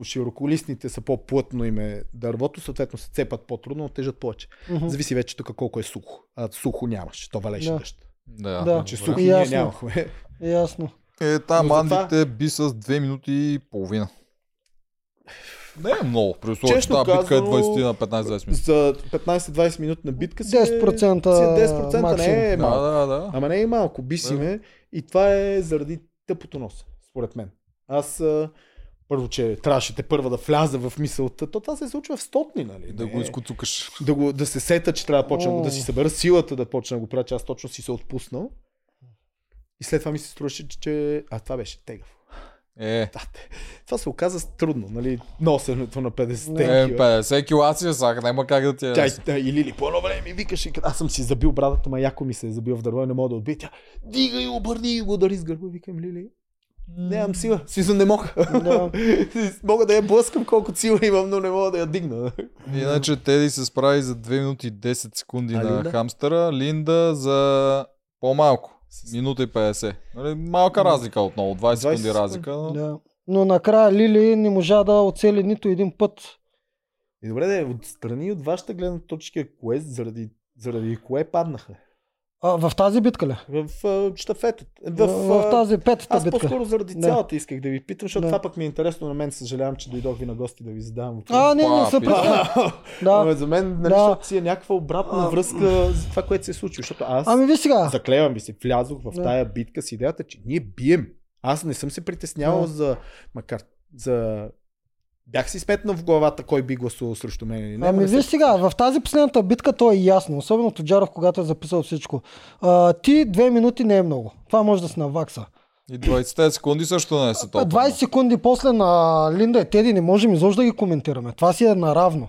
Speaker 1: Широколистните са по-плътно им е дървото, съответно се цепат по-трудно, но тежат повече.
Speaker 2: Мгм.
Speaker 1: Зависи вече тук колко е сухо. А сухо нямаше, то валеше
Speaker 2: Да.
Speaker 1: дъжд.
Speaker 3: Да,
Speaker 2: Да.
Speaker 1: Значи сухи ние
Speaker 2: Ясно.
Speaker 1: нямахме.
Speaker 2: Ясно.
Speaker 3: Е, там
Speaker 1: Но затова-
Speaker 3: мандите би с 2 минути и половина. Не е много, при условие, че
Speaker 1: Честно
Speaker 3: тази битка е
Speaker 1: казано,
Speaker 3: 20 на 15-20 минути.
Speaker 1: За 15-20 минутна битка си е-
Speaker 2: 10%
Speaker 1: си е 10% не е
Speaker 3: Да,
Speaker 1: малко.
Speaker 3: да, да.
Speaker 1: Ама не е малко, би си
Speaker 3: Да.
Speaker 1: ме. И това е заради тъпото нос, според мен. Аз а, първо, че трябваше те първа да вляза в мисълта, то това се случва в стотни, нали?
Speaker 3: Да
Speaker 1: Не
Speaker 3: го
Speaker 1: е-
Speaker 3: изкуцукаш.
Speaker 1: да, го, да се сета, че трябва да почна
Speaker 2: О.
Speaker 1: да си събера силата да почна да го правя, че аз точно си се отпуснал. И след това ми се струваше, че- че... А, това беше тегаво.
Speaker 3: Е,
Speaker 1: Да, те- това се оказа трудно, нали? Носенето на 50-те
Speaker 3: е
Speaker 1: кила.
Speaker 3: 50 кила си е сега, няма как да ти е.
Speaker 1: Тя и- и Лили по едно време ми викаше, аз съм си забил брадата, ма яко ми се е забил в дърво и не мога да отбия. Тя, дигай, обърни и го удари с гърба. Викам, Лили, нямам сила. Сизо не мога.
Speaker 2: Да.
Speaker 1: мога да я блъскам колкото сила имам, но не мога да я дигна.
Speaker 3: Иначе Теди се справи за 2 минути и 10 секунди
Speaker 1: А
Speaker 3: на
Speaker 1: Линда?
Speaker 3: хамстера, Линда за по-малко. Минута и 50. Нали, малка разлика отново, 20
Speaker 1: секунди.
Speaker 3: секунди разлика. Но...
Speaker 2: Да. Но накрая Лили не можа да оцели нито един път.
Speaker 1: И добре, да, е, отстрани от вашата гледна точка, кое заради, заради кое паднаха?
Speaker 2: А, в тази битка ли?
Speaker 1: В а, щафетата. В,
Speaker 2: В, в
Speaker 1: а,
Speaker 2: тази петата
Speaker 1: Аз
Speaker 2: битка.
Speaker 1: по-скоро заради
Speaker 2: Да.
Speaker 1: цялата исках да ви питам, защото
Speaker 2: Да.
Speaker 1: това пък ми е интересно на мен. Съжалявам, че дойдох ви на гости да ви задавам въпроси.
Speaker 2: А, не, не се
Speaker 3: Папи.
Speaker 2: питам.
Speaker 1: Ама
Speaker 2: Да.
Speaker 1: за мен, нали,
Speaker 2: Да.
Speaker 1: защото си е някаква обратна връзка за това, което се е случило. Защото аз,
Speaker 2: Ами ви сега.
Speaker 1: заклевам ви се, влязох в
Speaker 2: Да.
Speaker 1: тая битка с идеята, че ние бием. Аз не съм се притеснявал
Speaker 2: Да.
Speaker 1: за, макар, за... Бях си сметнал в главата кой би гласувал срещу мен или не. ама
Speaker 2: Ами
Speaker 1: не
Speaker 2: виж
Speaker 1: се-
Speaker 2: сега, в тази последната битка то е ясно, особено Тоджаров, когато е записал всичко. А, ти две минути не е много. Това може да се навакса.
Speaker 3: И 20 секунди също не е са
Speaker 2: А,
Speaker 3: толкова.
Speaker 2: 20 секунди после на Линда и Теди не можем изобщо да ги коментираме. Това си е наравно.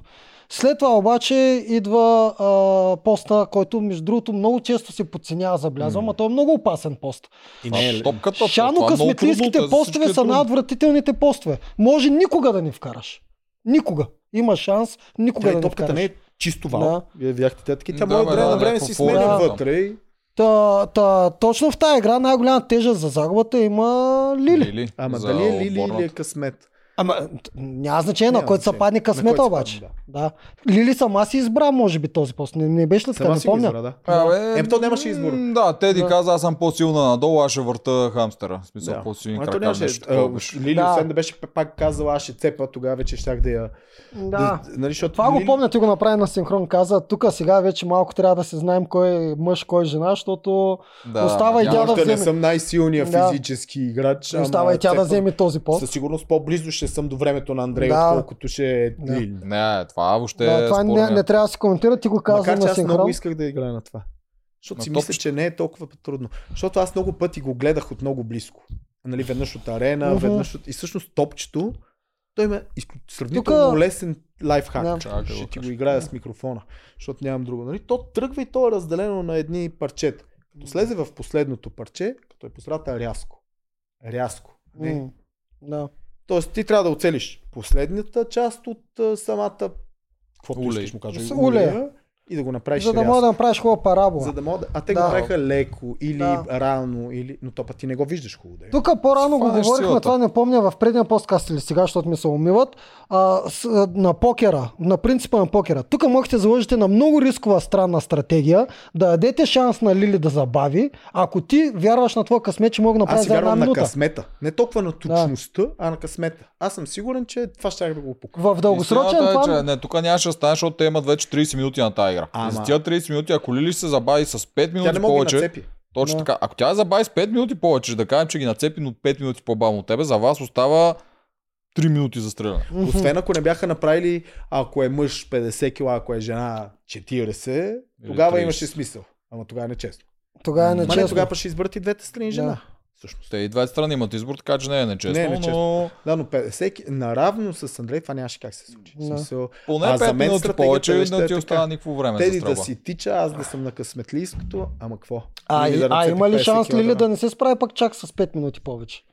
Speaker 2: След това обаче идва а, поста, който между другото много често се подценява, забелязвам, а той е много опасен пост.
Speaker 1: И
Speaker 3: Това
Speaker 1: не е...
Speaker 3: е
Speaker 2: Шано
Speaker 3: топката, това е много
Speaker 2: късметлийските
Speaker 3: трудно, те
Speaker 2: постове
Speaker 3: всички
Speaker 2: са
Speaker 3: е трудно.
Speaker 2: най-отвратителните постове. Може никога да не вкараш. Никога. Има шанс никога
Speaker 1: Тя
Speaker 2: да
Speaker 1: и
Speaker 2: не
Speaker 1: топката
Speaker 2: вкараш.
Speaker 1: не е чисто вал. Да.
Speaker 2: Да.
Speaker 1: Вие видяхте тя така. Тя
Speaker 3: Да,
Speaker 1: може
Speaker 3: бе,
Speaker 1: време
Speaker 3: да,
Speaker 1: на време
Speaker 3: някаква
Speaker 1: си
Speaker 3: форма.
Speaker 1: сменя
Speaker 2: Да.
Speaker 1: вътре. и-
Speaker 2: Та, та, точно в тази игра най-голяма тежест за загубата има Лили.
Speaker 1: Ама
Speaker 3: за
Speaker 1: дали е Лили или е
Speaker 3: отборната.
Speaker 1: късмет?
Speaker 2: Ама т- няма значение
Speaker 1: Няма
Speaker 2: на който се
Speaker 1: значение.
Speaker 2: падне
Speaker 1: На който
Speaker 2: късмета
Speaker 1: се
Speaker 2: обаче.
Speaker 1: падне,
Speaker 2: да. Лили сама си избра, може би, този пост. Не, не беше ли така,
Speaker 1: Сама
Speaker 2: не
Speaker 1: си го
Speaker 2: помня.
Speaker 1: избра, да.
Speaker 3: Абе,
Speaker 1: Е, то нямаше избор.
Speaker 3: м, Да, Теди
Speaker 2: Да.
Speaker 3: каза, аз съм по-силна надолу, аз ще върта хамстера. В смисъл,
Speaker 1: Да.
Speaker 3: по-силни
Speaker 1: Ама то
Speaker 3: крака.
Speaker 1: нямаше-
Speaker 3: нещо
Speaker 1: а,
Speaker 3: такова беше.
Speaker 1: Лили,
Speaker 2: Да.
Speaker 1: освен да беше пак казала, аз ще цепа, тогава вече щях да я...
Speaker 2: Да.
Speaker 1: нали, защото
Speaker 2: Това го
Speaker 1: Лили-
Speaker 2: помня, ти го направи на синхрон. Каза, тук сега вече малко трябва да се знаем кой е мъж, кой е жена, защото
Speaker 3: Да,
Speaker 2: остава и
Speaker 3: няма-
Speaker 2: тя да
Speaker 1: Още не
Speaker 2: вземе.
Speaker 1: съм най-силният
Speaker 2: Да.
Speaker 1: физически играч. ама
Speaker 2: Остава и тя да
Speaker 1: цепам.
Speaker 2: вземе този пост.
Speaker 1: Със сигурност по-близо ще съм до времето на Андрей,
Speaker 2: Да.
Speaker 1: отколкото ще е
Speaker 2: Да.
Speaker 1: Лили.
Speaker 3: Не, това въобще
Speaker 2: Да,
Speaker 3: е
Speaker 2: това не, не
Speaker 3: спорния.
Speaker 2: трябва да се коментира, ти го каза
Speaker 1: Макар че
Speaker 2: на
Speaker 1: аз много
Speaker 2: синхрон.
Speaker 1: исках да играя на това. Защото
Speaker 3: На
Speaker 1: си
Speaker 3: топчето.
Speaker 1: мисля, че не е толкова трудно. Защото аз много пъти го гледах от много близко. Нали, веднъж от арена,
Speaker 2: Мгм.
Speaker 1: веднъж от... И всъщност топчето, той има изклю- сравнително
Speaker 2: Тука-
Speaker 1: лесен лайфхак.
Speaker 2: Да.
Speaker 3: Чакай да
Speaker 1: Ще
Speaker 3: го
Speaker 1: ти го
Speaker 3: кажа.
Speaker 1: играя с микрофона, защото нямам друго. Нали? То тръгва и то е разделено на едни парчета. Като слезе в последното парче, като е посрата рязко. Рязко. Не,
Speaker 2: М, Да.
Speaker 1: Тоест ти трябва да оцелиш последната част от а, самата каквото
Speaker 3: Улей.
Speaker 1: искаш му кажа,
Speaker 2: С
Speaker 1: улея, и да го направиш
Speaker 2: За да
Speaker 1: рязко.
Speaker 2: мога да направиш хубава парабола.
Speaker 1: За да мога да... А те
Speaker 2: Да.
Speaker 1: го правиха леко или
Speaker 2: Да.
Speaker 1: рано, или... но то пък ти не го виждаш хубаво. Да е.
Speaker 2: Тук по-рано го
Speaker 3: Това е
Speaker 2: говорихме,
Speaker 3: силата.
Speaker 2: това не помня в предния посткаст или сега, защото ми се умиват, а, с, а, на покера, на принципа на покера. Тук можете да заложите на много рискова странна стратегия, да дадете шанс на Лили да забави, ако ти вярваш на твоя късмет, че мога да направи
Speaker 1: Аз си
Speaker 2: за една
Speaker 1: вярвам на
Speaker 2: минута.
Speaker 1: късмета. Не толкова на точността, а на късмета. Аз съм сигурен, че това ще да го пука.
Speaker 2: В дългосрочен
Speaker 3: Истината е, че
Speaker 2: план...
Speaker 3: не, тук нямаше да стане, защото те имат вече 30 минути на тази игра.
Speaker 1: Ама.
Speaker 3: И за тия 30 минути, ако Лили се забави с 5
Speaker 1: Тя
Speaker 3: минути
Speaker 1: не мога да ги
Speaker 3: повече,
Speaker 1: нацепи.
Speaker 3: точно
Speaker 2: Да.
Speaker 3: така. Ако тя забави с 5 минути повече, да кажем, че ги нацепи, но 5 минути по-бавно от тебе, за вас остава 3 минути за стреляне.
Speaker 2: Мгм.
Speaker 1: Освен ако не бяха направили, ако е мъж 50 кг, ако е жена 40, тогава
Speaker 3: 30.
Speaker 1: имаше смисъл. Ама тогава не честно.
Speaker 2: Тогава е
Speaker 3: Ма не,
Speaker 1: Ма не,
Speaker 2: нечестно.
Speaker 1: тогава пък ще изберат и двете страни жена.
Speaker 2: Да.
Speaker 1: Всъщност.
Speaker 3: Те и двете страни имат избор, така че не е нечестно,
Speaker 1: Не е нечестно.
Speaker 3: но
Speaker 1: Да, но 50 ки- наравно с Андрей това нямаше как се случи.
Speaker 2: Да.
Speaker 1: Да. Смисъл,
Speaker 3: поне
Speaker 1: А за
Speaker 3: 5
Speaker 1: мен
Speaker 3: минути
Speaker 1: стратегията
Speaker 3: повече
Speaker 1: беше
Speaker 3: не ти
Speaker 1: така.
Speaker 3: остава никакво време за
Speaker 1: Теди
Speaker 3: стрелба.
Speaker 1: да си тича, аз да съм на късметлийското, ама какво?
Speaker 2: А,
Speaker 1: Или
Speaker 2: и-
Speaker 1: да
Speaker 2: а
Speaker 1: нацепи
Speaker 2: има ли
Speaker 1: 50
Speaker 2: шанс
Speaker 1: кила
Speaker 2: Лили да
Speaker 1: дърва?
Speaker 2: не се справи пък чак с 5 минути повече?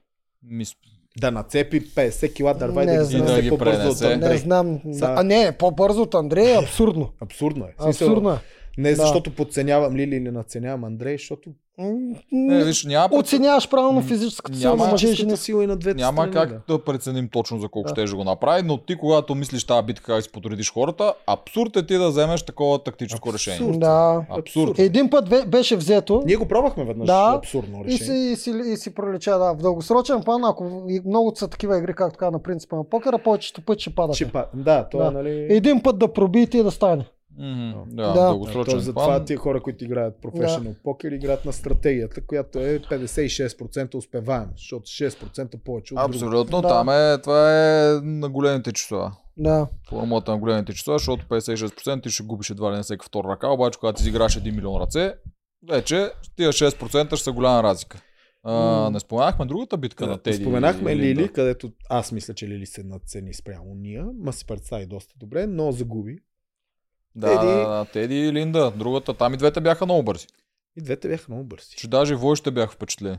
Speaker 3: Мис-
Speaker 1: Да нацепи 50 кила дърва и
Speaker 2: Не
Speaker 1: да ги
Speaker 2: знам.
Speaker 1: да
Speaker 3: И
Speaker 1: ги
Speaker 3: да ги
Speaker 1: по-бързо от
Speaker 3: пренесе.
Speaker 2: Не
Speaker 1: Андрей.
Speaker 2: знам.
Speaker 1: Са-
Speaker 2: А не, по-бързо от Андрей е абсурдно.
Speaker 1: Абсурдно е. В смисъл,
Speaker 2: Абсурдно е.
Speaker 1: Не
Speaker 2: Да.
Speaker 1: защото подценявам Лили или надценявам Андрей, защото
Speaker 2: М,
Speaker 3: Не,
Speaker 2: не-
Speaker 3: Е, виж, няма, пред...
Speaker 2: Оценяваш правилно физическата сила
Speaker 3: Няма
Speaker 2: на мъже и жени.
Speaker 1: Физическата сила и на двете
Speaker 3: няма
Speaker 1: страни.
Speaker 3: как
Speaker 1: да.
Speaker 3: да преценим точно за колко
Speaker 2: Да.
Speaker 3: ще ще го направи, но ти когато мислиш тази битка как си подредиш хората, абсурд е ти да вземеш такова тактическо решение.
Speaker 1: Абсурд.
Speaker 2: Да.
Speaker 3: Абсурд.
Speaker 2: Един път ве- беше взето
Speaker 1: Ние го пробвахме веднъж.
Speaker 2: Да.
Speaker 1: Абсурдно
Speaker 2: и
Speaker 1: решение.
Speaker 2: си, и, си, и си пролича. Да. В дългосрочен план, ако и много са такива игри, както така на принципа на покера, повечето път ще падат.
Speaker 1: Че, па- да, това
Speaker 2: Да.
Speaker 1: е, нали...
Speaker 2: Един път да пробиете и да стане.
Speaker 3: Мгм,
Speaker 2: Да.
Speaker 3: Да,
Speaker 1: Тоест,
Speaker 3: дългосрочен
Speaker 1: затова
Speaker 3: план.
Speaker 1: тия хора, които играят професионал покер, играят на стратегията, която е 56% успеваема, защото 6% повече от друго.
Speaker 3: Абсолютно,
Speaker 2: Да.
Speaker 3: там е, това е на големите числа.
Speaker 2: Да.
Speaker 3: Формулата на големите числа, защото 56% ти ще губиш едва ли не всеки втора ръка, обаче когато ти изиграш 1 милион ръце, вече тия 6% ще са голяма разлика. А,
Speaker 2: М.
Speaker 3: не споменахме другата битка на Теди.
Speaker 1: Е, Споменахме
Speaker 3: и Линда.
Speaker 1: Лили, където аз мисля, че Лили се надцени спрямо ние, ма се представи доста добре, но загуби.
Speaker 3: Да,
Speaker 1: Теди.
Speaker 3: да, да, Теди и Линда. Другата, там и двете бяха много бързи.
Speaker 1: И двете бяха много бързи.
Speaker 3: Че даже войще бях впечатлен.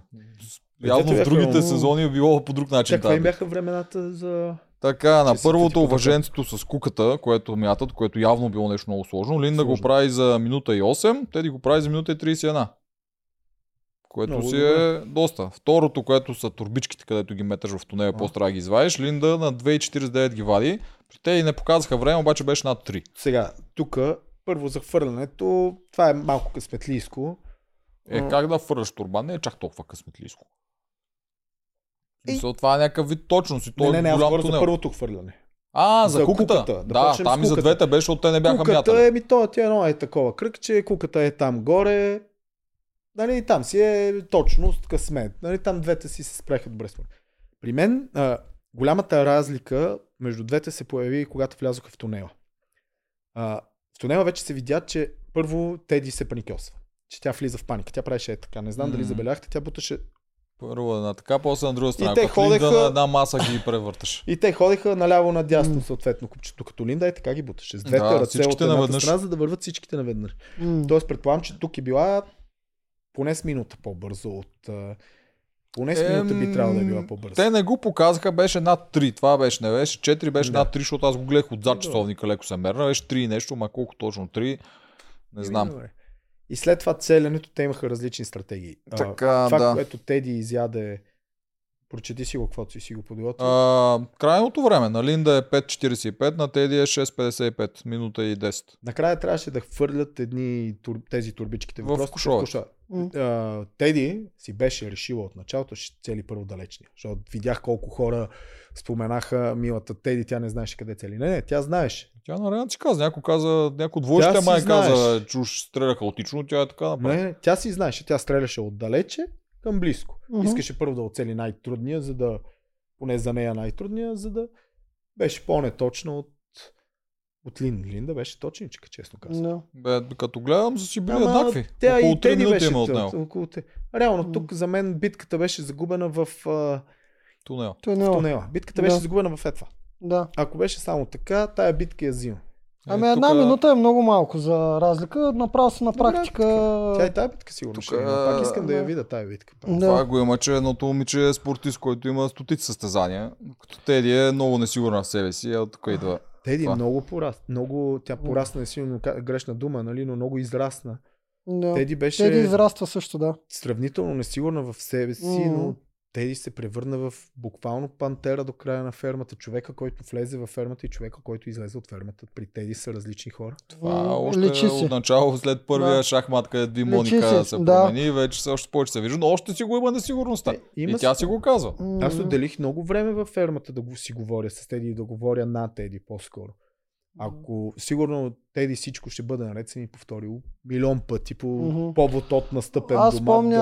Speaker 3: Явно в
Speaker 1: бяха
Speaker 3: другите
Speaker 1: много-
Speaker 3: сезони е било по друг начин.
Speaker 1: Чак, това
Speaker 3: тази
Speaker 1: им бяха времената за...
Speaker 3: Така, на
Speaker 1: Честито ти
Speaker 3: първото
Speaker 1: потъпка.
Speaker 3: уваженцето с куката, което мятат, което явно било нещо много сложно, Линда го
Speaker 1: Сложно.
Speaker 3: прави за минута и 8, Теди го прави за минута и 31. Което
Speaker 1: Много
Speaker 3: си
Speaker 1: добре.
Speaker 3: е доста. Второто, което са турбичките, където ги меташ в тунела,
Speaker 1: А.
Speaker 3: после трябва да ги извадиш, Линда на 2.49 ги вади. При Теди не показаха време, обаче беше над 3.
Speaker 1: Сега, тук, първо за хвърлянето, това е малко късметлийско.
Speaker 3: Е,
Speaker 1: М.
Speaker 3: как да фърляш турбан? Не е чак толкова късметлийско. И... това е някакъв вид точност и
Speaker 1: Не,
Speaker 3: той
Speaker 1: не, не, аз
Speaker 3: голям
Speaker 1: говоря за
Speaker 3: тунел.
Speaker 1: първото хвърляне.
Speaker 3: А, за,
Speaker 1: за
Speaker 3: куката.
Speaker 1: куката. Да
Speaker 3: Да,
Speaker 1: почнем
Speaker 3: там
Speaker 1: с
Speaker 3: и за
Speaker 1: куката.
Speaker 3: двете беше от те не бяха мятали.
Speaker 1: Куката е ми то, тя едно е такова кръгче, куката е там горе. Нали, там си е точност, късмет. Нали, там двете си се спреха добре. според мен. При мен а, голямата разлика между двете се появи, когато влязоха в тунела. А, в тунела вече се видя, че първо Теди се паникьосва. Че тя влиза в паника. Тя правеше е така. Не знам дали
Speaker 3: Мгм.
Speaker 1: забелязахте. Тя буташе
Speaker 3: Първо една така, после на друга страна.
Speaker 1: те
Speaker 3: Като Линда
Speaker 1: ходеха-
Speaker 3: на една маса ги превърташ.
Speaker 1: И те ходеха наляво надясно,
Speaker 2: М.
Speaker 1: съответно, купчето като Линда и така ги буташе. С двете
Speaker 3: Да,
Speaker 1: да, ръце
Speaker 3: всичките
Speaker 1: от едната
Speaker 3: наведнъж.
Speaker 1: страна, за да върват всичките наведнъж.
Speaker 2: М.
Speaker 1: Тоест, предполагам, че тук е била поне с минута по-бързо от... а, Поне с минута би трябвало да е била по-бързо.
Speaker 3: Те не го показаха, беше над 3. Това беше, не беше 4, беше
Speaker 1: Да.
Speaker 3: над 3, защото аз го гледах
Speaker 1: Да.
Speaker 3: отзад часовника, леко се мерна. Беше 3 и нещо, ма колко точно 3, не
Speaker 1: Еми,
Speaker 3: знам.
Speaker 1: добре. И след това целенето те имаха различни стратегии. А, е,
Speaker 3: Така,
Speaker 1: това,
Speaker 3: да.
Speaker 1: което Теди изяде, прочети си го, каквото си си го подготвил.
Speaker 3: А, крайното време на Линда е 5.45, на Теди е 6.55, минута и 10.
Speaker 1: Накрая трябваше да хвърлят едни тур... тези турбичките
Speaker 3: В
Speaker 1: въпроси в
Speaker 3: кошове.
Speaker 1: кошове.
Speaker 2: М.
Speaker 1: А, Теди си беше решила от началото, ще цели първо далечния. Защото видях колко хора споменаха милата Теди, тя не знаеше къде цели. Не, не, тя знаеше.
Speaker 3: Тя на рена си каза, някой каза, някой двойщите
Speaker 1: си
Speaker 3: май каза,
Speaker 1: знаеш.
Speaker 3: чуш стреля хаотично, тя е така направи.
Speaker 1: Не, не, Нали? тя си знаеше, тя стреляше отдалече към близко.
Speaker 2: Мгм.
Speaker 1: Искаше първо да оцели най-трудния, за да, поне за нея най-трудния, за да беше по-неточна от, от Лин. Линда беше точничка, честно казвам.
Speaker 2: Да.
Speaker 3: Бе, като гледам, са си били
Speaker 1: Ама
Speaker 3: еднакви.
Speaker 1: Тя
Speaker 3: Около
Speaker 1: и те
Speaker 3: 3
Speaker 1: ни
Speaker 3: минути
Speaker 1: беше
Speaker 3: има от
Speaker 1: тъ-
Speaker 3: него.
Speaker 1: около те. Реално,
Speaker 2: М.
Speaker 1: тук за мен битката беше загубена в а,
Speaker 3: Тунел.
Speaker 2: Той не е.
Speaker 1: тунела. Битката беше
Speaker 2: Да.
Speaker 1: загубена в етва.
Speaker 2: Да.
Speaker 1: Ако беше само така, тая битка я взима.
Speaker 2: Ами
Speaker 3: Е,
Speaker 2: една
Speaker 3: тука-
Speaker 2: минута е много малко за разлика. Направо се на
Speaker 1: Добре,
Speaker 2: практика.
Speaker 1: Тя е- и тая битка сигурно
Speaker 3: Тук,
Speaker 1: ще има. Пак искам да я
Speaker 2: да.
Speaker 1: видя тая битка. пак.
Speaker 2: Да.
Speaker 3: Това е го има, че едното момиче е спортист, който има стотици състезания. Като Теди е много несигурна в себе си, а тук идва.
Speaker 1: Теди
Speaker 3: Това.
Speaker 1: много порасна. Много, тя
Speaker 2: М.
Speaker 1: порасна е силно ка- грешна дума, нали, но много израсна.
Speaker 2: Да.
Speaker 1: Теди беше
Speaker 2: Теди израства също, да.
Speaker 1: сравнително несигурна в себе си,
Speaker 2: М.
Speaker 1: но Теди се превърна в буквално пантера до края на фермата. Човека, който влезе във фермата и човека, който излезе от фермата. При Теди са различни хора.
Speaker 3: Това
Speaker 2: М,
Speaker 3: още
Speaker 2: Лечи си.
Speaker 3: отначало след първия
Speaker 2: Да.
Speaker 3: шахмат, където ви
Speaker 2: Лечи
Speaker 3: Моника
Speaker 2: си,
Speaker 3: се
Speaker 2: да.
Speaker 3: промени, вече се още повече се вижда, но още си го има несигурността.
Speaker 1: Е,
Speaker 3: И
Speaker 1: има
Speaker 3: тя
Speaker 1: си-
Speaker 3: си го казва.
Speaker 2: М,
Speaker 1: Аз отделих много време във фермата да го си говоря с Теди и да говоря на Теди по-скоро. Ако сигурно Теди всичко ще бъде наред, съм и повторил милион пъти по
Speaker 2: Мгм.
Speaker 1: повод от настъпен
Speaker 2: Аз
Speaker 1: дома
Speaker 2: помня,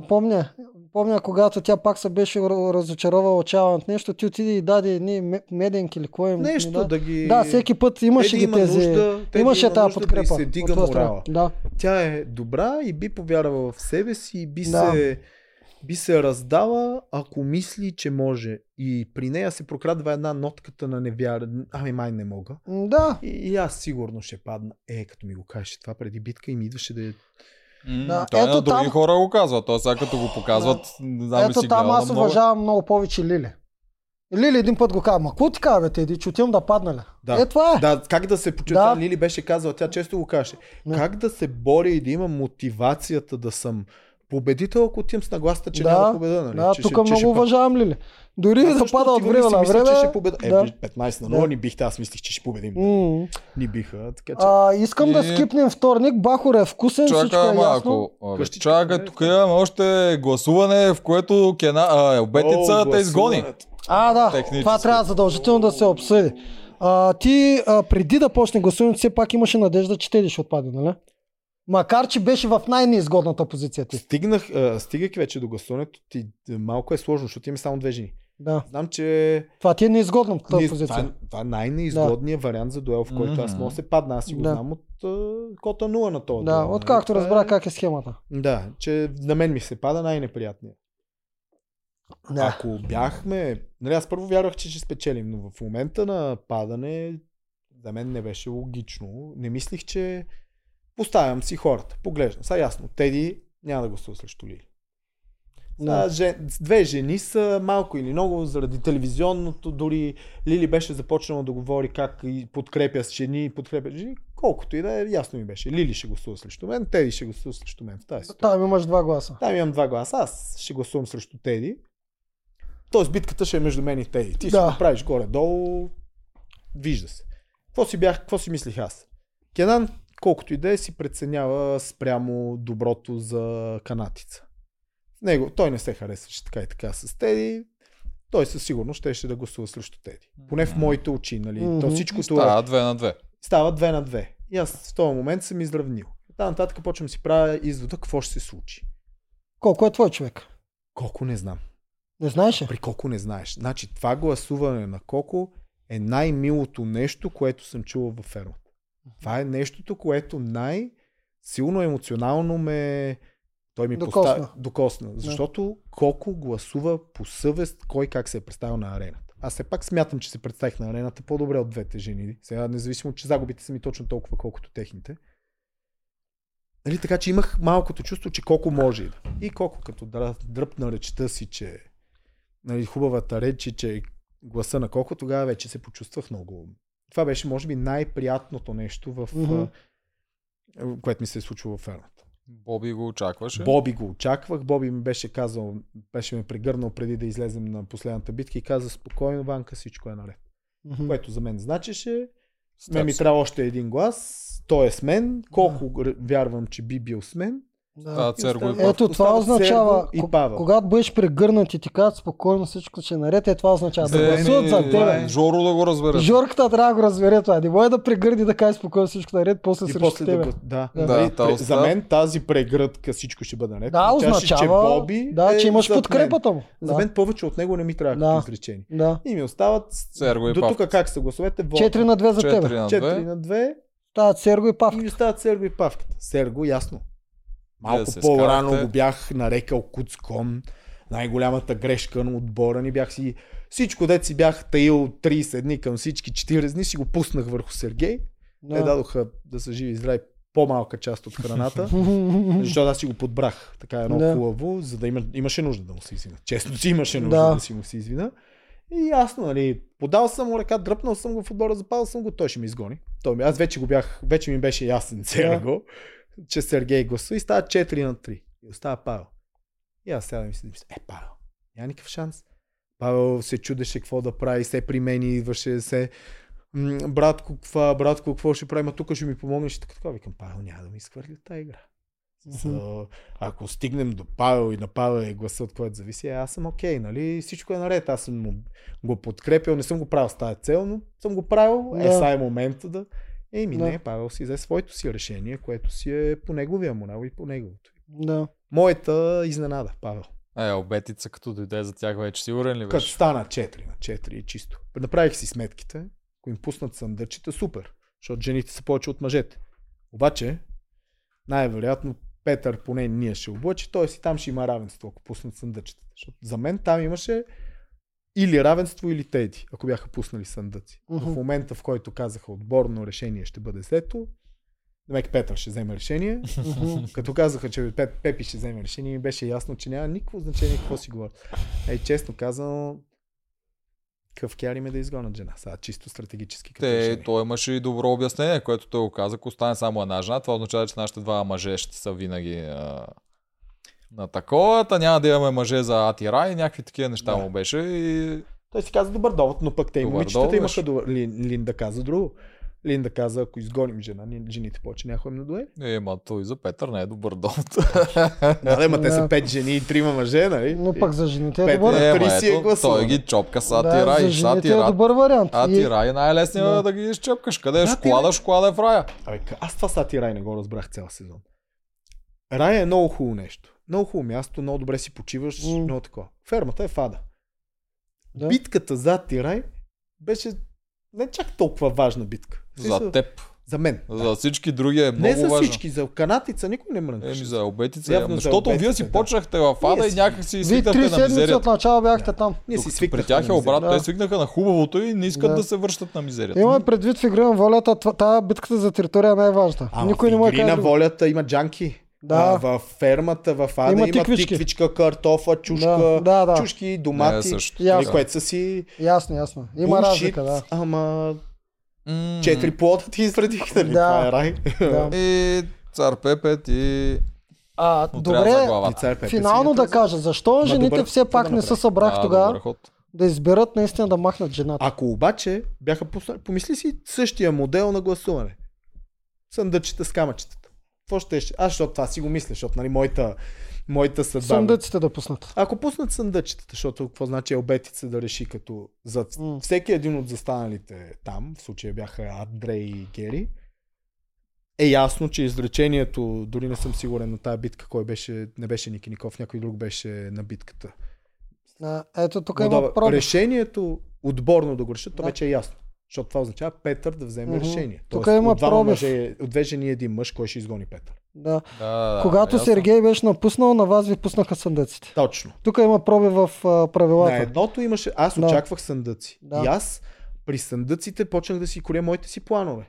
Speaker 1: до...
Speaker 2: помня, помня, когато тя пак се беше ра- разочаровала от чаван от нещо, ти отиде и даде едни ме- меденки или кое им
Speaker 1: Нещо
Speaker 2: Ами да.
Speaker 1: да ги...
Speaker 2: Да, всеки път имаше
Speaker 1: Теди
Speaker 2: ги тези.
Speaker 1: нужда, Теди
Speaker 2: имаше
Speaker 1: има
Speaker 2: тази
Speaker 1: нужда
Speaker 2: подкрепа.
Speaker 1: Да и се
Speaker 2: от
Speaker 1: дига
Speaker 2: твоя страна.
Speaker 1: морала.
Speaker 2: Да.
Speaker 1: Тя е добра и би повярвала в себе си и би,
Speaker 2: Да.
Speaker 1: се, би се раздала, ако мисли, че може. И при нея се прокрадва една нотката на невяра. Ами май не мога.
Speaker 2: М, Да.
Speaker 1: И, и аз сигурно ще падна. Е, като ми го кажеш това преди битка и ми идваше да... е-
Speaker 3: М,
Speaker 2: Да,
Speaker 3: Той е
Speaker 2: ето
Speaker 3: на други
Speaker 2: там-
Speaker 3: хора го казва. Той сега като го показват, не знам ли
Speaker 2: Ето
Speaker 3: си
Speaker 2: там
Speaker 3: гледал,
Speaker 2: аз
Speaker 3: но много е.
Speaker 2: уважавам много повече Лили. Лили един път го казва, ма какво ти казва, бе, Теди, че отивам да падна ли?
Speaker 1: Да.
Speaker 2: Е, това е.
Speaker 1: Да, как да се почувства,
Speaker 2: Да.
Speaker 1: Лили беше казала, тя често го каже.
Speaker 2: Да.
Speaker 1: Как да се боря и да имам мотивацията да съм победител, ако отивам с нагласата, че
Speaker 2: Да,
Speaker 1: няма да победа. Нали?
Speaker 2: Да,
Speaker 1: че,
Speaker 2: тук
Speaker 1: ще- че ще
Speaker 2: много
Speaker 1: падна.
Speaker 2: уважавам Лили. Дори
Speaker 1: Аз
Speaker 2: да
Speaker 1: също
Speaker 2: пада от
Speaker 1: отивам и
Speaker 2: време
Speaker 1: нали си
Speaker 2: на
Speaker 1: мисля,
Speaker 2: време.
Speaker 1: че ще победа. Е,
Speaker 2: да.
Speaker 1: виж, 15 на 0
Speaker 2: Да.
Speaker 1: ни бихте, аз мислих, че ще победим.
Speaker 2: М.
Speaker 1: Ни биха, така че...
Speaker 2: А, искам да
Speaker 3: И-
Speaker 2: скипнем вторник. Бахор е вкусен, всичко
Speaker 3: Чакай
Speaker 2: е ясно.
Speaker 3: малко. Абе,
Speaker 1: Къщичка,
Speaker 3: Чакай,
Speaker 1: къде? е?
Speaker 3: тук имаме още гласуване, в което кена, а, е, обетица
Speaker 1: О,
Speaker 3: те изгони.
Speaker 1: гласуването.
Speaker 2: А, да,
Speaker 3: Технически.
Speaker 2: това трябва задължително да се обсъди. А, ти а, преди да почне гласуването, все пак имаше надежда, че Теди ще отпадне, нали? Макар, че беше в най-неизгодната позиция ти.
Speaker 1: Стигнах, а, стигайки вече до гласуването, ти малко е сложно, защото имаме само две жени.
Speaker 2: Да.
Speaker 1: Знам, че
Speaker 2: Това ти е неизгодната
Speaker 1: Ние- Това,
Speaker 2: позиция.
Speaker 1: е- това е най-неизгодният вариант за дуел, в който аз
Speaker 3: Мгм.
Speaker 1: мога да се падна. Аз си го
Speaker 2: Да.
Speaker 1: знам от а, кота 0 на този.
Speaker 2: Да,
Speaker 1: дуел,
Speaker 2: откакто
Speaker 1: нали?
Speaker 2: разбра
Speaker 1: Това е-
Speaker 2: как е схемата.
Speaker 1: Да, че на мен ми се пада най-неприятният.
Speaker 2: Да.
Speaker 1: Ако бяхме... Нали, аз първо вярвах, че ще спечелим, но в момента на падане за мен не беше логично. Не мислих, че поставям си хората. Поглеждам. Сега ясно. Теди няма да гласува срещу Лили. Да.
Speaker 2: Да.
Speaker 1: Жен... Две жени са малко или много заради телевизионното. Дори Лили беше започнала да говори как и подкрепя с жени, и подкрепя с жени. Колкото и да е, ясно ми беше. Лили ще гласува срещу мен, Теди ще гласува срещу мен в тази ситуация.
Speaker 2: Там имаш два гласа.
Speaker 1: Там имам два гласа. Аз ще гласувам срещу Теди. Тоест битката ще е между мен и Теди. Ти ще
Speaker 2: Да.
Speaker 1: го правиш горе-долу. Вижда се. Какво си, бях, какво си мислих аз? Кенан, колкото и да е, си преценява спрямо доброто за канатица. Него, той не се харесваше така и така с Теди. Той със сигурност щеше да гласува срещу Теди. Поне в моите очи, нали? То
Speaker 2: Мгм.
Speaker 1: всичко това
Speaker 3: Да, две на две.
Speaker 1: става 2 на 2. И аз в този момент съм изравнил. Та нататък почвам да си правя извода какво ще се случи.
Speaker 2: Колко е твой човек?
Speaker 1: Колко не знам.
Speaker 2: Не знаеш ли?
Speaker 1: При Коко не знаеш. Значи това гласуване на Коко е най-милото нещо, което съм чувал във фермата. Това е нещото, което най-силно емоционално ме... Той ми
Speaker 2: Докосна.
Speaker 1: поставя... Докосна. Защото Коко гласува по съвест кой как се е представил на арената. Аз все пак смятам, че се представих на арената по-добре от двете жени. Сега, независимо, че загубите са ми точно толкова, колкото техните. Нали, така че имах малкото чувство, че колко може. и да. И колко като дра- дръпна речта си, че нали, хубавата реч, и че гласа на колко, тогава вече се почувствах много. Това беше, може би, най-приятното нещо, в,
Speaker 2: Мгм.
Speaker 1: а, което ми се е случило в фермата.
Speaker 3: Боби го очакваше.
Speaker 1: Боби го очаквах. Боби ми беше казал, беше ме прегърнал преди да излезем на последната битка и каза спокойно, Ванка, всичко е наред.
Speaker 2: Мгм.
Speaker 1: Което за мен значеше. С
Speaker 3: Степ
Speaker 1: мен ми
Speaker 3: си.
Speaker 1: трябва още един глас. Той е с мен. Колко р- вярвам, че би бил с мен.
Speaker 3: Да,
Speaker 2: Да.
Speaker 1: И
Speaker 3: Церго и
Speaker 1: остава-
Speaker 3: Павел.
Speaker 2: Ето това
Speaker 1: остава
Speaker 2: означава,
Speaker 1: Серго и
Speaker 2: ко-
Speaker 1: Павел.
Speaker 2: когато бъдеш прегърнат и ти казват спокойно всичко ще е наред, е това означава да
Speaker 1: Е,
Speaker 2: гласуват за
Speaker 1: ми,
Speaker 2: тебе.
Speaker 1: е.
Speaker 3: Жоро да го разбере.
Speaker 2: Жорката трябва да го разбере това. Не може да прегърди да каже спокойно всичко наред, после
Speaker 1: И
Speaker 2: срещу
Speaker 1: после да,
Speaker 2: тебе.
Speaker 1: го- да.
Speaker 2: Да.
Speaker 1: Нали,
Speaker 3: Да, та
Speaker 1: пре- за
Speaker 3: остава.
Speaker 1: мен тази прегръдка всичко ще бъде наред.
Speaker 2: Да,
Speaker 1: Означаваше, че
Speaker 2: означава,
Speaker 1: Боби
Speaker 2: да,
Speaker 1: е
Speaker 2: че имаш
Speaker 1: зад мен.
Speaker 2: подкрепата му.
Speaker 1: За
Speaker 2: да.
Speaker 1: мен повече от него не ми трябва
Speaker 2: Да.
Speaker 1: да. изречение.
Speaker 2: да.
Speaker 1: И ми остават
Speaker 3: Серго и
Speaker 1: до
Speaker 3: Павел.
Speaker 1: тук как са гласовете. Вол...
Speaker 2: 4 на 2 за
Speaker 3: 4
Speaker 2: тебе.
Speaker 3: на
Speaker 1: 4
Speaker 3: 2.
Speaker 1: на 2
Speaker 2: Стават Серго и
Speaker 1: и
Speaker 2: Павка.
Speaker 1: ми остават Серго и Павката. Серго, ясно. Малко
Speaker 3: се
Speaker 1: по-рано
Speaker 3: скарате.
Speaker 1: го бях нарекал Куцкон. Най-голямата грешка на отбора ни бях си... Всичко, дет си бях таил 30 дни към всички 40 дни, си го пуснах върху Сергей. Те
Speaker 2: Да.
Speaker 1: дадоха Е, да са живи и здрави по-малка част от храната. Защото аз си го подбрах. Така е едно
Speaker 2: Да.
Speaker 1: да. хубаво, за да има, имаше нужда да му се извина. Честно си имаше нужда
Speaker 2: Да.
Speaker 1: да, да си му се извина. И ясно, нали, подал съм му ръка, дръпнал съм го в отбора, запазил съм го, той ще ме изгони. Той, ми- аз вече го бях, вече ми беше ясен Серго, да. че Сергей гласува и става 4 на 3. И остава Павел. И аз сега да ми си мисля, е, Павел, няма никакъв шанс. Павел се чудеше какво да прави, се при мен и идваше се. м, Братко, каква, братко, какво ще правим, а тук ще ми помогнеш. И Така, така викам, Павел няма да ми изхвърли от тази игра. So, ако стигнем до Павел и на Павел е гласа, от който зависи, е, аз съм окей, нали? Всичко е наред. Аз съм му- го подкрепил, не съм го правил с тази цел, но съм го правил. Е,
Speaker 2: Да.
Speaker 1: сега е момента да... Еми,
Speaker 2: Да.
Speaker 1: не, Павел си взе своето си решение, което си е по неговия морал и по неговото.
Speaker 2: Да.
Speaker 1: Моята изненада, Павел.
Speaker 3: Е, обетица като дойде за тях вече. Сигурен ли
Speaker 1: Като
Speaker 3: беше?
Speaker 1: стана 4 на 4, чисто. Направих си сметките, ако им пуснат съндърчета, супер, защото жените са повече от мъжете. Обаче, най-вероятно Петър поне ние ще облъчи, т.е. и там ще има равенство, ако пуснат съндърчета. Защото за мен там имаше или равенство, или теди, ако бяха пуснали съндъци.
Speaker 2: Мгм.
Speaker 1: В момента, в който казаха отборно решение ще бъде слето, Демек Петър ще вземе решение.
Speaker 2: Мгм.
Speaker 1: Като казаха, че Пеп, Пепи ще вземе решение, ми беше ясно, че няма никакво значение какво си говори. Ей, честно казано, Къвкяри ме да изгонят жена. Сега чисто стратегически. Като
Speaker 3: Те,
Speaker 1: решение.
Speaker 3: той имаше и добро обяснение, което той го каза. Ако остане само една жена, това означава, че нашите два мъже ще са винаги а, на такова. Та няма да имаме мъже за Атира и някакви такива неща
Speaker 1: Да.
Speaker 3: му беше. И...
Speaker 1: Той си каза добър довод, но пък те и
Speaker 3: Добър
Speaker 1: момичетата
Speaker 3: довод
Speaker 1: имаха
Speaker 3: беше.
Speaker 1: добър... Лин, Линда каза друго. Линда каза, ако изгоним жена, ние, жените повече няма да ходим на дуели.
Speaker 3: Ема, той за Петър не е добър довод.
Speaker 1: Да, да, ма те са
Speaker 2: Да.
Speaker 1: пет жени и трима мъже, нали?
Speaker 2: Но пък за жените е
Speaker 1: Пет
Speaker 2: добър.
Speaker 1: е
Speaker 3: Е, ма,
Speaker 1: Три си е
Speaker 3: ето,
Speaker 1: гласувал.
Speaker 3: той ги чопка с
Speaker 2: да,
Speaker 3: Атира
Speaker 2: за
Speaker 3: и с
Speaker 2: жените е
Speaker 3: Атира.
Speaker 2: добър вариант. И-
Speaker 3: Атира е най-лесният
Speaker 2: Да.
Speaker 3: да. ги изчепкаш. Къде е
Speaker 1: Да, ти
Speaker 3: шоколада,
Speaker 1: не-
Speaker 3: шоколада е в рая.
Speaker 1: Абе, к- аз това Сати Рай не го разбрах цял сезон. Рай е много хубаво нещо. Много хубаво място, много добре си почиваш,
Speaker 2: М.
Speaker 1: mm. много такова. Фермата е фада.
Speaker 2: Да.
Speaker 1: Битката за Тирай беше не чак толкова важна битка. В смисъл,
Speaker 3: За теб.
Speaker 1: за мен.
Speaker 3: За всички други е много
Speaker 1: не за
Speaker 3: важно.
Speaker 1: всички, за канатица никой не мрънкаше.
Speaker 3: Еми за обетица.
Speaker 1: Явно
Speaker 3: Явно,
Speaker 1: за
Speaker 3: защото вие
Speaker 1: обетица,
Speaker 3: си
Speaker 1: да.
Speaker 3: почнахте в Ада
Speaker 1: Ние
Speaker 3: и
Speaker 1: си-
Speaker 3: някак си
Speaker 2: Вие три
Speaker 3: свикнахте на
Speaker 2: седмици от
Speaker 3: мизерията.
Speaker 2: начало бяхте там.
Speaker 1: Ние си
Speaker 3: Докато
Speaker 1: свикнахме.
Speaker 3: При тях е
Speaker 1: на мизерия.
Speaker 3: обратно.
Speaker 2: Да.
Speaker 3: Те свикнаха на хубавото и не искат
Speaker 2: Да.
Speaker 3: да, се връщат на мизерията.
Speaker 2: Имам предвид в игра на волята, тва- тая битката за територия е най-важната.
Speaker 1: Ама
Speaker 2: Никой не
Speaker 1: в
Speaker 2: му е
Speaker 1: игри на
Speaker 2: казал.
Speaker 1: волята има джанки.
Speaker 2: Да.
Speaker 1: А, в фермата, в ада има,
Speaker 2: Има
Speaker 1: тиквички.
Speaker 2: тиквички.
Speaker 1: тиквичка, картофа, чушка,
Speaker 2: Да, да, да.
Speaker 1: чушки,
Speaker 3: Не,
Speaker 1: домати.
Speaker 3: също.
Speaker 1: нали,
Speaker 2: Ясно.
Speaker 1: което са си
Speaker 2: Ясно, ясно. Има
Speaker 1: bullshit,
Speaker 2: разлика, да.
Speaker 1: Ама
Speaker 3: М.
Speaker 1: четири плота ти изредих, нали?
Speaker 2: Да.
Speaker 1: Това е рай.
Speaker 2: да.
Speaker 3: И цар Пепет и...
Speaker 2: А,
Speaker 3: Но трябва за
Speaker 2: добре,
Speaker 1: И
Speaker 3: главата.
Speaker 1: цар Пепе си
Speaker 2: финално
Speaker 1: е
Speaker 2: да
Speaker 1: този.
Speaker 2: кажа, защо
Speaker 1: Ма,
Speaker 2: жените
Speaker 1: добър-
Speaker 2: все пак
Speaker 1: да
Speaker 2: не се
Speaker 1: направи.
Speaker 2: събрах
Speaker 3: Да,
Speaker 2: тогава
Speaker 3: добър ход.
Speaker 2: да изберат наистина да махнат жената?
Speaker 1: Ако обаче бяха пуснали, помисли си същия модел на гласуване. Съндъчета с камъчетата. Какво ще ще? Аз, защото това си го мисля, защото нали, моята, моята съдба.
Speaker 2: Съндъците да пуснат.
Speaker 1: Ако пуснат съндъчетата, защото какво значи Елбетица да реши като за
Speaker 2: М.
Speaker 1: всеки един от застаналите там, в случая бяха Андре и Гери, е ясно, че изречението, дори не съм сигурен на тая битка, кой беше, не беше Ники Ников, някой друг беше на битката.
Speaker 2: А, ето тук
Speaker 1: Но
Speaker 2: има
Speaker 1: да,
Speaker 2: пробив.
Speaker 1: решението отборно да го решат, то
Speaker 2: е Да.
Speaker 1: вече е ясно. Защото това означава Петър да вземе
Speaker 2: Мгм.
Speaker 1: решение.
Speaker 2: Тук
Speaker 1: Тоест,
Speaker 2: има
Speaker 1: от двама
Speaker 2: пробив.
Speaker 1: мъже, от две жени и един мъж, кой ще изгони Петър.
Speaker 2: Да.
Speaker 3: Да, да,
Speaker 2: Когато
Speaker 3: ясно.
Speaker 2: Сергей беше напуснал, на вас ви пуснаха съндъците.
Speaker 1: Точно.
Speaker 2: Тук има пробив в а, правилата.
Speaker 1: На едното имаше. Аз
Speaker 2: е Да.
Speaker 1: очаквах съндъци.
Speaker 2: Да.
Speaker 1: И аз при съндъците почнах да си коря моите си планове.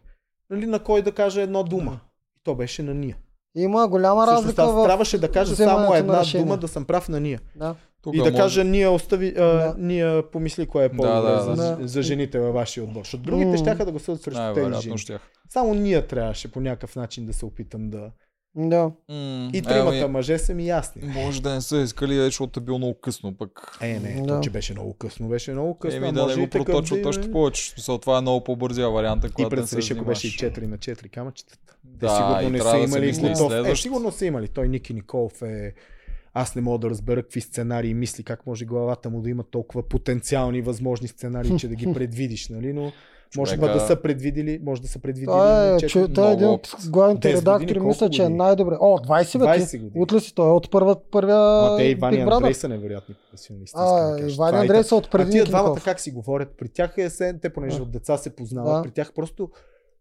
Speaker 1: Нали, на кой да кажа една дума. И то беше на ния.
Speaker 2: Има голяма
Speaker 1: Всъщност
Speaker 2: разлика
Speaker 1: аз
Speaker 2: в...
Speaker 1: трябваше да кажа
Speaker 2: вземането
Speaker 1: само
Speaker 2: на
Speaker 1: една
Speaker 2: решение.
Speaker 1: дума, да съм прав на ния.
Speaker 2: Да.
Speaker 3: Тук
Speaker 1: И да
Speaker 3: може-
Speaker 1: кажа ния остави, а,
Speaker 2: Да.
Speaker 1: ния помисли кое е по-добре
Speaker 3: да,
Speaker 1: за,
Speaker 2: да.
Speaker 1: за, жените във вашия отбор. Защото другите
Speaker 2: М.
Speaker 1: щяха да го съдят срещу тези жени.
Speaker 3: Най-вероятно щях.
Speaker 1: Само ние трябваше по някакъв начин да се опитам да...
Speaker 2: Да.
Speaker 3: М,
Speaker 1: И тримата
Speaker 3: еми,
Speaker 1: мъже са ми ясни.
Speaker 3: Може да не са искали, е, защото е било много късно пък.
Speaker 1: Е, не,
Speaker 2: Да.
Speaker 1: то, че беше много късно, беше много късно. а
Speaker 3: Еми да
Speaker 1: може
Speaker 3: не
Speaker 1: и
Speaker 3: го
Speaker 1: такъв да
Speaker 3: проточват
Speaker 1: има.
Speaker 3: още повече. Смисъл, това е много по-бързия вариант, ако
Speaker 1: И представиш, ако беше и 4 на 4 камъчетата. Те
Speaker 3: Да,
Speaker 1: сигурно
Speaker 3: и
Speaker 1: не са
Speaker 3: трябва да се
Speaker 1: имали
Speaker 3: мисли
Speaker 1: готов. Е,
Speaker 3: следващ.
Speaker 1: сигурно са имали. Той Ники Николов е... Аз не мога да разбера какви сценарии мисли, как може главата му да има толкова потенциални възможни сценарии, че да ги предвидиш, нали? Но може
Speaker 3: Човека-
Speaker 1: пък да са предвидили, може да са предвидили.
Speaker 2: Той е,
Speaker 1: четири-
Speaker 2: че, той е един
Speaker 3: много
Speaker 2: от главните
Speaker 1: 10
Speaker 2: редактори,
Speaker 1: години,
Speaker 2: мисля,
Speaker 1: колко
Speaker 2: че е
Speaker 1: години?
Speaker 2: най-добре. О, 20 бе
Speaker 1: 20
Speaker 2: 20
Speaker 1: години.
Speaker 2: Утли си, той е от първа, първия
Speaker 1: Ма те Иван и
Speaker 2: Big Brother.
Speaker 1: Андрей са невероятни професионалисти. искам
Speaker 2: А,
Speaker 1: да кажа.
Speaker 2: Иван
Speaker 1: Това е
Speaker 2: Андрей са от
Speaker 1: А
Speaker 2: преди
Speaker 1: тия двамата
Speaker 2: Николов.
Speaker 1: как си говорят? При тях е сен, те понеже
Speaker 2: Да.
Speaker 1: от деца се познават,
Speaker 2: Да.
Speaker 1: при тях просто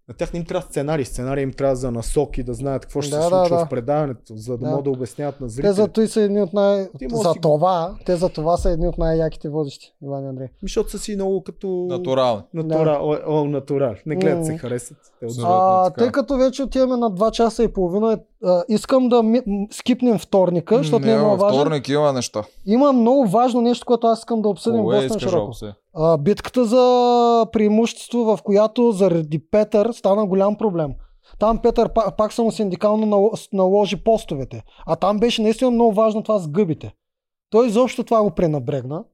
Speaker 1: на тях не им трябва сценарий. Сценарий им трябва за насоки, да знаят какво ще
Speaker 2: Да,
Speaker 1: се
Speaker 2: да,
Speaker 1: случва
Speaker 2: да.
Speaker 1: в предаването, за да,
Speaker 2: Да.
Speaker 1: могат да обясняват на зрителите.
Speaker 2: Те за той са едни от най...
Speaker 1: Ти може
Speaker 2: За
Speaker 1: си-
Speaker 2: това, те за това са едни от най-яките водещи, Иван и Андрей.
Speaker 1: Защото са си много като...
Speaker 3: Натурално.
Speaker 1: Натура, о, о, натурал. Не гледат се,
Speaker 2: М.
Speaker 1: харесат. Те отзад.
Speaker 3: Абсолютно
Speaker 2: А,
Speaker 3: така.
Speaker 2: тъй като вече отиваме на 2 часа и половина, е, а, искам да ми, м, скипнем вторника, защото не е много важен.
Speaker 3: Вторник има неща.
Speaker 2: Има много важно нещо, което аз искам да обсъдим
Speaker 3: Кое
Speaker 2: доста
Speaker 3: искаш,
Speaker 2: широко.
Speaker 3: Алпсе?
Speaker 2: А, битката за преимущество, в която заради Петър стана голям проблем. Там Петър пак, пак само синдикално нал- с- наложи постовете. А там беше наистина много важно това с гъбите. Той изобщо това го пренабрегна.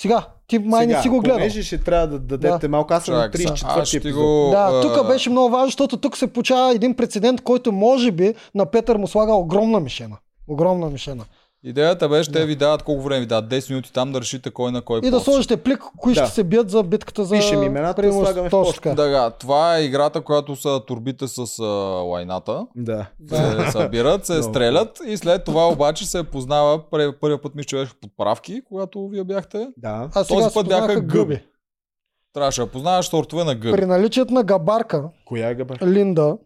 Speaker 2: Сега, ти май
Speaker 1: Сега,
Speaker 2: не си го гледал.
Speaker 1: Понеже ще трябва да дадете
Speaker 2: Да.
Speaker 1: малко. Аз съм на
Speaker 3: Чакай, сега, аз
Speaker 1: 34
Speaker 3: ще ти
Speaker 1: епизод.
Speaker 3: го...
Speaker 2: Да,
Speaker 3: а,
Speaker 2: тук беше много важно, защото тук се получава един прецедент, който може би на Петър му слага огромна мишена. Огромна мишена.
Speaker 1: Е,
Speaker 3: Идеята беше,
Speaker 2: Да.
Speaker 3: те ви дават колко време ви дават, 10 минути там да решите кой на кой
Speaker 2: И да
Speaker 3: пост.
Speaker 2: сложите плик, кои
Speaker 1: Да.
Speaker 2: ще се бият за битката за
Speaker 1: Пишем имената,
Speaker 2: преимущество.
Speaker 1: слагаме в
Speaker 2: Точно
Speaker 1: пост.
Speaker 2: така.
Speaker 3: Да, това е играта, която са турбите с а, лайната.
Speaker 1: Да.
Speaker 2: Да.
Speaker 3: Се събират, се
Speaker 1: Много.
Speaker 3: стрелят и след това обаче се познава, пре- първия път ми човек подправки, когато вие бяхте.
Speaker 1: Да.
Speaker 2: А сега
Speaker 3: Този
Speaker 2: се
Speaker 3: път бяха
Speaker 2: познаха
Speaker 3: гъби. Трябваше е да познаваш сортове на гъби.
Speaker 2: При наличието на габарка,
Speaker 1: Коя е гъба?
Speaker 2: Линда,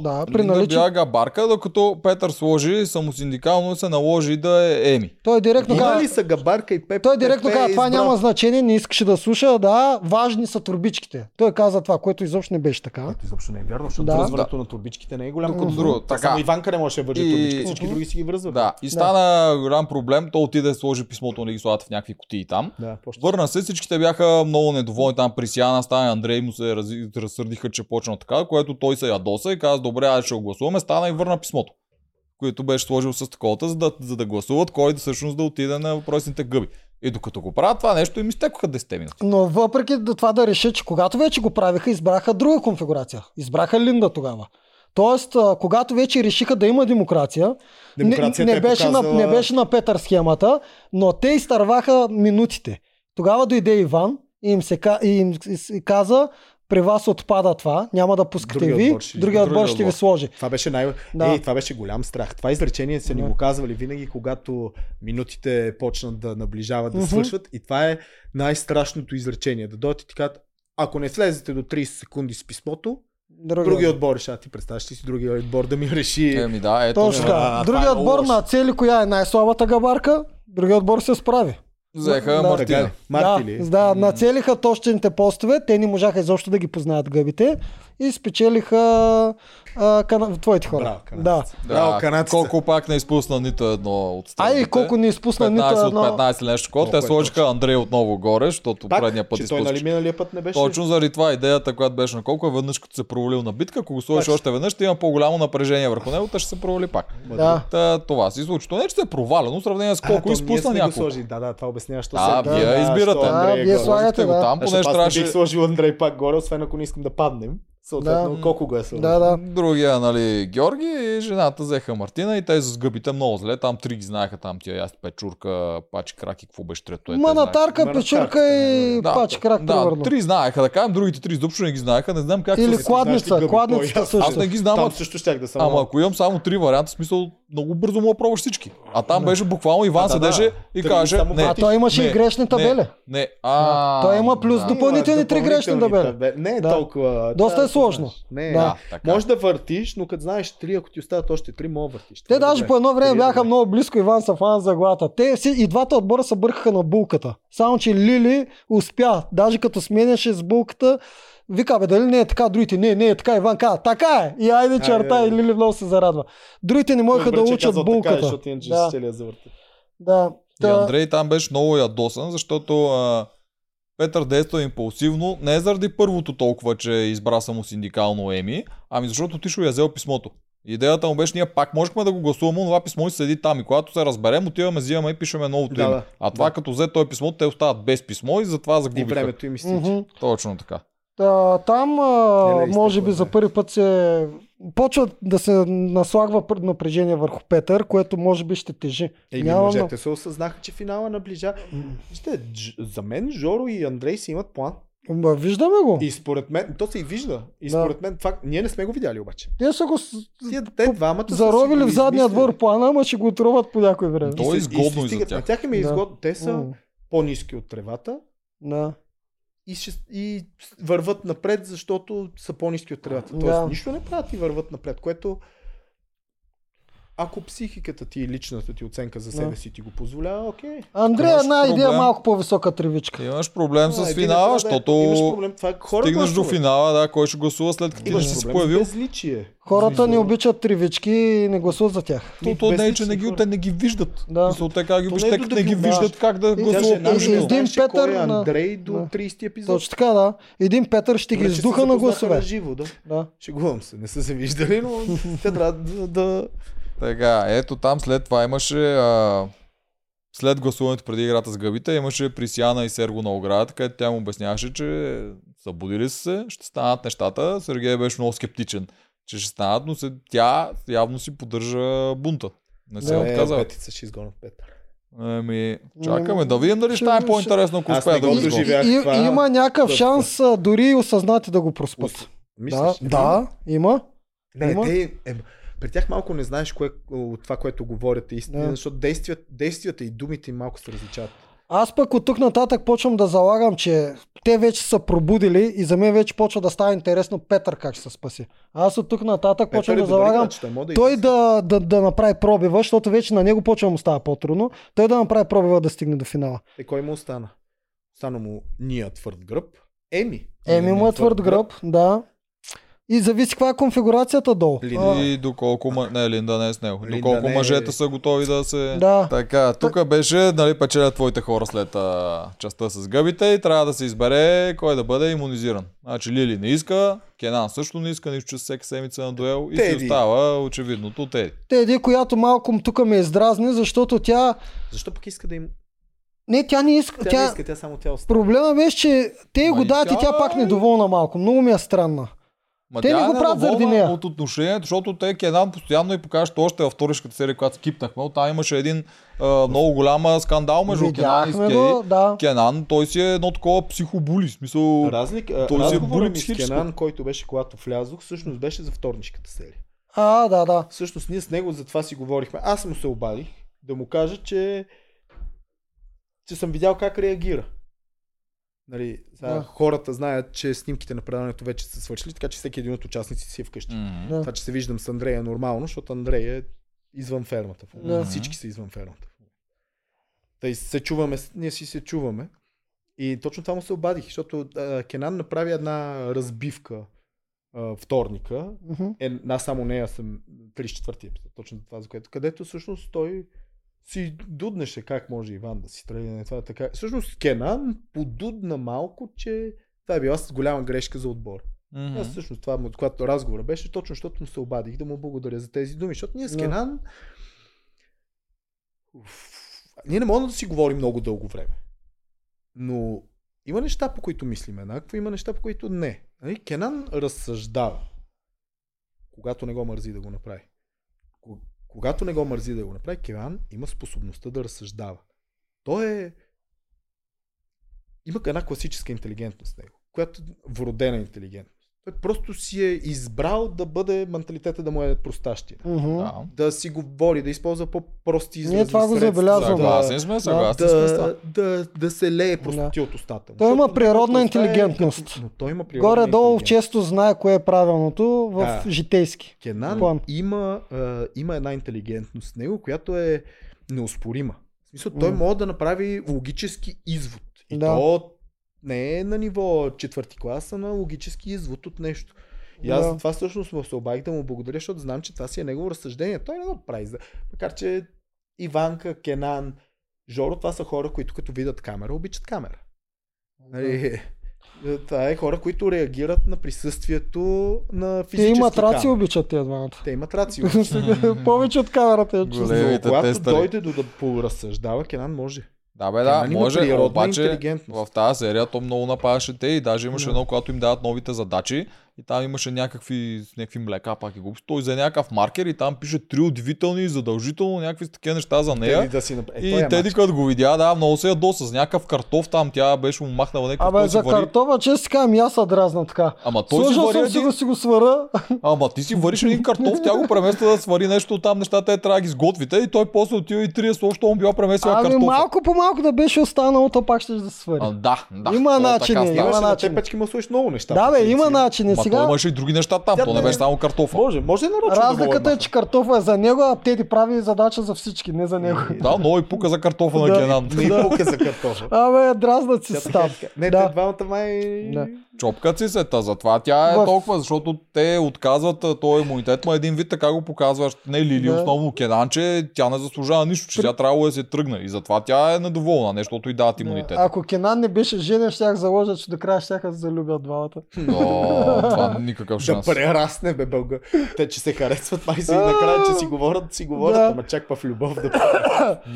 Speaker 2: Да, при
Speaker 3: При да
Speaker 2: наличие.
Speaker 3: бя габарка, докато Петър сложи самосиндикално се наложи да е Еми.
Speaker 2: Той директно
Speaker 1: Има
Speaker 2: казва,
Speaker 1: ли са габарка и пеп?
Speaker 2: той директно
Speaker 1: Пепе е
Speaker 2: каза, това
Speaker 1: избрал.
Speaker 2: няма значение, не искаше да слуша, да, важни са турбичките. Той каза това, което изобщо не беше така.
Speaker 1: Което изобщо не е вярно, защото
Speaker 2: Да.
Speaker 1: връзването на турбичките не е голям
Speaker 3: Докато
Speaker 1: проблем.
Speaker 3: друго,
Speaker 1: Та
Speaker 3: така.
Speaker 1: Само Иванка не може да върже
Speaker 3: И-
Speaker 1: турбички, всички
Speaker 2: Мгм.
Speaker 1: други си ги връзват.
Speaker 3: Да. И стана голям проблем. Той отиде да сложи писмото на Лигиславата в някакви кутии там.
Speaker 1: Да, почти.
Speaker 3: Върна се, всичките бяха много недоволни там при Сиана, стана Андрей му се раз... разсърдиха, че почна така, което той се ядоса и каза, добре, аз ще го гласуваме, стана и върна писмото, което беше сложил с таковата, за да, за да гласуват кой всъщност да отиде на въпросните гъби. И докато го правят това нещо, им изтекоха 10 минути.
Speaker 2: Но въпреки да- това да реша, че когато вече го правиха, избраха друга конфигурация. Избраха Линда тогава. Тоест, а, когато вече решиха да има демокрация, не,
Speaker 1: Демокрацията
Speaker 2: не,
Speaker 1: е
Speaker 2: беше на,
Speaker 1: показала-
Speaker 2: не беше на Петър схемата, но те изтърваха минутите. Тогава дойде Иван и им, се, ка- и им с- и каза, при вас отпада това, няма да пускате
Speaker 1: Другия
Speaker 2: ви,
Speaker 1: отбор ще-
Speaker 2: другия отбор
Speaker 3: другия
Speaker 2: ще ви
Speaker 3: отбор.
Speaker 2: сложи.
Speaker 1: Това беше най...
Speaker 2: Да.
Speaker 1: Да. Ей, това беше голям страх. Това изречение са ни
Speaker 2: Да.
Speaker 1: го казвали винаги, когато минутите почнат да наближават, да
Speaker 2: Мгм.
Speaker 1: свършват. И това е най-страшното изречение. Да дойдат и ти кажат, ако не слезете до 30 секунди с писмото,
Speaker 2: Другия.
Speaker 1: другия отбор решава. Ти представяш ли си другия отбор да ми реши?
Speaker 3: Еми Е, да, ето.
Speaker 2: Точно
Speaker 1: Да, да,
Speaker 2: така.
Speaker 1: това
Speaker 2: Другия
Speaker 1: е много
Speaker 2: отбор
Speaker 1: лошо.
Speaker 2: на цели, коя е най-слабата габарка, другия отбор се справи.
Speaker 3: Взеха
Speaker 2: Да, е.
Speaker 1: Така ли?
Speaker 3: Мартина.
Speaker 1: Марти
Speaker 2: да,
Speaker 1: ли?
Speaker 2: да, нацелиха точните постове, те не можаха изобщо да ги познаят гъбите и спечелиха а, кана... твоите хора.
Speaker 1: Браво,
Speaker 2: да.
Speaker 1: канадците. Браво, канадците.
Speaker 3: колко пак не изпусна нито едно от страните.
Speaker 2: Ай, колко не изпусна
Speaker 3: 15
Speaker 2: нито
Speaker 3: от
Speaker 2: едно.
Speaker 3: 15 или нещо такова.
Speaker 1: Колко
Speaker 3: Те
Speaker 1: е
Speaker 3: сложиха Андрей отново горе, защото
Speaker 1: Пак,
Speaker 3: предния път
Speaker 1: че той нали
Speaker 3: изпусна.
Speaker 1: миналия път не беше?
Speaker 3: Точно заради това идеята, която беше на колко е веднъж, като се провалил на битка, ако го сложиш
Speaker 1: Пак.
Speaker 3: още веднъж, ще има по-голямо напрежение върху него, та ще се провали пак.
Speaker 2: Да.
Speaker 3: Та, това се случи. То не, че се е провалено, в сравнение с
Speaker 1: А,
Speaker 3: колко
Speaker 1: то
Speaker 3: е изпусна
Speaker 1: ние сме го
Speaker 3: няколко.
Speaker 1: сложили. Да, да, това обяснява, що
Speaker 3: А,
Speaker 1: се-
Speaker 3: вие
Speaker 1: да,
Speaker 3: избирате.
Speaker 1: що Андрей
Speaker 2: Да,
Speaker 1: е
Speaker 2: вие
Speaker 1: горе.
Speaker 2: слагате,
Speaker 3: Сложихте го
Speaker 2: да.
Speaker 3: там, поне
Speaker 1: Защото Значи, аз не бих
Speaker 3: трябваше...
Speaker 1: сложил Андрей пак горе, освен ако не искам да паднем. Съответно,
Speaker 2: Да.
Speaker 1: колко го е сложил?
Speaker 2: Да, да.
Speaker 3: Другия, нали, Георги и жената взеха Мартина и те с гъбите много зле. Там три ги знаеха, там тия ясти печурка, пачи крак и какво беше трето. Е, те знаеха.
Speaker 2: Манатарка,
Speaker 1: Манатарка,
Speaker 2: печурка и
Speaker 3: Да,
Speaker 2: пач крак,
Speaker 3: да,
Speaker 2: примерно.
Speaker 3: три знаеха, да кажем, другите три изобщо не ги знаеха, не знам как
Speaker 2: Или
Speaker 3: се...
Speaker 1: Знаеш ли
Speaker 2: кладница,
Speaker 1: гъби? Той,
Speaker 2: кладницата
Speaker 1: аз-
Speaker 3: Аз
Speaker 2: също.
Speaker 3: не ги знам,
Speaker 1: Там
Speaker 3: аз
Speaker 1: също щях да съм.
Speaker 3: Ама ако имам само три варианта, в смисъл много бързо му пробваш всички. А там беше буквално Иван
Speaker 1: Да, да,
Speaker 3: седеше
Speaker 1: да.
Speaker 3: и
Speaker 1: Три
Speaker 3: каже,
Speaker 1: само
Speaker 3: не,
Speaker 2: А
Speaker 1: варианти.
Speaker 2: той имаше и
Speaker 3: не,
Speaker 2: грешни табели.
Speaker 3: не, не, а,
Speaker 2: Той има плюс
Speaker 3: да.
Speaker 2: допъл- допълнителни три грешни
Speaker 1: Допълнителни
Speaker 2: табели.
Speaker 1: табе- Не е
Speaker 2: Да.
Speaker 1: толкова.
Speaker 2: Доста
Speaker 1: трябва
Speaker 2: е
Speaker 1: да
Speaker 2: сложно.
Speaker 1: знаеш. Не, е.
Speaker 2: Да.
Speaker 3: Да, така.
Speaker 1: Може да въртиш, но като знаеш три, ако ти остават още три, мога да въртиш.
Speaker 2: Те
Speaker 1: Това е
Speaker 2: даже
Speaker 1: добре.
Speaker 2: по едно време
Speaker 1: Три е
Speaker 2: бяха
Speaker 1: добре.
Speaker 2: много близко Иван Сафан за главата. Те си, и двата отбора се бъркаха на булката. Само, че Лили успя, даже като сменяше с булката, вика, бе, дали не е така, другите, не, не е така, Иван каза, така е. И айде черта,
Speaker 1: Айде,
Speaker 2: и Лили много се зарадва. Другите не можеха
Speaker 1: Добре,
Speaker 2: да
Speaker 1: че
Speaker 2: учат
Speaker 1: казал така,
Speaker 2: булката.
Speaker 1: Защото иначе
Speaker 2: Да.
Speaker 1: ще ли я завъртат.
Speaker 2: Да,
Speaker 3: И
Speaker 2: та,
Speaker 3: Андрей там беше много ядосан, защото а, Петър действа импулсивно, не заради първото толкова, че избра само синдикално Еми, ами защото Тишо я взел писмото. Идеята му беше, ние пак можехме да го гласуваме, но това писмо и седи там. И когато се разберем, отиваме, взимаме и пишеме новото
Speaker 1: Да,
Speaker 3: име.
Speaker 1: да.
Speaker 3: А това
Speaker 1: Да.
Speaker 3: като взе той писмо, те остават без писмо и затова
Speaker 1: И
Speaker 3: загубиха.
Speaker 1: времето им изтича.
Speaker 2: мгм.
Speaker 3: Точно така.
Speaker 2: Та, там,
Speaker 1: Не,
Speaker 2: а,
Speaker 1: не,
Speaker 2: може
Speaker 1: изтъква,
Speaker 2: би, за
Speaker 1: да.
Speaker 2: първи път се почва да се наслагва пр- напрежение върху Петър, което може би ще тежи.
Speaker 1: Еми,
Speaker 2: Няма много.
Speaker 1: мъжете се осъзнаха, че финала наближа. Вижте, Дж- за мен Жоро и Андрей си имат план.
Speaker 2: Ма, виждаме го.
Speaker 1: И според мен, то се и вижда. И
Speaker 2: Да.
Speaker 1: според мен това, ние не сме го видяли обаче.
Speaker 2: Те са го с-
Speaker 1: Тия, те двамата са си
Speaker 2: Заровили
Speaker 1: го
Speaker 2: в задния
Speaker 1: измислили.
Speaker 2: двор плана, ама ще го отруват по някой време.
Speaker 3: То е
Speaker 1: се- се
Speaker 3: изгодно и за
Speaker 1: стигат.
Speaker 3: тях.
Speaker 1: На тях им е
Speaker 2: Да.
Speaker 1: изгодно. Те са
Speaker 2: М,
Speaker 1: по-низки от тревата
Speaker 2: Да.
Speaker 1: и, ще, и върват напред, защото са по-низки от тревата. Тоест
Speaker 2: Да.
Speaker 1: нищо не правят и върват напред, което ако психиката ти и личната ти оценка за
Speaker 2: Да.
Speaker 1: себе си ти го позволява, окей.
Speaker 2: Андрея
Speaker 3: Имаш
Speaker 2: една идея
Speaker 3: проблем.
Speaker 2: малко по-висока
Speaker 1: Е,
Speaker 2: тривичка.
Speaker 3: Имаш проблем
Speaker 1: А,
Speaker 3: с
Speaker 1: един
Speaker 3: финала,
Speaker 1: е това, да, Имаш
Speaker 3: защото
Speaker 1: проблем, това е хора
Speaker 3: стигнеш до
Speaker 1: гласуват.
Speaker 3: финала, да, кой ще гласува след като ти
Speaker 1: Имаш
Speaker 3: не си се
Speaker 1: проблем с
Speaker 3: появил.
Speaker 1: безличие.
Speaker 2: Хората не
Speaker 1: Излиза.
Speaker 2: обичат тривички и не гласуват за тях.
Speaker 3: То,
Speaker 1: Ми,
Speaker 3: то не е,
Speaker 1: безлични
Speaker 3: че не ги,
Speaker 1: хора.
Speaker 3: те не ги виждат.
Speaker 2: Да.
Speaker 3: Да. Мисъл, те как ги
Speaker 1: То
Speaker 3: виждат,
Speaker 1: не е
Speaker 3: те
Speaker 1: до
Speaker 3: не
Speaker 1: да ги
Speaker 3: ги виждат
Speaker 1: виждат.
Speaker 3: как да
Speaker 2: Тя
Speaker 1: Даже
Speaker 3: гласуват.
Speaker 1: една
Speaker 3: точно.
Speaker 1: жена
Speaker 2: един
Speaker 1: знаеше кой
Speaker 2: Петър
Speaker 1: е
Speaker 2: на-
Speaker 1: Андрей до
Speaker 2: Да.
Speaker 1: 30 епизод.
Speaker 2: Точно така, да. Един Петър ще ги
Speaker 1: Добре, че се
Speaker 2: издуха на
Speaker 1: запознаха
Speaker 2: гласове.
Speaker 1: на Живо, да.
Speaker 2: Да.
Speaker 1: Шегувам се, не са се виждали, но те трябва да... да...
Speaker 3: Така, ето там след това имаше... А... След гласуването преди играта с гъбите имаше Присяна и Серго на оградата, където тя му обясняваше, че събудили са се, ще станат нещата. Сергей беше много скептичен, че ще станат, но се, тя явно си поддържа бунта. Не се
Speaker 2: Да,
Speaker 3: е
Speaker 2: е,
Speaker 3: отказала.
Speaker 1: петица ще изгонят Петър.
Speaker 3: Ами,
Speaker 2: Ами,
Speaker 3: чакаме да видим дали ще
Speaker 2: ще-
Speaker 3: е по-интересно, ако
Speaker 1: Аз
Speaker 3: успея
Speaker 1: не
Speaker 3: да
Speaker 1: го
Speaker 3: го
Speaker 2: И,
Speaker 3: изгоня.
Speaker 1: доживях.
Speaker 2: и,
Speaker 1: това.
Speaker 2: и има някакъв
Speaker 1: Да.
Speaker 2: шанс а, дори и осъзнати да го проспат. Да,
Speaker 1: Мислиш? ли?
Speaker 2: да, има.
Speaker 1: Не,
Speaker 2: Има?
Speaker 1: те, е, при тях малко не знаеш кое от това, което говорят е истина,
Speaker 2: Да.
Speaker 1: защото действията, действията и думите им малко се различават.
Speaker 2: Аз пък от тук нататък почвам да залагам, че те вече са пробудили и за мен вече почва да става интересно Петър как ще се спаси. Аз от тук нататък
Speaker 1: Петър
Speaker 2: почвам
Speaker 1: е
Speaker 2: да
Speaker 1: добър
Speaker 2: залагам
Speaker 1: играч, той може да
Speaker 2: той
Speaker 1: излезе.
Speaker 2: да, да, да направи пробива, защото вече на него почва да му става по-трудно. Той да направи пробива да стигне до финала.
Speaker 1: Е, кой му остана? Стана му ния твърд гръб. Еми.
Speaker 2: Еми му е твърд гръб, да. И зависи каква е конфигурацията долу.
Speaker 1: Линда.
Speaker 3: И доколко... мъ- Не, Линда не е с него.
Speaker 1: Линда
Speaker 3: доколко
Speaker 1: не е-
Speaker 3: мъжете са готови да се...
Speaker 2: Да.
Speaker 3: Така, тук беше, нали, печелят твоите хора след а, частта с гъбите и трябва да се избере кой да бъде иммунизиран. Значи Лили не иска, Кенан също не иска, нищо, че всеки седмица на дуел и си
Speaker 1: Теди.
Speaker 3: остава очевидното Теди.
Speaker 2: Теди, която малко тук ме издразни, защото тя...
Speaker 1: Защо пък иска да им...
Speaker 2: Не, тя не иска...
Speaker 1: Тя, тя... не иска, тя само тя остана.
Speaker 2: Проблема беше, че те
Speaker 3: Ма
Speaker 2: го
Speaker 3: и
Speaker 2: дадат и
Speaker 3: тя
Speaker 2: тя пак
Speaker 3: е.
Speaker 2: недоволна малко. Много ми е странна.
Speaker 3: Ма
Speaker 2: Те
Speaker 3: тя
Speaker 2: не
Speaker 3: е
Speaker 2: го правят
Speaker 3: недоволна
Speaker 2: заради нея.
Speaker 3: От отношението, защото те Кенан постоянно и покажат още във вторичката серия, която скипнахме. От Там имаше един а, много голям скандал между Кенан и
Speaker 2: Видяхме
Speaker 3: Скей.
Speaker 2: го, да.
Speaker 3: Кенан, той си е едно такова психобули. в Смисъл,
Speaker 1: Разлик,
Speaker 3: Той си е
Speaker 1: разговорът ми с
Speaker 3: психическо.
Speaker 1: Кенан, който беше когато влязох, всъщност беше за вторничката серия.
Speaker 2: А, да, да.
Speaker 1: Всъщност ние с него за това си говорихме. Аз му се обадих да му кажа, че, че съм видял как реагира. Нали, сега
Speaker 2: Да.
Speaker 1: Хората знаят, че снимките на предаването вече са свършили, така че всеки един от участниците си е вкъщи.
Speaker 3: Мгм.
Speaker 2: да.
Speaker 1: Това, че се виждам с Андрея е нормално, защото Андрей е извън фермата. в момента.
Speaker 2: Да.
Speaker 1: Всички са извън фермата. в момента. Тъй се чуваме, с- ние си се чуваме. И точно това му се обадих, защото а, Кенан направи една разбивка а, вторника.
Speaker 2: Мгм.
Speaker 1: Е, аз само нея съм 34-ти епизод, точно това, за което. Където всъщност той си дуднеше как може Иван да си тръгне. Това е така. Всъщност Кенан подудна малко, че това е била с голяма грешка за отбор.
Speaker 3: Мгм.
Speaker 1: Аз всъщност това, му- когато разговора беше, точно защото му се обадих да му благодаря за тези думи, защото ние с
Speaker 2: Да.
Speaker 1: Кенан... Уф, ние не можем да си говорим много дълго време. Но има неща, по които мислим еднакво, има неща, по които не. Нали? Кенан разсъждава, когато не го мързи да го направи. Ко- Когато не го мързи да го направи, Кенан има способността да разсъждава. Той е има една класическа интелигентност в него, която вродена интелигентност. Той просто си е избрал да бъде менталитета да му е простащия.
Speaker 2: Мгм.
Speaker 3: Да.
Speaker 1: Да си говори, да използва по-прости изрази.
Speaker 2: това го
Speaker 1: средства,
Speaker 2: забелязваме.
Speaker 1: Да,
Speaker 3: Съгласен сме,
Speaker 1: да,
Speaker 3: съгласен сме с това.
Speaker 1: да, да, да се лее простоти от устата. му.
Speaker 2: Той има
Speaker 1: Защото
Speaker 2: природна
Speaker 1: просто остава е
Speaker 2: интелигентност.
Speaker 1: като- Но той има природна
Speaker 2: Горе-долу
Speaker 1: интелигентност.
Speaker 2: често знае кое е правилното в
Speaker 1: Да.
Speaker 2: житейски.
Speaker 1: Кенан
Speaker 2: План.
Speaker 1: има, а, има една интелигентност в него, която е неоспорима. В смисъл, той
Speaker 2: М.
Speaker 1: може да направи логически извод. И
Speaker 2: Да.
Speaker 1: то не е на ниво четвърти клас, а на логически извод от нещо. И аз
Speaker 2: Да.
Speaker 1: за това всъщност му се обадих да му благодаря, защото знам, че това си е негово разсъждение. Той не го прави. за- Макар, че Иванка, Кенан, Жоро, това са хора, които като видят камера, обичат камера. Нали? Това е хора, които реагират на присъствието на
Speaker 2: Те
Speaker 1: физически
Speaker 2: имат раци,
Speaker 1: камери.
Speaker 2: обичат тези двамата.
Speaker 1: Те имат рацио.
Speaker 2: Сега Повече от камерата я чувствам.
Speaker 3: Голем.
Speaker 1: Но
Speaker 3: Левите
Speaker 1: когато
Speaker 3: тестъри.
Speaker 1: дойде до да поразсъждава, Кенан може.
Speaker 3: Да, бе, Е, да,
Speaker 1: Кенан има
Speaker 3: може,
Speaker 1: природна
Speaker 3: обаче в
Speaker 1: интелигентност.
Speaker 3: тази серия то много нападаше те и даже имаше
Speaker 2: Да.
Speaker 3: едно, когато им дават новите задачи и там имаше някакви, с някакви млека, пак и глупости. Той за някакъв маркер и там пише три удивителни, задължително, някакви такива неща за
Speaker 1: Теди
Speaker 3: нея.
Speaker 1: да си направи. Е, той
Speaker 3: И
Speaker 1: е
Speaker 3: Теди
Speaker 1: мачка.
Speaker 3: като го видя, да, много се ядоса с някакъв картоф там, тя беше му махнала някакъв
Speaker 2: Абе,
Speaker 3: той си
Speaker 2: за
Speaker 3: вари-
Speaker 2: картофа, че си казвам, и аз се дразна така.
Speaker 3: Ама той си
Speaker 2: Сложил
Speaker 3: вари
Speaker 2: съм си
Speaker 3: един
Speaker 2: го, си го свара.
Speaker 3: Ама ти си вариш един картоф, тя го премества да свари нещо там, нещата е трябва да ги сготвите и той после отива и трие с още он била преместила
Speaker 2: Ами
Speaker 3: картофа.
Speaker 2: малко по малко да беше останало, то пак ще да се свари.
Speaker 3: А, да, да.
Speaker 2: Има
Speaker 3: то така
Speaker 2: начини,
Speaker 3: става.
Speaker 2: има
Speaker 1: Имаше на
Speaker 2: начин.
Speaker 1: те печки му слушаш много неща.
Speaker 2: Да,
Speaker 1: по
Speaker 2: бе,
Speaker 3: е
Speaker 1: принцип.
Speaker 2: има начин.
Speaker 3: Ма
Speaker 2: Сега
Speaker 3: той имаше и други неща там,
Speaker 1: Тя
Speaker 3: то не
Speaker 1: не-
Speaker 3: беше само картофа.
Speaker 1: Може, може нарочно
Speaker 2: разликата е,
Speaker 1: да
Speaker 2: че картофа е за него, а Теди прави задача за всички, не за него.
Speaker 3: Да, но и пука за картофа на
Speaker 2: Да.
Speaker 3: Кенан.
Speaker 1: Не и пука за картофа.
Speaker 2: Абе, дразнат си
Speaker 1: Тя така
Speaker 2: став.
Speaker 1: е така. Не,
Speaker 2: да.
Speaker 1: те двамата май...
Speaker 2: Да.
Speaker 3: Чопкат си се, та затова тя е
Speaker 2: В-
Speaker 3: толкова, защото те отказват а, този имунитет, ма един вид така го показваш, не Лили,
Speaker 2: Да.
Speaker 3: основно Кенан, че тя не заслужава нищо, че тя трябвало да се тръгне и затова тя е недоволна, не защото и дават имунитет.
Speaker 2: Ако Кенан не беше женен, щях заложа, че до края щяха да се залюбят двамата.
Speaker 3: Но това никакъв
Speaker 1: Да
Speaker 3: шанс.
Speaker 1: прерасне, бе, бълга. Те, че се харесват, май си и накрая, че си говорят, си говорят,
Speaker 2: Да.
Speaker 1: ама чак па в любов да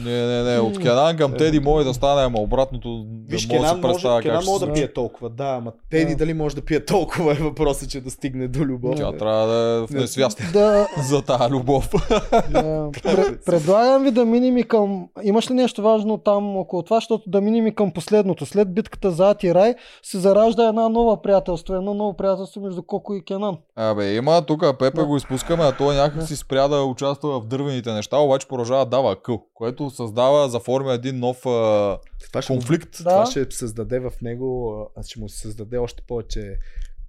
Speaker 3: Не, не, не, от Кенан към Теди може да стане, ама обратното не
Speaker 1: Виж,
Speaker 3: мога да
Speaker 1: Кенан
Speaker 3: се
Speaker 1: може,
Speaker 3: представя как
Speaker 1: Кенан
Speaker 3: ще
Speaker 1: може
Speaker 3: се...
Speaker 1: да
Speaker 2: се-
Speaker 1: пие толкова, да, ама Теди
Speaker 2: Да.
Speaker 1: дали може да пие толкова е въпросът, че да стигне до любов.
Speaker 3: Тя
Speaker 1: бе.
Speaker 3: трябва да е в
Speaker 1: Не.
Speaker 3: несвяст
Speaker 2: Да,
Speaker 3: за тази любов.
Speaker 2: да. Пре- предлагам ви да минем и към... Имаш ли нещо важно там около това, защото да минем и към последното. След битката за Ати Рай се заражда една нова приятелство, едно ново приятелство между Коко и Кенан.
Speaker 3: Абе, има, тук Пепе
Speaker 2: Да.
Speaker 3: го изпускаме, а той някак си спря да участва в дървените неща, обаче продължава да дава къл, което създава, заформя един нов а,
Speaker 1: Това ще, му,
Speaker 3: Конфликт.
Speaker 2: Да.
Speaker 1: това ще създаде в него, а ще му създаде още повече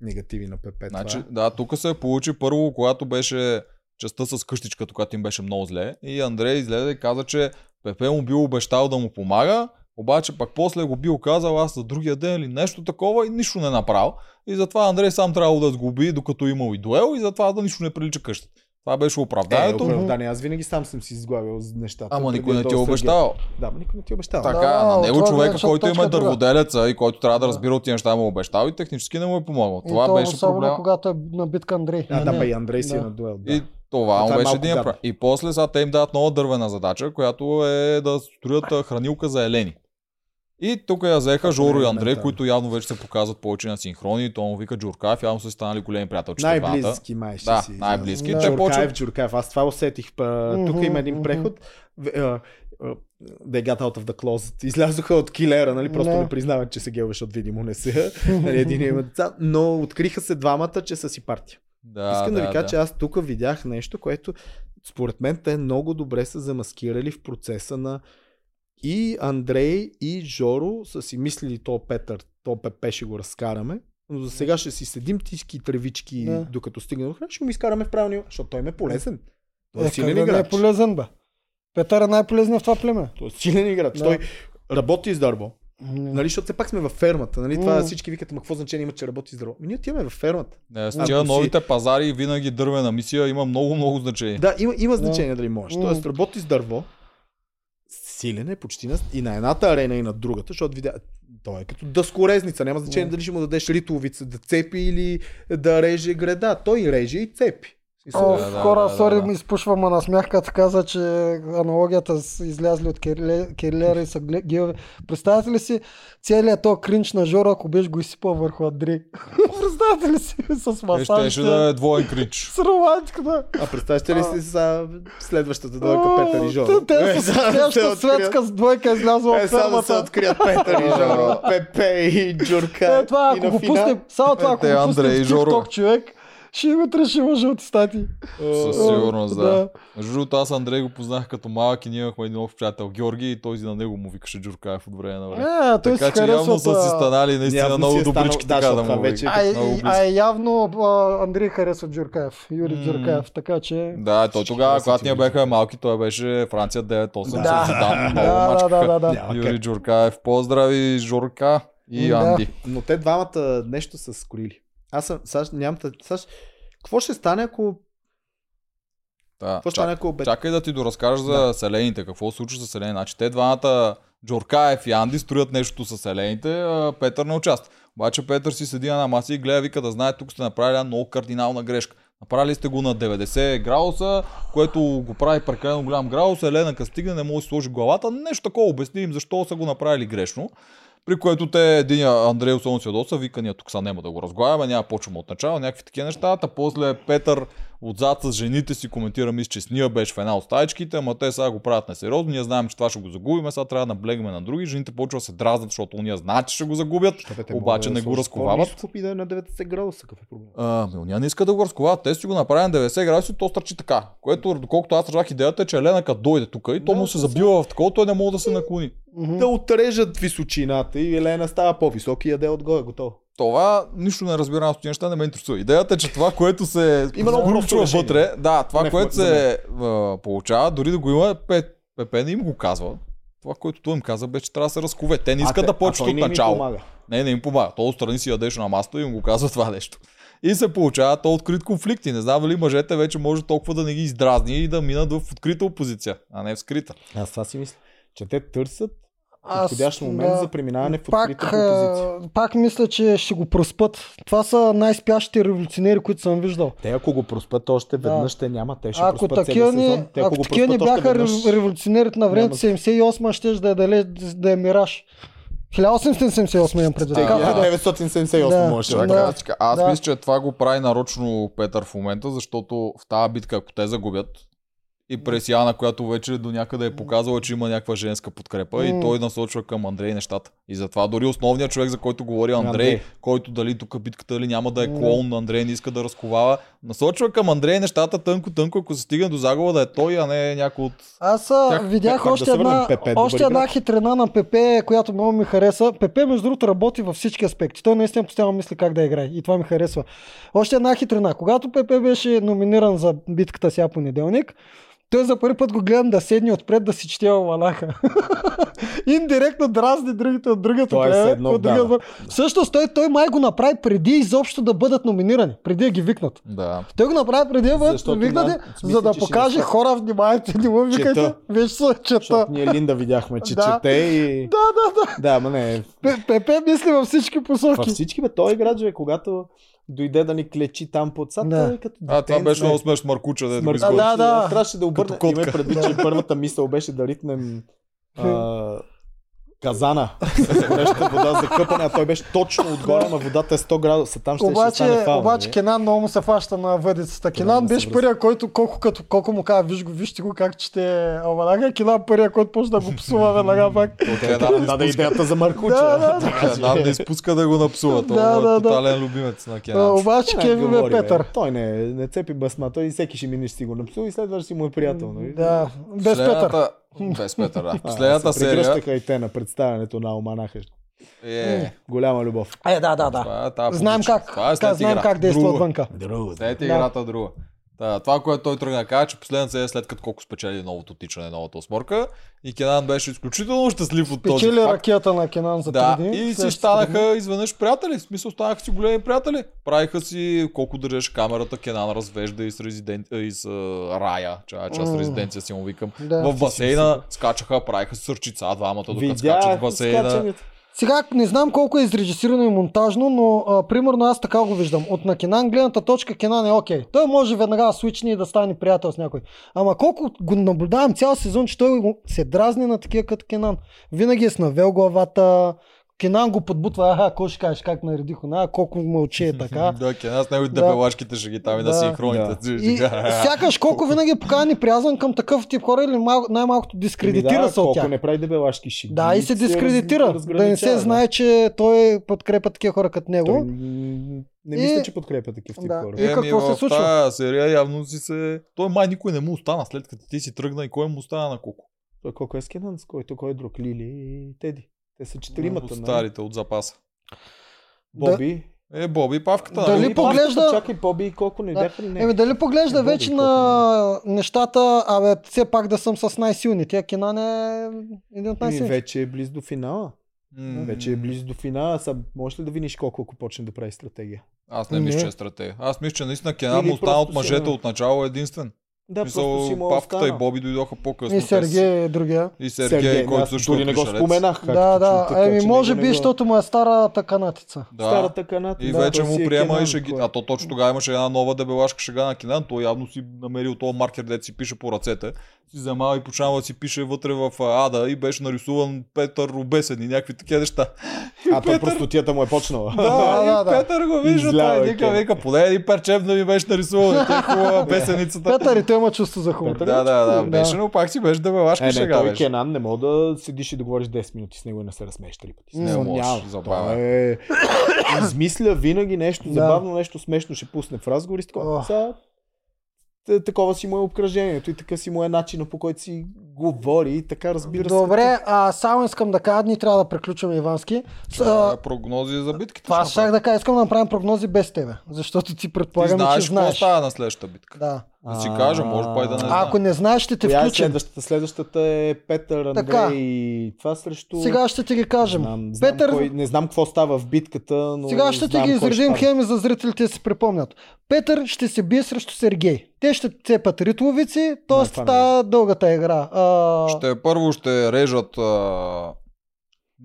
Speaker 1: негативи на
Speaker 2: Е,
Speaker 1: ПП.
Speaker 3: Значи,
Speaker 1: това. е.
Speaker 3: да, тук се получи първо, когато беше частта с къщичката, която им беше много зле. И Андрей излезе и каза, че Пепе му бил обещал да му помага, обаче пак после го бил казал аз за другия ден или нещо такова и нищо не направил. И затова Андрей сам трябвало да сгуби, докато имал и дуел и затова да нищо не прилича къщата. Това беше
Speaker 1: Е,
Speaker 3: оправданието.
Speaker 1: оправдание. Аз винаги сам съм си изглавил нещата.
Speaker 3: Ама
Speaker 1: преди
Speaker 3: никой не
Speaker 1: да
Speaker 3: ти е
Speaker 1: дойде Сергей.
Speaker 3: обещал.
Speaker 1: Да, ма никой не ти е обещал.
Speaker 3: Така,
Speaker 2: Да,
Speaker 3: на
Speaker 2: от
Speaker 3: него
Speaker 2: това
Speaker 3: човека,
Speaker 2: гледаш от
Speaker 3: който
Speaker 2: точка
Speaker 3: има
Speaker 2: друга.
Speaker 3: дърводелеца и който трябва да
Speaker 2: Да.
Speaker 3: разбира от тия неща му е обещал и технически не му е помогнал.
Speaker 2: И
Speaker 3: Това
Speaker 2: то
Speaker 3: беше
Speaker 2: особено
Speaker 3: проблема.
Speaker 2: когато е на битка Андрей.
Speaker 1: А, да,
Speaker 2: Не.
Speaker 1: бе, и Андрей си е
Speaker 2: Да.
Speaker 1: на дуел. Да.
Speaker 3: И това
Speaker 1: Но
Speaker 3: му
Speaker 1: това е
Speaker 3: беше
Speaker 1: малко
Speaker 3: един
Speaker 1: гадно.
Speaker 3: прав. И после сега те им дават нова дървена задача, която е да строят а, хранилка за елени. И тук я взеха
Speaker 1: е
Speaker 3: Жоро и Андрей,
Speaker 1: елементарно.
Speaker 3: които явно вече се показват повече на синхрони. И то му вика Джуркаев, явно са станали големи приятелчета. двамата.
Speaker 1: Най-близки май ще
Speaker 3: Да,
Speaker 1: си.
Speaker 3: най-близки.
Speaker 2: Да.
Speaker 3: Те
Speaker 1: Джуркаев,
Speaker 3: почват.
Speaker 1: Джуркаев. Аз това усетих. Па,
Speaker 2: Мгм,
Speaker 1: тук има един
Speaker 2: мгм.
Speaker 1: преход. В- а, а, They got out of the closet. Излязоха от килера, нали? Просто
Speaker 2: Да.
Speaker 1: не признават, че се гелваш, защото видимо не са. Нали, един има деца. Но откриха се двамата, че са си партия.
Speaker 3: Да,
Speaker 1: Искам да,
Speaker 3: да,
Speaker 1: ви кажа,
Speaker 3: да.
Speaker 1: че аз тук видях нещо, което според мен те много добре са замаскирали в процеса на и Андрей и Жоро са си мислили то Петър, то Пепе ще го разкараме, но за сега ще си седим тиски тревички,
Speaker 2: Да.
Speaker 1: да. докато стигнем до храна, ще го изкараме в правилния, защото той им е полезен. Той е,
Speaker 2: Е,
Speaker 1: силен
Speaker 2: как да не е
Speaker 1: играч.
Speaker 2: полезен, бе. Петър е най-полезният в това племе.
Speaker 1: Той е силен играч.
Speaker 2: Да.
Speaker 1: Той работи с дърво.
Speaker 2: Нали?
Speaker 1: Нали, защото все пак сме във фермата. Нали? Това
Speaker 2: М.
Speaker 1: всички викат, ама какво значение има, че работи с дърво? Ми ние отиваме във фермата.
Speaker 3: Не, С
Speaker 1: Ако
Speaker 3: тия
Speaker 1: си-
Speaker 3: Е, новите пазари винаги дървена мисия има много, много значение.
Speaker 1: Да, има, има
Speaker 2: Да.
Speaker 1: значение дали можеш.
Speaker 2: М.
Speaker 1: Тоест, работи с дърво, силен е почти на, и на едната арена, и на другата, защото видя... Той е като дъскорезница. Няма значение
Speaker 2: Да.
Speaker 1: дали ще му дадеш ритовица да цепи или да реже града. Той реже и цепи. В смисъл,
Speaker 2: О,
Speaker 3: Да, да,
Speaker 2: хора,
Speaker 3: да, да,
Speaker 2: сори,
Speaker 3: да.
Speaker 2: ми изпушвам, а на смях, като каза, че аналогията с излязли от Керле- Керлера и са гле- гилове. Представяте ли си целият то кринч на Жора, ако беше го изсипал върху Андрей? Представяте ли си с
Speaker 3: Те щеше
Speaker 2: масажите?
Speaker 3: да е двоен крич.
Speaker 2: С романтиката.
Speaker 1: А представяте ли си са следващата двойка
Speaker 2: О,
Speaker 1: Петър и
Speaker 2: те-
Speaker 1: Жоро?
Speaker 2: Те
Speaker 1: Е,
Speaker 2: са
Speaker 1: сега да се
Speaker 2: следваща
Speaker 1: открият.
Speaker 2: светска с двойка излязла
Speaker 1: Е,
Speaker 2: от
Speaker 1: само да се
Speaker 2: фермата.
Speaker 1: открият Петър и Жоро, Пепе и Джурка.
Speaker 2: Е, това
Speaker 1: и
Speaker 2: ако
Speaker 1: на
Speaker 2: го
Speaker 1: финал-
Speaker 2: пусне, само това ако
Speaker 3: Е, Те,
Speaker 2: го пусне в
Speaker 3: Андрей и Жоро.
Speaker 2: TikTok човек, ще утре ще има жълти стати.
Speaker 3: Със
Speaker 1: О,
Speaker 3: сигурност, да. Между другото, аз Андрей го познах като малък и ние имахме един общ приятел Георги и той на него му викаше Джуркаев от време на време.
Speaker 2: Да. Е, той си
Speaker 3: така че явно
Speaker 2: харесва
Speaker 3: са си
Speaker 2: това.
Speaker 3: станали наистина
Speaker 1: Явно си
Speaker 3: много
Speaker 1: е станал-
Speaker 3: добрички,
Speaker 1: да,
Speaker 3: така да,
Speaker 1: защото
Speaker 3: му
Speaker 1: това
Speaker 3: вече...
Speaker 1: вече-
Speaker 2: А, и-
Speaker 3: Много
Speaker 2: и-
Speaker 3: близко.
Speaker 2: а и явно а, Андрей харесва Джуркаев, Юрий
Speaker 3: М.
Speaker 2: Джуркаев, така че...
Speaker 3: Да, той
Speaker 1: Всички
Speaker 3: тогава,
Speaker 1: харесват
Speaker 3: когато ние
Speaker 1: Юрий
Speaker 3: бяхме малки, той беше Франция 9-8.
Speaker 1: Да.
Speaker 3: Да,
Speaker 2: Да,
Speaker 3: да,
Speaker 2: да, да, да, да.
Speaker 1: Няма
Speaker 3: Юрий
Speaker 1: как.
Speaker 3: Джуркаев, поздрави, Журка и
Speaker 2: Да.
Speaker 3: Анди.
Speaker 1: Но те двамата нещо са скорили. Аз съм, сега ще- нямам, тъ- сега ще- какво ще стане, ако
Speaker 3: Да.
Speaker 1: Какво ще стане, ако обед...
Speaker 3: Чакай да ти доразкажа за селените, какво се случва с селените. Значи те двамата, Джоркаев и Анди, строят нещо с селените, а Петър не участва. Обаче Петър си седи на една маса и гледа, вика да знае, тук сте направили една много кардинална грешка. Направили сте го на 90 градуса, което го прави прекалено голям градус. Елена като стигне, не може да си сложи главата. Нещо такова, обясни им защо са го направили грешно. При което те, един Андрей Осон се ядоса, вика, ние тук са няма да го разглавяме, няма почваме от начало, някакви такива неща. А после Петър отзад с жените си коментира, мисля, че с ния беше в една от стаечките, ама те сега го правят несериозно, ние знаем, че това ще го загубим, сега трябва да наблегаме на други. Жените почва да се дразнат, защото уния знаят, че ще го загубят,
Speaker 1: Щабете,
Speaker 3: обаче
Speaker 1: мога
Speaker 3: не го
Speaker 1: сложиш
Speaker 3: разковават.
Speaker 1: по-ниско и да е на 90 градуса, какъв е проблем?
Speaker 3: Ами, уния не иска да го разковават. Те си го направят на 90 градуса и то стърчи така. Което, доколкото аз разбрах идеята е, че Елена като дойде тук и то
Speaker 1: Да,
Speaker 3: му се забива в такова, той не може да се наклони.
Speaker 2: Мгм.
Speaker 1: Да отрежат височината и Елена става по-висок и яде отгоре, готово.
Speaker 3: Това нищо не разбирам аз от тия неща, не ме интересува. Идеята е, че това, което се
Speaker 1: Има много просто
Speaker 3: включва
Speaker 1: решение.
Speaker 3: вътре, да, това,
Speaker 1: Не,
Speaker 3: което
Speaker 1: за мен.
Speaker 3: се а, получава, дори да го има, Пе- Пепе не им го казва. Това, което той им каза, беше, че трябва да се разкове. Те не
Speaker 1: А
Speaker 3: искат
Speaker 1: те-
Speaker 3: да
Speaker 1: а
Speaker 3: почват
Speaker 1: той
Speaker 3: от
Speaker 1: не е ми
Speaker 3: начало.
Speaker 1: помага.
Speaker 3: Не, не им помага. Той отстрани си ядеш на масата и им го казва това нещо. И се получава то открит конфликт. И не знам дали мъжете вече може толкова да не ги издразни и да минат в открита опозиция, а не в скрита.
Speaker 1: Аз това си мисля, че те търсят
Speaker 2: Аз,
Speaker 1: подходящ момент
Speaker 2: да.
Speaker 1: за преминаване в
Speaker 2: пак,
Speaker 1: открита позиция.
Speaker 2: а, пак мисля, че ще го проспат. Това са най-спящите революционери, които съм виждал.
Speaker 1: Те ако го проспат още
Speaker 2: Да.
Speaker 1: веднъж, те няма, те ще
Speaker 2: ако
Speaker 1: проспат
Speaker 2: такива
Speaker 1: целия
Speaker 2: ни,
Speaker 1: сезон. Те
Speaker 2: ако
Speaker 1: го
Speaker 2: такива ни
Speaker 1: проспат още
Speaker 2: бяха
Speaker 1: веднъж,
Speaker 2: рев- революционерите на времето,
Speaker 1: няма-
Speaker 2: 78-ма ще да е далеч, да е мираж. 1878 имам предвид.
Speaker 1: те ги-
Speaker 3: А,
Speaker 2: Както да.
Speaker 1: 978
Speaker 2: Да.
Speaker 1: можеше да
Speaker 2: Да.
Speaker 3: Чакай,
Speaker 1: кажа.
Speaker 3: аз ти ка- Аз
Speaker 2: да.
Speaker 3: мисля, че това го прави нарочно Петър в момента, защото в тази битка, ако те загубят, и през Яна, която вече до някъде е показала, че има някаква женска подкрепа, и
Speaker 2: М.
Speaker 3: той насочва към Андрей нещата. И затова дори основният човек, за който говори Андрей,
Speaker 1: Андрей.
Speaker 3: който дали тук битката или няма да е клоун на Андрей, не иска да разковава, насочва към Андрей нещата тънко-тънко, ако се стигне до загуба да е той, а не някой от...
Speaker 2: Аз а,
Speaker 3: Тях-
Speaker 2: видях
Speaker 1: пак да
Speaker 2: още,
Speaker 1: се
Speaker 2: една,
Speaker 1: върнем. Пепе е добър
Speaker 2: още една
Speaker 1: играч.
Speaker 2: хитрена на Пепе, която много ми хареса. Пепе, между другото, работи във всички аспекти. Той наистина постоянно мисли как да играе и това ми харесва. Още една хитрена. Когато Пепе беше номиниран за битката сега понеделник, той за първи път го гледам да седне отпред да си чете валаха. Индиректно дразни другите от другата.
Speaker 1: Той е
Speaker 2: плея,
Speaker 1: седнал,
Speaker 2: от другия
Speaker 1: да, да.
Speaker 2: отбор. Всъщност той, той май го направи преди изобщо да бъдат номинирани, преди да ги викнат.
Speaker 3: Да.
Speaker 2: Той го направи преди да бъдат
Speaker 1: Защото
Speaker 2: викнати,
Speaker 1: на- мисля,
Speaker 2: за да
Speaker 1: че ще
Speaker 2: покаже
Speaker 1: настъп-
Speaker 2: хора, внимавайте, не му викайте,
Speaker 1: Чета.
Speaker 2: вече се чета.
Speaker 1: Защото ние Линда видяхме, че
Speaker 2: Да.
Speaker 1: чете и...
Speaker 2: Да, да, да.
Speaker 1: Да, ма не,
Speaker 2: Пе- Пепе мисли във всички
Speaker 1: във
Speaker 2: посоки.
Speaker 1: всички бе, той играч бе, когато дойде да ни клечи там под сад,
Speaker 2: Да.
Speaker 1: той е като
Speaker 3: А, това
Speaker 1: детенце,
Speaker 3: беше много смешно Маркуча, да е го
Speaker 1: Смърт-
Speaker 3: изгоди.
Speaker 2: А, да.
Speaker 1: Аз Трябваше да обърна.
Speaker 3: Като котка.
Speaker 1: Имай предвид, че първата мисъл беше да ритнем а, казана с горещата вода за къпане, а той беше точно отгоре, ама водата е 100 градуса. Там ще, ще
Speaker 2: Обаче,
Speaker 1: стане фаул.
Speaker 2: обаче
Speaker 1: нали?
Speaker 2: Кенан много му се фаща на въдицата. Кенан
Speaker 1: не се
Speaker 2: беше
Speaker 1: връзва.
Speaker 2: първия, който колко, като, колко му каза, виж го, вижте го как чете Алманака. Кенан първия, който почна да го псува веднага пак.
Speaker 3: Те една не
Speaker 1: Даде
Speaker 3: изпуска-
Speaker 1: идеята за Маркуча.
Speaker 2: Да, да, да.
Speaker 3: една не изпуска да го напсува.
Speaker 2: Да,
Speaker 3: Това
Speaker 2: да,
Speaker 3: е
Speaker 2: да.
Speaker 3: тотален любимец на
Speaker 2: А,
Speaker 3: Кенан.
Speaker 2: Обаче
Speaker 1: Не,
Speaker 2: Кевин е
Speaker 1: говори, бе.
Speaker 2: Петър.
Speaker 1: Той не, не цепи басма, той всеки ще мине, ще си го напсува и следващ си му е приятел. нали?
Speaker 2: Да, без Петър.
Speaker 3: Последната- Без Петър, да.
Speaker 1: А,
Speaker 3: Последната
Speaker 1: се
Speaker 3: серия
Speaker 1: Прегръщаха и те на представянето на Оманаха.
Speaker 3: е...
Speaker 1: Голяма любов.
Speaker 2: Е, да, да, да.
Speaker 3: Това е тази
Speaker 2: Знаем
Speaker 3: публичност.
Speaker 2: как,
Speaker 3: Това е
Speaker 2: как,
Speaker 3: след
Speaker 2: знаем
Speaker 3: игра.
Speaker 2: как действа
Speaker 3: Друга.
Speaker 2: отвънка.
Speaker 1: Друго.
Speaker 3: След
Speaker 2: Да.
Speaker 3: играта друга. Та, това, което той тръгна да каже, че последната седмица след като колко спечели новото тичане, новата осморка, и Кенан беше изключително щастлив от този
Speaker 2: Печели
Speaker 3: факт.
Speaker 2: е ракета на Кенан за
Speaker 3: Да,
Speaker 2: три дни.
Speaker 3: и
Speaker 2: след
Speaker 3: си станаха изведнъж приятели. В смисъл станаха си големи приятели. Правиха си колко държеш камерата, Кенан развежда и с, резиден... а, и с а, рая, че аз
Speaker 2: М.
Speaker 3: mm. резиденция си му викам.
Speaker 2: Да.
Speaker 3: В басейна скачаха, правиха си сърчица двамата, докато скачат в
Speaker 1: Видях
Speaker 3: басейна.
Speaker 1: скачането.
Speaker 2: Сега не знам колко е изрежисирано и монтажно, но а, примерно аз така го виждам. От на Кенан гледната точка Кенан е окей. Той може веднага да свичне и да стане приятел с някой. Ама колко го наблюдавам цял сезон, че той го- се дразни на такива като Кенан. Винаги е снавел главата, Кенан го подбутва, аха, какво ще кажеш, как наредих она, колко мълчи е така.
Speaker 3: Да, Кенан с него и
Speaker 2: Да.
Speaker 3: дебелашките шеги там и на
Speaker 2: Да.
Speaker 3: синхроните.
Speaker 2: И сякаш колко винаги е покая неприязан към такъв тип хора или мал- най-малкото дискредитира
Speaker 1: Ами
Speaker 2: се от
Speaker 1: колко
Speaker 2: тях.
Speaker 1: не прави дебелашки шеги.
Speaker 2: Да, и се дискредитира,
Speaker 1: раз-
Speaker 2: да не се
Speaker 1: разграничава,
Speaker 2: знае, че той подкрепя такива хора като
Speaker 1: Той
Speaker 2: него.
Speaker 1: м, не
Speaker 2: И-
Speaker 1: мисля, че подкрепя такив тип
Speaker 2: Да.
Speaker 1: хора.
Speaker 2: И какво се случва?
Speaker 3: Та серия явно си се... Той май никой не му остана след като ти си тръгна и кой му остана на колко?
Speaker 1: Той колко е скинан, с който кой е друг? Лили и Теди. Те са
Speaker 3: От
Speaker 1: четиримата. нали?
Speaker 3: старите от запаса.
Speaker 1: Боби.
Speaker 3: Е, Боби и павката.
Speaker 2: Дали
Speaker 3: нали?
Speaker 1: Боби,
Speaker 2: поглежда-
Speaker 1: павката, Чакай, Боби и колко не
Speaker 2: Да.
Speaker 1: бяха ли не?
Speaker 2: Еми дали поглежда
Speaker 1: Не, Е, Боби,
Speaker 2: вече
Speaker 1: колко
Speaker 2: на нещата, абе все пак да съм с най-силните, а Кенан е един
Speaker 1: Еми,
Speaker 2: от най-силните.
Speaker 1: вече е близо до финала.
Speaker 3: М,
Speaker 1: Вече е близо до финала. Са, може ли да видиш колко, ако почне да прави стратегия?
Speaker 3: Аз не,
Speaker 2: Не.
Speaker 3: мисля, че е стратегия. Аз мисля, че наистина Кенан
Speaker 1: Или
Speaker 3: му остана
Speaker 1: просто
Speaker 3: от мъжете
Speaker 1: си е-
Speaker 3: от начало единствен.
Speaker 1: Да,
Speaker 3: Мисъл,
Speaker 1: просто си му
Speaker 3: павката и
Speaker 1: остана.
Speaker 3: Боби дойдоха по-късно.
Speaker 2: И
Speaker 3: Те са-
Speaker 2: Сергей е другия.
Speaker 3: И Сергей,
Speaker 1: аз
Speaker 3: който също
Speaker 1: дори
Speaker 3: е
Speaker 1: не го
Speaker 3: пришелец.
Speaker 1: споменах. както
Speaker 2: Да,
Speaker 1: чух,
Speaker 2: да,
Speaker 1: така
Speaker 2: еми
Speaker 1: че
Speaker 2: може
Speaker 1: него
Speaker 2: би,
Speaker 1: не го-
Speaker 2: защото му е старата канатица.
Speaker 3: Да.
Speaker 1: Старата каната.
Speaker 3: И
Speaker 1: да,
Speaker 3: вече
Speaker 1: той
Speaker 3: му
Speaker 1: си е
Speaker 3: приема и
Speaker 1: Кенан,
Speaker 3: шеги.
Speaker 1: който-
Speaker 3: А то точно тогава имаше една нова дебелашка шега на Кинан. Той явно си намерил този маркер, дето си пише по ръцете. Си замава и почнава да си пише вътре в а, ада и беше нарисуван Петър Рубесен и някакви такива неща.
Speaker 1: А той простотията му е почнала.
Speaker 3: Да,
Speaker 2: Да,
Speaker 3: да,
Speaker 2: да,
Speaker 3: да,
Speaker 2: да.
Speaker 3: Петър го вижда,
Speaker 1: Излява
Speaker 3: той
Speaker 1: е
Speaker 3: вика,
Speaker 1: Кенан.
Speaker 3: вика, поне един парчев да ми беше нарисувал на тя е хубава песеницата.
Speaker 2: Петър и той има чувство за хумор.
Speaker 1: Петър-
Speaker 3: Да, да, да,
Speaker 2: Да.
Speaker 3: беше, но пак си беше дебелашка
Speaker 1: Е, не,
Speaker 3: шега.
Speaker 1: той
Speaker 3: беше.
Speaker 1: Кенан не мога да седиш и да говориш 10 минути с него и не се разсмееш три пъти.
Speaker 3: Не
Speaker 1: Смисъл,
Speaker 3: можеш,
Speaker 1: няма.
Speaker 3: забавен.
Speaker 1: Той Е... Измисля винаги нещо
Speaker 2: Да.
Speaker 1: забавно, нещо смешно ще пусне в разговор и с такова.
Speaker 2: Ох.
Speaker 1: Са... т- Такова си му е обкръжението и така си му е начина по който си говори и така разбира се.
Speaker 2: Добре, а само искам да кажа, ние трябва да приключваме Ивански. С, а,
Speaker 3: А, Е, Прогнози за битките.
Speaker 2: Това
Speaker 3: ще
Speaker 2: ще щях да кажа, искам да направим прогнози без тебе, защото ти
Speaker 3: направя. Ти
Speaker 2: предполагам, че
Speaker 3: знаеш какво
Speaker 2: знаеш.
Speaker 3: става на следващата битка.
Speaker 2: Да.
Speaker 3: Да си кажа, може па и да не знам.
Speaker 2: А, ако не знаеш, ще те
Speaker 1: Коя е
Speaker 2: включим.
Speaker 1: следващата? Следващата е Петър, Андрей
Speaker 2: Така.
Speaker 1: и това срещу...
Speaker 2: Сега ще ти ги кажем.
Speaker 1: Знам, знам
Speaker 2: Петър,
Speaker 1: кой, не знам какво става в битката, но
Speaker 2: Сега ще ти
Speaker 1: знам
Speaker 2: ги
Speaker 1: кой ще
Speaker 2: изредим
Speaker 1: падне.
Speaker 2: хем и за зрителите да си припомнят. Петър ще се бие срещу Сергей. Те ще цепат ритловици, т.е.
Speaker 1: това не
Speaker 2: става дългата игра. А,
Speaker 3: е. Ще е първо ще режат. А...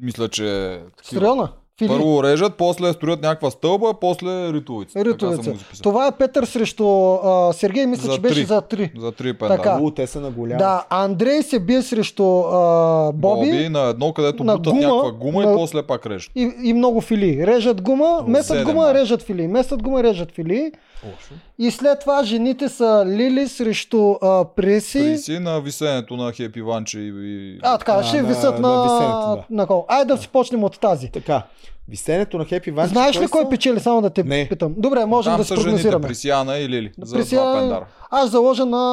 Speaker 3: Мисля, че. такива.
Speaker 2: Стриона? Фили?
Speaker 3: Първо режат, после строят някаква стълба, после ритуици. Така съм
Speaker 2: Ритовица.
Speaker 3: го записал.
Speaker 2: Това е Петър срещу а, Сергей, мисля,
Speaker 3: За
Speaker 2: че беше
Speaker 3: три.
Speaker 2: за три.
Speaker 3: За три пенда.
Speaker 2: Така.
Speaker 1: У, те са на голям.
Speaker 2: Да, Андрей се бие срещу а, Боби,
Speaker 3: Боби, на едно, където
Speaker 2: на
Speaker 3: бутат
Speaker 2: гума,
Speaker 3: някаква гума
Speaker 2: на-
Speaker 3: и после пак режат.
Speaker 2: И, и много фили. Режат гума,
Speaker 3: О,
Speaker 2: месят
Speaker 3: седем,
Speaker 2: гума,
Speaker 3: май.
Speaker 2: режат фили. Месят гума, режат фили.
Speaker 1: Лошо.
Speaker 2: И след това жените са Лили срещу а, Преси.
Speaker 3: Приси на висенето на Хепи Ванче и... и-
Speaker 2: А, така,
Speaker 1: А,
Speaker 2: ще
Speaker 1: на-
Speaker 2: висят
Speaker 1: на
Speaker 2: на...
Speaker 1: висенето, да.
Speaker 2: на кол. Айде да си почнем от тази.
Speaker 1: Така, висенето на Хепи Ванче...
Speaker 2: Знаеш ли кой
Speaker 1: са?
Speaker 2: печели, само да те
Speaker 1: Не.
Speaker 2: питам? Добре, можем
Speaker 3: Там
Speaker 2: да си
Speaker 3: са жените
Speaker 2: прогнозираме.
Speaker 3: Присиана и Лили. За
Speaker 2: Присиана-
Speaker 3: два пендара.
Speaker 2: Аз заложа на...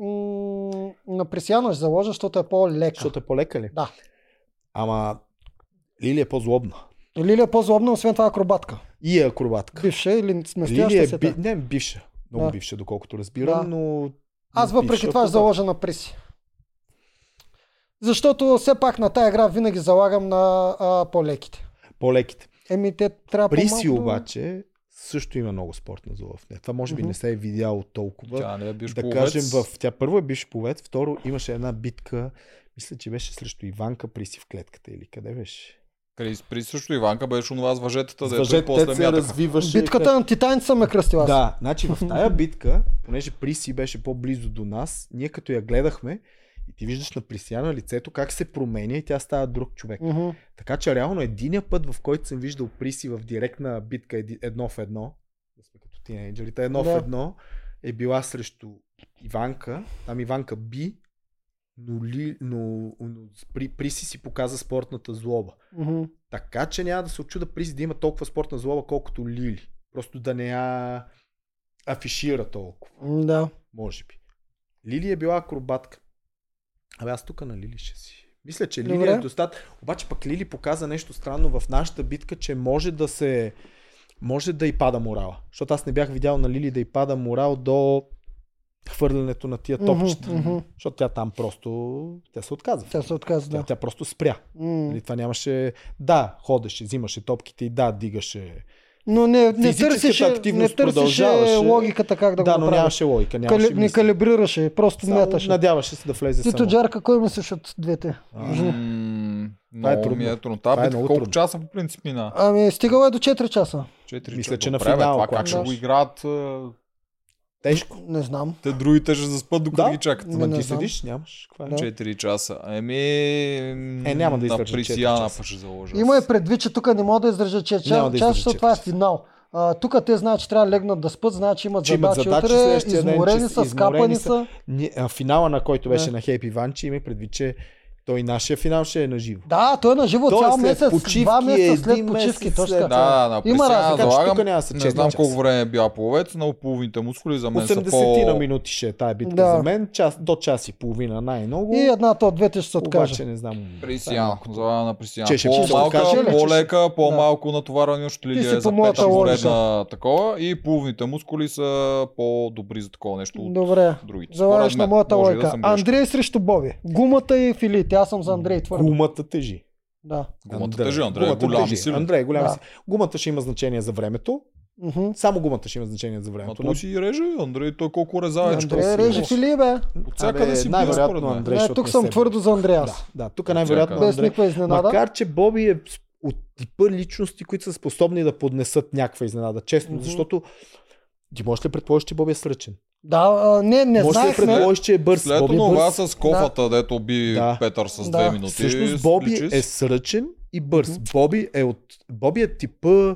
Speaker 2: м, на Пресиано ще заложа, защото е по-лека.
Speaker 1: Защото е по-лека ли?
Speaker 2: Да.
Speaker 1: Ама Лили е по-злобна.
Speaker 2: Лили е по-злобна, освен това акробатка.
Speaker 1: И е акробатка.
Speaker 2: Бивша или
Speaker 1: Лили
Speaker 2: настояща
Speaker 1: е
Speaker 2: се
Speaker 1: би...
Speaker 2: би...
Speaker 1: не, бивша. Много
Speaker 2: Да.
Speaker 1: бивша, доколкото разбирам,
Speaker 2: Да.
Speaker 1: но...
Speaker 2: Аз въпреки
Speaker 1: бивша
Speaker 2: това ще
Speaker 1: акробатка.
Speaker 2: заложа на Преси. Защото все пак на тая игра винаги залагам на а, по-леките.
Speaker 1: По-леките.
Speaker 2: Еми те трябва
Speaker 1: Приси
Speaker 2: по-малко да-
Speaker 1: обаче също има много спортна злоба в нея. Това може би
Speaker 2: Мгм.
Speaker 1: не се е видяло толкова.
Speaker 3: Тя не е бивш
Speaker 1: да
Speaker 3: пловец.
Speaker 1: кажем, в... тя първо е бивш повет, второ имаше една битка, мисля, че беше срещу Иванка Приси в клетката или къде беше?
Speaker 3: Крис, при също Иванка беше онова с въжетата,
Speaker 1: С
Speaker 3: да
Speaker 1: въже
Speaker 3: е после
Speaker 1: се
Speaker 3: мятаха.
Speaker 1: развиваше.
Speaker 2: Битката на титаните са ме кръстила. Да.
Speaker 1: Да, значи в тая битка, понеже Приси беше по-близо до нас, ние като я гледахме, и ти виждаш на Присяна лицето как се променя и тя става друг човек. Така че реално единия път, в който съм виждал Приси в директна битка еди- едно в едно, да сме като тинейджерите, едно
Speaker 2: Да.
Speaker 1: в едно, е била срещу Иванка. Там Иванка би, но, ли, но, но при, Приси си показа спортната злоба. Така че няма да се очуда Приси да има толкова спортна злоба, колкото Лили. Просто да не я афишира толкова,
Speaker 2: Да.
Speaker 1: може би. Лили е била акробатка. Абе аз тук на Лили ще си. Мисля, че Лили
Speaker 2: Добре.
Speaker 1: е достатъчно. Обаче пък Лили показа нещо странно в нашата битка, че може да се... Може да и пада морала. Защото аз не бях видял на Лили да и пада морал до хвърлянето на тия топчета.
Speaker 2: Мгм, мгм.
Speaker 1: Защото тя там просто... Тя се отказа.
Speaker 2: Тя се отказа,
Speaker 1: Тя,
Speaker 2: да.
Speaker 1: тя просто спря.
Speaker 2: М.
Speaker 1: Нали, това нямаше. Да, ходеше, взимаше топките и да, дигаше.
Speaker 2: Но не, не
Speaker 1: Физическата
Speaker 2: търсеше, не
Speaker 1: активност
Speaker 2: търсеше
Speaker 1: продължаваше.
Speaker 2: логиката как да,
Speaker 1: Да, да
Speaker 2: го
Speaker 1: но
Speaker 2: направи.
Speaker 1: нямаше логика. Нямаше
Speaker 2: Кали... Не
Speaker 1: мисъл.
Speaker 2: калибрираше, просто
Speaker 1: Само
Speaker 2: мяташе.
Speaker 1: Надяваше се да влезе
Speaker 2: Тито
Speaker 1: само.
Speaker 2: Джарка, кой мислиш от двете?
Speaker 1: А,
Speaker 2: Жени.
Speaker 3: М,
Speaker 1: Това е
Speaker 3: Много ми е
Speaker 1: трудно.
Speaker 3: трудно.
Speaker 1: Това е
Speaker 3: Та битка
Speaker 1: много
Speaker 3: колко
Speaker 1: трудно.
Speaker 3: часа по принцип мина?
Speaker 2: Ами, стигала е до 4 часа.
Speaker 3: 4
Speaker 1: Мисля, че на финал,
Speaker 3: Това
Speaker 1: ако
Speaker 3: как ще
Speaker 2: знаеш.
Speaker 3: го играят? а,
Speaker 1: Тежко.
Speaker 2: Не знам.
Speaker 3: Те другите ще заспат докато
Speaker 1: Да.
Speaker 3: ги чакат.
Speaker 2: Не,
Speaker 1: Ама
Speaker 2: не
Speaker 1: ти
Speaker 2: знам.
Speaker 1: седиш, нямаш. Каква е?
Speaker 2: Да.
Speaker 3: 4 часа. Еми...
Speaker 1: Е, няма да издържа
Speaker 3: издържа
Speaker 1: 4
Speaker 3: Присиана
Speaker 1: часа. е
Speaker 3: па ще заложа.
Speaker 2: Има и предвид, че тук не мога да издържа 4
Speaker 1: Няма
Speaker 2: часа,
Speaker 1: да
Speaker 2: да
Speaker 1: издържа
Speaker 2: защото
Speaker 1: четири
Speaker 2: това е
Speaker 1: часа.
Speaker 2: финал. А, тук те знаят, че трябва да легнат да спят, знаят, че имат
Speaker 1: Че имат
Speaker 2: задачи,
Speaker 1: задачи
Speaker 2: утре,
Speaker 1: следващия ден, че
Speaker 2: изморени
Speaker 1: са-
Speaker 2: са, скапани
Speaker 1: изморени
Speaker 2: са.
Speaker 1: са. Ни- а, Финала, на който беше
Speaker 2: Да.
Speaker 1: на Хейпи Ванчи, има предвид, че той нашия финал ще е на живо.
Speaker 2: Да, той е на живо
Speaker 1: Той е
Speaker 2: цял
Speaker 1: след
Speaker 2: месец,
Speaker 1: почивки, е
Speaker 2: два месеца след
Speaker 1: един
Speaker 2: почивки.
Speaker 1: месец
Speaker 2: Точно
Speaker 1: след-
Speaker 2: така.
Speaker 3: Да, на
Speaker 2: Има
Speaker 3: Присиана
Speaker 1: Така
Speaker 2: разлика.
Speaker 1: че тук
Speaker 3: залагам.
Speaker 1: няма да се
Speaker 3: Не
Speaker 1: чест
Speaker 3: знам
Speaker 1: час.
Speaker 3: колко време е бял пловец, но половините мускули за мен са
Speaker 1: 80
Speaker 3: по...
Speaker 1: на минути ще е тая битка
Speaker 2: Да.
Speaker 1: за мен, час, до час и половина най-много.
Speaker 2: И едната от двете ще се
Speaker 1: обаче
Speaker 2: откаже.
Speaker 1: не знам.
Speaker 3: Присиана, залагам на Присиана.
Speaker 1: Чеше, чеше,
Speaker 3: По-малка,
Speaker 1: откаже ли, чеше?
Speaker 3: по-лека, по-малко натоварване, защото
Speaker 2: Ти си
Speaker 3: Лилия е
Speaker 2: по
Speaker 3: за
Speaker 2: моята
Speaker 3: 5
Speaker 2: логика.
Speaker 3: поредна такова и половните мускули са по-добри за такова нещо от
Speaker 2: Добре.
Speaker 3: другите.
Speaker 2: Залагаш
Speaker 3: Според
Speaker 2: на
Speaker 3: мен.
Speaker 2: моята
Speaker 3: Може и
Speaker 2: лойка.
Speaker 3: съм грешен.
Speaker 2: Андрей срещу Боби. Гумата и филите. Аз съм за Андрей твърдо.
Speaker 1: Гумата тежи.
Speaker 2: Да.
Speaker 3: Гумата тежи, Андрей е
Speaker 1: Гумата
Speaker 3: голям и
Speaker 1: тежи.
Speaker 3: силен.
Speaker 1: Андрей е голям и
Speaker 2: Да.
Speaker 1: силен. Гумата ще има значение за времето.
Speaker 2: Мгм.
Speaker 1: Само гумата ще има значение за
Speaker 3: Ма
Speaker 1: времето.
Speaker 3: той си реже, Андрей, той колко резава.
Speaker 2: Андрей реже фили, бе.
Speaker 3: От всякъде си бие, според
Speaker 1: най-вероятно
Speaker 3: мен.
Speaker 1: Андрей.
Speaker 2: Не,
Speaker 1: ще
Speaker 2: тук
Speaker 1: отнесе
Speaker 2: съм твърдо за Андрей аз.
Speaker 1: Да, да, тук най-вероятно
Speaker 3: Чакай.
Speaker 2: Без
Speaker 1: Андрей.
Speaker 2: никаква изненада.
Speaker 1: Макар, че Боби е с- от типа личности, които са способни да поднесат някаква изненада. Честно,
Speaker 2: Мгм.
Speaker 1: защото ти можеш ли да предположиш, че Боби е сръчен?
Speaker 2: Да, а, не, не
Speaker 1: можеш ли да
Speaker 2: знаехме.
Speaker 1: предположиш, че е бърз?
Speaker 3: След
Speaker 1: Боби е
Speaker 3: това
Speaker 1: бърз.
Speaker 3: с кофата, дето би
Speaker 1: Да.
Speaker 3: Петър с
Speaker 2: Да.
Speaker 3: две минути.
Speaker 1: Всъщност Боби
Speaker 3: личи
Speaker 1: е
Speaker 3: си.
Speaker 1: сръчен и бърз.
Speaker 2: Мгм.
Speaker 1: Боби е от... Боби е типа...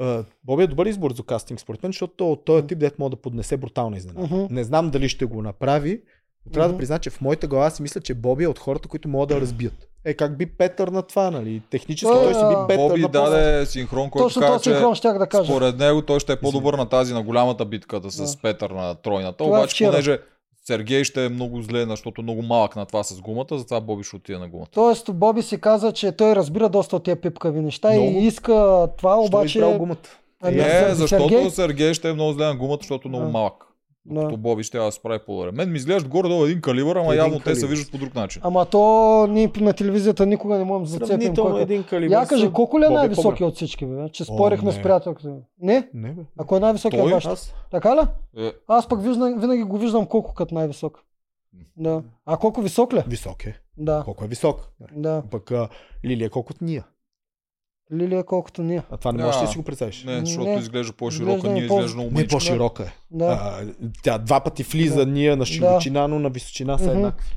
Speaker 1: а, Боби е добър избор за кастинг, според мен, защото той е от този тип, дето може да поднесе брутална изненада.
Speaker 2: Мгм.
Speaker 1: Не знам дали ще го направи, но трябва
Speaker 2: Мгм.
Speaker 1: да призна, че в моята глава си мисля, че Боби е от хората, които могат да разбият. Е, как би Петър на това, нали? Технически
Speaker 2: Той, е,
Speaker 1: той ще би
Speaker 2: а,
Speaker 1: Петър
Speaker 3: Боби
Speaker 1: на по-
Speaker 3: даде синхрон, който
Speaker 2: Точно
Speaker 3: каза,
Speaker 2: този
Speaker 3: че
Speaker 2: синхрон щях да кажа.
Speaker 3: според него той ще е по-добър на тази, на голямата битката с
Speaker 2: Да.
Speaker 3: Петър на тройната.
Speaker 2: Това е
Speaker 3: Обаче,
Speaker 2: вчера.
Speaker 3: понеже Сергей ще е много зле, защото е много малък на това с гумата, затова Боби ще отиде на гумата.
Speaker 2: Тоест, Боби си каза, че той разбира доста от тия пипкави неща
Speaker 1: Много.
Speaker 2: и иска това,
Speaker 1: Що
Speaker 2: обаче...
Speaker 1: е избрал гумата.
Speaker 2: Ами,
Speaker 1: Е,
Speaker 2: аз
Speaker 3: Не,
Speaker 2: съм
Speaker 3: защото
Speaker 2: Сергей.
Speaker 3: Сергей? ще е много зле на гумата, защото е много
Speaker 2: Да.
Speaker 3: малък.
Speaker 2: Да.
Speaker 3: Като Боби ще трябва да се прави по-добре. Мен ми изглеждат горе-долу един калибър, ама
Speaker 1: Един
Speaker 3: явно те се
Speaker 1: калибър.
Speaker 3: виждат по друг начин.
Speaker 2: Ама то ние на телевизията никога не можем да зацепим
Speaker 1: Сравнително
Speaker 2: кой е.
Speaker 1: един калибър.
Speaker 2: Я кажи,
Speaker 1: са-
Speaker 2: колко ли е
Speaker 1: Боби
Speaker 2: най-високи
Speaker 1: по-голям.
Speaker 2: от всички, бе? Че спорихме
Speaker 1: О,
Speaker 2: с
Speaker 1: не.
Speaker 2: приятелката. ми. Не?
Speaker 1: Не, бе.
Speaker 2: Ако е най-високи
Speaker 3: Той?
Speaker 2: е вашата.
Speaker 1: Аз...
Speaker 2: Така ли?
Speaker 3: Е,
Speaker 2: Аз пък виждам, винаги го виждам колко като най-висок. Да. А колко висок ли?
Speaker 1: Висок е.
Speaker 2: Да.
Speaker 1: Колко е висок?
Speaker 2: Да.
Speaker 1: Пък а, Лилия, колко от ние.
Speaker 2: Лилия е колкото ние.
Speaker 1: А това не
Speaker 3: Да.
Speaker 1: можеш ли да си го представиш?
Speaker 3: не, защото
Speaker 2: Не.
Speaker 3: изглежда
Speaker 2: Изглежда
Speaker 3: по-широка,
Speaker 2: ми
Speaker 3: ние
Speaker 2: по-
Speaker 3: изглежда много
Speaker 1: Не,
Speaker 3: мънички.
Speaker 1: по-широка е.
Speaker 2: Да.
Speaker 1: А, тя два пъти влиза
Speaker 2: Да.
Speaker 1: ние на широчина, но на височина са
Speaker 2: Мгм.
Speaker 1: еднакви.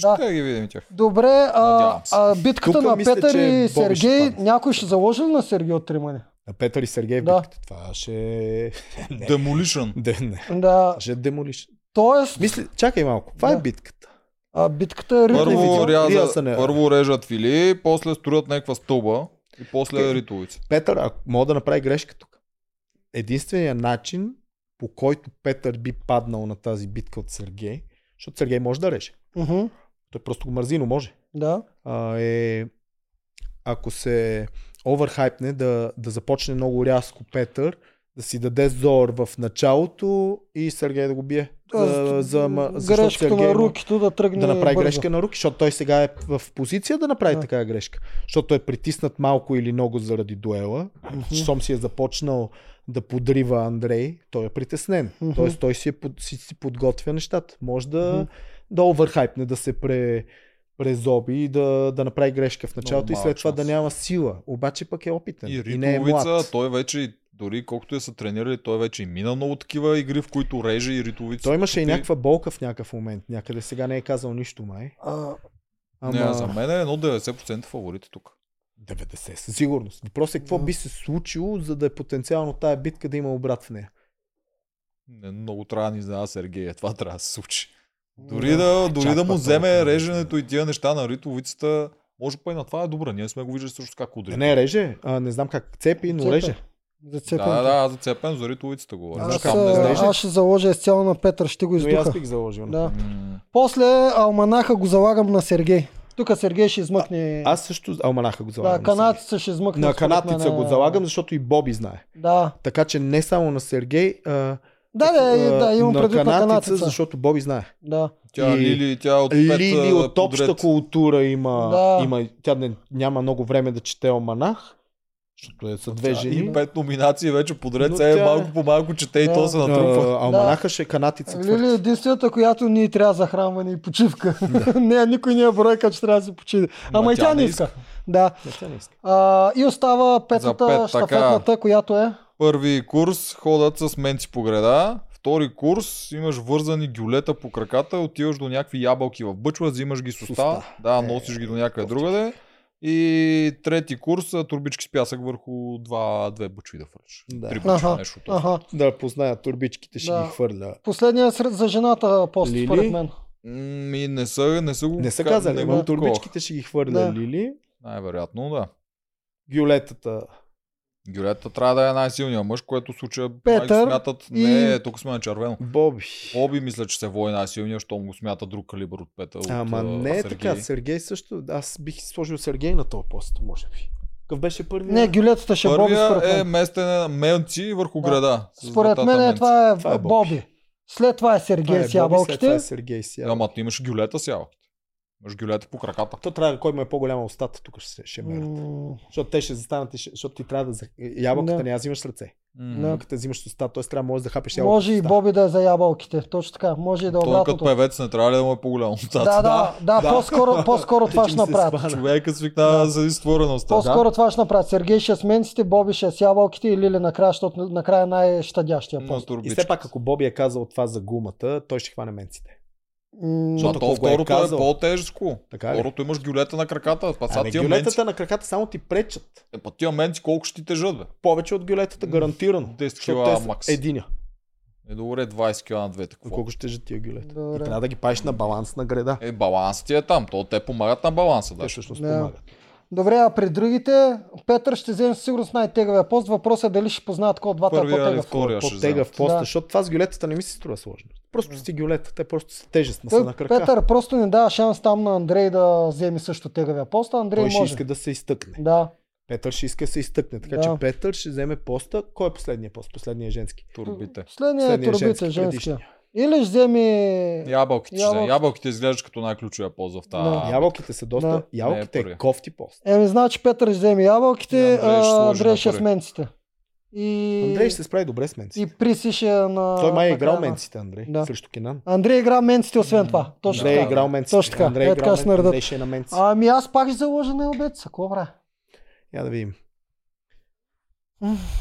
Speaker 2: Да.
Speaker 3: Ще ги видим и тях.
Speaker 2: Добре, а,
Speaker 3: Надявам се.
Speaker 2: а битката
Speaker 1: Тука
Speaker 2: на
Speaker 1: мисля,
Speaker 2: Петър
Speaker 1: че
Speaker 2: и
Speaker 1: Боби ще
Speaker 2: Сергей,
Speaker 1: падне.
Speaker 2: някой ще заложи ли на Сергей от Тримане?
Speaker 1: На Петър и Сергей в
Speaker 2: Да.
Speaker 1: битката. Това ще... Не.
Speaker 3: Demolition.
Speaker 1: Да, не.
Speaker 2: Да,
Speaker 1: Ще демолиш.
Speaker 2: тоест,
Speaker 1: Мисля, чакай малко. Това е
Speaker 2: Да.
Speaker 1: битката.
Speaker 2: а, битката е ритмична.
Speaker 3: Първо,
Speaker 1: видял. Ряза
Speaker 3: ряза,
Speaker 1: са не- е.
Speaker 3: първо режат фили, после строят някаква стълба и после
Speaker 1: Окей.
Speaker 3: ритовици.
Speaker 1: Петър, ако мога да направи грешка тук. Единственият начин, по който Петър би паднал на тази битка от Сергей, защото Сергей може да реже.
Speaker 2: Мгм,
Speaker 1: Той просто го мързи, но може.
Speaker 2: Да.
Speaker 1: А, е, ако се оверхайпне да, да започне много рязко Петър, да си даде зор в началото и Сергей да го бие. За, за, ма- защото
Speaker 2: грешката
Speaker 1: Сергей
Speaker 2: на
Speaker 1: му-
Speaker 2: рукито да тръгне
Speaker 1: да направи
Speaker 2: бързо.
Speaker 1: грешка на руки, защото той сега е в позиция да направи
Speaker 2: Да.
Speaker 1: да. такава грешка. Защото е притиснат малко или много заради дуела.
Speaker 2: Мгм.
Speaker 1: Щом си е започнал да подрива Андрей, той е притеснен.
Speaker 2: Мгм.
Speaker 1: Тоест той си, е, под- си, си подготвя нещата. Може
Speaker 2: Мгм.
Speaker 1: да, да овърхайпне, да се пре, презоби и да, да направи грешка в началото и
Speaker 3: малък
Speaker 1: след това да
Speaker 3: шанс.
Speaker 1: няма сила. Обаче пък е опитен.
Speaker 3: И
Speaker 1: И, и не е
Speaker 3: ритовица,
Speaker 1: млад.
Speaker 3: той вече и- дори колкото я са тренирали, той вече и мина много такива игри, в които реже и ритовица.
Speaker 1: Той имаше и някаква болка в някакъв момент. Някъде сега не е казал нищо май.
Speaker 2: А,
Speaker 1: Ама...
Speaker 3: Не, за мен е едно 90% фаворит тук.
Speaker 1: 90 със сигурност. Въпросът е какво
Speaker 2: Да.
Speaker 1: би се случило, за да е потенциално тая битка да има обрат в нея.
Speaker 3: Не, много трябва да ни знае Сергея, това трябва да се случи. Дори да, дори да
Speaker 1: чак
Speaker 3: му
Speaker 1: пък
Speaker 3: вземе
Speaker 1: толкова.
Speaker 3: реженето и тия неща на ритовицата, може па и на това е добра. Ние сме го виждали също как удари.
Speaker 1: Да. Не е реже, а, не знам как цепи, но
Speaker 2: Цепен.
Speaker 1: реже.
Speaker 3: да,
Speaker 2: Зацепен.
Speaker 3: да, да, аз зацепен за ритовицата говоря.
Speaker 1: Аз,
Speaker 2: Аз,
Speaker 3: Аз,
Speaker 1: Там не
Speaker 2: а,
Speaker 1: знаеш ли?
Speaker 2: аз ще заложа изцяло на Петър, ще го
Speaker 1: Но и аз
Speaker 2: издуха.
Speaker 1: бих заложил.
Speaker 2: Да. После алманаха го залагам на Сергей. Тук Сергей ще измъкне.
Speaker 1: Аз също алманаха го залагам.
Speaker 2: да,
Speaker 1: на Сергей.
Speaker 2: канатица ще измъкне.
Speaker 1: На
Speaker 2: според
Speaker 1: канатица
Speaker 2: мен,
Speaker 1: го
Speaker 2: а,
Speaker 1: залагам, защото и Боби знае.
Speaker 2: Да.
Speaker 1: Така че не само на Сергей, а,
Speaker 2: Да, да, и- да, имам предвид на канатица.
Speaker 1: защото Боби знае.
Speaker 2: Да.
Speaker 3: Тя
Speaker 1: И-
Speaker 3: Лили, тя от пет
Speaker 1: Лили
Speaker 3: а,
Speaker 1: от обща
Speaker 3: подред.
Speaker 1: култура има,
Speaker 2: Да.
Speaker 1: има тя не, няма много време да чете Оманах, защото е, са две
Speaker 3: Тя И
Speaker 1: жени.
Speaker 3: пет номинации вече подред,
Speaker 1: Но
Speaker 3: се
Speaker 1: тя
Speaker 3: е
Speaker 1: е-
Speaker 3: малко по малко чете и
Speaker 2: Да.
Speaker 3: то се
Speaker 1: А,
Speaker 3: натрупва.
Speaker 1: Алманаха ще е канатица.
Speaker 2: Лили е единствената, която ни трябва захранване и почивка. не, никой не е бройка, че трябва да се почине. Ама и тя не иска. Да.
Speaker 1: Не, тя не иска.
Speaker 2: А, и остава петата
Speaker 3: пет, така.
Speaker 2: штафетната, която е.
Speaker 3: Първи курс ходят с менци по града. Втори курс имаш вързани гюлета по краката, отиваш до някакви ябълки в бъчва, взимаш ги с
Speaker 1: С
Speaker 3: уста.
Speaker 1: уста.
Speaker 3: Да,
Speaker 1: Е,
Speaker 3: носиш ги до някъде другаде. И трети курс а, турбички с пясък върху два, две бучви да фърш.
Speaker 1: Да.
Speaker 3: Три бучви,
Speaker 2: Аха,
Speaker 3: нещо от това.
Speaker 2: Аха.
Speaker 1: Да познаят турбичките, ще
Speaker 2: Да.
Speaker 1: ги хвърля.
Speaker 2: Последния е сред- за жената пост,
Speaker 1: Лили?
Speaker 2: според мен.
Speaker 3: Ми не са, не са го
Speaker 1: Не са
Speaker 3: ка-
Speaker 1: казали,
Speaker 3: има
Speaker 1: но
Speaker 3: такова.
Speaker 1: турбичките ще ги хвърля
Speaker 2: Да.
Speaker 1: Лили.
Speaker 3: Най-вероятно, да.
Speaker 1: Гюлетата.
Speaker 3: Гюлета трябва да е най-силният мъж, което в случая май го
Speaker 2: Петър
Speaker 3: смятат.
Speaker 2: и-
Speaker 3: Не, тук сме на червено.
Speaker 1: Боби.
Speaker 3: Оби мисля, че се е води най-силния, щом го смята друг калибър от Петър. от,
Speaker 1: Ама
Speaker 3: а,
Speaker 1: не е
Speaker 3: Сергей.
Speaker 1: така. Сергей също. Аз бих сложил Сергей на този пост, може би. Какъв беше първият?
Speaker 2: Не, гюлетата ще боби според
Speaker 3: Първия е
Speaker 2: мен.
Speaker 3: местене на мелци върху
Speaker 2: Да.
Speaker 3: града. с
Speaker 2: Според
Speaker 3: вратата
Speaker 2: мен е,
Speaker 3: менци.
Speaker 2: това е,
Speaker 1: Това е
Speaker 2: Боби.
Speaker 1: Боби.
Speaker 2: След това е Сергей
Speaker 1: Това е Боби,
Speaker 2: с
Speaker 1: след това
Speaker 2: ябълките.
Speaker 1: е Сергей с ябълките.
Speaker 3: Ама ти имаш гюлета с ябълките. Имаш гюлета по краката.
Speaker 1: То трябва кой му е по-голяма устата, тук ще се ще мерят.
Speaker 2: М,
Speaker 1: Защото те ще застанат, и ще- защото ти трябва да... за- Ябълката
Speaker 2: Да.
Speaker 1: не я взимаш с ръце.
Speaker 3: М.
Speaker 2: Да.
Speaker 1: Ябълката взимаш с уста, т.е. трябва може да хапеш ябълката.
Speaker 2: Може
Speaker 1: с
Speaker 2: и
Speaker 1: уста.
Speaker 2: Боби да е за ябълките. Точно така. Може и да е
Speaker 3: Той като
Speaker 2: обратното.
Speaker 3: певец не трябва ли да му е по-голям
Speaker 2: Да,
Speaker 3: устата?
Speaker 2: да, да, по-скоро, по-скоро това ще
Speaker 1: Ще ми се
Speaker 2: направят.
Speaker 1: свана.
Speaker 3: Човека свикна за изтворена уста.
Speaker 2: По-скоро това ще е направят. Сергей 6 менците, Боби 6 ябълките и Лили накрая, защото накрая е най-щадящия
Speaker 3: На
Speaker 2: пост.
Speaker 1: И
Speaker 3: турбичка.
Speaker 1: все пак, ако Боби е казал това за гумата, той ще хване менците.
Speaker 2: М,
Speaker 3: Ма
Speaker 1: Защото
Speaker 3: то
Speaker 1: ако го е
Speaker 3: второто е
Speaker 1: казал-
Speaker 3: по-тежко.
Speaker 1: Така ли?
Speaker 3: Второто имаш гюлета на краката. Па сега
Speaker 1: Ами
Speaker 3: тия менци.
Speaker 1: гюлетата на краката само ти пречат.
Speaker 3: Е, па тия менци колко ще ти тежат, бе?
Speaker 1: Повече от гюлетата, гарантирано.
Speaker 3: 10
Speaker 1: Защото
Speaker 3: кила
Speaker 1: те са
Speaker 3: макс.
Speaker 1: Единя.
Speaker 3: Е, добре, 20 кг на двете.
Speaker 1: Какво?
Speaker 3: Какво?
Speaker 1: Колко ще жат тия гюлета? И
Speaker 2: Добре.
Speaker 1: трябва да ги паеш на баланс на града.
Speaker 3: Е, балансът ти е там. То те помагат на баланса.
Speaker 1: Те
Speaker 3: Да.
Speaker 1: всъщност
Speaker 2: Да.
Speaker 1: помагат.
Speaker 2: Добре, а при другите, Петър ще вземе със сигурност най-тегавия пост. Въпросът е дали ще познаят кой от двата е
Speaker 3: Първия или
Speaker 2: по-тегав.
Speaker 3: втория ще
Speaker 1: По-тега
Speaker 3: взема.
Speaker 1: в поста,
Speaker 2: Да.
Speaker 1: защото това с гюлетата не ми се струва сложно. Просто си гюлета, те просто са тежест, не са
Speaker 2: Той,
Speaker 1: на крака.
Speaker 2: Е, Петър просто не дава шанс там на Андрей да вземе също тегавия пост, а Андрей
Speaker 1: Той ще
Speaker 2: може.
Speaker 1: иска да се изтъкне.
Speaker 2: Да.
Speaker 1: Петър ще иска да се изтъкне, така
Speaker 2: Да.
Speaker 1: че Петър ще вземе поста. Кой е последния пост? Последния е женски.
Speaker 3: Турбите.
Speaker 2: Следния,
Speaker 1: Последния
Speaker 2: е
Speaker 1: е
Speaker 2: турбите,
Speaker 1: женски,
Speaker 2: женския.
Speaker 1: предишния.
Speaker 2: Или ще вземе...
Speaker 3: Ябълките, ще взема.
Speaker 2: Ябълките.
Speaker 3: Ябълките изглеждат като най-ключовия полза в тази.
Speaker 2: Да.
Speaker 3: Да.
Speaker 1: Ябълките са доста.
Speaker 2: Да.
Speaker 1: Ябълките
Speaker 3: Не е
Speaker 1: е
Speaker 3: първия.
Speaker 1: кофти пост.
Speaker 2: Еми, значи Петър ще вземе
Speaker 3: И
Speaker 2: ябълките,
Speaker 3: Андрей ще
Speaker 2: а
Speaker 3: сложи
Speaker 2: Андрей
Speaker 3: на
Speaker 2: ще
Speaker 3: първи.
Speaker 2: сменците. И...
Speaker 1: Андрей ще се справи добре с менци.
Speaker 2: И Приси ще е на...
Speaker 1: Той май е
Speaker 2: на
Speaker 1: играл
Speaker 2: края на-
Speaker 1: менците, Андрей,
Speaker 2: Да.
Speaker 1: срещу Кинан.
Speaker 2: Андрей е играл менците, освен това. Точно
Speaker 1: Андрей е
Speaker 2: така.
Speaker 1: играл менците.
Speaker 2: Точно така.
Speaker 1: Андрей
Speaker 2: Е,
Speaker 1: е
Speaker 2: така
Speaker 1: играл
Speaker 2: се
Speaker 1: мен-
Speaker 2: наредат.
Speaker 1: Андрей ще е на менци.
Speaker 2: Ами аз пак ще заложа на Елбец, какво правя?
Speaker 1: Я да видим.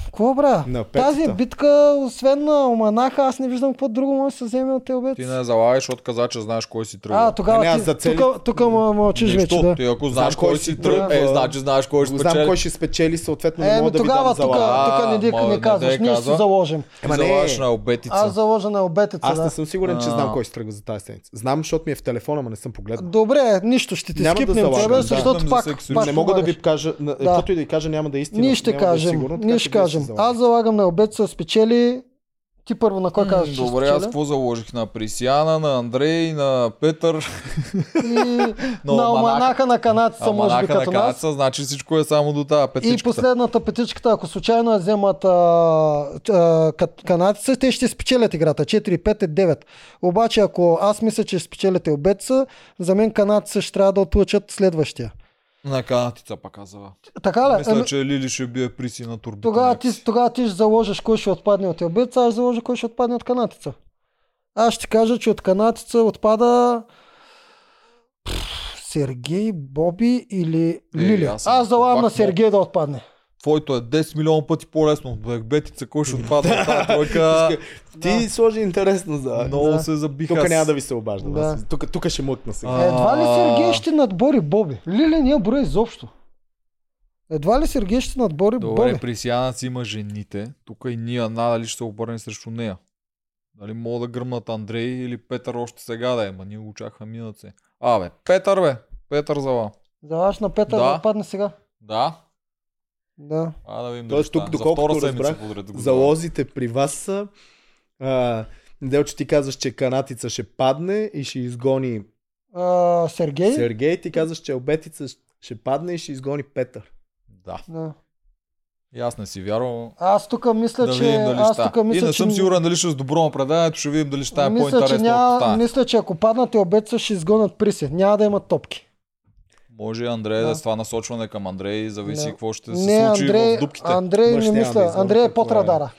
Speaker 2: Какво бра?
Speaker 1: На
Speaker 2: Тази
Speaker 1: петата.
Speaker 2: битка, освен на Оманаха, аз не виждам какво друго може да се вземе от Елбец.
Speaker 3: Ти не залагаш от каза, че знаеш кой си тръгва.
Speaker 2: А, тогава
Speaker 1: Е, Не, не, аз
Speaker 2: ти,
Speaker 1: за цели-
Speaker 2: тук, тук ма, мълчиш вече,
Speaker 3: Нищо,
Speaker 2: да.
Speaker 3: ти ако знаеш
Speaker 1: кой
Speaker 3: кой
Speaker 1: си
Speaker 3: си тръгва, е,
Speaker 1: тръгва.
Speaker 3: значи знаеш кой ще
Speaker 1: Знам кой
Speaker 3: спечели.
Speaker 1: ще спечели, съответно не
Speaker 2: Е, ми
Speaker 1: мога да ви
Speaker 2: тогава
Speaker 1: дам
Speaker 2: тук,
Speaker 1: залага.
Speaker 3: залага.
Speaker 2: тук не,
Speaker 3: А,
Speaker 2: дика
Speaker 3: моля,
Speaker 2: не
Speaker 3: не
Speaker 2: казваш,
Speaker 3: те
Speaker 2: ние ще
Speaker 3: казва.
Speaker 2: се заложим.
Speaker 1: Ема Е, не.
Speaker 3: Залагаш на
Speaker 2: Аз
Speaker 3: обетица.
Speaker 2: заложа на обетица,
Speaker 1: Аз
Speaker 2: да.
Speaker 1: не съм сигурен, че
Speaker 3: А.
Speaker 1: знам кой ще тръгва за тази седмица. Знам, защото ми е в телефона, но не съм погледнал.
Speaker 2: Добре, нищо, ще ти
Speaker 1: Няма да
Speaker 2: скипнем
Speaker 1: залагам,
Speaker 2: тебе,
Speaker 1: да.
Speaker 2: защото
Speaker 3: Знам за
Speaker 2: пак,
Speaker 3: секс-
Speaker 2: пак
Speaker 1: не мога да
Speaker 2: говориш.
Speaker 1: ви кажа, да. каквото и да ви кажа, няма да е истина.
Speaker 2: е. Ние ще
Speaker 1: няма да е
Speaker 2: кажем,
Speaker 1: сигурно, така
Speaker 2: ние
Speaker 1: че
Speaker 2: ще
Speaker 1: вие
Speaker 2: кажем.
Speaker 1: залагате.
Speaker 2: Аз залагам на обетица спечели. Ти първо на кой казваш? че
Speaker 3: Добре, аз
Speaker 2: спечеля?
Speaker 3: какво заложих? На Присяна, на Андрей, на Петър,
Speaker 2: И
Speaker 3: Но
Speaker 2: на
Speaker 3: Оманаха-
Speaker 2: оманаха на канатица, може би
Speaker 3: Аманаха на
Speaker 2: като нас.
Speaker 3: Канаца, значи всичко е само до тази
Speaker 2: И
Speaker 3: петичката.
Speaker 2: последната петичката, ако случайно я вземат а, а, кат- канадците, те ще спечелят играта. 4-5 е 9. Обаче, ако аз мисля, че ще спечелят обеца, за мен канадците ще трябва да отлъчат следващия.
Speaker 3: На канатица пак казва.
Speaker 2: Така ли?
Speaker 3: Мисля,
Speaker 2: Ами,
Speaker 3: че Лили ще бие приси на турбите.
Speaker 2: тогава,
Speaker 3: някакси.
Speaker 2: ти, тогава ти ще заложиш кой ще отпадне от обеца, аз ще заложа кой ще отпадне от канатица. Аз ще кажа, че от канатица отпада Пф, Сергей, Боби или
Speaker 3: Е,
Speaker 2: Лили.
Speaker 3: аз
Speaker 2: Аз,
Speaker 3: съм
Speaker 2: залагам
Speaker 3: пак
Speaker 2: на Сергей да отпадне.
Speaker 3: Твоето е 10 милиона пъти по-лесно. Бекбетица, кой ще отпада от тази тройка?
Speaker 1: Ти сложи интересно за...
Speaker 3: Много
Speaker 2: Да.
Speaker 3: се забиха.
Speaker 1: Тук няма да ви се обаждам.
Speaker 2: Да.
Speaker 1: аз- Тук, тук ще мъкна сега.
Speaker 3: А.
Speaker 2: Едва ли Сергей ще надбори Боби? Лили не я броя изобщо. Едва ли Сергей ще надбори
Speaker 3: Добре,
Speaker 2: Боби?
Speaker 3: при Сиана си има жените. Тук и ние, надали ще се обърнем срещу нея. Дали мога да гръмнат Андрей или Петър още сега да е, ма ние го очакваме минат се. А, бе, Петър, бе, Петър зала.
Speaker 2: Залагаш на Петър
Speaker 3: Да.
Speaker 2: да отпадне сега.
Speaker 3: Да,
Speaker 2: Да.
Speaker 3: а да видим дали
Speaker 1: Тоест
Speaker 3: ще
Speaker 1: тук,
Speaker 3: стане. За
Speaker 1: доколкото
Speaker 3: втора седмица
Speaker 1: разбрах,
Speaker 3: подред го
Speaker 1: Залозите при вас са... А, Делче ти казваш, че канатица ще падне и ще изгони
Speaker 2: А, Сергей?
Speaker 1: Сергей, ти казваш, че обетица ще падне и ще изгони Петър.
Speaker 3: давам. Да,
Speaker 2: Да.
Speaker 3: и аз не си вярвам.
Speaker 2: Аз тук мисля,
Speaker 3: да
Speaker 2: че...
Speaker 3: видим дали
Speaker 2: аз
Speaker 3: ще
Speaker 2: тук
Speaker 3: И
Speaker 2: мисля,
Speaker 3: не
Speaker 2: че...
Speaker 3: съм сигурен дали ще е с добро на преданието, ще видим дали ще стане
Speaker 2: мисля, че
Speaker 3: по-интересно. ако
Speaker 2: няма...
Speaker 3: стане.
Speaker 2: мисля, че ако паднат и обеца, ще изгонят приси. Няма да имат топки.
Speaker 3: Може и Андрей да.
Speaker 2: Да.
Speaker 3: с това насочване към Андрей, зависи
Speaker 2: Да.
Speaker 3: какво ще се
Speaker 2: Не,
Speaker 3: случи
Speaker 2: Андрей,
Speaker 3: в дупките.
Speaker 2: Андрей
Speaker 1: Мъж
Speaker 2: не
Speaker 1: няма да
Speaker 2: мисля.
Speaker 1: изгони,
Speaker 2: Андрей е
Speaker 1: какво е.
Speaker 2: под радара.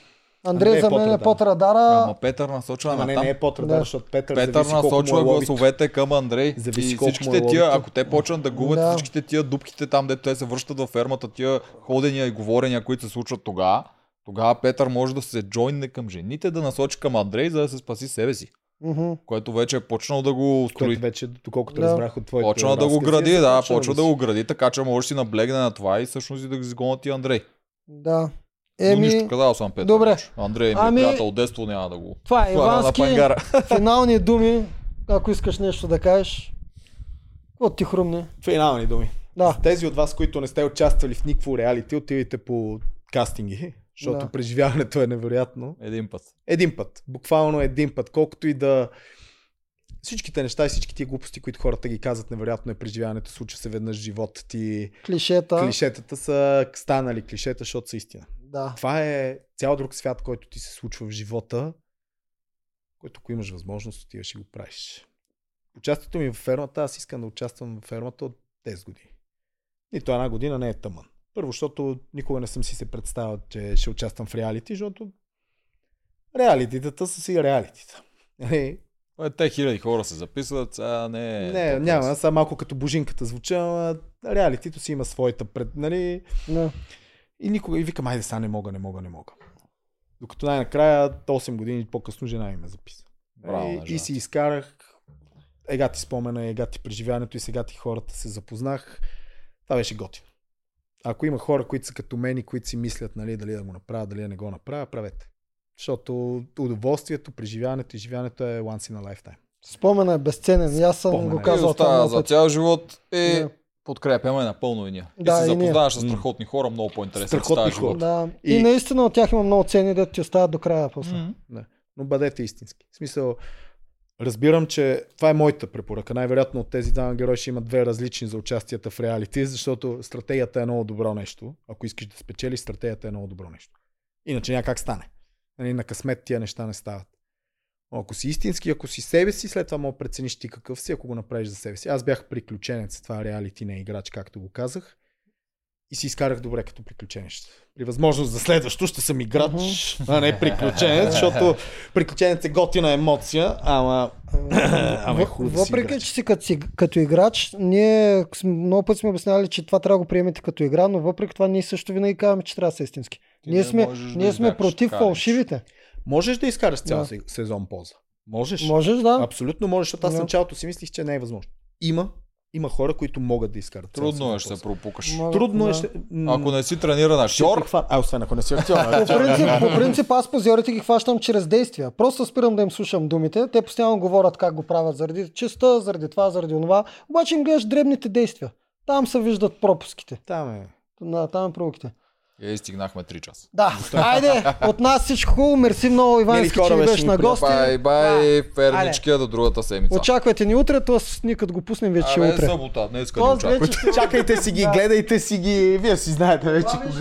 Speaker 2: Андрей,
Speaker 1: Андрей е
Speaker 2: за мен е
Speaker 1: под
Speaker 2: под радара.
Speaker 3: Ама Петър насочва
Speaker 1: Ама
Speaker 3: на
Speaker 1: не,
Speaker 3: там.
Speaker 1: не е Петър, да.
Speaker 2: Да.
Speaker 1: защото Петър,
Speaker 3: Петър
Speaker 1: зависи колко му е
Speaker 3: насочва
Speaker 1: лобито.
Speaker 3: гласовете към Андрей.
Speaker 1: Зависи
Speaker 3: и
Speaker 1: колко му е
Speaker 3: всичките
Speaker 1: лобито.
Speaker 3: тия, ако те почнат да губят
Speaker 2: Да.
Speaker 3: всичките тия дупките там, дето те се връщат във фермата, тия ходения и говорения, които се случват тогава, тогава Петър може да се джойнне към жените, да насочи към Андрей, за да се спаси себе си,
Speaker 2: Мгм.
Speaker 3: което вече е почнал да го строи.
Speaker 1: Което вече, доколкото
Speaker 2: Да.
Speaker 1: разбрах от твоите
Speaker 3: Почна да го
Speaker 1: разкази,
Speaker 3: гради,
Speaker 1: е
Speaker 3: да,
Speaker 1: започнал
Speaker 3: почва да го гради, така че може да си наблегне на това и всъщност и да го изгонят и Андрей.
Speaker 2: Да.
Speaker 3: Еми... Но
Speaker 2: Еми,
Speaker 3: нищо казал съм Петър.
Speaker 2: Добре.
Speaker 3: вече. Андрей ми
Speaker 2: Ами-
Speaker 3: е приятел, от детство няма да го...
Speaker 2: това е
Speaker 3: хвана на
Speaker 2: Ивански.
Speaker 3: пангара.
Speaker 2: Финални думи, ако искаш нещо да кажеш. Какво ти хрумне?
Speaker 1: Финални думи.
Speaker 2: Да.
Speaker 1: За Тези от вас, които не сте участвали в никакво реалити, отивайте по кастинги, защото
Speaker 2: Да.
Speaker 1: преживяването е невероятно.
Speaker 3: Един път.
Speaker 1: Един път, буквално един път, колкото и да всичките неща и всички тия глупости, които хората ги казват, невероятно е преживяването, случва се веднъж в живота ти.
Speaker 2: Клишета.
Speaker 1: Клишетата са станали клишета, защото са истина.
Speaker 2: Да.
Speaker 1: Това е цял друг свят, който ти се случва в живота, който ако имаш възможност, отиваш и го правиш. Участието ми в фермата, аз искам да участвам в фермата от 10 години. Нито една година не е тъмън. Първо, защото никога не съм си се представил, че ще участвам в реалити, защото реалититата са си реалитита. Нали?
Speaker 3: Е, Те хиляди хора се записват, сега не е...
Speaker 1: Не,
Speaker 3: толкова
Speaker 1: няма,
Speaker 3: с-
Speaker 1: аз сега малко като божинката звуча, ама реалитито си има своята пред, нали?
Speaker 2: Да.
Speaker 1: И никога, и викам, айде сега не мога, не мога, не мога. Докато най-накрая, 8 години по-късно, жена ми ме записа. Е,
Speaker 3: Браво,
Speaker 1: и,
Speaker 3: на
Speaker 1: и
Speaker 3: жената.
Speaker 1: си изкарах, ега ти спомена, ега ти преживяването и сега ти хората се запознах. Това беше готино. Ако има хора, които са като мен и които си мислят, нали, дали да го направя, дали да не го направя, правете. Защото удоволствието, преживяването и живяването е once in a lifetime.
Speaker 2: Споменът е безценен. И аз съм
Speaker 1: Споменът е.
Speaker 2: го
Speaker 3: И
Speaker 2: казал това
Speaker 3: остава за
Speaker 2: много пъти.
Speaker 3: цял живот и
Speaker 2: Да.
Speaker 3: подкрепяме напълно и ние.
Speaker 2: Да,
Speaker 3: и се
Speaker 2: и ние.
Speaker 3: запознаваш с страхотни хора, много по-интересен
Speaker 1: Страхотни
Speaker 3: става
Speaker 1: хора.
Speaker 3: живот.
Speaker 2: Да.
Speaker 1: И-
Speaker 2: И... наистина от тях има много цени, да ти остават до края после.
Speaker 3: М.
Speaker 1: но бъдете истински. В смисъл, разбирам, че това е моята препоръка. Най-вероятно от тези двама герои ще има две различни за участията в реалити, защото стратегията е много добро нещо. Ако искаш да спечелиш, стратегията е много добро нещо. Иначе няма как стане. Нали, на късмет тия неща не стават. Но ако си истински, ако си себе си, след това мога да прецениш ти какъв си, ако го направиш за себе си. Аз бях приключенец, това реалити не е играч, както го казах. И си изкарах добре като приключенец. При възможност за следващо ще съм играч, а не приключенец, защото приключенец е готина емоция, ама... ама е
Speaker 2: Въ-
Speaker 1: хубаво да си
Speaker 2: Въпреки,
Speaker 1: играч.
Speaker 2: че си като, си като играч, ние сме- много път сме обяснявали, че това трябва да го приемете като игра, но въпреки това ние също винаги казваме, че трябва да са истински.
Speaker 3: Ти
Speaker 2: ние
Speaker 3: не
Speaker 2: сме,
Speaker 3: можеш да
Speaker 2: ние сме
Speaker 3: избягаш
Speaker 2: против
Speaker 3: така нещо.
Speaker 2: фалшивите.
Speaker 1: Можеш да изкараш цял
Speaker 2: Да.
Speaker 1: се- сезон полза. Можеш.
Speaker 2: Можеш, да.
Speaker 1: Абсолютно можеш, защото аз в
Speaker 2: Да.
Speaker 1: началото си мислих, че не е възможно. Има, има хора, които могат да изкарат. цял
Speaker 3: Трудно
Speaker 1: сезон
Speaker 3: е, ще
Speaker 1: полза.
Speaker 3: се пропукаш.
Speaker 2: Могат,
Speaker 1: Трудно е,
Speaker 2: да.
Speaker 1: ще...
Speaker 3: Ако не си трениран актьор,
Speaker 1: Хват... А, освен ако не си актьор. а,
Speaker 2: По
Speaker 1: актьор.
Speaker 2: принцип, по принцип аз позиорите ги хващам чрез действия. Просто спирам да им слушам думите. Те постоянно говорят как го правят заради чиста, заради това, заради това. Обаче им гледаш дребните действия. Там се виждат пропуските.
Speaker 1: Там е.
Speaker 2: Да, там е провоките.
Speaker 3: е, стигнахме 3 часа.
Speaker 2: Да, айде, от нас всичко хубаво. Мерси много, Ивански,
Speaker 1: хора,
Speaker 2: че ни
Speaker 1: беше
Speaker 2: беше
Speaker 1: ми
Speaker 2: на
Speaker 1: приятно.
Speaker 2: гости.
Speaker 3: Бай, бай, ферничкия до другата седмица.
Speaker 2: Очаквайте ни утре, т.е. ние като го пуснем вече е
Speaker 3: Абе,
Speaker 2: утре.
Speaker 3: събота, днес къде
Speaker 2: Тоест,
Speaker 3: очаквайте.
Speaker 2: вече ще-
Speaker 1: Чакайте си ги, гледайте си ги. Вие си знаете вече кога.